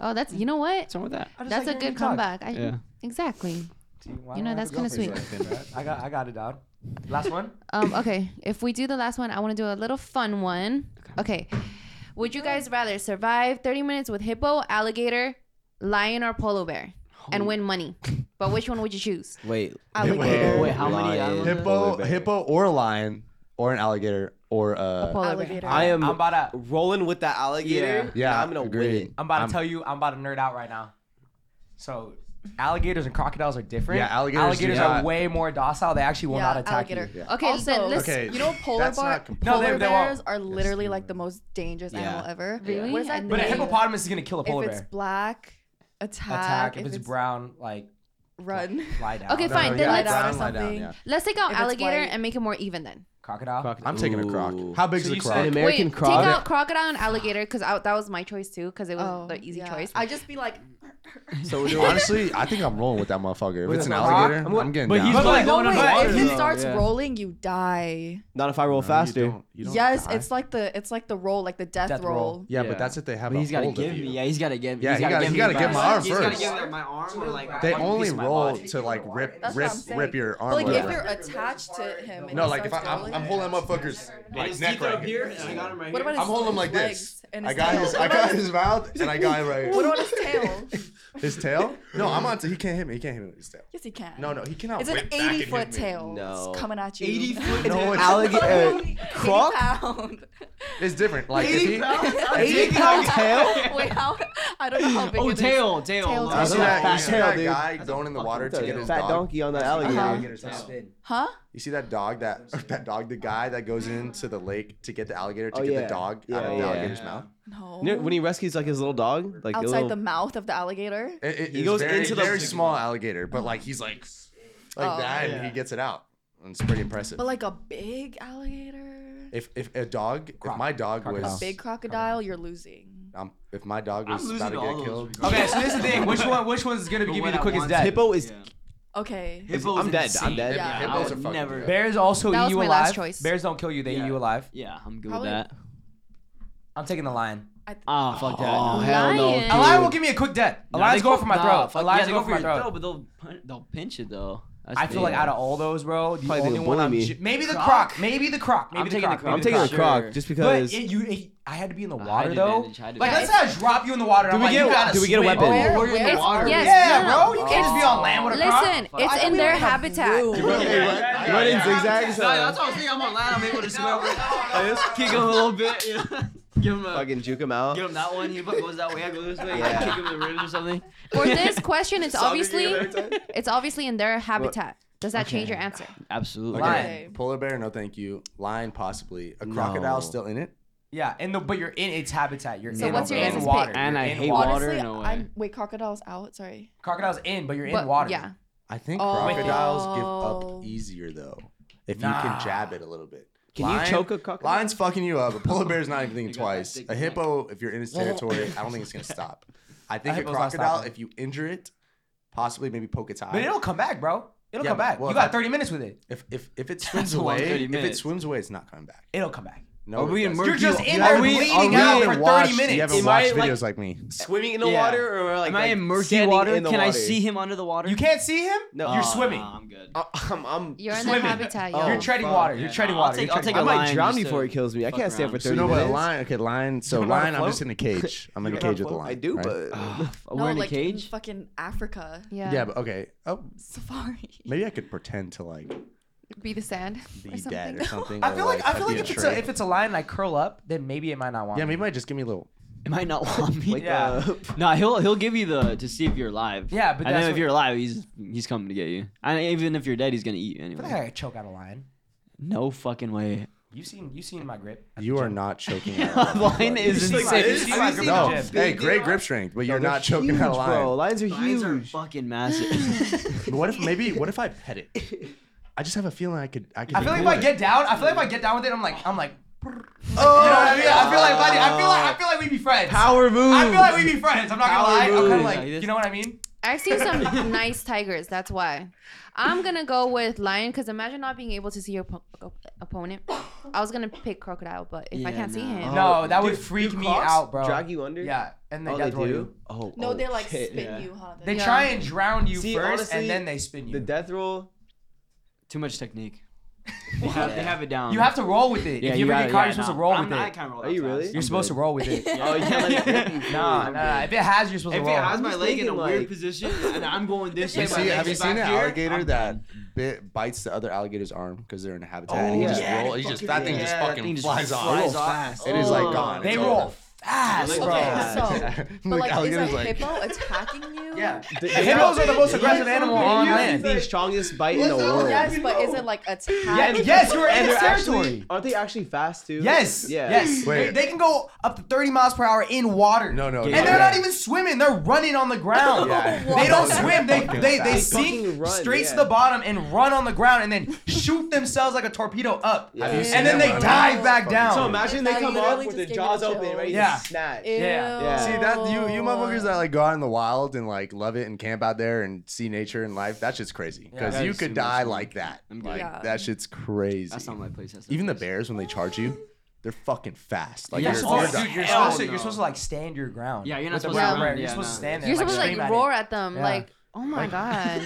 [SPEAKER 4] Oh, that's you know what?
[SPEAKER 7] What's wrong with that?
[SPEAKER 1] I just
[SPEAKER 4] That's a
[SPEAKER 1] like hearing
[SPEAKER 4] good
[SPEAKER 1] you talk.
[SPEAKER 4] comeback. I,
[SPEAKER 7] Yeah.
[SPEAKER 4] Exactly.
[SPEAKER 1] See, why
[SPEAKER 4] You
[SPEAKER 1] do I
[SPEAKER 4] know,
[SPEAKER 1] have
[SPEAKER 4] that's
[SPEAKER 1] to
[SPEAKER 4] kinda
[SPEAKER 1] go
[SPEAKER 4] sweet.
[SPEAKER 1] first like that? (laughs) I got I got it out. Last one.
[SPEAKER 4] Um, okay, if we do the last one, I want to do a little fun one. Okay. Would you guys rather survive 30 minutes with hippo, alligator, lion, or polar bear and win money? But which one would you choose?
[SPEAKER 5] Wait.
[SPEAKER 6] Alligator.
[SPEAKER 7] Wait, how many animals?
[SPEAKER 6] Hippo, hippo, or a lion, or an alligator, or uh,
[SPEAKER 4] Polar
[SPEAKER 6] a.
[SPEAKER 4] bear.
[SPEAKER 3] Alligator.
[SPEAKER 5] I am
[SPEAKER 1] I'm about to
[SPEAKER 5] rolling with that alligator.
[SPEAKER 7] Yeah.
[SPEAKER 5] and
[SPEAKER 6] Yeah,
[SPEAKER 5] I'm gonna win
[SPEAKER 6] agreed.
[SPEAKER 5] it.
[SPEAKER 1] I'm about to
[SPEAKER 6] I'm-
[SPEAKER 1] tell you I'm about to nerd out right now. So alligators and crocodiles are different.
[SPEAKER 6] Yeah, alligators do
[SPEAKER 1] are
[SPEAKER 6] not-
[SPEAKER 1] way more docile. They actually will
[SPEAKER 3] Yeah,
[SPEAKER 1] not attack
[SPEAKER 3] alligator.
[SPEAKER 1] you.
[SPEAKER 6] Yeah.
[SPEAKER 4] Okay,
[SPEAKER 3] Also-
[SPEAKER 4] then let's.
[SPEAKER 6] Okay.
[SPEAKER 3] You know, polar
[SPEAKER 6] that's
[SPEAKER 3] bar,
[SPEAKER 6] not comp-
[SPEAKER 1] No,
[SPEAKER 3] polar
[SPEAKER 1] they- they won't.
[SPEAKER 3] bears are literally like the most dangerous
[SPEAKER 5] Yeah.
[SPEAKER 3] animal ever.
[SPEAKER 4] Really?
[SPEAKER 3] What is
[SPEAKER 4] I
[SPEAKER 3] that?
[SPEAKER 4] didn't
[SPEAKER 1] But a
[SPEAKER 4] Yeah.
[SPEAKER 3] name?
[SPEAKER 1] hippopotamus is gonna kill a polar
[SPEAKER 3] If it's
[SPEAKER 1] bear.
[SPEAKER 3] black, attack.
[SPEAKER 1] Attack. If, it's, brown, like
[SPEAKER 3] run.
[SPEAKER 4] (laughs)
[SPEAKER 1] lie down.
[SPEAKER 4] Okay, No, fine, no, then
[SPEAKER 3] Lie
[SPEAKER 4] let's-
[SPEAKER 3] down or
[SPEAKER 6] Brown lie down,
[SPEAKER 3] something.
[SPEAKER 6] yeah.
[SPEAKER 4] Let's take out
[SPEAKER 3] If it's
[SPEAKER 4] alligator
[SPEAKER 3] white-
[SPEAKER 4] and make it more even then.
[SPEAKER 1] Crocodile.
[SPEAKER 6] I'm taking a croc.
[SPEAKER 5] Ooh.
[SPEAKER 6] How big's
[SPEAKER 1] So
[SPEAKER 6] the
[SPEAKER 1] you
[SPEAKER 6] croc?
[SPEAKER 1] said-
[SPEAKER 5] An American
[SPEAKER 4] Wait,
[SPEAKER 5] croc.
[SPEAKER 4] take out crocodile and alligator because that was my choice too because it was Oh, the easy
[SPEAKER 3] yeah.
[SPEAKER 4] choice.
[SPEAKER 3] I just be like,
[SPEAKER 5] So we're
[SPEAKER 6] Dude,
[SPEAKER 5] doing
[SPEAKER 6] honestly, I think I'm rolling with that motherfucker. If
[SPEAKER 5] With
[SPEAKER 6] it's an
[SPEAKER 5] a
[SPEAKER 6] alligator,
[SPEAKER 5] rock?
[SPEAKER 6] I'm,
[SPEAKER 5] I'm-
[SPEAKER 6] getting
[SPEAKER 7] but
[SPEAKER 6] down.
[SPEAKER 7] he's
[SPEAKER 1] But, like,
[SPEAKER 7] like, going
[SPEAKER 1] no, no,
[SPEAKER 3] but
[SPEAKER 7] underwater
[SPEAKER 3] if he
[SPEAKER 7] though.
[SPEAKER 3] starts
[SPEAKER 7] Yeah.
[SPEAKER 3] rolling, you die.
[SPEAKER 5] not if I roll
[SPEAKER 6] No, you
[SPEAKER 5] faster.
[SPEAKER 6] don't- you don't
[SPEAKER 3] yes,
[SPEAKER 6] die.
[SPEAKER 3] it's like the it's like the roll, like the death,
[SPEAKER 1] Death roll.
[SPEAKER 3] roll.
[SPEAKER 6] yeah,
[SPEAKER 7] Yeah.
[SPEAKER 6] but that's if they have
[SPEAKER 7] But
[SPEAKER 6] a
[SPEAKER 7] he's gotta
[SPEAKER 6] hold of
[SPEAKER 7] give me.
[SPEAKER 6] you.
[SPEAKER 7] Yeah, he's gotta give me.
[SPEAKER 6] Yeah,
[SPEAKER 7] he's
[SPEAKER 6] he
[SPEAKER 7] gotta,
[SPEAKER 6] gotta-
[SPEAKER 7] give
[SPEAKER 6] he
[SPEAKER 7] me
[SPEAKER 6] gotta
[SPEAKER 7] my-
[SPEAKER 6] get my arm
[SPEAKER 7] He's gotta
[SPEAKER 6] first.
[SPEAKER 7] give me my arm or like.
[SPEAKER 6] They
[SPEAKER 7] one
[SPEAKER 6] only
[SPEAKER 7] piece of my
[SPEAKER 6] roll
[SPEAKER 7] body.
[SPEAKER 6] to like rip,
[SPEAKER 3] That's what
[SPEAKER 6] rip,
[SPEAKER 3] I'm saying.
[SPEAKER 6] rip your arm.
[SPEAKER 3] But like
[SPEAKER 6] away.
[SPEAKER 3] if you're attached to him, and
[SPEAKER 6] no,
[SPEAKER 3] he
[SPEAKER 6] like if I,
[SPEAKER 3] starts
[SPEAKER 6] I'm,
[SPEAKER 3] rolling-
[SPEAKER 6] I'm holding that motherfucker's like,
[SPEAKER 7] His
[SPEAKER 6] neck
[SPEAKER 7] teeth are
[SPEAKER 6] right
[SPEAKER 7] up
[SPEAKER 6] here.
[SPEAKER 7] here, and I got him right
[SPEAKER 3] What about
[SPEAKER 7] here.
[SPEAKER 3] his,
[SPEAKER 6] I'm holding him like
[SPEAKER 3] his
[SPEAKER 6] this.
[SPEAKER 3] legs and
[SPEAKER 6] I got
[SPEAKER 3] tail?
[SPEAKER 6] his,
[SPEAKER 3] What
[SPEAKER 6] I
[SPEAKER 3] about
[SPEAKER 6] got his mouth, and I got
[SPEAKER 3] (laughs)
[SPEAKER 6] him right
[SPEAKER 3] What
[SPEAKER 6] here.
[SPEAKER 3] about his tail?
[SPEAKER 6] (laughs)
[SPEAKER 3] (laughs)
[SPEAKER 6] His tail? No, I'm on. To, he can't hit me. He can't hit me with his tail.
[SPEAKER 3] yes, he can.
[SPEAKER 6] No, no, he cannot.
[SPEAKER 3] It's an
[SPEAKER 6] whip back and
[SPEAKER 3] 80
[SPEAKER 6] hit
[SPEAKER 3] foot
[SPEAKER 6] me.
[SPEAKER 3] tail.
[SPEAKER 5] No.
[SPEAKER 3] It's coming at you. (laughs)
[SPEAKER 7] 80 foot
[SPEAKER 6] No, it's,
[SPEAKER 5] Alligator.
[SPEAKER 3] croc? pound. (laughs)
[SPEAKER 6] (laughs) it's different. Like if he,
[SPEAKER 3] Eighty
[SPEAKER 5] pound tail?
[SPEAKER 3] Wait, how, I don't know how big
[SPEAKER 7] Oh,
[SPEAKER 3] it is.
[SPEAKER 7] tail, tail.
[SPEAKER 3] Tail,
[SPEAKER 7] I
[SPEAKER 6] You
[SPEAKER 7] see
[SPEAKER 6] see
[SPEAKER 3] tail.
[SPEAKER 7] that
[SPEAKER 6] that, you
[SPEAKER 7] fat
[SPEAKER 6] see
[SPEAKER 7] tail,
[SPEAKER 6] that
[SPEAKER 7] dude.
[SPEAKER 6] guy going in the water to
[SPEAKER 5] Fat
[SPEAKER 6] get his dog.
[SPEAKER 5] donkey on that alligator.
[SPEAKER 3] Uh-huh.
[SPEAKER 6] Alligator's
[SPEAKER 2] Uh-huh.
[SPEAKER 6] tail.
[SPEAKER 3] Huh?
[SPEAKER 6] You see that dog that (laughs) or that dog, the guy that goes into the lake to get the alligator to
[SPEAKER 5] Oh,
[SPEAKER 6] get
[SPEAKER 5] yeah.
[SPEAKER 6] the dog out
[SPEAKER 5] Yeah,
[SPEAKER 6] of the
[SPEAKER 5] yeah.
[SPEAKER 6] alligator's mouth.
[SPEAKER 3] No.
[SPEAKER 5] You know, when he rescues like his little dog, like a
[SPEAKER 3] Outside
[SPEAKER 5] little,
[SPEAKER 3] the mouth of the alligator.
[SPEAKER 6] It, it,
[SPEAKER 5] He
[SPEAKER 6] it's
[SPEAKER 5] goes
[SPEAKER 6] very,
[SPEAKER 5] into the-
[SPEAKER 6] very small alligator, but like he's like like
[SPEAKER 3] Oh.
[SPEAKER 6] that, and
[SPEAKER 2] Yeah.
[SPEAKER 6] he gets it out. And it's pretty impressive.
[SPEAKER 3] But like a big alligator.
[SPEAKER 6] if if a dog, if
[SPEAKER 1] Croc-
[SPEAKER 6] my dog
[SPEAKER 1] crocodile.
[SPEAKER 6] was,
[SPEAKER 3] Big crocodile, you're losing.
[SPEAKER 6] um, if my dog
[SPEAKER 7] I'm
[SPEAKER 6] was
[SPEAKER 7] losing
[SPEAKER 6] about to
[SPEAKER 7] to all
[SPEAKER 6] get
[SPEAKER 7] those
[SPEAKER 6] killed,
[SPEAKER 7] regards.
[SPEAKER 1] Okay, so this is the thing. Which one? Which one's gonna
[SPEAKER 7] But
[SPEAKER 1] give you
[SPEAKER 7] when
[SPEAKER 1] the
[SPEAKER 7] I
[SPEAKER 1] quickest
[SPEAKER 7] want
[SPEAKER 1] death?
[SPEAKER 7] to-
[SPEAKER 5] hippo is
[SPEAKER 7] Yeah.
[SPEAKER 3] Okay.
[SPEAKER 7] Hippo's
[SPEAKER 5] I'm dead, I'm
[SPEAKER 7] insane.
[SPEAKER 5] dead.
[SPEAKER 3] Yeah.
[SPEAKER 7] I
[SPEAKER 6] Hippos
[SPEAKER 7] would
[SPEAKER 6] are fucking
[SPEAKER 7] never.
[SPEAKER 6] dead.
[SPEAKER 1] Bears also
[SPEAKER 4] That
[SPEAKER 1] eat
[SPEAKER 4] was
[SPEAKER 1] you
[SPEAKER 4] my
[SPEAKER 1] alive.
[SPEAKER 4] last choice.
[SPEAKER 1] Bears don't kill you; they eat
[SPEAKER 7] Yeah.
[SPEAKER 1] you alive.
[SPEAKER 7] Yeah, I'm good
[SPEAKER 3] Probably-
[SPEAKER 7] with that.
[SPEAKER 1] I'm taking the lion.
[SPEAKER 7] Ah, fuck that.
[SPEAKER 5] Oh,
[SPEAKER 7] hell no.
[SPEAKER 4] lion.
[SPEAKER 7] dude.
[SPEAKER 4] A
[SPEAKER 1] A lion will give me a quick death. A
[SPEAKER 7] Nah,
[SPEAKER 1] lion's
[SPEAKER 7] they
[SPEAKER 1] going
[SPEAKER 7] go-
[SPEAKER 1] for my
[SPEAKER 7] nah,
[SPEAKER 1] throat.
[SPEAKER 7] fuck-
[SPEAKER 1] A
[SPEAKER 7] yeah,
[SPEAKER 1] lion's
[SPEAKER 7] they
[SPEAKER 1] going
[SPEAKER 7] go
[SPEAKER 1] for my
[SPEAKER 7] your
[SPEAKER 1] throat.
[SPEAKER 7] but they'll pin- they'll pinch it though. That's
[SPEAKER 1] I feel like
[SPEAKER 7] big.
[SPEAKER 1] out of all those, bro, the
[SPEAKER 5] Probably
[SPEAKER 1] only
[SPEAKER 5] gonna
[SPEAKER 1] one
[SPEAKER 5] bully
[SPEAKER 1] I'm
[SPEAKER 5] me.
[SPEAKER 1] ju- maybe the
[SPEAKER 7] Croc?
[SPEAKER 1] croc. Maybe the croc. Maybe
[SPEAKER 7] I'm
[SPEAKER 1] the
[SPEAKER 7] taking
[SPEAKER 1] croc.
[SPEAKER 7] the
[SPEAKER 1] maybe
[SPEAKER 5] I'm
[SPEAKER 7] croc.
[SPEAKER 1] the
[SPEAKER 5] taking a
[SPEAKER 1] croc.
[SPEAKER 7] Sure.
[SPEAKER 5] croc just
[SPEAKER 1] But
[SPEAKER 5] because.
[SPEAKER 1] it, you, it, I had to be in the
[SPEAKER 7] A
[SPEAKER 1] water
[SPEAKER 7] height
[SPEAKER 1] though.
[SPEAKER 7] advantage, height
[SPEAKER 1] Like let's
[SPEAKER 7] advantage.
[SPEAKER 1] say
[SPEAKER 5] (laughs)
[SPEAKER 1] I drop you in the water. And
[SPEAKER 5] Do
[SPEAKER 1] I'm like,
[SPEAKER 5] we get
[SPEAKER 1] you
[SPEAKER 5] a-
[SPEAKER 1] gotta
[SPEAKER 5] do we get a
[SPEAKER 1] swim.
[SPEAKER 5] weapon?
[SPEAKER 7] Oh,
[SPEAKER 3] Where-
[SPEAKER 7] we're in
[SPEAKER 3] where-
[SPEAKER 7] the water.
[SPEAKER 4] yes.
[SPEAKER 1] Yeah,
[SPEAKER 4] no.
[SPEAKER 1] bro, you can't just be on land with a croc.
[SPEAKER 4] Listen,
[SPEAKER 7] Fuck.
[SPEAKER 1] I
[SPEAKER 4] it's
[SPEAKER 1] thought
[SPEAKER 4] in
[SPEAKER 1] we
[SPEAKER 4] their
[SPEAKER 1] were gonna
[SPEAKER 4] habitat.
[SPEAKER 5] You
[SPEAKER 6] went-
[SPEAKER 5] went-
[SPEAKER 6] you went-
[SPEAKER 5] you went in zigzags.
[SPEAKER 7] No,
[SPEAKER 5] uh,
[SPEAKER 7] that's what I was thinking. I'm on land. I'm able to swim.
[SPEAKER 5] (laughs)
[SPEAKER 7] I just kick him a little bit. You know? (laughs) Give him a.
[SPEAKER 5] Fucking juke him out.
[SPEAKER 7] Give him that one. He bu- goes that way. I go this way.
[SPEAKER 5] Yeah.
[SPEAKER 7] Yeah. Kick him in the ribs or something.
[SPEAKER 4] (laughs) For this
[SPEAKER 1] (laughs)
[SPEAKER 4] question, it's
[SPEAKER 5] Soccer
[SPEAKER 4] obviously
[SPEAKER 5] game every time.
[SPEAKER 4] it's obviously in their habitat. Does that change your answer?
[SPEAKER 7] Absolutely.
[SPEAKER 1] Lion.
[SPEAKER 3] Okay.
[SPEAKER 6] polar bear, no thank you. Lion, possibly. A crocodile
[SPEAKER 5] No.
[SPEAKER 6] still in it.
[SPEAKER 1] Yeah, in the but you're in its habitat. You're
[SPEAKER 4] So
[SPEAKER 1] in,
[SPEAKER 4] what's your
[SPEAKER 1] in
[SPEAKER 4] guys'
[SPEAKER 1] water.
[SPEAKER 4] pick?
[SPEAKER 1] You're
[SPEAKER 7] And I
[SPEAKER 1] in
[SPEAKER 7] hate
[SPEAKER 1] water.
[SPEAKER 7] water,
[SPEAKER 3] Honestly,
[SPEAKER 7] no way.
[SPEAKER 3] I'm wait, crocodile's out, sorry.
[SPEAKER 1] Crocodile's in, but you're in
[SPEAKER 4] But-
[SPEAKER 1] water.
[SPEAKER 4] Yeah.
[SPEAKER 6] I think
[SPEAKER 3] Oh.
[SPEAKER 6] crocodiles give
[SPEAKER 3] Oh.
[SPEAKER 6] up easier though, if you
[SPEAKER 1] Nah.
[SPEAKER 6] can jab it a little bit.
[SPEAKER 5] Can you choke a crocodile?
[SPEAKER 6] Lion's fucking you up. A polar bear's not even thinking
[SPEAKER 7] You got that
[SPEAKER 6] twice.
[SPEAKER 7] big
[SPEAKER 6] A hippo, if you're in its territory, I don't think it's (laughs) gonna stop. I
[SPEAKER 1] A
[SPEAKER 6] think a,
[SPEAKER 1] hippo's not
[SPEAKER 6] crocodile,
[SPEAKER 1] stopping.
[SPEAKER 6] if you injure it, possibly maybe poke its eye.
[SPEAKER 1] But it'll come back, bro. It'll
[SPEAKER 6] Yeah,
[SPEAKER 1] come
[SPEAKER 6] but-
[SPEAKER 1] back.
[SPEAKER 6] well,
[SPEAKER 1] you
[SPEAKER 6] if
[SPEAKER 1] got
[SPEAKER 6] I-
[SPEAKER 1] 30 minutes with it.
[SPEAKER 6] if if (laughs) if it swims
[SPEAKER 7] That's one
[SPEAKER 6] away,
[SPEAKER 7] 30
[SPEAKER 6] if it
[SPEAKER 7] minutes.
[SPEAKER 6] swims away, it's not coming back.
[SPEAKER 1] It'll come back.
[SPEAKER 6] No,
[SPEAKER 7] Are
[SPEAKER 6] it
[SPEAKER 7] we in
[SPEAKER 6] doesn't.
[SPEAKER 7] murky?
[SPEAKER 1] You're just in
[SPEAKER 7] are
[SPEAKER 1] there
[SPEAKER 7] we-
[SPEAKER 1] bleeding
[SPEAKER 7] are we
[SPEAKER 1] out
[SPEAKER 7] in-
[SPEAKER 1] for 30
[SPEAKER 6] watched, You
[SPEAKER 1] minutes.
[SPEAKER 6] haven't
[SPEAKER 7] Am
[SPEAKER 6] watched
[SPEAKER 7] I, like-
[SPEAKER 6] videos like, me.
[SPEAKER 5] Swimming in the
[SPEAKER 7] Yeah.
[SPEAKER 5] water or like?
[SPEAKER 7] Am I
[SPEAKER 5] like,
[SPEAKER 7] in murky
[SPEAKER 5] standing
[SPEAKER 7] water?
[SPEAKER 5] in the
[SPEAKER 7] Can I
[SPEAKER 5] water?
[SPEAKER 7] see him under the water?
[SPEAKER 1] You can't see him?
[SPEAKER 5] No.
[SPEAKER 1] You're
[SPEAKER 7] Oh,
[SPEAKER 1] swimming.
[SPEAKER 7] no, I'm good.
[SPEAKER 5] Uh, (laughs) I'm, I'm
[SPEAKER 4] You're in
[SPEAKER 1] Swim
[SPEAKER 4] their
[SPEAKER 1] it.
[SPEAKER 4] habitat,
[SPEAKER 5] Oh.
[SPEAKER 4] yo.
[SPEAKER 1] You're treading
[SPEAKER 7] fuck,
[SPEAKER 1] water.
[SPEAKER 7] yeah.
[SPEAKER 1] You're treading
[SPEAKER 7] I'll
[SPEAKER 1] water.
[SPEAKER 7] take-
[SPEAKER 1] You're
[SPEAKER 7] I'll
[SPEAKER 1] treading
[SPEAKER 7] take
[SPEAKER 5] I
[SPEAKER 7] a
[SPEAKER 1] water.
[SPEAKER 5] might
[SPEAKER 7] lion
[SPEAKER 5] drown
[SPEAKER 7] used
[SPEAKER 5] before
[SPEAKER 7] to
[SPEAKER 5] he kills me. I
[SPEAKER 7] fuck
[SPEAKER 5] can't stand for
[SPEAKER 7] around.
[SPEAKER 6] So
[SPEAKER 5] 30
[SPEAKER 6] no, but
[SPEAKER 5] minutes.
[SPEAKER 6] a lion. Okay, lion. So
[SPEAKER 1] You don't know how to
[SPEAKER 6] lion, I'm just
[SPEAKER 1] float?
[SPEAKER 6] in a cage. I'm in a
[SPEAKER 5] You don't
[SPEAKER 6] cage with a
[SPEAKER 5] float?
[SPEAKER 6] lion.
[SPEAKER 5] I do,
[SPEAKER 6] right?
[SPEAKER 5] but
[SPEAKER 7] (sighs)
[SPEAKER 5] (laughs)
[SPEAKER 7] we're
[SPEAKER 3] no,
[SPEAKER 7] in
[SPEAKER 3] like
[SPEAKER 7] a
[SPEAKER 3] in
[SPEAKER 7] cage.
[SPEAKER 3] fucking Africa.
[SPEAKER 4] yeah.
[SPEAKER 6] yeah, but okay. Oh,
[SPEAKER 3] Safari.
[SPEAKER 6] maybe I could pretend to like
[SPEAKER 4] Be the sand.
[SPEAKER 6] be
[SPEAKER 4] or something. (laughs)
[SPEAKER 6] dead or something.
[SPEAKER 1] I
[SPEAKER 6] or,
[SPEAKER 1] feel like I
[SPEAKER 6] I'd
[SPEAKER 1] feel
[SPEAKER 6] be
[SPEAKER 1] like
[SPEAKER 6] in
[SPEAKER 1] if it's
[SPEAKER 6] trade.
[SPEAKER 1] a if it's a line and I curl up, then maybe it might not want.
[SPEAKER 6] yeah,
[SPEAKER 1] me.
[SPEAKER 6] maybe I just give me a little.
[SPEAKER 7] It might not (laughs) want me.
[SPEAKER 5] wake
[SPEAKER 1] Yeah.
[SPEAKER 5] up.
[SPEAKER 7] No, he'll he'll give you the to see if you're alive.
[SPEAKER 1] Yeah, but
[SPEAKER 7] and
[SPEAKER 1] that's
[SPEAKER 7] then if
[SPEAKER 1] what-
[SPEAKER 7] you're alive, he's he's coming to get you. And even if you're dead, he's gonna eat you
[SPEAKER 1] I feel
[SPEAKER 7] anyway.
[SPEAKER 1] like I could choke out a lion.
[SPEAKER 7] No fucking
[SPEAKER 6] (laughs)
[SPEAKER 7] way. (laughs)
[SPEAKER 1] You seen you seen my grip? at the
[SPEAKER 6] You are
[SPEAKER 1] gym.
[SPEAKER 6] not (laughs) choking. out a lion.
[SPEAKER 7] Line is
[SPEAKER 6] (laughs)
[SPEAKER 1] You see my- you see my
[SPEAKER 7] insane.
[SPEAKER 1] grip
[SPEAKER 6] No.
[SPEAKER 1] at the gym.
[SPEAKER 6] Hey, great grip strength, but you're
[SPEAKER 5] They're
[SPEAKER 6] not choking
[SPEAKER 5] huge,
[SPEAKER 6] out a lion.
[SPEAKER 5] Bro, lions are
[SPEAKER 7] Lions are (laughs)
[SPEAKER 5] huge.
[SPEAKER 7] fucking massive.
[SPEAKER 6] But What if maybe? What (laughs) if I pet it? I just have a feeling I could. I could.
[SPEAKER 1] I feel like if
[SPEAKER 6] control
[SPEAKER 1] I
[SPEAKER 6] it.
[SPEAKER 1] get down, I feel like if I get down with it, I'm like I'm like. (laughs) Oh, you know what I mean? I feel like if I, did- I feel like I feel like we'd be friends.
[SPEAKER 5] Power move.
[SPEAKER 1] I feel like we'd be friends. I'm not gonna
[SPEAKER 7] Power
[SPEAKER 1] lie. I'm kind of
[SPEAKER 7] move.
[SPEAKER 1] like
[SPEAKER 7] Like this.
[SPEAKER 1] you know what I mean.
[SPEAKER 4] I've
[SPEAKER 1] (laughs)
[SPEAKER 4] seen some nice tigers. That's why. I'm gonna go with lion because imagine not being able to see your po- op- opponent. I was gonna pick crocodile, but if I
[SPEAKER 7] Yeah,
[SPEAKER 4] can't see
[SPEAKER 7] nah.
[SPEAKER 4] him,
[SPEAKER 5] Oh,
[SPEAKER 1] no, that
[SPEAKER 5] do-
[SPEAKER 1] would freak
[SPEAKER 5] do
[SPEAKER 1] me
[SPEAKER 5] crocs
[SPEAKER 1] out, bro.
[SPEAKER 5] Drag you under?
[SPEAKER 1] Yeah, and they
[SPEAKER 5] Oh, they
[SPEAKER 1] death roll
[SPEAKER 5] do.
[SPEAKER 1] you.
[SPEAKER 5] Oh,
[SPEAKER 3] (laughs) No,
[SPEAKER 5] oh,
[SPEAKER 3] they like
[SPEAKER 5] shit.
[SPEAKER 3] spit
[SPEAKER 7] yeah.
[SPEAKER 3] you, huh?
[SPEAKER 1] They
[SPEAKER 4] Yeah.
[SPEAKER 1] try and drown you
[SPEAKER 5] See,
[SPEAKER 1] first,
[SPEAKER 5] honestly,
[SPEAKER 1] and then they spin you.
[SPEAKER 5] The death roll.
[SPEAKER 7] Too much technique. They have, they have it down.
[SPEAKER 1] you have to roll with it.
[SPEAKER 7] Yeah,
[SPEAKER 1] if you ever
[SPEAKER 7] gotta-
[SPEAKER 1] get caught,
[SPEAKER 7] yeah,
[SPEAKER 1] you're supposed
[SPEAKER 7] no.
[SPEAKER 1] to roll
[SPEAKER 7] I'm
[SPEAKER 1] with
[SPEAKER 7] not- I
[SPEAKER 1] it.
[SPEAKER 7] can't roll
[SPEAKER 5] Are
[SPEAKER 7] that
[SPEAKER 5] you
[SPEAKER 7] fast.
[SPEAKER 5] really?
[SPEAKER 1] You're supposed
[SPEAKER 5] good.
[SPEAKER 1] to roll with it.
[SPEAKER 3] (laughs)
[SPEAKER 7] Oh, you can't let it rip you.
[SPEAKER 1] Nah, nah, nah. If it (laughs) has, you're supposed
[SPEAKER 7] If
[SPEAKER 1] to
[SPEAKER 7] it
[SPEAKER 1] roll.
[SPEAKER 7] has my
[SPEAKER 5] Just
[SPEAKER 7] leg in a
[SPEAKER 5] thinking,
[SPEAKER 7] weird
[SPEAKER 5] like-
[SPEAKER 7] position and I'm going this way,
[SPEAKER 6] You
[SPEAKER 7] my
[SPEAKER 6] see,
[SPEAKER 7] leg's
[SPEAKER 6] have you
[SPEAKER 7] back
[SPEAKER 6] seen that
[SPEAKER 7] here,
[SPEAKER 6] alligator
[SPEAKER 7] I'm
[SPEAKER 6] that
[SPEAKER 7] done.
[SPEAKER 6] bit bites the other alligator's arm because they're in a habitat?
[SPEAKER 5] Oh,
[SPEAKER 6] and he
[SPEAKER 5] yeah.
[SPEAKER 6] just
[SPEAKER 5] Yeah,
[SPEAKER 6] roll. He just that thing
[SPEAKER 7] Yeah,
[SPEAKER 6] just
[SPEAKER 7] that
[SPEAKER 6] fucking
[SPEAKER 7] thing
[SPEAKER 6] flies off.
[SPEAKER 7] Flies off.
[SPEAKER 6] It is like gone.
[SPEAKER 1] They
[SPEAKER 6] It's
[SPEAKER 1] roll
[SPEAKER 6] over.
[SPEAKER 1] fast,
[SPEAKER 7] Yeah,
[SPEAKER 1] (laughs) bro.
[SPEAKER 7] like-
[SPEAKER 3] Okay, so
[SPEAKER 6] The
[SPEAKER 1] (laughs)
[SPEAKER 3] but like
[SPEAKER 6] alligator's
[SPEAKER 3] is a
[SPEAKER 6] like-
[SPEAKER 3] hippo attacking you?
[SPEAKER 1] Yeah.
[SPEAKER 5] They-
[SPEAKER 1] And hippos are the most
[SPEAKER 5] Yeah,
[SPEAKER 1] aggressive
[SPEAKER 5] yeah,
[SPEAKER 1] animal
[SPEAKER 5] yeah,
[SPEAKER 1] on
[SPEAKER 5] yeah,
[SPEAKER 1] land.
[SPEAKER 5] The strongest bite in the
[SPEAKER 6] Listen,
[SPEAKER 5] world.
[SPEAKER 3] Oh, Yes, but is it like attacking?
[SPEAKER 1] Yeah, yes, you're in
[SPEAKER 5] And
[SPEAKER 1] the
[SPEAKER 5] they're
[SPEAKER 1] territory.
[SPEAKER 5] actually, aren't they actually fast too?
[SPEAKER 1] Yes.
[SPEAKER 5] Yeah.
[SPEAKER 1] Yes. They,
[SPEAKER 6] Wait.
[SPEAKER 1] they can go up to 30 miles per hour in water.
[SPEAKER 6] No, no,
[SPEAKER 1] And
[SPEAKER 6] no.
[SPEAKER 1] they're not even swimming. They're running on the ground.
[SPEAKER 6] Yeah.
[SPEAKER 1] (laughs) They don't
[SPEAKER 6] Fucking
[SPEAKER 1] swim. They
[SPEAKER 6] fast.
[SPEAKER 1] they, they
[SPEAKER 5] They
[SPEAKER 1] sink
[SPEAKER 5] fucking run,
[SPEAKER 1] straight to
[SPEAKER 5] yeah.
[SPEAKER 1] the bottom and run on the ground and then shoot themselves like a torpedo up.
[SPEAKER 5] Yeah.
[SPEAKER 6] Have you seen
[SPEAKER 1] And then
[SPEAKER 6] that
[SPEAKER 1] they
[SPEAKER 6] one?
[SPEAKER 1] dive back
[SPEAKER 6] Fucking-
[SPEAKER 1] down.
[SPEAKER 5] So imagine they
[SPEAKER 3] That
[SPEAKER 5] come
[SPEAKER 3] literally
[SPEAKER 5] up with
[SPEAKER 3] just
[SPEAKER 5] their
[SPEAKER 3] gave me
[SPEAKER 5] jaws
[SPEAKER 3] the
[SPEAKER 5] open, ready
[SPEAKER 1] Yeah.
[SPEAKER 5] to snatch.
[SPEAKER 1] Yeah.
[SPEAKER 5] Yeah.
[SPEAKER 6] See that you you motherfuckers that like go out in the wild and like love it and camp out there and see nature and life. That's just crazy
[SPEAKER 1] Yeah.
[SPEAKER 6] because
[SPEAKER 7] That
[SPEAKER 6] you
[SPEAKER 7] is Uh,
[SPEAKER 6] could
[SPEAKER 7] too
[SPEAKER 6] die
[SPEAKER 7] much.
[SPEAKER 6] like that.
[SPEAKER 7] I'm good.
[SPEAKER 6] Like
[SPEAKER 3] Yeah.
[SPEAKER 6] that shit's crazy.
[SPEAKER 7] That's not my place. That's not
[SPEAKER 6] Even
[SPEAKER 7] my
[SPEAKER 6] the
[SPEAKER 7] place.
[SPEAKER 6] bears when they charge you, they're fucking fast. Like
[SPEAKER 7] Yeah,
[SPEAKER 6] you're,
[SPEAKER 7] so-
[SPEAKER 1] Oh,
[SPEAKER 6] you're
[SPEAKER 7] Hell
[SPEAKER 1] dude, you're
[SPEAKER 7] no.
[SPEAKER 1] supposed, to, you're supposed to like stand your ground.
[SPEAKER 7] Yeah, you're not
[SPEAKER 1] with the
[SPEAKER 7] supposed to
[SPEAKER 1] brown
[SPEAKER 7] run.
[SPEAKER 1] bear. You're
[SPEAKER 7] Yeah,
[SPEAKER 1] supposed to
[SPEAKER 7] no.
[SPEAKER 1] stand there.
[SPEAKER 4] you're supposed to
[SPEAKER 1] scream at
[SPEAKER 4] like
[SPEAKER 1] it.
[SPEAKER 4] roar at them.
[SPEAKER 1] Yeah.
[SPEAKER 4] Like, oh my god.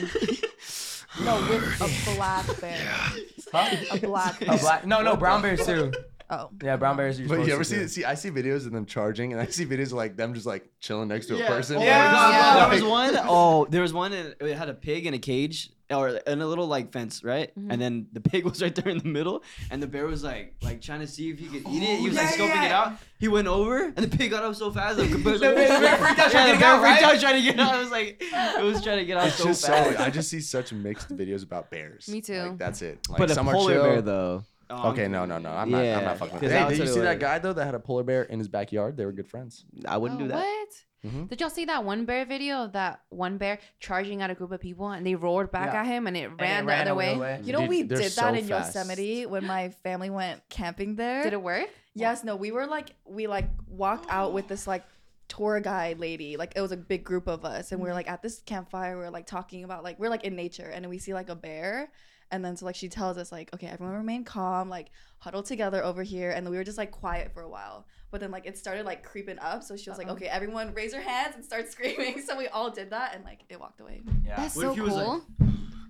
[SPEAKER 3] No, with a black bear.
[SPEAKER 7] (laughs)
[SPEAKER 1] Huh?
[SPEAKER 3] A black.
[SPEAKER 1] (laughs) A Oh, black- no,
[SPEAKER 6] (laughs)
[SPEAKER 1] no, brown bears too.
[SPEAKER 3] Oh.
[SPEAKER 1] Yeah, brown bears. You're
[SPEAKER 6] But
[SPEAKER 1] supposed
[SPEAKER 6] you ever
[SPEAKER 1] to do.
[SPEAKER 6] see see I see videos of them charging and I see videos of like them just like chilling next to a person.
[SPEAKER 7] Oh
[SPEAKER 1] Yeah.
[SPEAKER 7] my God,
[SPEAKER 1] Yeah. (laughs)
[SPEAKER 7] There was one. Oh, there was one. and It had a pig in a cage, or in a little like fence, right?
[SPEAKER 4] Mhm.
[SPEAKER 7] And then the pig (laughs) was right there in the middle, and the bear was like like trying to see if he could eat it. He was like
[SPEAKER 1] Oh, yeah,
[SPEAKER 7] scoping it
[SPEAKER 1] yeah.
[SPEAKER 7] out. He went over, and the pig got up so fast. Like, the bear's
[SPEAKER 1] The
[SPEAKER 7] like,
[SPEAKER 1] bear- the bear freaked out trying to
[SPEAKER 7] (laughs) Yeah, the
[SPEAKER 1] get
[SPEAKER 7] bear
[SPEAKER 1] out,
[SPEAKER 7] freaked
[SPEAKER 1] right?
[SPEAKER 7] out trying to get out. It was like it was trying to get out
[SPEAKER 6] It's
[SPEAKER 7] so
[SPEAKER 6] just
[SPEAKER 7] fast.
[SPEAKER 6] so I just see such mixed videos about bears.
[SPEAKER 4] Me too.
[SPEAKER 6] Like, that's it. Like,
[SPEAKER 5] but a
[SPEAKER 6] some are
[SPEAKER 5] polar
[SPEAKER 6] chill.
[SPEAKER 5] bear though.
[SPEAKER 7] Oh, I'm
[SPEAKER 6] Okay, no,
[SPEAKER 7] kidding.
[SPEAKER 6] no, no. I'm not. I'm
[SPEAKER 5] Yeah,
[SPEAKER 6] not fucking.
[SPEAKER 5] because
[SPEAKER 6] With that.
[SPEAKER 5] that
[SPEAKER 6] Hey, did you
[SPEAKER 5] was
[SPEAKER 6] see
[SPEAKER 5] what it
[SPEAKER 6] that
[SPEAKER 5] was.
[SPEAKER 6] guy though that had a polar bear in his backyard? They were good friends.
[SPEAKER 5] I wouldn't
[SPEAKER 4] Oh,
[SPEAKER 5] do that.
[SPEAKER 4] What?
[SPEAKER 6] Mhm.
[SPEAKER 4] Did y'all see that one bear video of that one bear charging at a group of people and they roared back
[SPEAKER 1] Yeah.
[SPEAKER 4] at him and it ran
[SPEAKER 1] it
[SPEAKER 4] the
[SPEAKER 1] ran
[SPEAKER 4] other way?
[SPEAKER 1] away.
[SPEAKER 3] You know,
[SPEAKER 6] Dude,
[SPEAKER 3] we
[SPEAKER 6] they're
[SPEAKER 3] did that
[SPEAKER 6] so
[SPEAKER 3] in
[SPEAKER 6] fast.
[SPEAKER 3] Yosemite when my family went camping there.
[SPEAKER 4] Did it work?
[SPEAKER 3] yes, no, we were like, we like walked out with this like tour guide lady. Like it was a big group of us, and we were like at this campfire. We were like talking about like we're like in nature, and then we see like a bear, and then so like she tells us like, okay, everyone remain calm, like huddle together over here, and then we were just like quiet for a while. But then like it started like creeping up, so she was like,
[SPEAKER 4] Uh-oh.
[SPEAKER 3] okay, everyone raise your hands and start (laughs) screaming. So we all did that, and like it walked away.
[SPEAKER 4] That's
[SPEAKER 7] What if
[SPEAKER 4] so
[SPEAKER 7] he was like-
[SPEAKER 4] cool.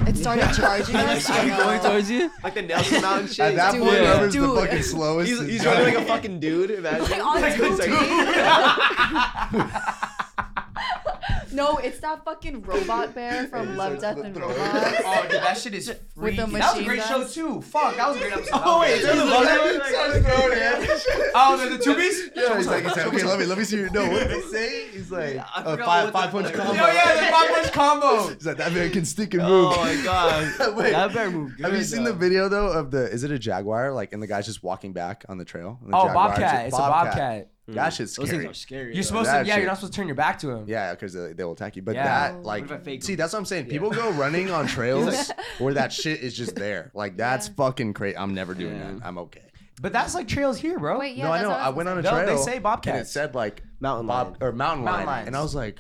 [SPEAKER 3] It started
[SPEAKER 6] (laughs)
[SPEAKER 3] charging us. I
[SPEAKER 7] going
[SPEAKER 3] know.
[SPEAKER 7] towards you.
[SPEAKER 5] Like the nails come out and shit.
[SPEAKER 6] At that
[SPEAKER 3] Dude,
[SPEAKER 6] point,
[SPEAKER 7] yeah.
[SPEAKER 6] whoever's the
[SPEAKER 3] dude.
[SPEAKER 7] (laughs)
[SPEAKER 6] fucking slowest.
[SPEAKER 5] he's,
[SPEAKER 6] is
[SPEAKER 5] he's
[SPEAKER 6] done.
[SPEAKER 5] running like a fucking dude. Imagine.
[SPEAKER 3] Like, on
[SPEAKER 5] Like,
[SPEAKER 3] two
[SPEAKER 5] it's like-
[SPEAKER 3] No, it's that fucking
[SPEAKER 6] (laughs)
[SPEAKER 3] robot bear from
[SPEAKER 6] It's
[SPEAKER 3] Love,
[SPEAKER 6] like
[SPEAKER 3] Death,
[SPEAKER 6] the
[SPEAKER 3] and
[SPEAKER 6] throw. (laughs)
[SPEAKER 3] Robots.
[SPEAKER 1] Oh, dude, that shit is
[SPEAKER 3] With
[SPEAKER 1] freaky.
[SPEAKER 3] the
[SPEAKER 1] That was a
[SPEAKER 3] machine
[SPEAKER 1] great show
[SPEAKER 3] guns.
[SPEAKER 1] too. Fuck, that was a great episode. (laughs)
[SPEAKER 5] Oh, wait, is there the
[SPEAKER 1] Love
[SPEAKER 5] buzzer?
[SPEAKER 1] Death?
[SPEAKER 6] He's like throwing hands.
[SPEAKER 1] Oh, the, the two piece?
[SPEAKER 6] (laughs) Yeah, he's like, he's like, okay, let me let me see your no. What did they say? He's like
[SPEAKER 7] I
[SPEAKER 6] a
[SPEAKER 7] forgot
[SPEAKER 6] five
[SPEAKER 7] what
[SPEAKER 6] five
[SPEAKER 7] the-
[SPEAKER 6] punch
[SPEAKER 7] Yo,
[SPEAKER 1] Yo, (laughs)
[SPEAKER 6] combo.
[SPEAKER 1] yeah,
[SPEAKER 6] (laughs)
[SPEAKER 1] the five punch combo.
[SPEAKER 6] He's like that man can stick and move.
[SPEAKER 7] Oh my god,
[SPEAKER 6] (laughs) Wait.
[SPEAKER 7] that bear moved good.
[SPEAKER 6] Have you seen
[SPEAKER 7] though.
[SPEAKER 6] the video though of the? Is it a jaguar? Like, and the guy's just walking back on the trail. and the
[SPEAKER 1] Oh,
[SPEAKER 6] jaguar's
[SPEAKER 1] Bobcat.
[SPEAKER 6] just-
[SPEAKER 1] It's a Bobcat.
[SPEAKER 6] That shit's
[SPEAKER 7] Hmm. Those things
[SPEAKER 6] scary.
[SPEAKER 7] are scary.
[SPEAKER 1] You're
[SPEAKER 7] though.
[SPEAKER 1] supposed to,
[SPEAKER 6] That
[SPEAKER 1] yeah, you're
[SPEAKER 6] shit-
[SPEAKER 1] not supposed to turn your back to him.
[SPEAKER 6] Yeah, because they, they will attack you. But
[SPEAKER 1] Yeah.
[SPEAKER 3] Oh.
[SPEAKER 6] that, like,
[SPEAKER 7] What if I fake
[SPEAKER 6] see, that's what I'm saying.
[SPEAKER 7] Yeah.
[SPEAKER 6] People go
[SPEAKER 7] (laughs)
[SPEAKER 6] running on trails where that shit is just there. Like, that's fucking crazy. I'm never doing
[SPEAKER 7] Yeah.
[SPEAKER 6] that. I'm okay.
[SPEAKER 1] But that's like trails here, bro.
[SPEAKER 4] Wait, yeah,
[SPEAKER 6] no, I
[SPEAKER 4] that's
[SPEAKER 6] know.
[SPEAKER 4] what
[SPEAKER 6] I went on a
[SPEAKER 1] Oh, No,
[SPEAKER 6] trail.
[SPEAKER 1] they say
[SPEAKER 6] and it
[SPEAKER 1] bobcats.
[SPEAKER 6] said like
[SPEAKER 5] Mountain
[SPEAKER 6] bob or mountain,
[SPEAKER 1] Mountain
[SPEAKER 6] lion, and I
[SPEAKER 1] lions.
[SPEAKER 6] was like,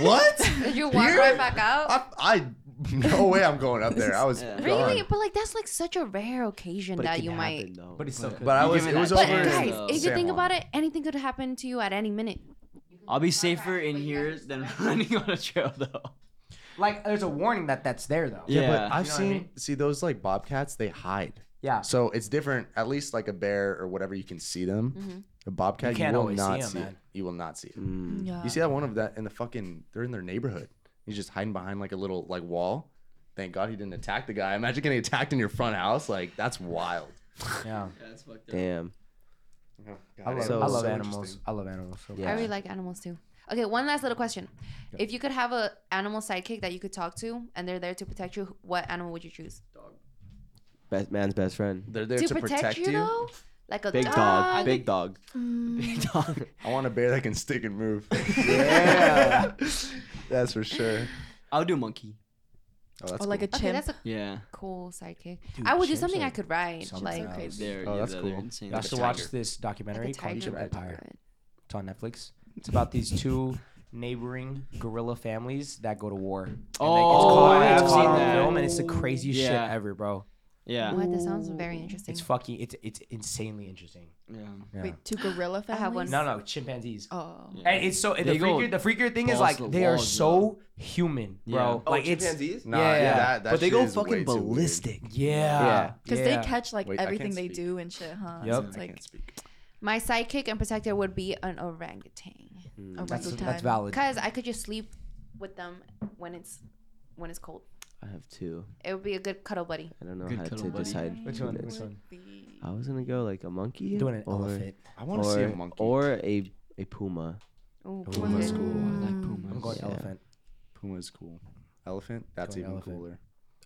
[SPEAKER 6] (laughs) what?
[SPEAKER 4] Did you walk
[SPEAKER 6] Here?
[SPEAKER 4] right back out?
[SPEAKER 6] I, I no way I'm going up there. I
[SPEAKER 7] (laughs)
[SPEAKER 6] was
[SPEAKER 7] Yeah.
[SPEAKER 6] gone.
[SPEAKER 4] Really? But like that's like such a rare occasion
[SPEAKER 5] But it
[SPEAKER 4] that
[SPEAKER 5] can
[SPEAKER 4] you might.
[SPEAKER 5] happen, though.
[SPEAKER 1] But it's so good.
[SPEAKER 6] But I
[SPEAKER 7] You
[SPEAKER 6] was.
[SPEAKER 7] give
[SPEAKER 6] It
[SPEAKER 7] it
[SPEAKER 6] was
[SPEAKER 7] that
[SPEAKER 4] But
[SPEAKER 6] over.
[SPEAKER 7] chance,
[SPEAKER 6] in
[SPEAKER 4] guys,
[SPEAKER 7] though.
[SPEAKER 4] if you
[SPEAKER 6] San
[SPEAKER 4] think
[SPEAKER 6] Juan.
[SPEAKER 4] about it, anything could happen to you at any minute.
[SPEAKER 7] I'll be safer in here than (laughs) running on a trail though.
[SPEAKER 1] Like, there's a warning that that's there, though.
[SPEAKER 6] Yeah,
[SPEAKER 7] Yeah.
[SPEAKER 6] but I've
[SPEAKER 1] You know what I
[SPEAKER 6] seen
[SPEAKER 1] mean?
[SPEAKER 6] see those like bobcats. They hide.
[SPEAKER 1] Yeah.
[SPEAKER 6] So it's different. At least like a bear or whatever, you can see them.
[SPEAKER 4] Mhm.
[SPEAKER 6] A bobcat,
[SPEAKER 1] Mm-hmm. You
[SPEAKER 6] you,
[SPEAKER 1] can't
[SPEAKER 6] will
[SPEAKER 1] always see
[SPEAKER 6] not
[SPEAKER 1] 'em,
[SPEAKER 6] see. it.
[SPEAKER 1] man.
[SPEAKER 6] You will not see it.
[SPEAKER 5] Mm.
[SPEAKER 3] Yeah.
[SPEAKER 6] You see that one of that in the fucking. They're in their neighborhood. He's just hiding behind like a little like wall. Thank God he didn't attack the guy. Imagine getting attacked in your front house. Like that's wild.
[SPEAKER 1] Yeah.
[SPEAKER 7] Yeah, that's fucked
[SPEAKER 5] Damn.
[SPEAKER 1] I love,
[SPEAKER 5] So-
[SPEAKER 1] I love
[SPEAKER 5] so
[SPEAKER 1] animals. I love animals. So
[SPEAKER 5] Yeah.
[SPEAKER 4] I really like animals too. Okay, one last little question. If you could have a animal sidekick that you could talk to and they're there to protect you, what animal would you choose?
[SPEAKER 5] Best man's best friend.
[SPEAKER 6] They're there to, protect, you.
[SPEAKER 4] though? Like a
[SPEAKER 5] Big
[SPEAKER 4] dog.
[SPEAKER 5] dog. Big dog. Big dog.
[SPEAKER 6] I want a bear that can stick and
[SPEAKER 1] (laughs)
[SPEAKER 6] move. (laughs)
[SPEAKER 5] Yeah.
[SPEAKER 6] that's for sure.
[SPEAKER 7] I'll do monkey.
[SPEAKER 6] Oh, that's
[SPEAKER 3] Or like a
[SPEAKER 6] cool.
[SPEAKER 3] chimp.
[SPEAKER 4] Okay, that's a
[SPEAKER 7] Yeah.
[SPEAKER 4] cool sidekick. I would do
[SPEAKER 1] chimps
[SPEAKER 4] something
[SPEAKER 1] are
[SPEAKER 4] I could ride.
[SPEAKER 1] something
[SPEAKER 4] Like,
[SPEAKER 1] else.
[SPEAKER 4] like
[SPEAKER 1] Like
[SPEAKER 7] There.
[SPEAKER 6] Oh,
[SPEAKER 7] yeah,
[SPEAKER 6] that's
[SPEAKER 7] they're
[SPEAKER 6] cool.
[SPEAKER 7] insane.
[SPEAKER 1] You have to
[SPEAKER 6] a
[SPEAKER 1] watch
[SPEAKER 6] tiger.
[SPEAKER 1] this
[SPEAKER 4] a
[SPEAKER 1] documentary called
[SPEAKER 4] tiger
[SPEAKER 1] Chip
[SPEAKER 4] ride.
[SPEAKER 1] Empire. It's on Netflix. It's about these two neighboring gorilla families that go to war. And
[SPEAKER 7] Oh,
[SPEAKER 1] they, it's caught,
[SPEAKER 7] I've
[SPEAKER 1] it's caught
[SPEAKER 7] seen
[SPEAKER 1] on
[SPEAKER 7] that.
[SPEAKER 1] film, and it's the craziest
[SPEAKER 7] Yeah.
[SPEAKER 1] shit ever, bro.
[SPEAKER 7] Yeah.
[SPEAKER 4] What? That sounds very interesting.
[SPEAKER 1] It's fucking. It's it's insanely interesting.
[SPEAKER 7] Yeah.
[SPEAKER 1] Yeah.
[SPEAKER 3] Wait, two gorilla
[SPEAKER 4] I
[SPEAKER 3] families?
[SPEAKER 4] have one.
[SPEAKER 1] No, no, chimpanzees.
[SPEAKER 3] Oh.
[SPEAKER 7] Yeah.
[SPEAKER 1] And it's so the
[SPEAKER 7] They go
[SPEAKER 1] freakier, the freakier thing is
[SPEAKER 7] balls
[SPEAKER 1] like
[SPEAKER 7] to the
[SPEAKER 1] they are
[SPEAKER 7] walls,
[SPEAKER 1] so human, bro.
[SPEAKER 5] Oh,
[SPEAKER 1] like
[SPEAKER 5] chimpanzees?
[SPEAKER 6] Nah,
[SPEAKER 1] Yeah.
[SPEAKER 6] yeah, that, that
[SPEAKER 5] but they
[SPEAKER 6] shit
[SPEAKER 5] go
[SPEAKER 6] is way
[SPEAKER 5] fucking
[SPEAKER 6] too weird.
[SPEAKER 5] ballistic.
[SPEAKER 1] it's yeah,
[SPEAKER 5] Yeah.
[SPEAKER 3] Because
[SPEAKER 1] yeah.
[SPEAKER 3] they catch like
[SPEAKER 6] Wait, I
[SPEAKER 3] everything
[SPEAKER 6] can't
[SPEAKER 3] they
[SPEAKER 6] speak.
[SPEAKER 3] do and shit, huh?
[SPEAKER 1] Yup.
[SPEAKER 3] So it's
[SPEAKER 6] I
[SPEAKER 3] like
[SPEAKER 6] can't speak.
[SPEAKER 4] My sidekick and protector would be an orangutan.
[SPEAKER 1] That's,
[SPEAKER 3] orangutan.
[SPEAKER 1] that's valid.
[SPEAKER 4] Because I could just sleep with them when it's when it's cold.
[SPEAKER 5] I have two.
[SPEAKER 4] It would be a good cuddle buddy.
[SPEAKER 5] I don't know
[SPEAKER 7] Good
[SPEAKER 5] how
[SPEAKER 7] cuddle
[SPEAKER 5] to
[SPEAKER 7] buddy.
[SPEAKER 5] decide.
[SPEAKER 1] Which one? Which
[SPEAKER 5] next.
[SPEAKER 1] one?
[SPEAKER 5] I was gonna go like a monkey.
[SPEAKER 1] Doing an
[SPEAKER 5] or,
[SPEAKER 1] elephant.
[SPEAKER 6] I
[SPEAKER 5] Or,
[SPEAKER 6] want to see a monkey.
[SPEAKER 5] or a a puma.
[SPEAKER 4] Ooh,
[SPEAKER 1] Ooh,
[SPEAKER 4] Puma's
[SPEAKER 1] that's
[SPEAKER 4] good.
[SPEAKER 1] cool.
[SPEAKER 7] I like pumas.
[SPEAKER 1] I'm going
[SPEAKER 5] Yeah.
[SPEAKER 1] elephant.
[SPEAKER 6] Puma's cool. Elephant? That's
[SPEAKER 1] Going
[SPEAKER 6] even
[SPEAKER 1] elephant.
[SPEAKER 6] cooler.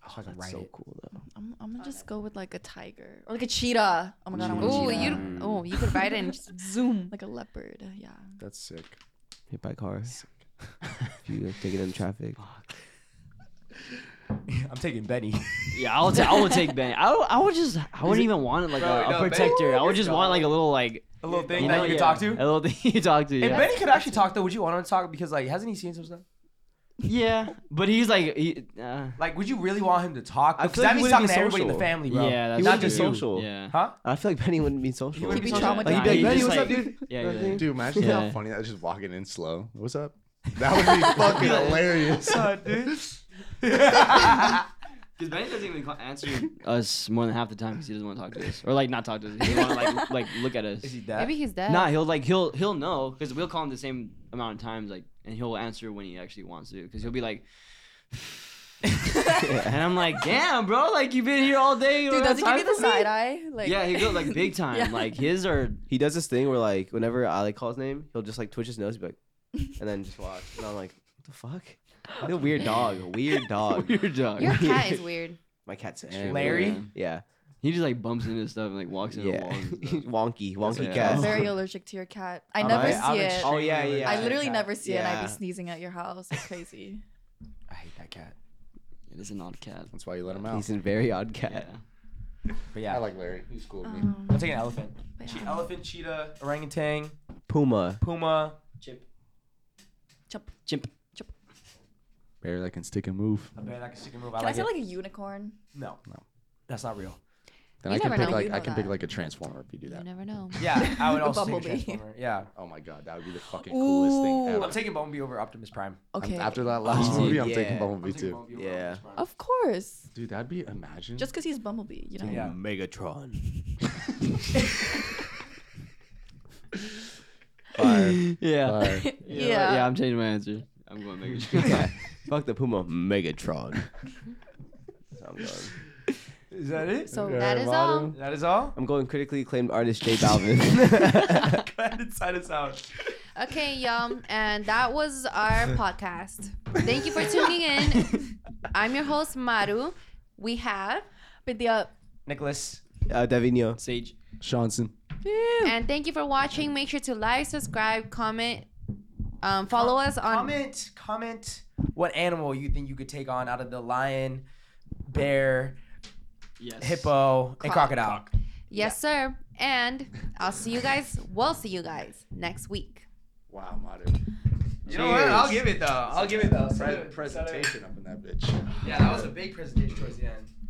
[SPEAKER 1] Oh, I can
[SPEAKER 5] That's
[SPEAKER 1] ride
[SPEAKER 5] so
[SPEAKER 1] it.
[SPEAKER 5] cool though.
[SPEAKER 3] I'm, I'm gonna just go with like a tiger or like a cheetah. Oh my god, I want a
[SPEAKER 4] Ooh,
[SPEAKER 3] cheetah.
[SPEAKER 4] you
[SPEAKER 5] Mm.
[SPEAKER 4] oh you could ride it and just zoom.
[SPEAKER 3] Like a leopard. Yeah.
[SPEAKER 6] That's sick.
[SPEAKER 1] (laughs)
[SPEAKER 5] Hit by car. if you like, take it in traffic.
[SPEAKER 1] (laughs) I'm taking Benny.
[SPEAKER 7] Yeah, I'll ta- I would
[SPEAKER 1] (laughs)
[SPEAKER 7] take Benny. I would, I would just I wouldn't even want it like
[SPEAKER 5] Bro,
[SPEAKER 7] a, a
[SPEAKER 5] no, Benny-
[SPEAKER 7] protector. I would just want like a little like
[SPEAKER 1] A little thing
[SPEAKER 7] you
[SPEAKER 1] that
[SPEAKER 7] know,
[SPEAKER 1] you can
[SPEAKER 7] yeah,
[SPEAKER 1] talk to.
[SPEAKER 7] A little thing (laughs) you talk to. Yeah.
[SPEAKER 1] If Benny could actually talk though, would you want him to talk? Because like, hasn't he seen some stuff?
[SPEAKER 7] yeah, but he's like he, uh,
[SPEAKER 1] Like, would you really want him to talk?
[SPEAKER 5] I
[SPEAKER 1] Because
[SPEAKER 5] feel like
[SPEAKER 1] that
[SPEAKER 5] he
[SPEAKER 1] means
[SPEAKER 5] wouldn't
[SPEAKER 1] talking
[SPEAKER 5] be
[SPEAKER 1] to everybody in the
[SPEAKER 5] social.
[SPEAKER 1] family, bro.
[SPEAKER 7] yeah, that's
[SPEAKER 5] He
[SPEAKER 1] not
[SPEAKER 7] true.
[SPEAKER 1] just
[SPEAKER 5] social.
[SPEAKER 7] Yeah.
[SPEAKER 1] Huh?
[SPEAKER 5] I feel like Benny wouldn't be social.
[SPEAKER 1] wouldn't
[SPEAKER 3] be
[SPEAKER 1] social.
[SPEAKER 3] traumatized.
[SPEAKER 5] Like, he'd be
[SPEAKER 7] Nah,
[SPEAKER 5] like,
[SPEAKER 7] he's
[SPEAKER 5] Benny,
[SPEAKER 7] just
[SPEAKER 5] what's up,
[SPEAKER 7] like-
[SPEAKER 5] dude?
[SPEAKER 7] Yeah, yeah.
[SPEAKER 6] Dude, imagine
[SPEAKER 7] Yeah.
[SPEAKER 6] how funny that is just walking in slow. What's up? That would be (laughs) fucking hilarious.
[SPEAKER 7] Because Benny doesn't even call, answer (laughs) us more than half the time because he doesn't want to talk to us, or like not talk to us. He doesn't want
[SPEAKER 1] (laughs)
[SPEAKER 7] to like like look at
[SPEAKER 1] (laughs)
[SPEAKER 7] us.
[SPEAKER 1] Is he dead?
[SPEAKER 4] Maybe he's
[SPEAKER 3] Uh,
[SPEAKER 4] dead.
[SPEAKER 7] Nah, he'll like he'll he'll know because
[SPEAKER 3] (laughs)
[SPEAKER 7] we'll call him the same amount of times like, and he'll answer when he actually wants to because he'll be like, and I'm like, damn, bro, like you've been here all day. you
[SPEAKER 3] Dude,
[SPEAKER 7] don't
[SPEAKER 3] does he
[SPEAKER 7] have
[SPEAKER 3] give you
[SPEAKER 7] time
[SPEAKER 3] the
[SPEAKER 7] for me?"
[SPEAKER 3] side eye? Like,
[SPEAKER 7] yeah, he goes like big time.
[SPEAKER 3] Yeah.
[SPEAKER 7] Like
[SPEAKER 1] (laughs)
[SPEAKER 7] his are
[SPEAKER 5] He does this thing where like whenever I like call his name, he'll just like twitch his nose, be like, (laughs) and then just walk. And I'm like, what the fuck? What a weird dog. A weird dog.
[SPEAKER 7] weird dog.
[SPEAKER 4] Your (laughs) cat is weird.
[SPEAKER 5] My
[SPEAKER 7] (laughs)
[SPEAKER 5] cat's
[SPEAKER 7] Yeah,
[SPEAKER 5] extremely
[SPEAKER 1] Larry?
[SPEAKER 5] weird. Yeah.
[SPEAKER 7] He just like bumps into stuff and like walks into
[SPEAKER 5] Yeah.
[SPEAKER 7] walls.
[SPEAKER 5] (laughs)
[SPEAKER 3] (laughs)
[SPEAKER 7] and stuff.
[SPEAKER 5] wonky, wonky
[SPEAKER 7] Yeah.
[SPEAKER 5] cat.
[SPEAKER 3] (laughs) I'm
[SPEAKER 6] (laughs)
[SPEAKER 3] very allergic to your cat.
[SPEAKER 1] Um,
[SPEAKER 3] I
[SPEAKER 5] Am
[SPEAKER 3] never
[SPEAKER 5] I?
[SPEAKER 3] see
[SPEAKER 5] I'm
[SPEAKER 3] it.
[SPEAKER 5] Oh yeah, yeah.
[SPEAKER 3] I literally never see it. and I'd
[SPEAKER 5] Yeah.
[SPEAKER 3] be sneezing at your house. It's crazy.
[SPEAKER 1] I hate that cat.
[SPEAKER 7] It is an odd cat.
[SPEAKER 6] That's why you let him out.
[SPEAKER 5] He's a very odd cat.
[SPEAKER 7] Yeah.
[SPEAKER 1] But
[SPEAKER 6] I
[SPEAKER 1] yeah,
[SPEAKER 6] like Larry. He's cool with me.
[SPEAKER 3] Um,
[SPEAKER 1] I'm taking an elephant.
[SPEAKER 3] but
[SPEAKER 1] Che-
[SPEAKER 3] yeah.
[SPEAKER 1] elephant, cheetah, orangutan,
[SPEAKER 5] Puma.
[SPEAKER 1] puma,
[SPEAKER 3] Chop.
[SPEAKER 7] Chimp.
[SPEAKER 6] Bear that can stick and move.
[SPEAKER 1] a bear that can stick and move. I
[SPEAKER 3] Can I
[SPEAKER 1] like
[SPEAKER 3] say
[SPEAKER 1] it.
[SPEAKER 3] like a unicorn?
[SPEAKER 1] no,
[SPEAKER 6] No.
[SPEAKER 1] that's not
[SPEAKER 5] (laughs)
[SPEAKER 1] real.
[SPEAKER 6] Then
[SPEAKER 4] You
[SPEAKER 6] I can
[SPEAKER 4] never
[SPEAKER 6] pick
[SPEAKER 4] know.
[SPEAKER 6] like
[SPEAKER 3] You
[SPEAKER 6] I
[SPEAKER 3] know
[SPEAKER 6] can pick
[SPEAKER 3] that.
[SPEAKER 6] like a transformer if you do
[SPEAKER 4] You
[SPEAKER 6] that.
[SPEAKER 4] never know.
[SPEAKER 1] Yeah, I would also take a
[SPEAKER 3] Bumblebee.
[SPEAKER 1] transformer.
[SPEAKER 3] (laughs)
[SPEAKER 1] Yeah,
[SPEAKER 6] Oh my god, that would be the fucking coolest
[SPEAKER 3] Ooh.
[SPEAKER 6] thing ever.
[SPEAKER 1] I'm taking Bumblebee over Optimus Prime.
[SPEAKER 6] I'm-
[SPEAKER 3] Okay.
[SPEAKER 6] After that last
[SPEAKER 5] Oh,
[SPEAKER 6] movie, I'm
[SPEAKER 5] yeah.
[SPEAKER 6] taking
[SPEAKER 5] I'm
[SPEAKER 6] Bumblebee too.
[SPEAKER 5] Yeah.
[SPEAKER 3] Of course.
[SPEAKER 6] Dude, that'd be imagine.
[SPEAKER 3] Just because he's Bumblebee, you know.
[SPEAKER 1] Yeah.
[SPEAKER 5] Megatron.
[SPEAKER 6] (laughs) fire.
[SPEAKER 7] (laughs) Yeah.
[SPEAKER 6] fire.
[SPEAKER 3] Yeah.
[SPEAKER 7] yeah. I'm changing my answer. I'm
[SPEAKER 3] (laughs)
[SPEAKER 7] going Megatron.
[SPEAKER 5] yeah. Fuck the Puma. Megatron. So (laughs) I'm, going.
[SPEAKER 1] Is that it?
[SPEAKER 3] So
[SPEAKER 6] Okay,
[SPEAKER 4] that is
[SPEAKER 6] bottom.
[SPEAKER 4] all.
[SPEAKER 1] That is all.
[SPEAKER 5] I'm going critically acclaimed artist J Balvin.
[SPEAKER 1] (laughs)
[SPEAKER 5] (laughs)
[SPEAKER 1] Go ahead and sign us out.
[SPEAKER 4] Okay, y'all. And that was (laughs) our podcast. Thank you for tuning in. I'm your host, Maru. We have.
[SPEAKER 3] Vidya.
[SPEAKER 1] Nicholas.
[SPEAKER 5] uh, Davino.
[SPEAKER 7] Sage.
[SPEAKER 6] Johnson.
[SPEAKER 4] And thank you for watching. Make sure to like, subscribe, comment, um, follow us on.
[SPEAKER 1] comment comment what animal you think you could take on out of the lion, bear,
[SPEAKER 7] (laughs) Yes.
[SPEAKER 1] hippo, and
[SPEAKER 4] Croc.
[SPEAKER 1] crocodile.
[SPEAKER 4] Yes, sir. And I'll see you guys. We'll see you guys next week.
[SPEAKER 6] Wow, Maru.
[SPEAKER 1] You know what? I'll
[SPEAKER 6] Cheers.
[SPEAKER 1] give it though. I'll give it though.
[SPEAKER 6] Pre-
[SPEAKER 1] Salute.
[SPEAKER 6] presentation up in that bitch.
[SPEAKER 1] Yeah, that was a big presentation towards the end.